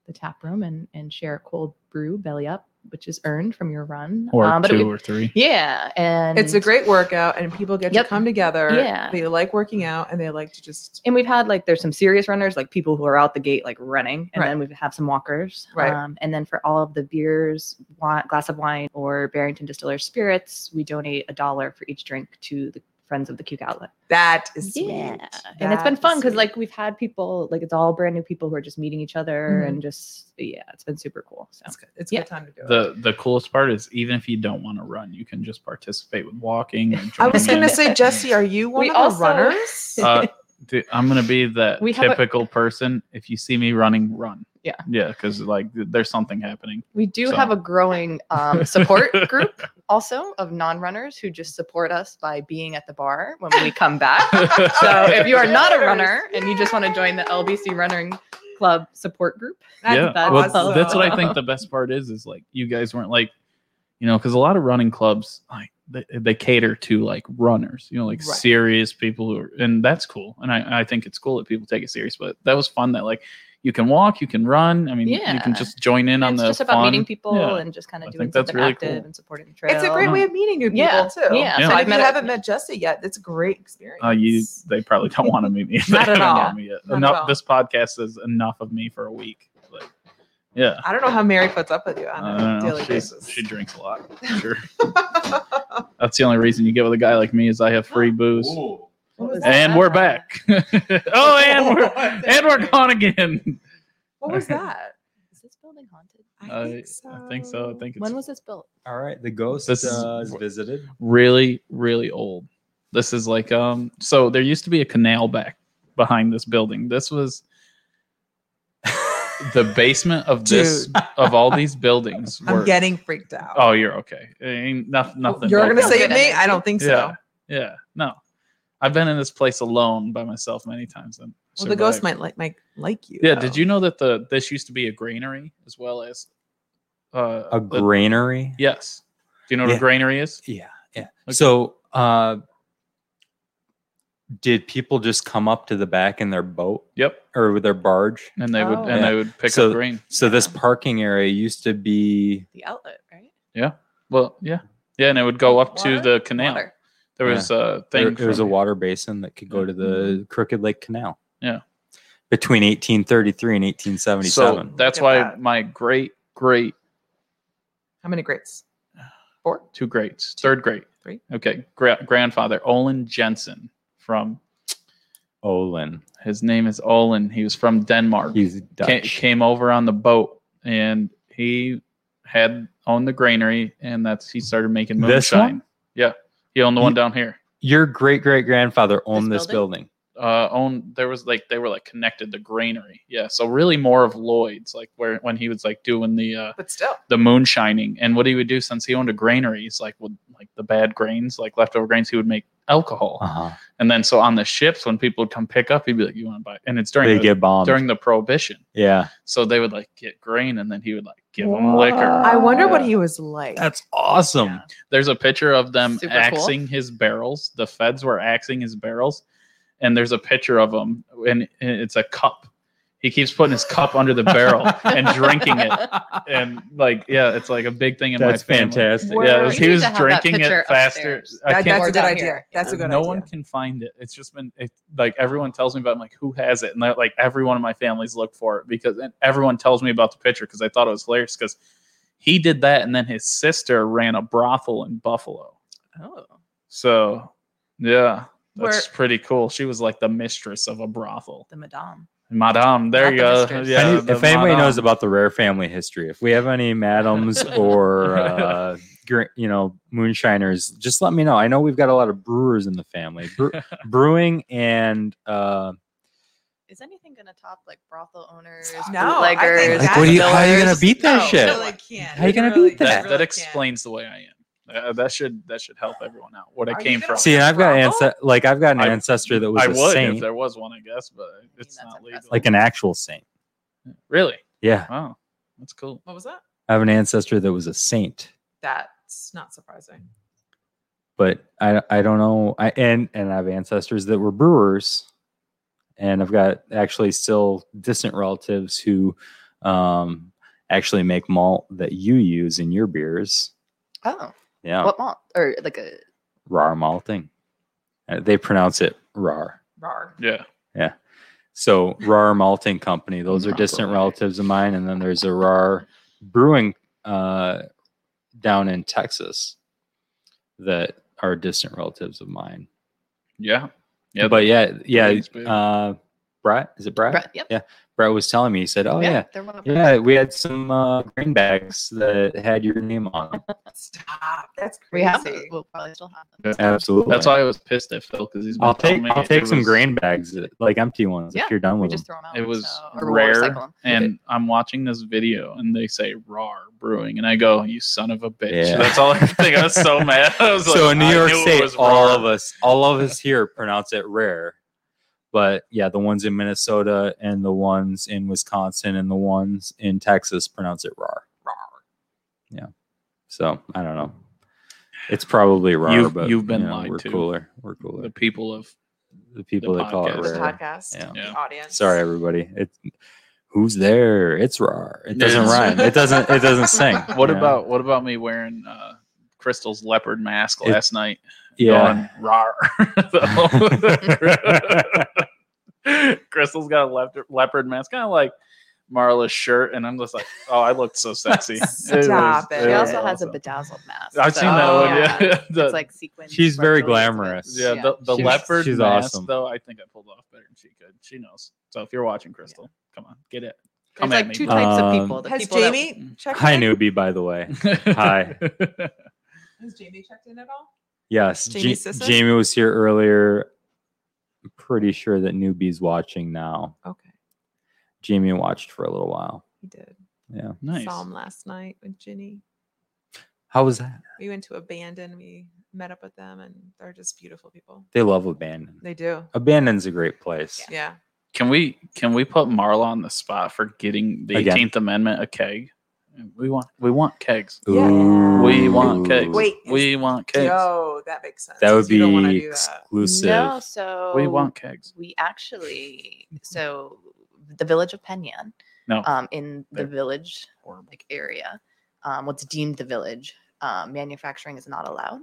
Speaker 5: the tap room and, and share a cold brew belly up, which is earned from your run.
Speaker 3: Or
Speaker 5: Um, but it
Speaker 3: two
Speaker 5: would-
Speaker 3: or three.
Speaker 5: yeah. And
Speaker 2: It's a great workout, and people get
Speaker 5: Yep.
Speaker 2: to come together.
Speaker 5: Yeah.
Speaker 2: They like working out, and they like to just.
Speaker 5: and we've had like there's some serious runners like people who are out the gate like running and
Speaker 2: Right.
Speaker 5: then we have some walkers
Speaker 2: Right.
Speaker 5: um, and then for all of the beers wa- glass of wine or barrington distiller spirits we donate a dollar for each drink to the friends of the cuke outlet
Speaker 2: That is sweet.
Speaker 5: and it's
Speaker 2: That
Speaker 5: been
Speaker 2: is
Speaker 5: fun because
Speaker 2: sweet.
Speaker 5: like we've had people like it's all brand new people who are just meeting each other
Speaker 2: Mhm.
Speaker 5: and just yeah it's been super cool so
Speaker 2: it's, good- it's a
Speaker 5: Yeah.
Speaker 2: good time to do it.
Speaker 3: The the coolest part is even if you don't want to run, you can just participate with walking. Or
Speaker 2: I was going to say,
Speaker 3: joining.
Speaker 2: Jesse, are you one
Speaker 5: We
Speaker 2: of the
Speaker 5: also-
Speaker 2: runners?
Speaker 3: Uh, Dude, I'm gonna be that
Speaker 5: We have a-
Speaker 3: typical person. If you see me running, run.
Speaker 5: Yeah.
Speaker 3: yeah, because like th- there's something happening.
Speaker 5: we do
Speaker 3: so-
Speaker 5: have a growing um, support group also of non-runners who just support us by being at the bar when we come back So if you are not a runner and you just want to join the LBC Running Club support group,
Speaker 3: yeah,
Speaker 5: that's
Speaker 3: well,
Speaker 5: awesome.
Speaker 3: that's what I think the best part is. Is like you guys weren't like, you know, because a lot of running clubs like they, they cater to like runners, you know, like
Speaker 2: Right.
Speaker 3: serious people who are, and that's cool. And I I think it's cool that people take it serious. But that was fun. That like you can walk, you can run. I mean, you
Speaker 5: Yeah.
Speaker 3: can just join in on
Speaker 5: it's
Speaker 3: the
Speaker 5: just about
Speaker 3: fun.
Speaker 5: meeting people
Speaker 3: Yeah.
Speaker 5: and just kind
Speaker 3: I
Speaker 5: of doing
Speaker 3: think that's
Speaker 5: something
Speaker 3: really
Speaker 5: active
Speaker 3: cool. Uh-huh.
Speaker 5: and supporting the trail.
Speaker 2: it's a great way of meeting new people,
Speaker 5: Yeah,
Speaker 2: too.
Speaker 5: yeah.
Speaker 3: Yeah.
Speaker 2: So
Speaker 5: So
Speaker 2: if
Speaker 5: I've
Speaker 2: you
Speaker 5: met a-
Speaker 2: haven't met Jesse yet, it's a great experience.
Speaker 3: Uh, you, they probably don't want to meet me. They
Speaker 2: Not at
Speaker 3: haven't
Speaker 2: all.
Speaker 3: met me yet.
Speaker 2: Not at
Speaker 3: Enough.
Speaker 2: all.
Speaker 3: This podcast is enough of me for a week. Like, yeah.
Speaker 2: I don't know how Mary puts up with you on
Speaker 3: I
Speaker 2: a
Speaker 3: don't know.
Speaker 2: daily
Speaker 3: She's-
Speaker 2: basis.
Speaker 3: She drinks a lot. Sure. That's the only reason you get with a guy like me is I have free booze.
Speaker 2: What was that?
Speaker 3: And we're back. oh, and we're and we're gone again.
Speaker 2: What was that?
Speaker 5: Is this building haunted?
Speaker 3: I, I think so. I think it's
Speaker 5: When was this built?
Speaker 1: All right, the ghost
Speaker 3: This is-
Speaker 1: uh, is visited.
Speaker 3: really really old this is like um so there used to be a canal back behind this building this was the basement of this
Speaker 2: Dude.
Speaker 3: of all these buildings
Speaker 2: I'm
Speaker 3: were,
Speaker 2: getting freaked out.
Speaker 3: oh you're okay ain't nothing nothing
Speaker 2: You're
Speaker 3: like
Speaker 2: gonna
Speaker 3: that.
Speaker 2: say it me? I don't think so.
Speaker 3: Yeah. yeah no i've been in this place alone by myself many times and
Speaker 2: Well, the ghost
Speaker 3: survived.
Speaker 2: might like might like you.
Speaker 3: yeah
Speaker 2: though.
Speaker 3: did you know that the this used to be a granary as well as uh
Speaker 1: A
Speaker 3: the-
Speaker 1: granary.
Speaker 3: yes do you know what
Speaker 1: Yeah.
Speaker 3: a granary is
Speaker 1: Yeah, yeah.
Speaker 3: Okay.
Speaker 1: So, uh, did people just come up to the back in their boat
Speaker 3: yep
Speaker 1: or with their barge?
Speaker 3: and they would
Speaker 5: Oh.
Speaker 3: and they would pick
Speaker 1: So-
Speaker 3: up grain
Speaker 1: So this
Speaker 5: Yeah.
Speaker 1: parking area used to be
Speaker 5: The outlet, right?
Speaker 3: Well, yeah, yeah, and it would go up
Speaker 2: Water?
Speaker 3: to the canal.
Speaker 5: Water.
Speaker 3: There
Speaker 1: Yeah.
Speaker 3: was a
Speaker 1: there,
Speaker 3: thing.
Speaker 1: there was a
Speaker 3: from- Mm-hmm.
Speaker 1: water basin that could go to the Crooked Lake Canal. between 1833 and 1877.
Speaker 3: So that's
Speaker 2: Look at
Speaker 3: why
Speaker 2: that.
Speaker 3: my great, great,
Speaker 2: How many greats?
Speaker 3: two greats, third great,
Speaker 2: Three.
Speaker 3: Okay, gra- grandfather Olin Jensen from
Speaker 1: Olin,
Speaker 3: his name is Olin. He was from Denmark.
Speaker 1: he's
Speaker 3: Ca-
Speaker 1: Dutch.
Speaker 3: came over on the boat and he had owned the granary and that's he started making
Speaker 1: This
Speaker 3: moonshine.
Speaker 1: one?
Speaker 3: Yeah, he owned the one
Speaker 1: You-
Speaker 3: down here.
Speaker 1: Your great great grandfather owned
Speaker 5: This
Speaker 1: this building.
Speaker 5: building?
Speaker 3: uh own there was like they were like connected to granary yeah so really more of lloyd's like where when he was like doing the uh
Speaker 2: But still,
Speaker 3: the moonshining and what he would do since he owned a granary he's like would like the bad grains like leftover grains he would make alcohol
Speaker 1: Uh-huh.
Speaker 3: and then so on the ships when people would come pick up he'd be like you want to buy and it's during
Speaker 1: They
Speaker 3: the,
Speaker 1: get bombed.
Speaker 3: during the prohibition
Speaker 1: yeah,
Speaker 3: so they would like get grain and then he would like give them liquor
Speaker 2: I wonder what
Speaker 3: Yeah.
Speaker 2: he was like.
Speaker 1: that's awesome.
Speaker 5: Yeah.
Speaker 3: there's a picture of them
Speaker 5: Super cool.
Speaker 3: axing his barrels. The feds were axing his barrels, and there's a picture of him, and and it's a cup. He keeps putting his cup under the barrel and drinking it, and like yeah, it's like a big thing in
Speaker 1: That's
Speaker 3: my family.
Speaker 1: fantastic.
Speaker 2: Where-
Speaker 3: Yeah, it
Speaker 2: We
Speaker 3: was,
Speaker 5: need
Speaker 3: he was
Speaker 5: to have that
Speaker 3: drinking
Speaker 5: picture
Speaker 3: it faster.
Speaker 5: upstairs.
Speaker 3: I
Speaker 2: That-
Speaker 3: can't.
Speaker 2: that's a
Speaker 5: We're
Speaker 2: good
Speaker 5: down
Speaker 2: idea.
Speaker 5: here.
Speaker 2: That's a good
Speaker 3: no
Speaker 2: idea.
Speaker 3: one can find it. It's just been it, like everyone tells me about. It, I'm like, who has it? And they're, like everyone in my family's looked for it because and everyone tells me about the picture because I thought it was hilarious because he did that and then his sister ran a brothel in Buffalo.
Speaker 5: Oh.
Speaker 3: So, yeah,
Speaker 5: Where-
Speaker 3: that's pretty cool. She was like the mistress of a brothel.
Speaker 5: The Madame.
Speaker 3: Madame, there
Speaker 5: Not
Speaker 3: you
Speaker 5: the
Speaker 3: go.
Speaker 5: mistress.
Speaker 3: Yeah,
Speaker 1: Any-
Speaker 3: the
Speaker 1: if anybody
Speaker 3: madame.
Speaker 1: knows about the rare family history, if we have any madams or uh, gr- you know moonshiners, just let me know. I know we've got a lot of brewers in the family, Bre- brewing and uh,
Speaker 5: Is anything going to top like brothel owners,
Speaker 2: No, I think
Speaker 5: bootleggers,
Speaker 2: Like, what do you-
Speaker 1: how are you gonna
Speaker 5: spillers?
Speaker 1: beat that
Speaker 5: No,
Speaker 1: shit?
Speaker 5: no one.
Speaker 2: can't.
Speaker 1: How you gonna beat that?
Speaker 3: that,
Speaker 1: really
Speaker 3: that explains the way I am. Uh, that should that should help everyone out. What I
Speaker 2: Are you
Speaker 3: came
Speaker 2: gonna
Speaker 3: from.
Speaker 2: say
Speaker 1: see, and I've got
Speaker 2: Brothel?
Speaker 1: ansa- like I've got an
Speaker 3: I-
Speaker 1: ancestor that was
Speaker 3: I
Speaker 1: a
Speaker 3: would if
Speaker 1: saint,
Speaker 3: there was one, I guess, but it's
Speaker 5: that's
Speaker 3: not legal.
Speaker 5: impressive.
Speaker 1: like an actual saint.
Speaker 3: really?
Speaker 1: Yeah,
Speaker 3: Wow, that's cool.
Speaker 2: What was that?
Speaker 1: I have an ancestor that was a saint,
Speaker 2: That's not surprising.
Speaker 1: but I I don't know. I and and I have ancestors that were brewers, and I've got actually still distant relatives who um, actually make malt that you use in your beers.
Speaker 5: Oh,
Speaker 1: Yeah,
Speaker 5: what mall? Or like a.
Speaker 1: rar malting. Uh, they pronounce it rar.
Speaker 2: Rar.
Speaker 3: Yeah,
Speaker 1: So Rar Malting Company. Those are
Speaker 3: Proper
Speaker 1: distant
Speaker 3: way.
Speaker 1: relatives of mine, and then there's a Rar Brewing uh, down in Texas that are distant relatives of mine.
Speaker 3: yeah, yeah.
Speaker 1: but yeah, yeah.
Speaker 3: Brewing's big.
Speaker 1: Uh, Brett, is it Brett? Brett?
Speaker 5: Brett, yep.
Speaker 1: was telling me. He said, "Oh yeah,
Speaker 5: They're one of
Speaker 1: yeah, we had some uh, green bags that had your name on." them."
Speaker 2: Stop. That's
Speaker 5: We
Speaker 2: crazy.
Speaker 5: have those. We'll probably still have them.
Speaker 1: Absolutely.
Speaker 3: that's why I was pissed at Phil because he's. been
Speaker 1: I'll
Speaker 3: telling
Speaker 1: take
Speaker 3: me
Speaker 1: I'll
Speaker 3: it
Speaker 1: take some
Speaker 3: was-
Speaker 1: grain bags, like empty ones,
Speaker 5: Yeah,
Speaker 1: if you're done
Speaker 5: We
Speaker 1: with
Speaker 5: just
Speaker 1: them.
Speaker 5: throw them out.
Speaker 3: It was
Speaker 5: so- Oh, or we'll
Speaker 3: rare,
Speaker 5: recycle 'em.
Speaker 3: and I'm watching this video, and they say "rar brewing," and I go, "You son of a bitch!"
Speaker 1: Yeah.
Speaker 3: That's all I could think. I was so mad. I was
Speaker 1: so
Speaker 3: like,
Speaker 1: in New
Speaker 3: I
Speaker 1: York
Speaker 3: knew it
Speaker 1: State,
Speaker 3: was
Speaker 1: all
Speaker 3: rar.
Speaker 1: of us, all of us here pronounce it rare. But yeah, the ones in Minnesota and the ones in Wisconsin and the ones in Texas pronounce it rar.
Speaker 2: Rar.
Speaker 1: Yeah. So I don't know. It's probably rar,
Speaker 3: You've-
Speaker 1: but
Speaker 3: you've been
Speaker 1: you know,
Speaker 3: lied
Speaker 1: we're
Speaker 3: to.
Speaker 1: cooler. We're
Speaker 3: the
Speaker 1: cooler.
Speaker 3: people of
Speaker 1: The people
Speaker 3: the
Speaker 1: that call it
Speaker 3: podcast.
Speaker 2: The
Speaker 1: rare.
Speaker 2: podcast.
Speaker 1: Yeah.
Speaker 2: The
Speaker 3: Yeah.
Speaker 2: audience.
Speaker 1: Sorry, everybody. It's who's there? It's rar. It doesn't
Speaker 3: Yes.
Speaker 1: rhyme. It doesn't. It doesn't sing.
Speaker 3: What
Speaker 1: you know?
Speaker 3: about what about me wearing uh, Crystal's leopard mask
Speaker 1: It-
Speaker 3: last night?
Speaker 1: yeah?
Speaker 3: Going, Rar. Crystal's got a leopard, leopard mask, kind of like Marla's shirt, and I'm just like, oh, I looked so sexy. It was-
Speaker 2: Stop it.
Speaker 5: She
Speaker 2: Yeah,
Speaker 5: also has a
Speaker 3: awesome.
Speaker 5: bedazzled mask.
Speaker 3: I've
Speaker 5: so-
Speaker 3: seen that
Speaker 2: Oh,
Speaker 3: one. Yeah, The-
Speaker 5: it's like sequins.
Speaker 1: She's very
Speaker 5: sparkles.
Speaker 1: glamorous.
Speaker 3: Yeah, the, the
Speaker 1: She's-
Speaker 3: leopard
Speaker 1: she's
Speaker 3: mask,
Speaker 1: awesome.
Speaker 3: though, I think I pulled off better than she could. She knows. So if you're watching, Crystal, come on, get it.
Speaker 5: There's
Speaker 3: Come at
Speaker 5: like
Speaker 3: me.
Speaker 5: two
Speaker 1: bud.
Speaker 5: types of
Speaker 1: Um,
Speaker 5: people. The
Speaker 2: Has
Speaker 5: people that-
Speaker 2: Jamie checked
Speaker 1: Hi,
Speaker 2: in?
Speaker 1: newbie. By the way. Hi.
Speaker 2: Has Jamie checked in at all?
Speaker 1: Yes,
Speaker 2: Jamie
Speaker 1: Jamie,
Speaker 2: Sisson?
Speaker 1: Jamie was here earlier. I'm pretty sure that newbie's watching now.
Speaker 2: Okay.
Speaker 1: Jamie watched for a little while.
Speaker 2: He did.
Speaker 1: Yeah,
Speaker 3: nice.
Speaker 2: Saw him last night with Ginny.
Speaker 1: how was that?
Speaker 2: We went to Abandon. We met up with them, and they're just beautiful people.
Speaker 1: They love Abandon.
Speaker 2: They do.
Speaker 1: Abandon's a great place.
Speaker 2: Yeah.
Speaker 3: Can we can we put Marla on the spot for getting the
Speaker 1: Again.
Speaker 3: Eighteenth Amendment a keg? We want we want kegs.
Speaker 2: Yeah.
Speaker 3: We
Speaker 1: Ooh.
Speaker 3: want kegs.
Speaker 2: Wait.
Speaker 3: we want kegs.
Speaker 2: Yo, that makes sense.
Speaker 1: That would
Speaker 2: 'cause you don't wanna
Speaker 1: be
Speaker 2: do that.
Speaker 1: exclusive.
Speaker 5: No, so
Speaker 3: We want kegs.
Speaker 5: We actually so the village of Penyan,
Speaker 3: No,
Speaker 5: um, in the
Speaker 3: There.
Speaker 5: village
Speaker 3: horrible.
Speaker 5: like area, um, what's deemed the village, um, manufacturing is not allowed.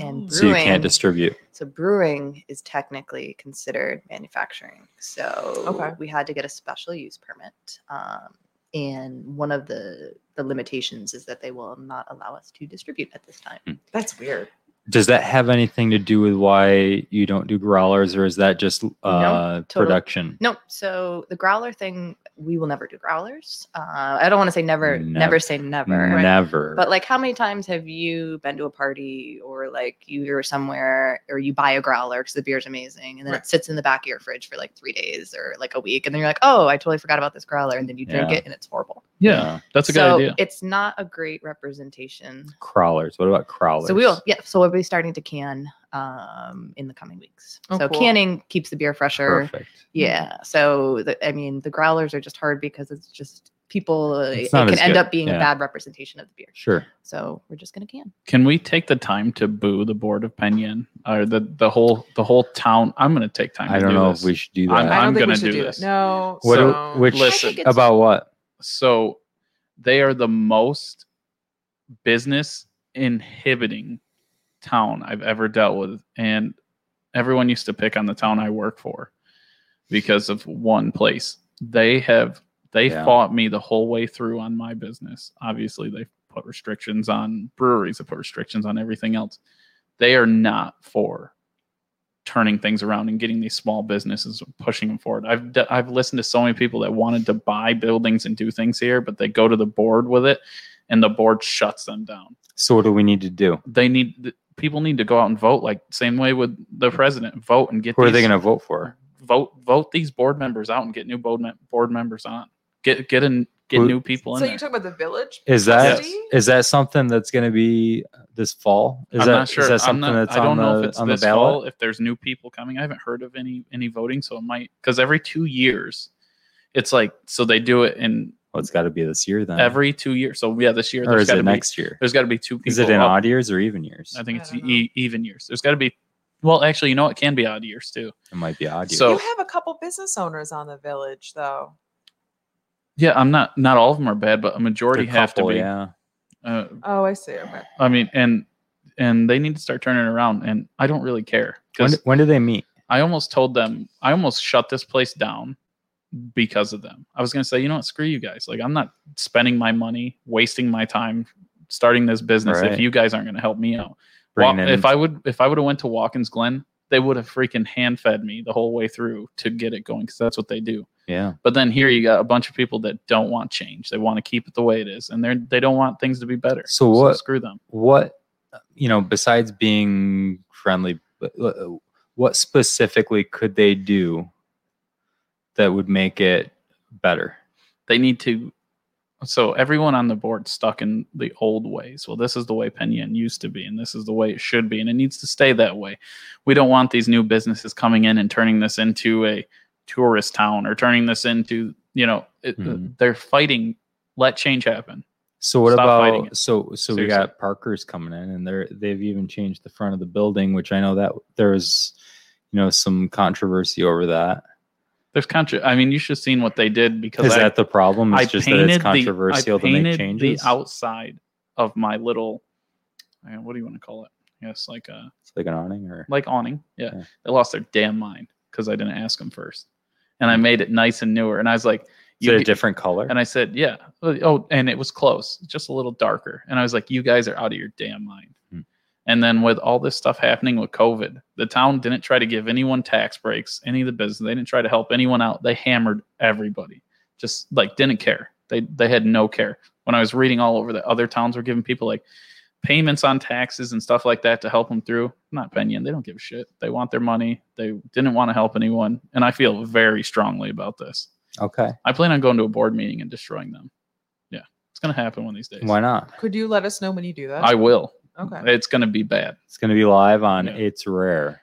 Speaker 5: And
Speaker 1: so you
Speaker 5: Brewing.
Speaker 1: can't distribute.
Speaker 5: So brewing is technically considered manufacturing. So
Speaker 2: Okay.
Speaker 5: we had to get a special use permit. Um, and one of the the limitations is that they will not allow us to distribute at this time.
Speaker 2: that's weird.
Speaker 1: Does that have anything to do with why you don't do growlers, or is that just uh,
Speaker 5: total-
Speaker 1: production?
Speaker 5: Nope. So the growler thing, we will never do growlers. Uh, I don't want to say never, never,
Speaker 1: Never.
Speaker 5: say never.
Speaker 1: Never.
Speaker 5: But like, how many times have you been to a party or like you are somewhere or you buy a growler because the beer's amazing and then
Speaker 2: Right.
Speaker 5: it sits in the back of your fridge for like three days or like a week and then you're like, oh, I totally forgot about this growler and then you drink
Speaker 1: Yeah.
Speaker 5: it and it's horrible.
Speaker 1: Uh,
Speaker 3: Yeah, that's a good
Speaker 5: so
Speaker 3: idea.
Speaker 5: It's not a great representation.
Speaker 1: Crawlers. What about crawlers?
Speaker 5: So we will, yeah. So we'll be starting to can um, in the coming weeks.
Speaker 2: Oh,
Speaker 5: so
Speaker 2: cool.
Speaker 5: canning keeps the beer fresher.
Speaker 1: Perfect.
Speaker 5: Yeah. So the, I mean, the growlers are just hard because it's just people. uh,
Speaker 1: It's
Speaker 5: It
Speaker 1: not
Speaker 5: can
Speaker 1: as
Speaker 5: end
Speaker 1: good,
Speaker 5: up being
Speaker 1: yeah.
Speaker 5: a bad representation of the beer.
Speaker 1: Sure.
Speaker 5: So we're just gonna can.
Speaker 3: Can we take the time to boo the board of Penyon or the the whole the whole town? I'm going to take time.
Speaker 1: I
Speaker 3: to
Speaker 1: don't
Speaker 3: do
Speaker 1: know
Speaker 3: this.
Speaker 1: if we should do
Speaker 3: I'm-
Speaker 1: that.
Speaker 2: I don't
Speaker 3: I'm
Speaker 2: think
Speaker 3: gonna
Speaker 2: we should
Speaker 3: do
Speaker 2: do,
Speaker 3: this.
Speaker 2: that. No.
Speaker 1: what do-
Speaker 2: so-
Speaker 1: which
Speaker 3: Listen. I think
Speaker 5: it's-
Speaker 1: about what?
Speaker 3: So they are the most business inhibiting town I've ever dealt with, and everyone used to pick on the town I work for because of one place. They have they
Speaker 1: Yeah.
Speaker 3: fought me the whole way through on my business. Obviously, they put restrictions on breweries, they put restrictions on everything else. They are not for turning things around and getting these small businesses and pushing them forward. I've d- I've listened to so many people that wanted to buy buildings and do things here, but they go to the board with it, and the board shuts them down.
Speaker 1: So what do we need to do?
Speaker 3: They need th- people need to go out and vote. Like same way with the president, vote and get.
Speaker 1: Who are they
Speaker 3: these-
Speaker 1: going to vote for?
Speaker 3: vote? Vote these board members out and get new board mem- board members on. Get get in get
Speaker 1: Who-
Speaker 3: new people in
Speaker 2: So
Speaker 3: there.
Speaker 2: you talk about the village?
Speaker 1: Is that is
Speaker 2: trustee?
Speaker 1: that something that's going to be this fall? Is
Speaker 3: I'm
Speaker 1: that
Speaker 3: not sure.
Speaker 1: is that
Speaker 3: I'm
Speaker 1: something
Speaker 3: not,
Speaker 1: that's
Speaker 3: I
Speaker 1: on
Speaker 3: don't know
Speaker 1: the
Speaker 3: if it's
Speaker 1: on the
Speaker 3: this fall.
Speaker 1: ballot?
Speaker 3: If there's new people coming, I haven't heard of any any voting, so it might because every two years, it's like so they do it in
Speaker 1: Well, it's got to be this year then.
Speaker 3: every two years. So yeah, this year
Speaker 1: Uh. or
Speaker 3: there's
Speaker 1: is
Speaker 3: got to
Speaker 1: it
Speaker 3: be
Speaker 1: next year?
Speaker 3: there's got to be two people.
Speaker 1: Is it in
Speaker 3: up.
Speaker 1: odd years or even years?
Speaker 3: I think it's
Speaker 2: I don't
Speaker 3: e- even years. There's got to be. Well, actually, you know it can be odd years too.
Speaker 1: It might be odd years.
Speaker 3: So-
Speaker 2: you have a couple business owners on the village, though.
Speaker 3: Yeah, I'm not. Not all of them are bad, but a
Speaker 1: They're
Speaker 3: majority have to
Speaker 1: couple,
Speaker 3: be.
Speaker 1: Yeah.
Speaker 3: Uh,
Speaker 2: Oh, I see. Okay.
Speaker 3: I mean, and and they need to start turning around. And I don't really care
Speaker 1: When,
Speaker 3: because
Speaker 1: when do they meet?
Speaker 3: I almost told them I almost shut this place down because of them. I was gonna say, you know what, screw you guys. Like I'm not spending my money, wasting my time starting this business if
Speaker 1: Right.
Speaker 3: you guys aren't gonna help me out. Wa-
Speaker 1: Bringing in-
Speaker 3: if I would if I would have went to Watkins Glen, they would have freaking hand fed me the whole way through to get it going because that's what they do.
Speaker 1: yeah.
Speaker 3: But then here you got a bunch of people that don't want change. They want to keep it the way it is, and they're they don't want things to be better.
Speaker 1: So what-
Speaker 3: screw them.
Speaker 1: What you know, besides being friendly, but, uh, what specifically could they do that would make it better?
Speaker 3: they need to so everyone on the board stuck in the old ways well this is the way penyon used to be and this is the way it should be and it needs to stay that way we don't want these new businesses coming in and turning this into a tourist town or turning this into you know it,
Speaker 1: Mhm.
Speaker 3: they're fighting let change happen
Speaker 1: So what
Speaker 3: Stop fighting
Speaker 1: about
Speaker 3: it.
Speaker 1: so so we
Speaker 3: Seriously.
Speaker 1: got Parker's coming in and they're they've even changed the front of the building, which I know that there was you know some controversy over that.
Speaker 3: there's contra i mean you should have seen what they did because
Speaker 1: Is
Speaker 3: I,
Speaker 1: that the problem? It's
Speaker 3: I
Speaker 1: just that
Speaker 3: painted
Speaker 1: it's controversial
Speaker 3: the, I
Speaker 1: to
Speaker 3: painted
Speaker 1: make changes.
Speaker 3: the outside of my little uh, what do you want to call it yes like a
Speaker 1: it's like an awning or
Speaker 3: like awning. Yeah,
Speaker 1: Yeah.
Speaker 3: they lost their damn mind because I didn't ask them first, and I made it nice and newer. And I was like,
Speaker 1: is it a
Speaker 3: g-
Speaker 1: different color?
Speaker 3: And I said, yeah. Oh, and it was close, just a little darker. And I was like, you guys are out of your damn mind.
Speaker 1: Hmm.
Speaker 3: And then with all this stuff happening with COVID, the town didn't try to give anyone tax breaks, any of the business. They didn't try to help anyone out. They hammered everybody. Just like didn't care. They they had no care. When I was reading all over that other towns were giving people like payments on taxes and stuff like that to help them through. Not Penyon. They don't give a shit. They want their money. They didn't want to help anyone. And I feel very strongly about this.
Speaker 1: okay,
Speaker 3: I plan on going to a board meeting and destroying them. Yeah, it's gonna happen one of these days.
Speaker 1: why not?
Speaker 2: Could you let us know when you do that?
Speaker 3: I will.
Speaker 2: okay.
Speaker 3: It's gonna be bad,
Speaker 1: It's going to be live on
Speaker 3: Yeah.
Speaker 1: It's Rare.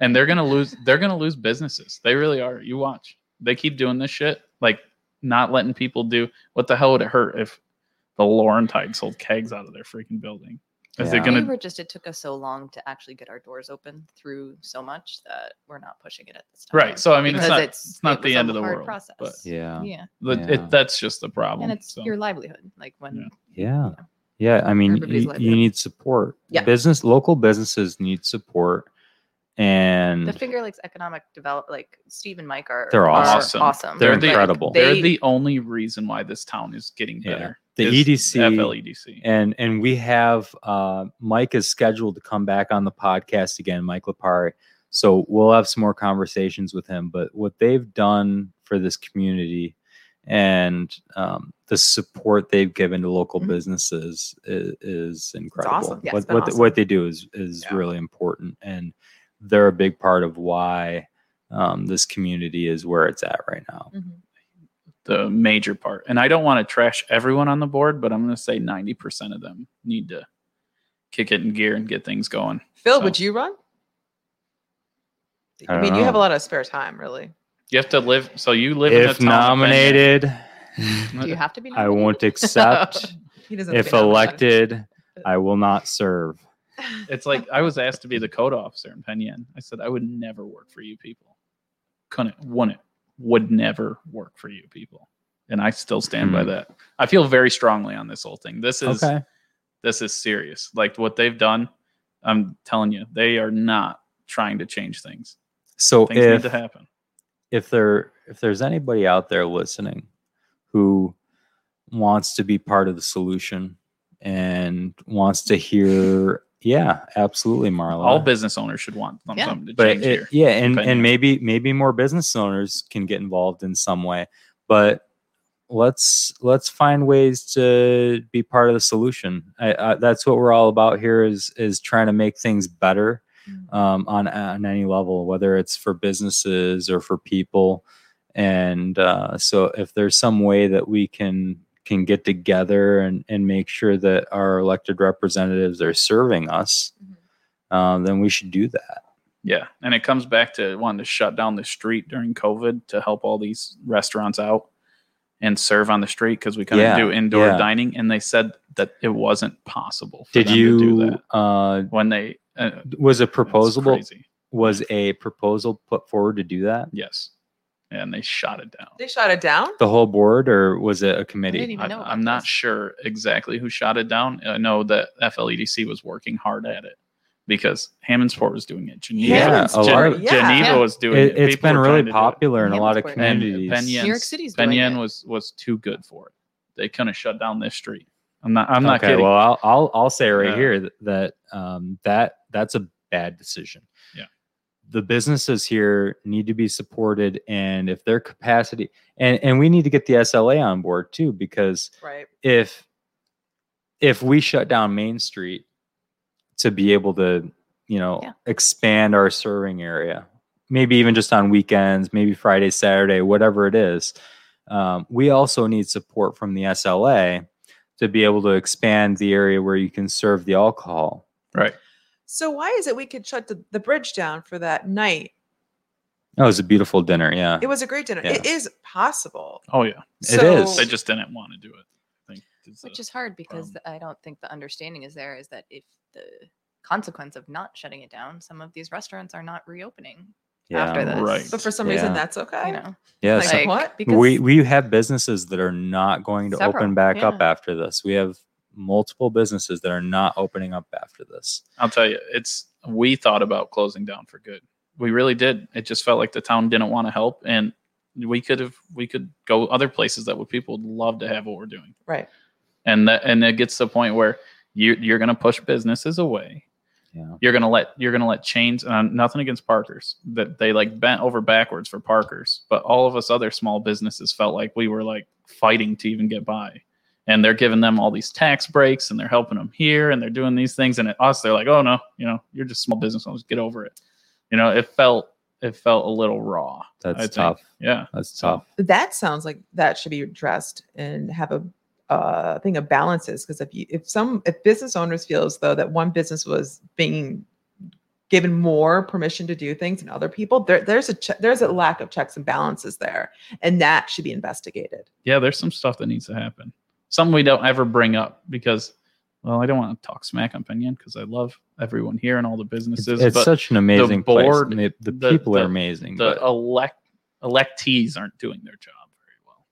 Speaker 3: and they're gonna lose. They're gonna lose businesses. They really are. You watch. They keep doing this shit, like not letting people do. What the hell would it hurt if the Laurentide sold kegs out of their freaking building? Is
Speaker 1: Yeah.
Speaker 3: it gonna?
Speaker 5: we were just it took us so long to actually get our doors open through so much that we're not pushing it at this time.
Speaker 3: Right. So I mean, it's
Speaker 5: Because
Speaker 3: not.
Speaker 5: it's-
Speaker 3: It's, not
Speaker 5: it
Speaker 3: the
Speaker 5: was a
Speaker 3: end of the
Speaker 5: hard
Speaker 3: world.
Speaker 5: process.
Speaker 3: But
Speaker 1: Yeah,
Speaker 5: yeah,
Speaker 3: the-
Speaker 1: Yeah.
Speaker 3: it, that's just the problem.
Speaker 5: and it's
Speaker 3: so.
Speaker 5: your livelihood. Like when
Speaker 3: Yeah.
Speaker 1: yeah. Yeah, I mean,
Speaker 5: everybody's
Speaker 1: you,
Speaker 5: livelihood.
Speaker 1: you need support.
Speaker 5: Yeah.
Speaker 1: Business, local businesses need support, and
Speaker 5: The
Speaker 3: Mm.
Speaker 5: Finger Lakes Economic Develop, like Steve and Mike are,
Speaker 1: They're
Speaker 5: are
Speaker 3: awesome.
Speaker 5: awesome.
Speaker 1: they're
Speaker 3: They're the-
Speaker 1: incredible.
Speaker 5: they-
Speaker 3: They're the only reason why this town is getting
Speaker 1: Yeah.
Speaker 3: better.
Speaker 1: The E
Speaker 3: is E
Speaker 1: EDC
Speaker 3: FLEDC.
Speaker 1: and and we have uh, Mike is scheduled to come back on the podcast again, Mike Lapari. So we'll have some more conversations with him. But what they've done for this community and um, the support they've given to local
Speaker 5: Mhm.
Speaker 1: businesses is, is incredible.
Speaker 2: awesome. Yeah, Mm-hmm.
Speaker 1: what
Speaker 2: it's been
Speaker 1: what,
Speaker 2: awesome.
Speaker 1: what they do is is
Speaker 2: Yeah.
Speaker 1: really important, and they're a big part of why um, this community is where it's at right now.
Speaker 3: the major part. And I don't want to trash everyone on the board, but I'm going to say 90% of them need to kick it in gear and get things going.
Speaker 2: Phil,
Speaker 3: So-
Speaker 2: would you run?
Speaker 1: I
Speaker 2: I, mean,
Speaker 1: don't
Speaker 2: you have a
Speaker 1: know.
Speaker 2: lot of spare time, really.
Speaker 3: You have to live. So you live in a
Speaker 1: If
Speaker 3: town of Ben-
Speaker 1: nominated,
Speaker 5: Do you have to be?
Speaker 1: I
Speaker 5: nominated?
Speaker 1: won't accept.
Speaker 2: He doesn't.
Speaker 1: if
Speaker 2: fit on the side.
Speaker 1: elected, I will not serve.
Speaker 3: It's like I was asked to be the code officer in Penyon. I said I would never work for you people. Couldn't, wouldn't, would never work for you people. And I still stand by
Speaker 1: Hmm.
Speaker 3: that. I feel very strongly on this whole thing. This is
Speaker 1: Okay.
Speaker 3: this is serious. Like what they've done, I'm telling you, they are not trying to change things.
Speaker 1: So
Speaker 3: Things need
Speaker 1: if
Speaker 3: to happen.
Speaker 1: if there if there's anybody out there listening who wants to be part of the solution and wants to hear, yeah, absolutely, Marla.
Speaker 3: All business owners should want some-
Speaker 5: Yeah.
Speaker 3: something to
Speaker 1: but
Speaker 3: change
Speaker 1: it-
Speaker 3: here.
Speaker 1: yeah, and
Speaker 3: opinion.
Speaker 1: and maybe maybe more business owners can get involved in some way, but let's let's find ways to be part of the solution. I, I, that's what we're all about here is is trying to make things better
Speaker 3: Mm.
Speaker 1: um, on on any level, whether it's for businesses or for people. And uh, so, if there's some way that we can can get together and and make sure that our elected representatives are serving us,
Speaker 3: Mm-hmm.
Speaker 1: um, then we should do that.
Speaker 3: Yeah, and it comes back to wanting to shut down the street during COVID to help all these restaurants out and serve on the street because we couldn't
Speaker 1: Yeah,
Speaker 3: do indoor
Speaker 1: yeah.
Speaker 3: dining, and they said that it wasn't possible. For
Speaker 1: Did
Speaker 3: them
Speaker 1: you?
Speaker 3: to do that
Speaker 1: uh,
Speaker 3: when they uh, it's
Speaker 1: was a proposal
Speaker 3: crazy.
Speaker 1: was a proposal put forward to do that?
Speaker 3: Yes, and they shot it down.
Speaker 2: they shot it down.
Speaker 1: The whole board, or was it a
Speaker 5: I
Speaker 1: committee?
Speaker 5: didn't even
Speaker 3: I,
Speaker 5: know.
Speaker 3: I'm
Speaker 5: about
Speaker 3: not
Speaker 5: this.
Speaker 3: sure exactly who shot it down. I know that FLEDC was working hard at it because Hammondsport was doing it. Geneva,
Speaker 1: Yeah, a lot of-
Speaker 3: Gen-
Speaker 2: Yeah.
Speaker 3: Geneva
Speaker 5: Yeah.
Speaker 3: was doing
Speaker 1: It,
Speaker 3: it.
Speaker 1: it's
Speaker 3: People
Speaker 1: been
Speaker 3: were
Speaker 1: really
Speaker 3: trying to do it.
Speaker 1: popular in a lot of
Speaker 5: Hammondsport. And
Speaker 1: communities.
Speaker 3: Penyon-
Speaker 5: New York City's doing
Speaker 3: Penyon
Speaker 5: it.
Speaker 3: was was too good for it. They couldn't shut down this street. I'm not. I'm not
Speaker 1: okay,
Speaker 3: kidding.
Speaker 1: well, I'll, I'll I'll say right
Speaker 3: Yeah.
Speaker 1: here that, that um that that's a bad decision.
Speaker 3: Yeah.
Speaker 1: The businesses here need to be supported, and if their capacity and and we need to get the SLA on board too, because
Speaker 2: Right.
Speaker 1: if if we shut down Main Street to be able to, you know,
Speaker 5: Yeah.
Speaker 1: expand our serving area, maybe even just on weekends, maybe Friday, Saturday, whatever it is, um, we also need support from the SLA to be able to expand the area where you can serve the alcohol.
Speaker 3: right.
Speaker 2: So why is it we could shut the, the bridge down for that night?
Speaker 1: That was a beautiful dinner. Yeah.
Speaker 2: It was a great dinner. It is possible.
Speaker 3: Oh yeah.
Speaker 1: It is.
Speaker 2: So-
Speaker 3: They just didn't want to do it. I think. is the-
Speaker 5: Which is hard because
Speaker 3: problem.
Speaker 2: um
Speaker 5: I don't think the understanding is there is that if the consequence of not shutting it down, some of these restaurants are not reopening.
Speaker 1: yeah.
Speaker 5: after this,
Speaker 3: Right.
Speaker 2: But for some reason,
Speaker 1: Yeah.
Speaker 2: that's okay.
Speaker 5: you know,
Speaker 1: Yeah.
Speaker 2: Like,
Speaker 1: so
Speaker 2: what?
Speaker 5: Because
Speaker 1: we, we have businesses that are not going to
Speaker 5: Several,
Speaker 1: open back up
Speaker 5: yeah.
Speaker 1: after this. We have multiple businesses that are not opening up after this.
Speaker 3: I'll tell you, it's we thought about closing down for good. We really did. It just felt like the town didn't want to help, and we could have we could go other places that would people would love to have what we're doing.
Speaker 2: Right.
Speaker 3: and that and it gets to the point where you you're going to push businesses away.
Speaker 1: Yeah.
Speaker 3: You're going to let you're going to let chains and I'm nothing against Parkers that they like bent over backwards for Parkers, but all of us other small businesses felt like we were like fighting to even get by. And they're giving them all these tax breaks and they're helping them here and they're doing these things and at us they're like, "Oh no, you know, you're just small business owners, get over it." You know, it felt it felt a little raw. I
Speaker 1: That's
Speaker 3: think.
Speaker 1: tough.
Speaker 3: Yeah.
Speaker 1: That's
Speaker 3: So-
Speaker 1: tough.
Speaker 2: That sounds like that should be addressed and have a uh, thing of balances. Because if you, if some, if business owners feel as though that one business was being given more permission to do things than other people, there, there's a che- there's a lack of checks and balances there, and that should be investigated.
Speaker 3: yeah, there's some stuff that needs to happen. Something we don't ever bring up because, well, I don't want to talk smack on Penyon because I love everyone here and all the
Speaker 1: It's,
Speaker 3: businesses.
Speaker 1: it's
Speaker 3: but
Speaker 1: such an amazing
Speaker 3: board,
Speaker 1: place. and The, the
Speaker 3: the-
Speaker 1: people are
Speaker 3: the-
Speaker 1: amazing.
Speaker 3: the
Speaker 1: but-
Speaker 3: elect electees aren't doing their job very well.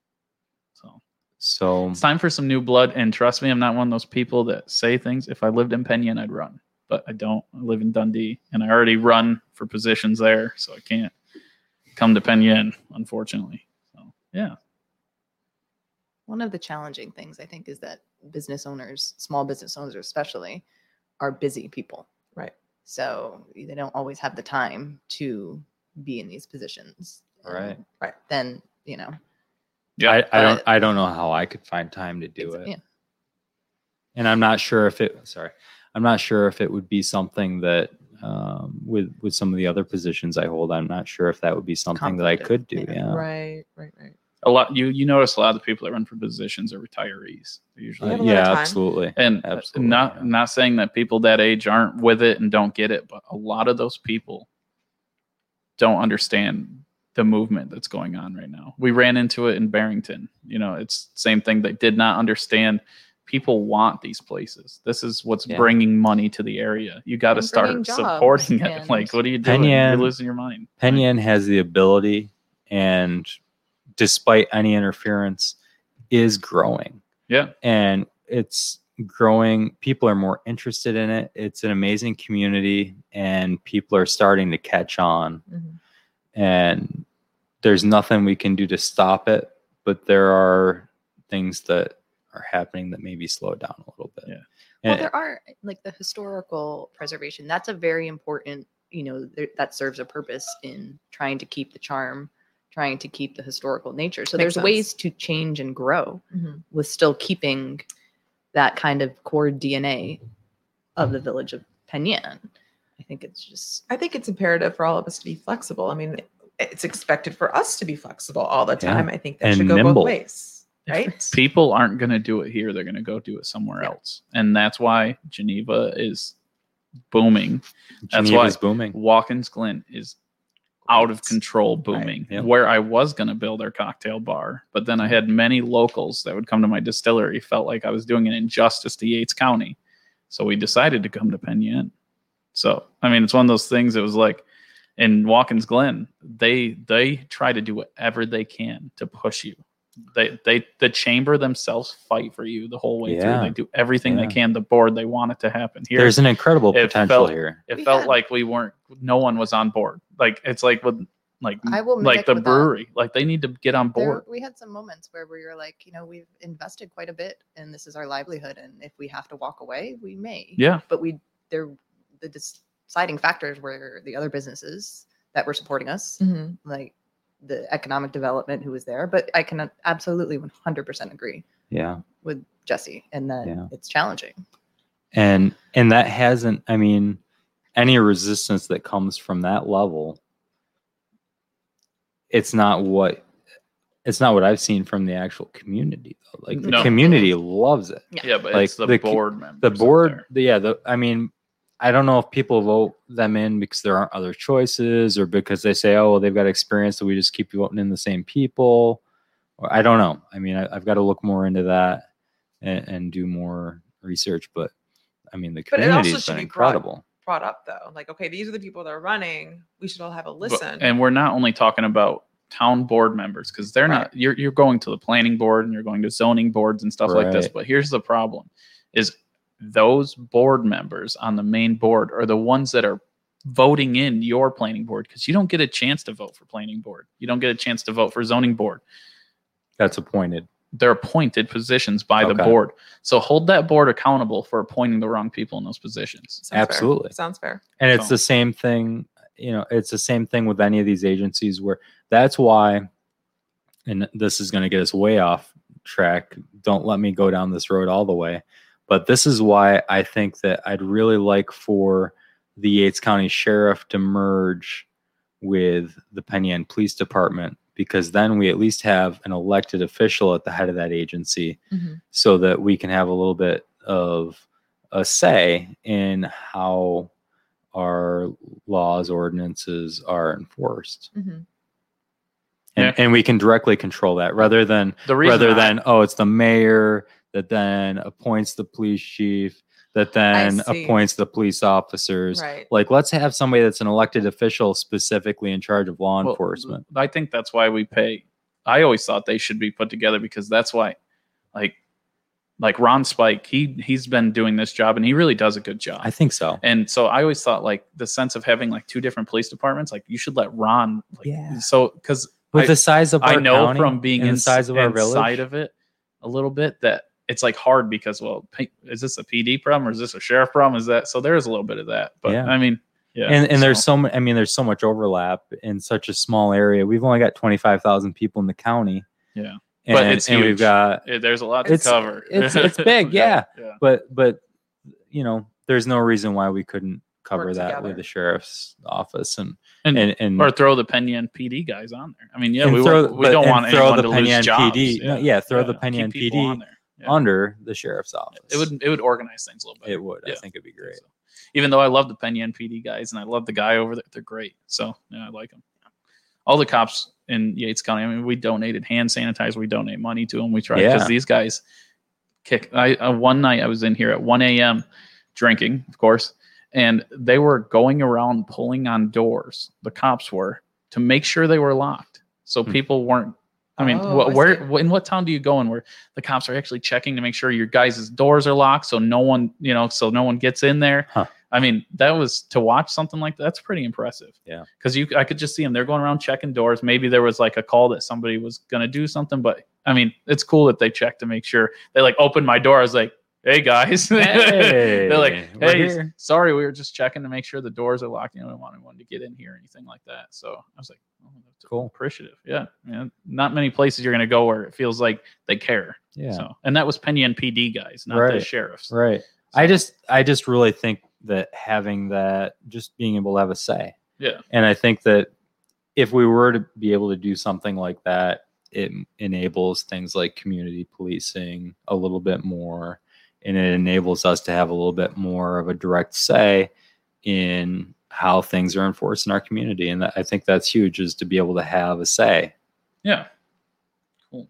Speaker 3: So
Speaker 1: So
Speaker 3: It's time for some new blood, and trust me, I'm not one of those people that say things. If I lived in Penyon, I'd run, but I don't. I live in Dundee, and I already run for positions there, so I can't come to Penyon, unfortunately. So yeah,
Speaker 5: One of the challenging things I think is that business owners, small business owners especially, are busy people.
Speaker 2: Right.
Speaker 5: So they don't always have the time to be in these positions.
Speaker 1: Right.
Speaker 5: And
Speaker 2: Right.
Speaker 5: Then, you know,
Speaker 1: I, I don't
Speaker 5: but-
Speaker 1: I don't know how I could find time to do
Speaker 5: it's-
Speaker 1: it.
Speaker 5: yeah.
Speaker 1: and I'm not sure if it. Sorry, I'm not sure if it would be something that um, with with some of the other positions I hold. I'm not sure if that would be something that I
Speaker 5: Conflicted,
Speaker 1: could do.
Speaker 5: yeah.
Speaker 1: Yeah,
Speaker 2: Right, right, right.
Speaker 3: a lot. You you notice a lot of the people that run for positions are retirees. They're
Speaker 1: Uh,
Speaker 3: usually,
Speaker 2: have a lot of
Speaker 1: yeah,
Speaker 2: time.
Speaker 1: absolutely.
Speaker 3: and
Speaker 1: Absolutely,
Speaker 3: not
Speaker 1: yeah.
Speaker 3: not saying that people that age aren't with it and don't get it, but a lot of those people don't understand the movement that's going on right now. We ran into it in Barrington. You know, it's same thing. They did not understand. People want these places. This is what's
Speaker 1: Yeah.
Speaker 3: bringing money to the area. You got to
Speaker 5: And bringing
Speaker 3: start
Speaker 5: jobs
Speaker 3: supporting it.
Speaker 5: and-
Speaker 3: Like, what are you doing? You're
Speaker 1: Penyon-
Speaker 3: losing your mind.
Speaker 1: Penyon has the ability, and despite any interference, is growing.
Speaker 3: Yeah.
Speaker 1: and it's growing. People are more interested in it. It's an amazing community, and people are starting to catch on.
Speaker 5: mm-hmm.
Speaker 2: Mhm.
Speaker 1: and there's nothing we can do to stop it but there are things that are happening that maybe slow it down a little bit
Speaker 3: Yeah.
Speaker 5: Well,
Speaker 1: And-
Speaker 5: there are eh, like the historical preservation. That's a very important, you know, there, that serves a purpose in trying to keep the charm, trying to keep the historical nature. So
Speaker 2: Makes
Speaker 5: there's ways
Speaker 2: sense.
Speaker 5: to change and grow
Speaker 2: Mhm.
Speaker 5: with still keeping that kind of core DNA of the village of Penyan. I think it's just
Speaker 2: I think it's imperative for all of us to be flexible. I mean, it's expected for us to be flexible all the
Speaker 1: Yeah.
Speaker 2: time. I think that
Speaker 1: And
Speaker 2: should go
Speaker 1: nimble.
Speaker 2: both ways, right?
Speaker 3: people aren't going to do it here they're going to go do it somewhere else and that's why geneva is booming That's why-
Speaker 1: Geneva's booming
Speaker 3: watkins glen is out of control booming
Speaker 1: Yep.
Speaker 3: where i was going to build our cocktail bar but then i had many locals that would come to my distillery felt like i was doing an injustice to yates county so we decided to come to penyon so i mean it's one of those things it was like in watkins glen they they try to do whatever they can to push you they they the chamber themselves fight for you the whole way
Speaker 1: Yeah.
Speaker 3: through they do everything
Speaker 1: Yeah.
Speaker 3: they can the board they want it to happen here
Speaker 1: there's an incredible
Speaker 3: it
Speaker 1: potential
Speaker 3: felt-
Speaker 1: here
Speaker 3: it
Speaker 5: We
Speaker 3: felt
Speaker 5: had-
Speaker 3: like we weren't no one was on board like it's like with like
Speaker 5: I will
Speaker 3: like
Speaker 5: mimic
Speaker 3: the
Speaker 5: without-
Speaker 3: brewery like they need to get on
Speaker 5: there-
Speaker 3: board
Speaker 5: we had some moments where we were like, you know, we've invested quite a bit and this is our livelihood and if we have to walk away, we may.
Speaker 3: yeah
Speaker 5: but we there the deciding factors were the other businesses that were supporting us
Speaker 2: Mhm.
Speaker 5: like the economic development who was there but i can absolutely 100% agree
Speaker 1: yeah
Speaker 5: with jesse and that
Speaker 1: Yeah.
Speaker 5: it's challenging
Speaker 1: and and that hasn't i mean any resistance that comes from that level it's not what it's not what i've seen from the actual community though like the
Speaker 3: No.
Speaker 1: community loves it
Speaker 5: Yeah.
Speaker 3: yeah but
Speaker 1: Like,
Speaker 3: it's the,
Speaker 1: the c-
Speaker 3: board members
Speaker 1: the
Speaker 3: up
Speaker 1: board
Speaker 3: there.
Speaker 1: the, yeah the i mean i don't know if people vote them in because there aren't other choices or because they say oh well they've got experience so we just keep voting in the same people or i don't know i mean I, i've got to look more into that and, and do more research but i mean the
Speaker 2: But it
Speaker 1: community
Speaker 2: also
Speaker 1: has been
Speaker 2: should be broad.
Speaker 1: incredible
Speaker 2: Brought up though, like, okay, these are the people that are running. We should all have a
Speaker 3: But-
Speaker 2: listen.
Speaker 3: and we're not only talking about town board members because they're
Speaker 2: Right.
Speaker 3: not you're, you're going to the planning board and you're going to zoning boards and stuff like this
Speaker 1: Right.
Speaker 3: but here's the problem is those board members on the main board are the ones that are voting in your planning board because you don't get a chance to vote for planning board you don't get a chance to vote for zoning board
Speaker 1: that's appointed
Speaker 3: they're appointed positions by the
Speaker 1: Okay.
Speaker 3: board so hold that board accountable for appointing the wrong people in those positions
Speaker 2: Sounds fair.
Speaker 1: absolutely.
Speaker 2: Sounds fair.
Speaker 1: and it's
Speaker 3: So-
Speaker 1: the same thing you know it's the same thing with any of these agencies where that's why and this is going to get us way off track don't let me go down this road all the way but this is why i think that i'd really like for the yates county sheriff to merge with the penyan police department because then we at least have an elected official at the head of that agency
Speaker 2: Mhm.
Speaker 1: so that we can have a little bit of a say in how our laws ordinances are enforced
Speaker 2: Mhm.
Speaker 1: and, and we can directly control that rather than
Speaker 3: the reason
Speaker 1: rather
Speaker 3: I-
Speaker 1: than oh it's the mayor that then appoints the police chief that then
Speaker 2: see.
Speaker 1: appoints the police officers
Speaker 2: Right.
Speaker 1: like let's have somebody that's an elected official specifically in charge of law
Speaker 3: Well,
Speaker 1: enforcement
Speaker 3: I think that's why we pay. I always thought they should be put together because that's why Like like Ron Spike, he he's been doing this job and he really does a good job.
Speaker 1: I think so.
Speaker 3: And so I always thought like the sense of having like two different police departments, like you should let Ron like
Speaker 1: Yeah.
Speaker 3: so because
Speaker 1: With
Speaker 3: I-
Speaker 1: the size of our
Speaker 3: I know
Speaker 1: county
Speaker 3: from being
Speaker 1: and
Speaker 3: in,
Speaker 1: the size of our
Speaker 3: inside
Speaker 1: village,
Speaker 3: of it a little bit that it's like hard because well p- is this a PD problem or is this a sheriff problem is that so there's a little bit of that but
Speaker 1: Yeah.
Speaker 3: I mean yeah
Speaker 1: and and there's
Speaker 3: so-
Speaker 1: so much. I mean, there's so much overlap in such a small area. We've only got twenty five thousand people in the county.
Speaker 3: Yeah.
Speaker 1: and,
Speaker 3: But it's
Speaker 1: and
Speaker 3: huge.
Speaker 1: we've got
Speaker 3: eh, there's a lot to
Speaker 1: it's-
Speaker 3: cover
Speaker 1: it's- it's big,
Speaker 3: yeah
Speaker 1: but but you know there's no reason why we couldn't cover
Speaker 2: Work
Speaker 1: that
Speaker 2: together.
Speaker 1: with the sheriff's office and
Speaker 3: And-
Speaker 1: and and, and
Speaker 3: or throw the Penyan PD guys on there I mean yeah
Speaker 1: and
Speaker 3: we,
Speaker 1: throw-
Speaker 3: want, we
Speaker 1: but-
Speaker 3: don't
Speaker 1: and
Speaker 3: want
Speaker 1: throw
Speaker 3: anyone
Speaker 1: the
Speaker 3: to lose
Speaker 1: Penyan
Speaker 3: jobs
Speaker 1: PD no, yeah, throw the Penyan
Speaker 3: Keep people
Speaker 1: PD
Speaker 3: on there. Yeah.
Speaker 1: under the sheriff's office
Speaker 3: it would it would organize things a little better
Speaker 1: it would
Speaker 3: Yeah.
Speaker 1: i think it'd be great
Speaker 3: So, even though I love the Penyan PD guys and I love the guy over there, they're great. So yeah, I like them. All the cops in Yates County. I mean, we donated hand sanitizer. We donate money to them. We try because
Speaker 1: Yeah.
Speaker 3: these guys kick. I uh, one night I was in here at 1 a.m. drinking, of course, and they were going around pulling on doors. The cops were to make sure they were locked, so
Speaker 1: Hmm.
Speaker 3: people weren't. I mean,
Speaker 2: Oh,
Speaker 3: wh-
Speaker 2: I
Speaker 3: where
Speaker 2: see.
Speaker 3: wh- in what town do you go in where the cops are actually checking to make sure your guys' doors are locked so no one you know so no one gets in there
Speaker 1: Huh.
Speaker 3: i mean that was to watch something like that, that's pretty impressive
Speaker 1: Yeah.
Speaker 3: because you i could just see them they're going around checking doors maybe there was like a call that somebody was going to do something but i mean it's cool that they check to make sure they like opened my door i was like hey guys they're like
Speaker 1: Hey, we're
Speaker 3: hey
Speaker 1: here.
Speaker 3: sorry we were just checking to make sure the doors are locked you know i don't want anyone to get in here or anything like that so i was like oh, that's
Speaker 1: Cool.
Speaker 3: appreciative yeah man. not many places you're going to go where it feels like they care
Speaker 1: yeah
Speaker 3: so, and that was Penny and PD guys, not the
Speaker 1: Right.
Speaker 3: sheriffs.
Speaker 1: right i just i just really think that having that just being able to have a say
Speaker 3: Yeah.
Speaker 1: and i think that if we were to be able to do something like that it enables things like community policing a little bit more and it enables us to have a little bit more of a direct say in how things are enforced in our community and i think that's huge is to be able to have a say
Speaker 3: Yeah. Cool.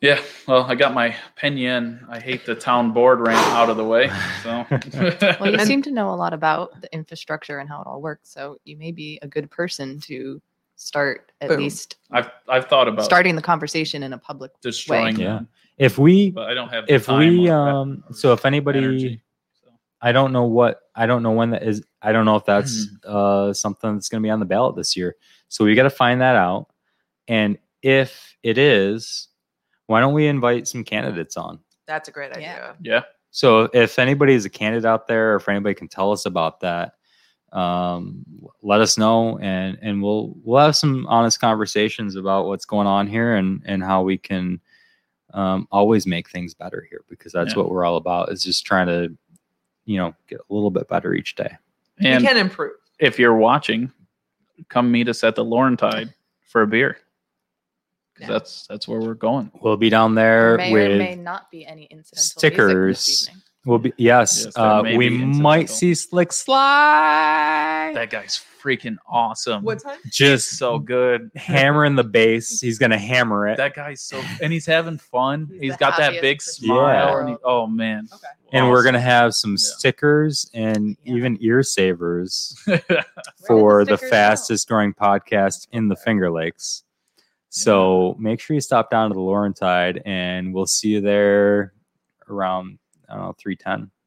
Speaker 3: Yeah. Well, I got my Penyan. I hate the town board rant out of the way. So,
Speaker 5: Well, you
Speaker 2: And-
Speaker 5: seem to know a lot about the infrastructure and how it all works, so you may be a good person to start at
Speaker 2: Boom.
Speaker 5: least
Speaker 3: I've I've thought about
Speaker 5: starting the conversation in a public.
Speaker 3: destroying
Speaker 1: Yeah.
Speaker 3: them,
Speaker 1: if we
Speaker 3: but I don't have. the
Speaker 1: if
Speaker 3: time
Speaker 1: we
Speaker 3: or that
Speaker 1: um so if anybody
Speaker 3: energy. So,
Speaker 1: I don't know what I don't know when that is. I don't know if that's uh, something that's going to be on the ballot this year. So we got to find that out. And if it is, why don't we invite some candidates on?
Speaker 2: That's a great
Speaker 5: Yeah.
Speaker 2: idea.
Speaker 3: yeah.
Speaker 1: So if anybody is a candidate out there, or if anybody can tell us about that, um, let us know, and and we'll we'll have some honest conversations about what's going on here and and how we can um, always make things better here because that's
Speaker 3: Yeah.
Speaker 1: what we're all about is just trying to you know get a little bit better each day.
Speaker 3: And
Speaker 2: we can improve.
Speaker 3: if you're watching, come meet us at the Laurentide for a beer. 'Cause
Speaker 2: Yeah.
Speaker 3: That's that's where we're going.
Speaker 1: We'll be down
Speaker 5: There
Speaker 1: there
Speaker 5: may or
Speaker 1: with
Speaker 5: may not be any incidental
Speaker 1: stickers.
Speaker 5: Music this evening.
Speaker 1: we'll be yes,
Speaker 3: Yes, there
Speaker 1: uh,
Speaker 3: may
Speaker 1: we
Speaker 3: be
Speaker 1: might
Speaker 3: incidental.
Speaker 1: see Slick Slide
Speaker 3: That guy's freaking
Speaker 1: Um,
Speaker 3: awesome.
Speaker 2: What time?
Speaker 1: just
Speaker 3: so good.
Speaker 1: hammering the bass. He's gonna hammer it.
Speaker 3: That guy's so, and he's having fun.
Speaker 5: He's
Speaker 3: he's
Speaker 5: the
Speaker 3: got that
Speaker 5: happiest
Speaker 3: big
Speaker 5: person
Speaker 1: in the
Speaker 3: smile.
Speaker 1: world.
Speaker 3: And he, oh man.
Speaker 2: Okay.
Speaker 1: and we're gonna have some
Speaker 3: Yeah.
Speaker 1: stickers and
Speaker 5: Yeah.
Speaker 1: even ear savers
Speaker 3: gonna.
Speaker 5: Where did the
Speaker 1: for the
Speaker 5: stickers go?
Speaker 1: fastest growing podcast in the Finger Lakes. So make sure you stop down to the Laurentide, and we'll see you there around I don't know three ten.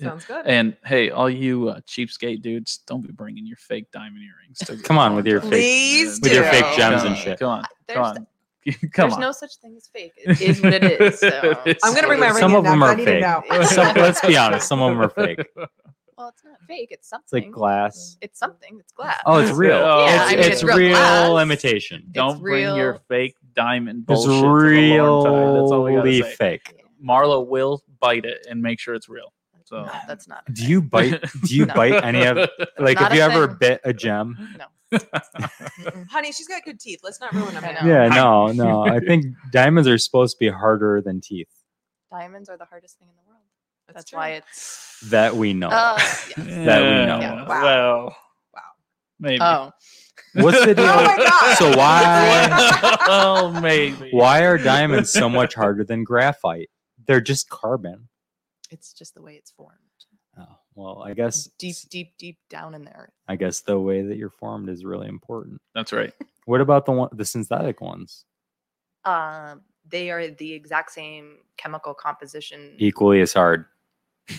Speaker 3: Yeah.
Speaker 2: Sounds good.
Speaker 3: and hey, all you uh, cheapskate dudes, don't be bringing your fake diamond earrings. To
Speaker 1: Come on with your fake-
Speaker 2: Please
Speaker 1: with your fake
Speaker 2: do.
Speaker 1: gems
Speaker 3: Come
Speaker 1: and
Speaker 3: on,
Speaker 1: shit.
Speaker 3: Come on,
Speaker 5: There's,
Speaker 3: come on, come
Speaker 5: there's
Speaker 3: on.
Speaker 5: no such thing as fake. It is what it is. So.
Speaker 3: It is
Speaker 2: I'm gonna
Speaker 3: what
Speaker 2: bring my
Speaker 3: it is.
Speaker 2: ring.
Speaker 1: Some
Speaker 2: in
Speaker 1: of 'em
Speaker 2: now 'cause
Speaker 1: are
Speaker 2: I need it
Speaker 1: fake.
Speaker 2: now.
Speaker 1: Some, let's be honest, some of them are fake.
Speaker 5: well, it's not fake. It's
Speaker 1: It's like
Speaker 5: something.
Speaker 1: glass.
Speaker 5: It's something. It's glass.
Speaker 1: Oh, it's real.
Speaker 3: Yeah,
Speaker 1: it's
Speaker 3: I mean,
Speaker 1: it's
Speaker 3: it's
Speaker 5: real
Speaker 1: real
Speaker 5: glass.
Speaker 1: imitation.
Speaker 5: It's
Speaker 3: Don't bring your
Speaker 5: real.
Speaker 3: fake diamond
Speaker 1: It's
Speaker 3: bullshit. to the Laurentide. That's all we gotta
Speaker 1: really
Speaker 3: say.
Speaker 1: fake.
Speaker 3: Marlo will bite it and make sure it's real. So-
Speaker 5: No, that's not.
Speaker 1: Do you bite? Do you
Speaker 5: No.
Speaker 1: bite any of? Like, have
Speaker 5: Not a
Speaker 1: you ever
Speaker 5: thing.
Speaker 1: bit a gem?
Speaker 2: Mm, Honey, she's got good teeth. Let's not ruin them.
Speaker 5: I
Speaker 2: now.
Speaker 5: know.
Speaker 1: Yeah, no, no. I think diamonds are supposed to be harder than teeth.
Speaker 5: Diamonds are the hardest thing in the world. That's,
Speaker 2: true.
Speaker 5: why it's.
Speaker 1: That we know.
Speaker 5: Uh, yeah.
Speaker 1: That we know
Speaker 5: Yeah.
Speaker 2: of.
Speaker 3: Well,
Speaker 2: Wow.
Speaker 3: maybe.
Speaker 5: Oh,
Speaker 1: What's the deal?
Speaker 2: Oh my God.
Speaker 1: So why
Speaker 3: well, Oh, maybe.
Speaker 1: why are diamonds so much harder than graphite? They're just carbon.
Speaker 5: it's just the way it's formed.
Speaker 1: Oh, well, I guess
Speaker 5: Deep, deep, deep down in there.
Speaker 1: I guess the way that you're formed is really important.
Speaker 3: That's right.
Speaker 1: What about the one the synthetic ones?
Speaker 5: Um, they are the exact same chemical composition.
Speaker 1: Equally as hard.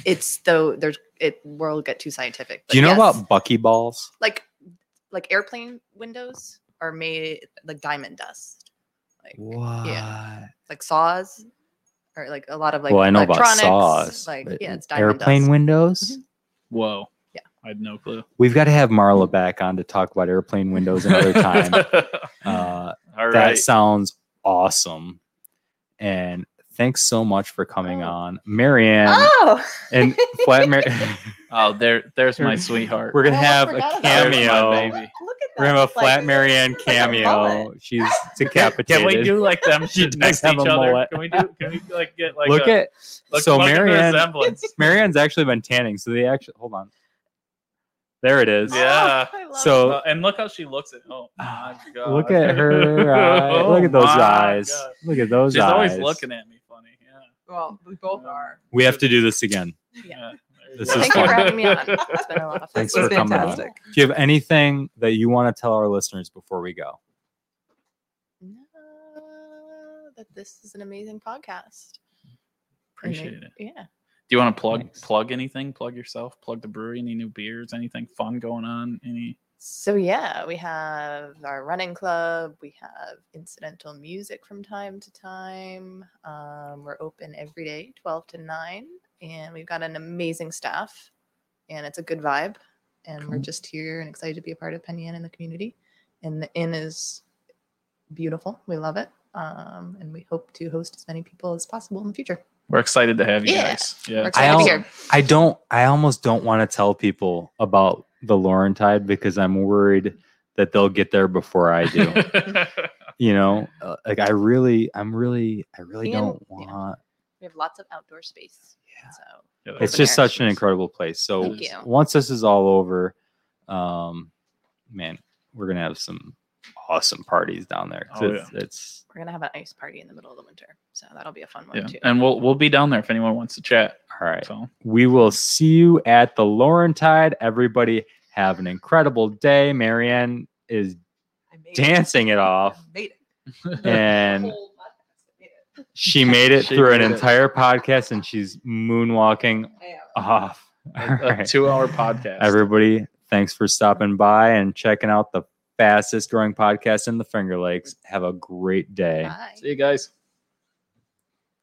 Speaker 5: It's though there's it. We'll get too scientific. but
Speaker 1: Do you know
Speaker 5: yes.
Speaker 1: about buckyballs?
Speaker 5: like like airplane windows are made like diamond dust, like
Speaker 1: What?
Speaker 5: like saws, or like a lot of like
Speaker 1: well, I know about
Speaker 5: electronics,
Speaker 1: saws.
Speaker 5: Like
Speaker 1: but
Speaker 5: yeah, it's diamond
Speaker 1: airplane
Speaker 5: dust. Mm-hmm.
Speaker 1: windows.
Speaker 3: Whoa.
Speaker 5: Yeah.
Speaker 3: I had no clue.
Speaker 1: We've got to have Marla back on to talk about airplane windows another time. uh,
Speaker 3: All
Speaker 1: that
Speaker 3: right.
Speaker 1: sounds awesome. And thanks so much for coming
Speaker 5: Oh.
Speaker 1: on, Marianne
Speaker 5: oh,
Speaker 1: and Flat. Mar-
Speaker 3: Oh, there, there's my sweetheart.
Speaker 1: We're gonna
Speaker 5: Oh, I
Speaker 1: have
Speaker 5: forgot
Speaker 1: a
Speaker 5: about that.
Speaker 3: There's my
Speaker 1: cameo.
Speaker 3: baby.
Speaker 5: look at that!
Speaker 1: We're gonna have a
Speaker 5: like-
Speaker 1: Flat Marianne
Speaker 5: like a
Speaker 1: cameo.
Speaker 5: mullet.
Speaker 1: She's decapitated.
Speaker 3: Can we do like them
Speaker 1: She
Speaker 3: sitting
Speaker 1: does
Speaker 3: next to
Speaker 1: have
Speaker 3: each
Speaker 1: a
Speaker 3: other?
Speaker 1: mullet.
Speaker 3: Can we do? Can we like get like
Speaker 1: look
Speaker 3: a,
Speaker 1: at
Speaker 3: look-
Speaker 1: so
Speaker 3: look at the
Speaker 1: Marianne?
Speaker 3: resemblance.
Speaker 1: Marianne's actually been tanning, so they actually hold on. There it is.
Speaker 5: Oh,
Speaker 3: Yeah.
Speaker 5: I love
Speaker 1: So-
Speaker 5: it.
Speaker 3: Uh, and look how she looks at home. My God.
Speaker 1: Oh. Look at her eyes. Look
Speaker 3: Oh
Speaker 1: at those
Speaker 3: my
Speaker 1: eyes.
Speaker 3: God.
Speaker 1: Look at those
Speaker 3: She's
Speaker 1: eyes.
Speaker 3: always looking at me funny. Yeah.
Speaker 2: Well, we both are.
Speaker 1: We have to do this again.
Speaker 3: yeah.
Speaker 1: This
Speaker 3: There you
Speaker 1: is
Speaker 5: Thanks
Speaker 3: go.
Speaker 1: fun.
Speaker 5: for having me on. It's been a lot of fun.
Speaker 1: Thanks
Speaker 2: This
Speaker 1: for
Speaker 2: was
Speaker 1: coming on.
Speaker 2: fantastic.
Speaker 1: Do you have anything that you want to tell our listeners before we go?
Speaker 5: No, that this is an amazing podcast. And they-
Speaker 3: Appreciate it.
Speaker 5: Yeah.
Speaker 3: Do you want to plug
Speaker 1: Thanks.
Speaker 3: plug anything? Plug yourself. Plug the brewery. Any new beers? Anything fun going on? Any?
Speaker 5: So yeah, we have our running club. We have incidental music from time to time. Um, we're open every day, twelve to nine, and we've got an amazing staff, and it's a good vibe. And we're
Speaker 1: Cool.
Speaker 5: just here and excited to be a part of Penyan and the community. And the inn is beautiful. We love it, um, and we hope to host as many people as possible in the future.
Speaker 3: We're excited to have you
Speaker 5: Yeah.
Speaker 3: guys.
Speaker 5: We're
Speaker 3: Yeah.
Speaker 5: excited to be
Speaker 1: al-
Speaker 5: here.
Speaker 1: I don't I almost don't want to tell people about the Laurentide because I'm worried that they'll get there before I do. you know, Uh, like I really I'm really I really
Speaker 5: And-
Speaker 1: don't
Speaker 5: yeah.
Speaker 1: want
Speaker 5: We have lots of outdoor space. So
Speaker 3: Yeah,
Speaker 1: it's
Speaker 5: open
Speaker 1: just
Speaker 5: air.
Speaker 1: such an incredible place. So
Speaker 5: Thank you.
Speaker 1: once this is all over, um, man, we're gonna have some awesome parties down there. 'cause
Speaker 3: Oh,
Speaker 1: it's, it's
Speaker 5: we're gonna have an ice party in the middle of the winter, so that'll be a fun one
Speaker 3: yeah.
Speaker 5: too.
Speaker 3: And we'll we'll be down there if anyone wants to chat.
Speaker 1: all right.
Speaker 3: So
Speaker 1: We will see you at the Laurentide. Everybody have an incredible day. Marianne is
Speaker 2: I made
Speaker 1: dancing it
Speaker 2: I
Speaker 1: off,
Speaker 2: made it.
Speaker 1: and she made it
Speaker 3: She
Speaker 1: through an
Speaker 3: made it.
Speaker 1: entire podcast, and she's moonwalking
Speaker 2: I am.
Speaker 1: off. All
Speaker 3: a,
Speaker 1: right.
Speaker 3: two hour podcast.
Speaker 1: Everybody, thanks for stopping by and checking out the fastest growing podcast in the Finger Lakes. Have a great day.
Speaker 5: Bye.
Speaker 3: See you guys.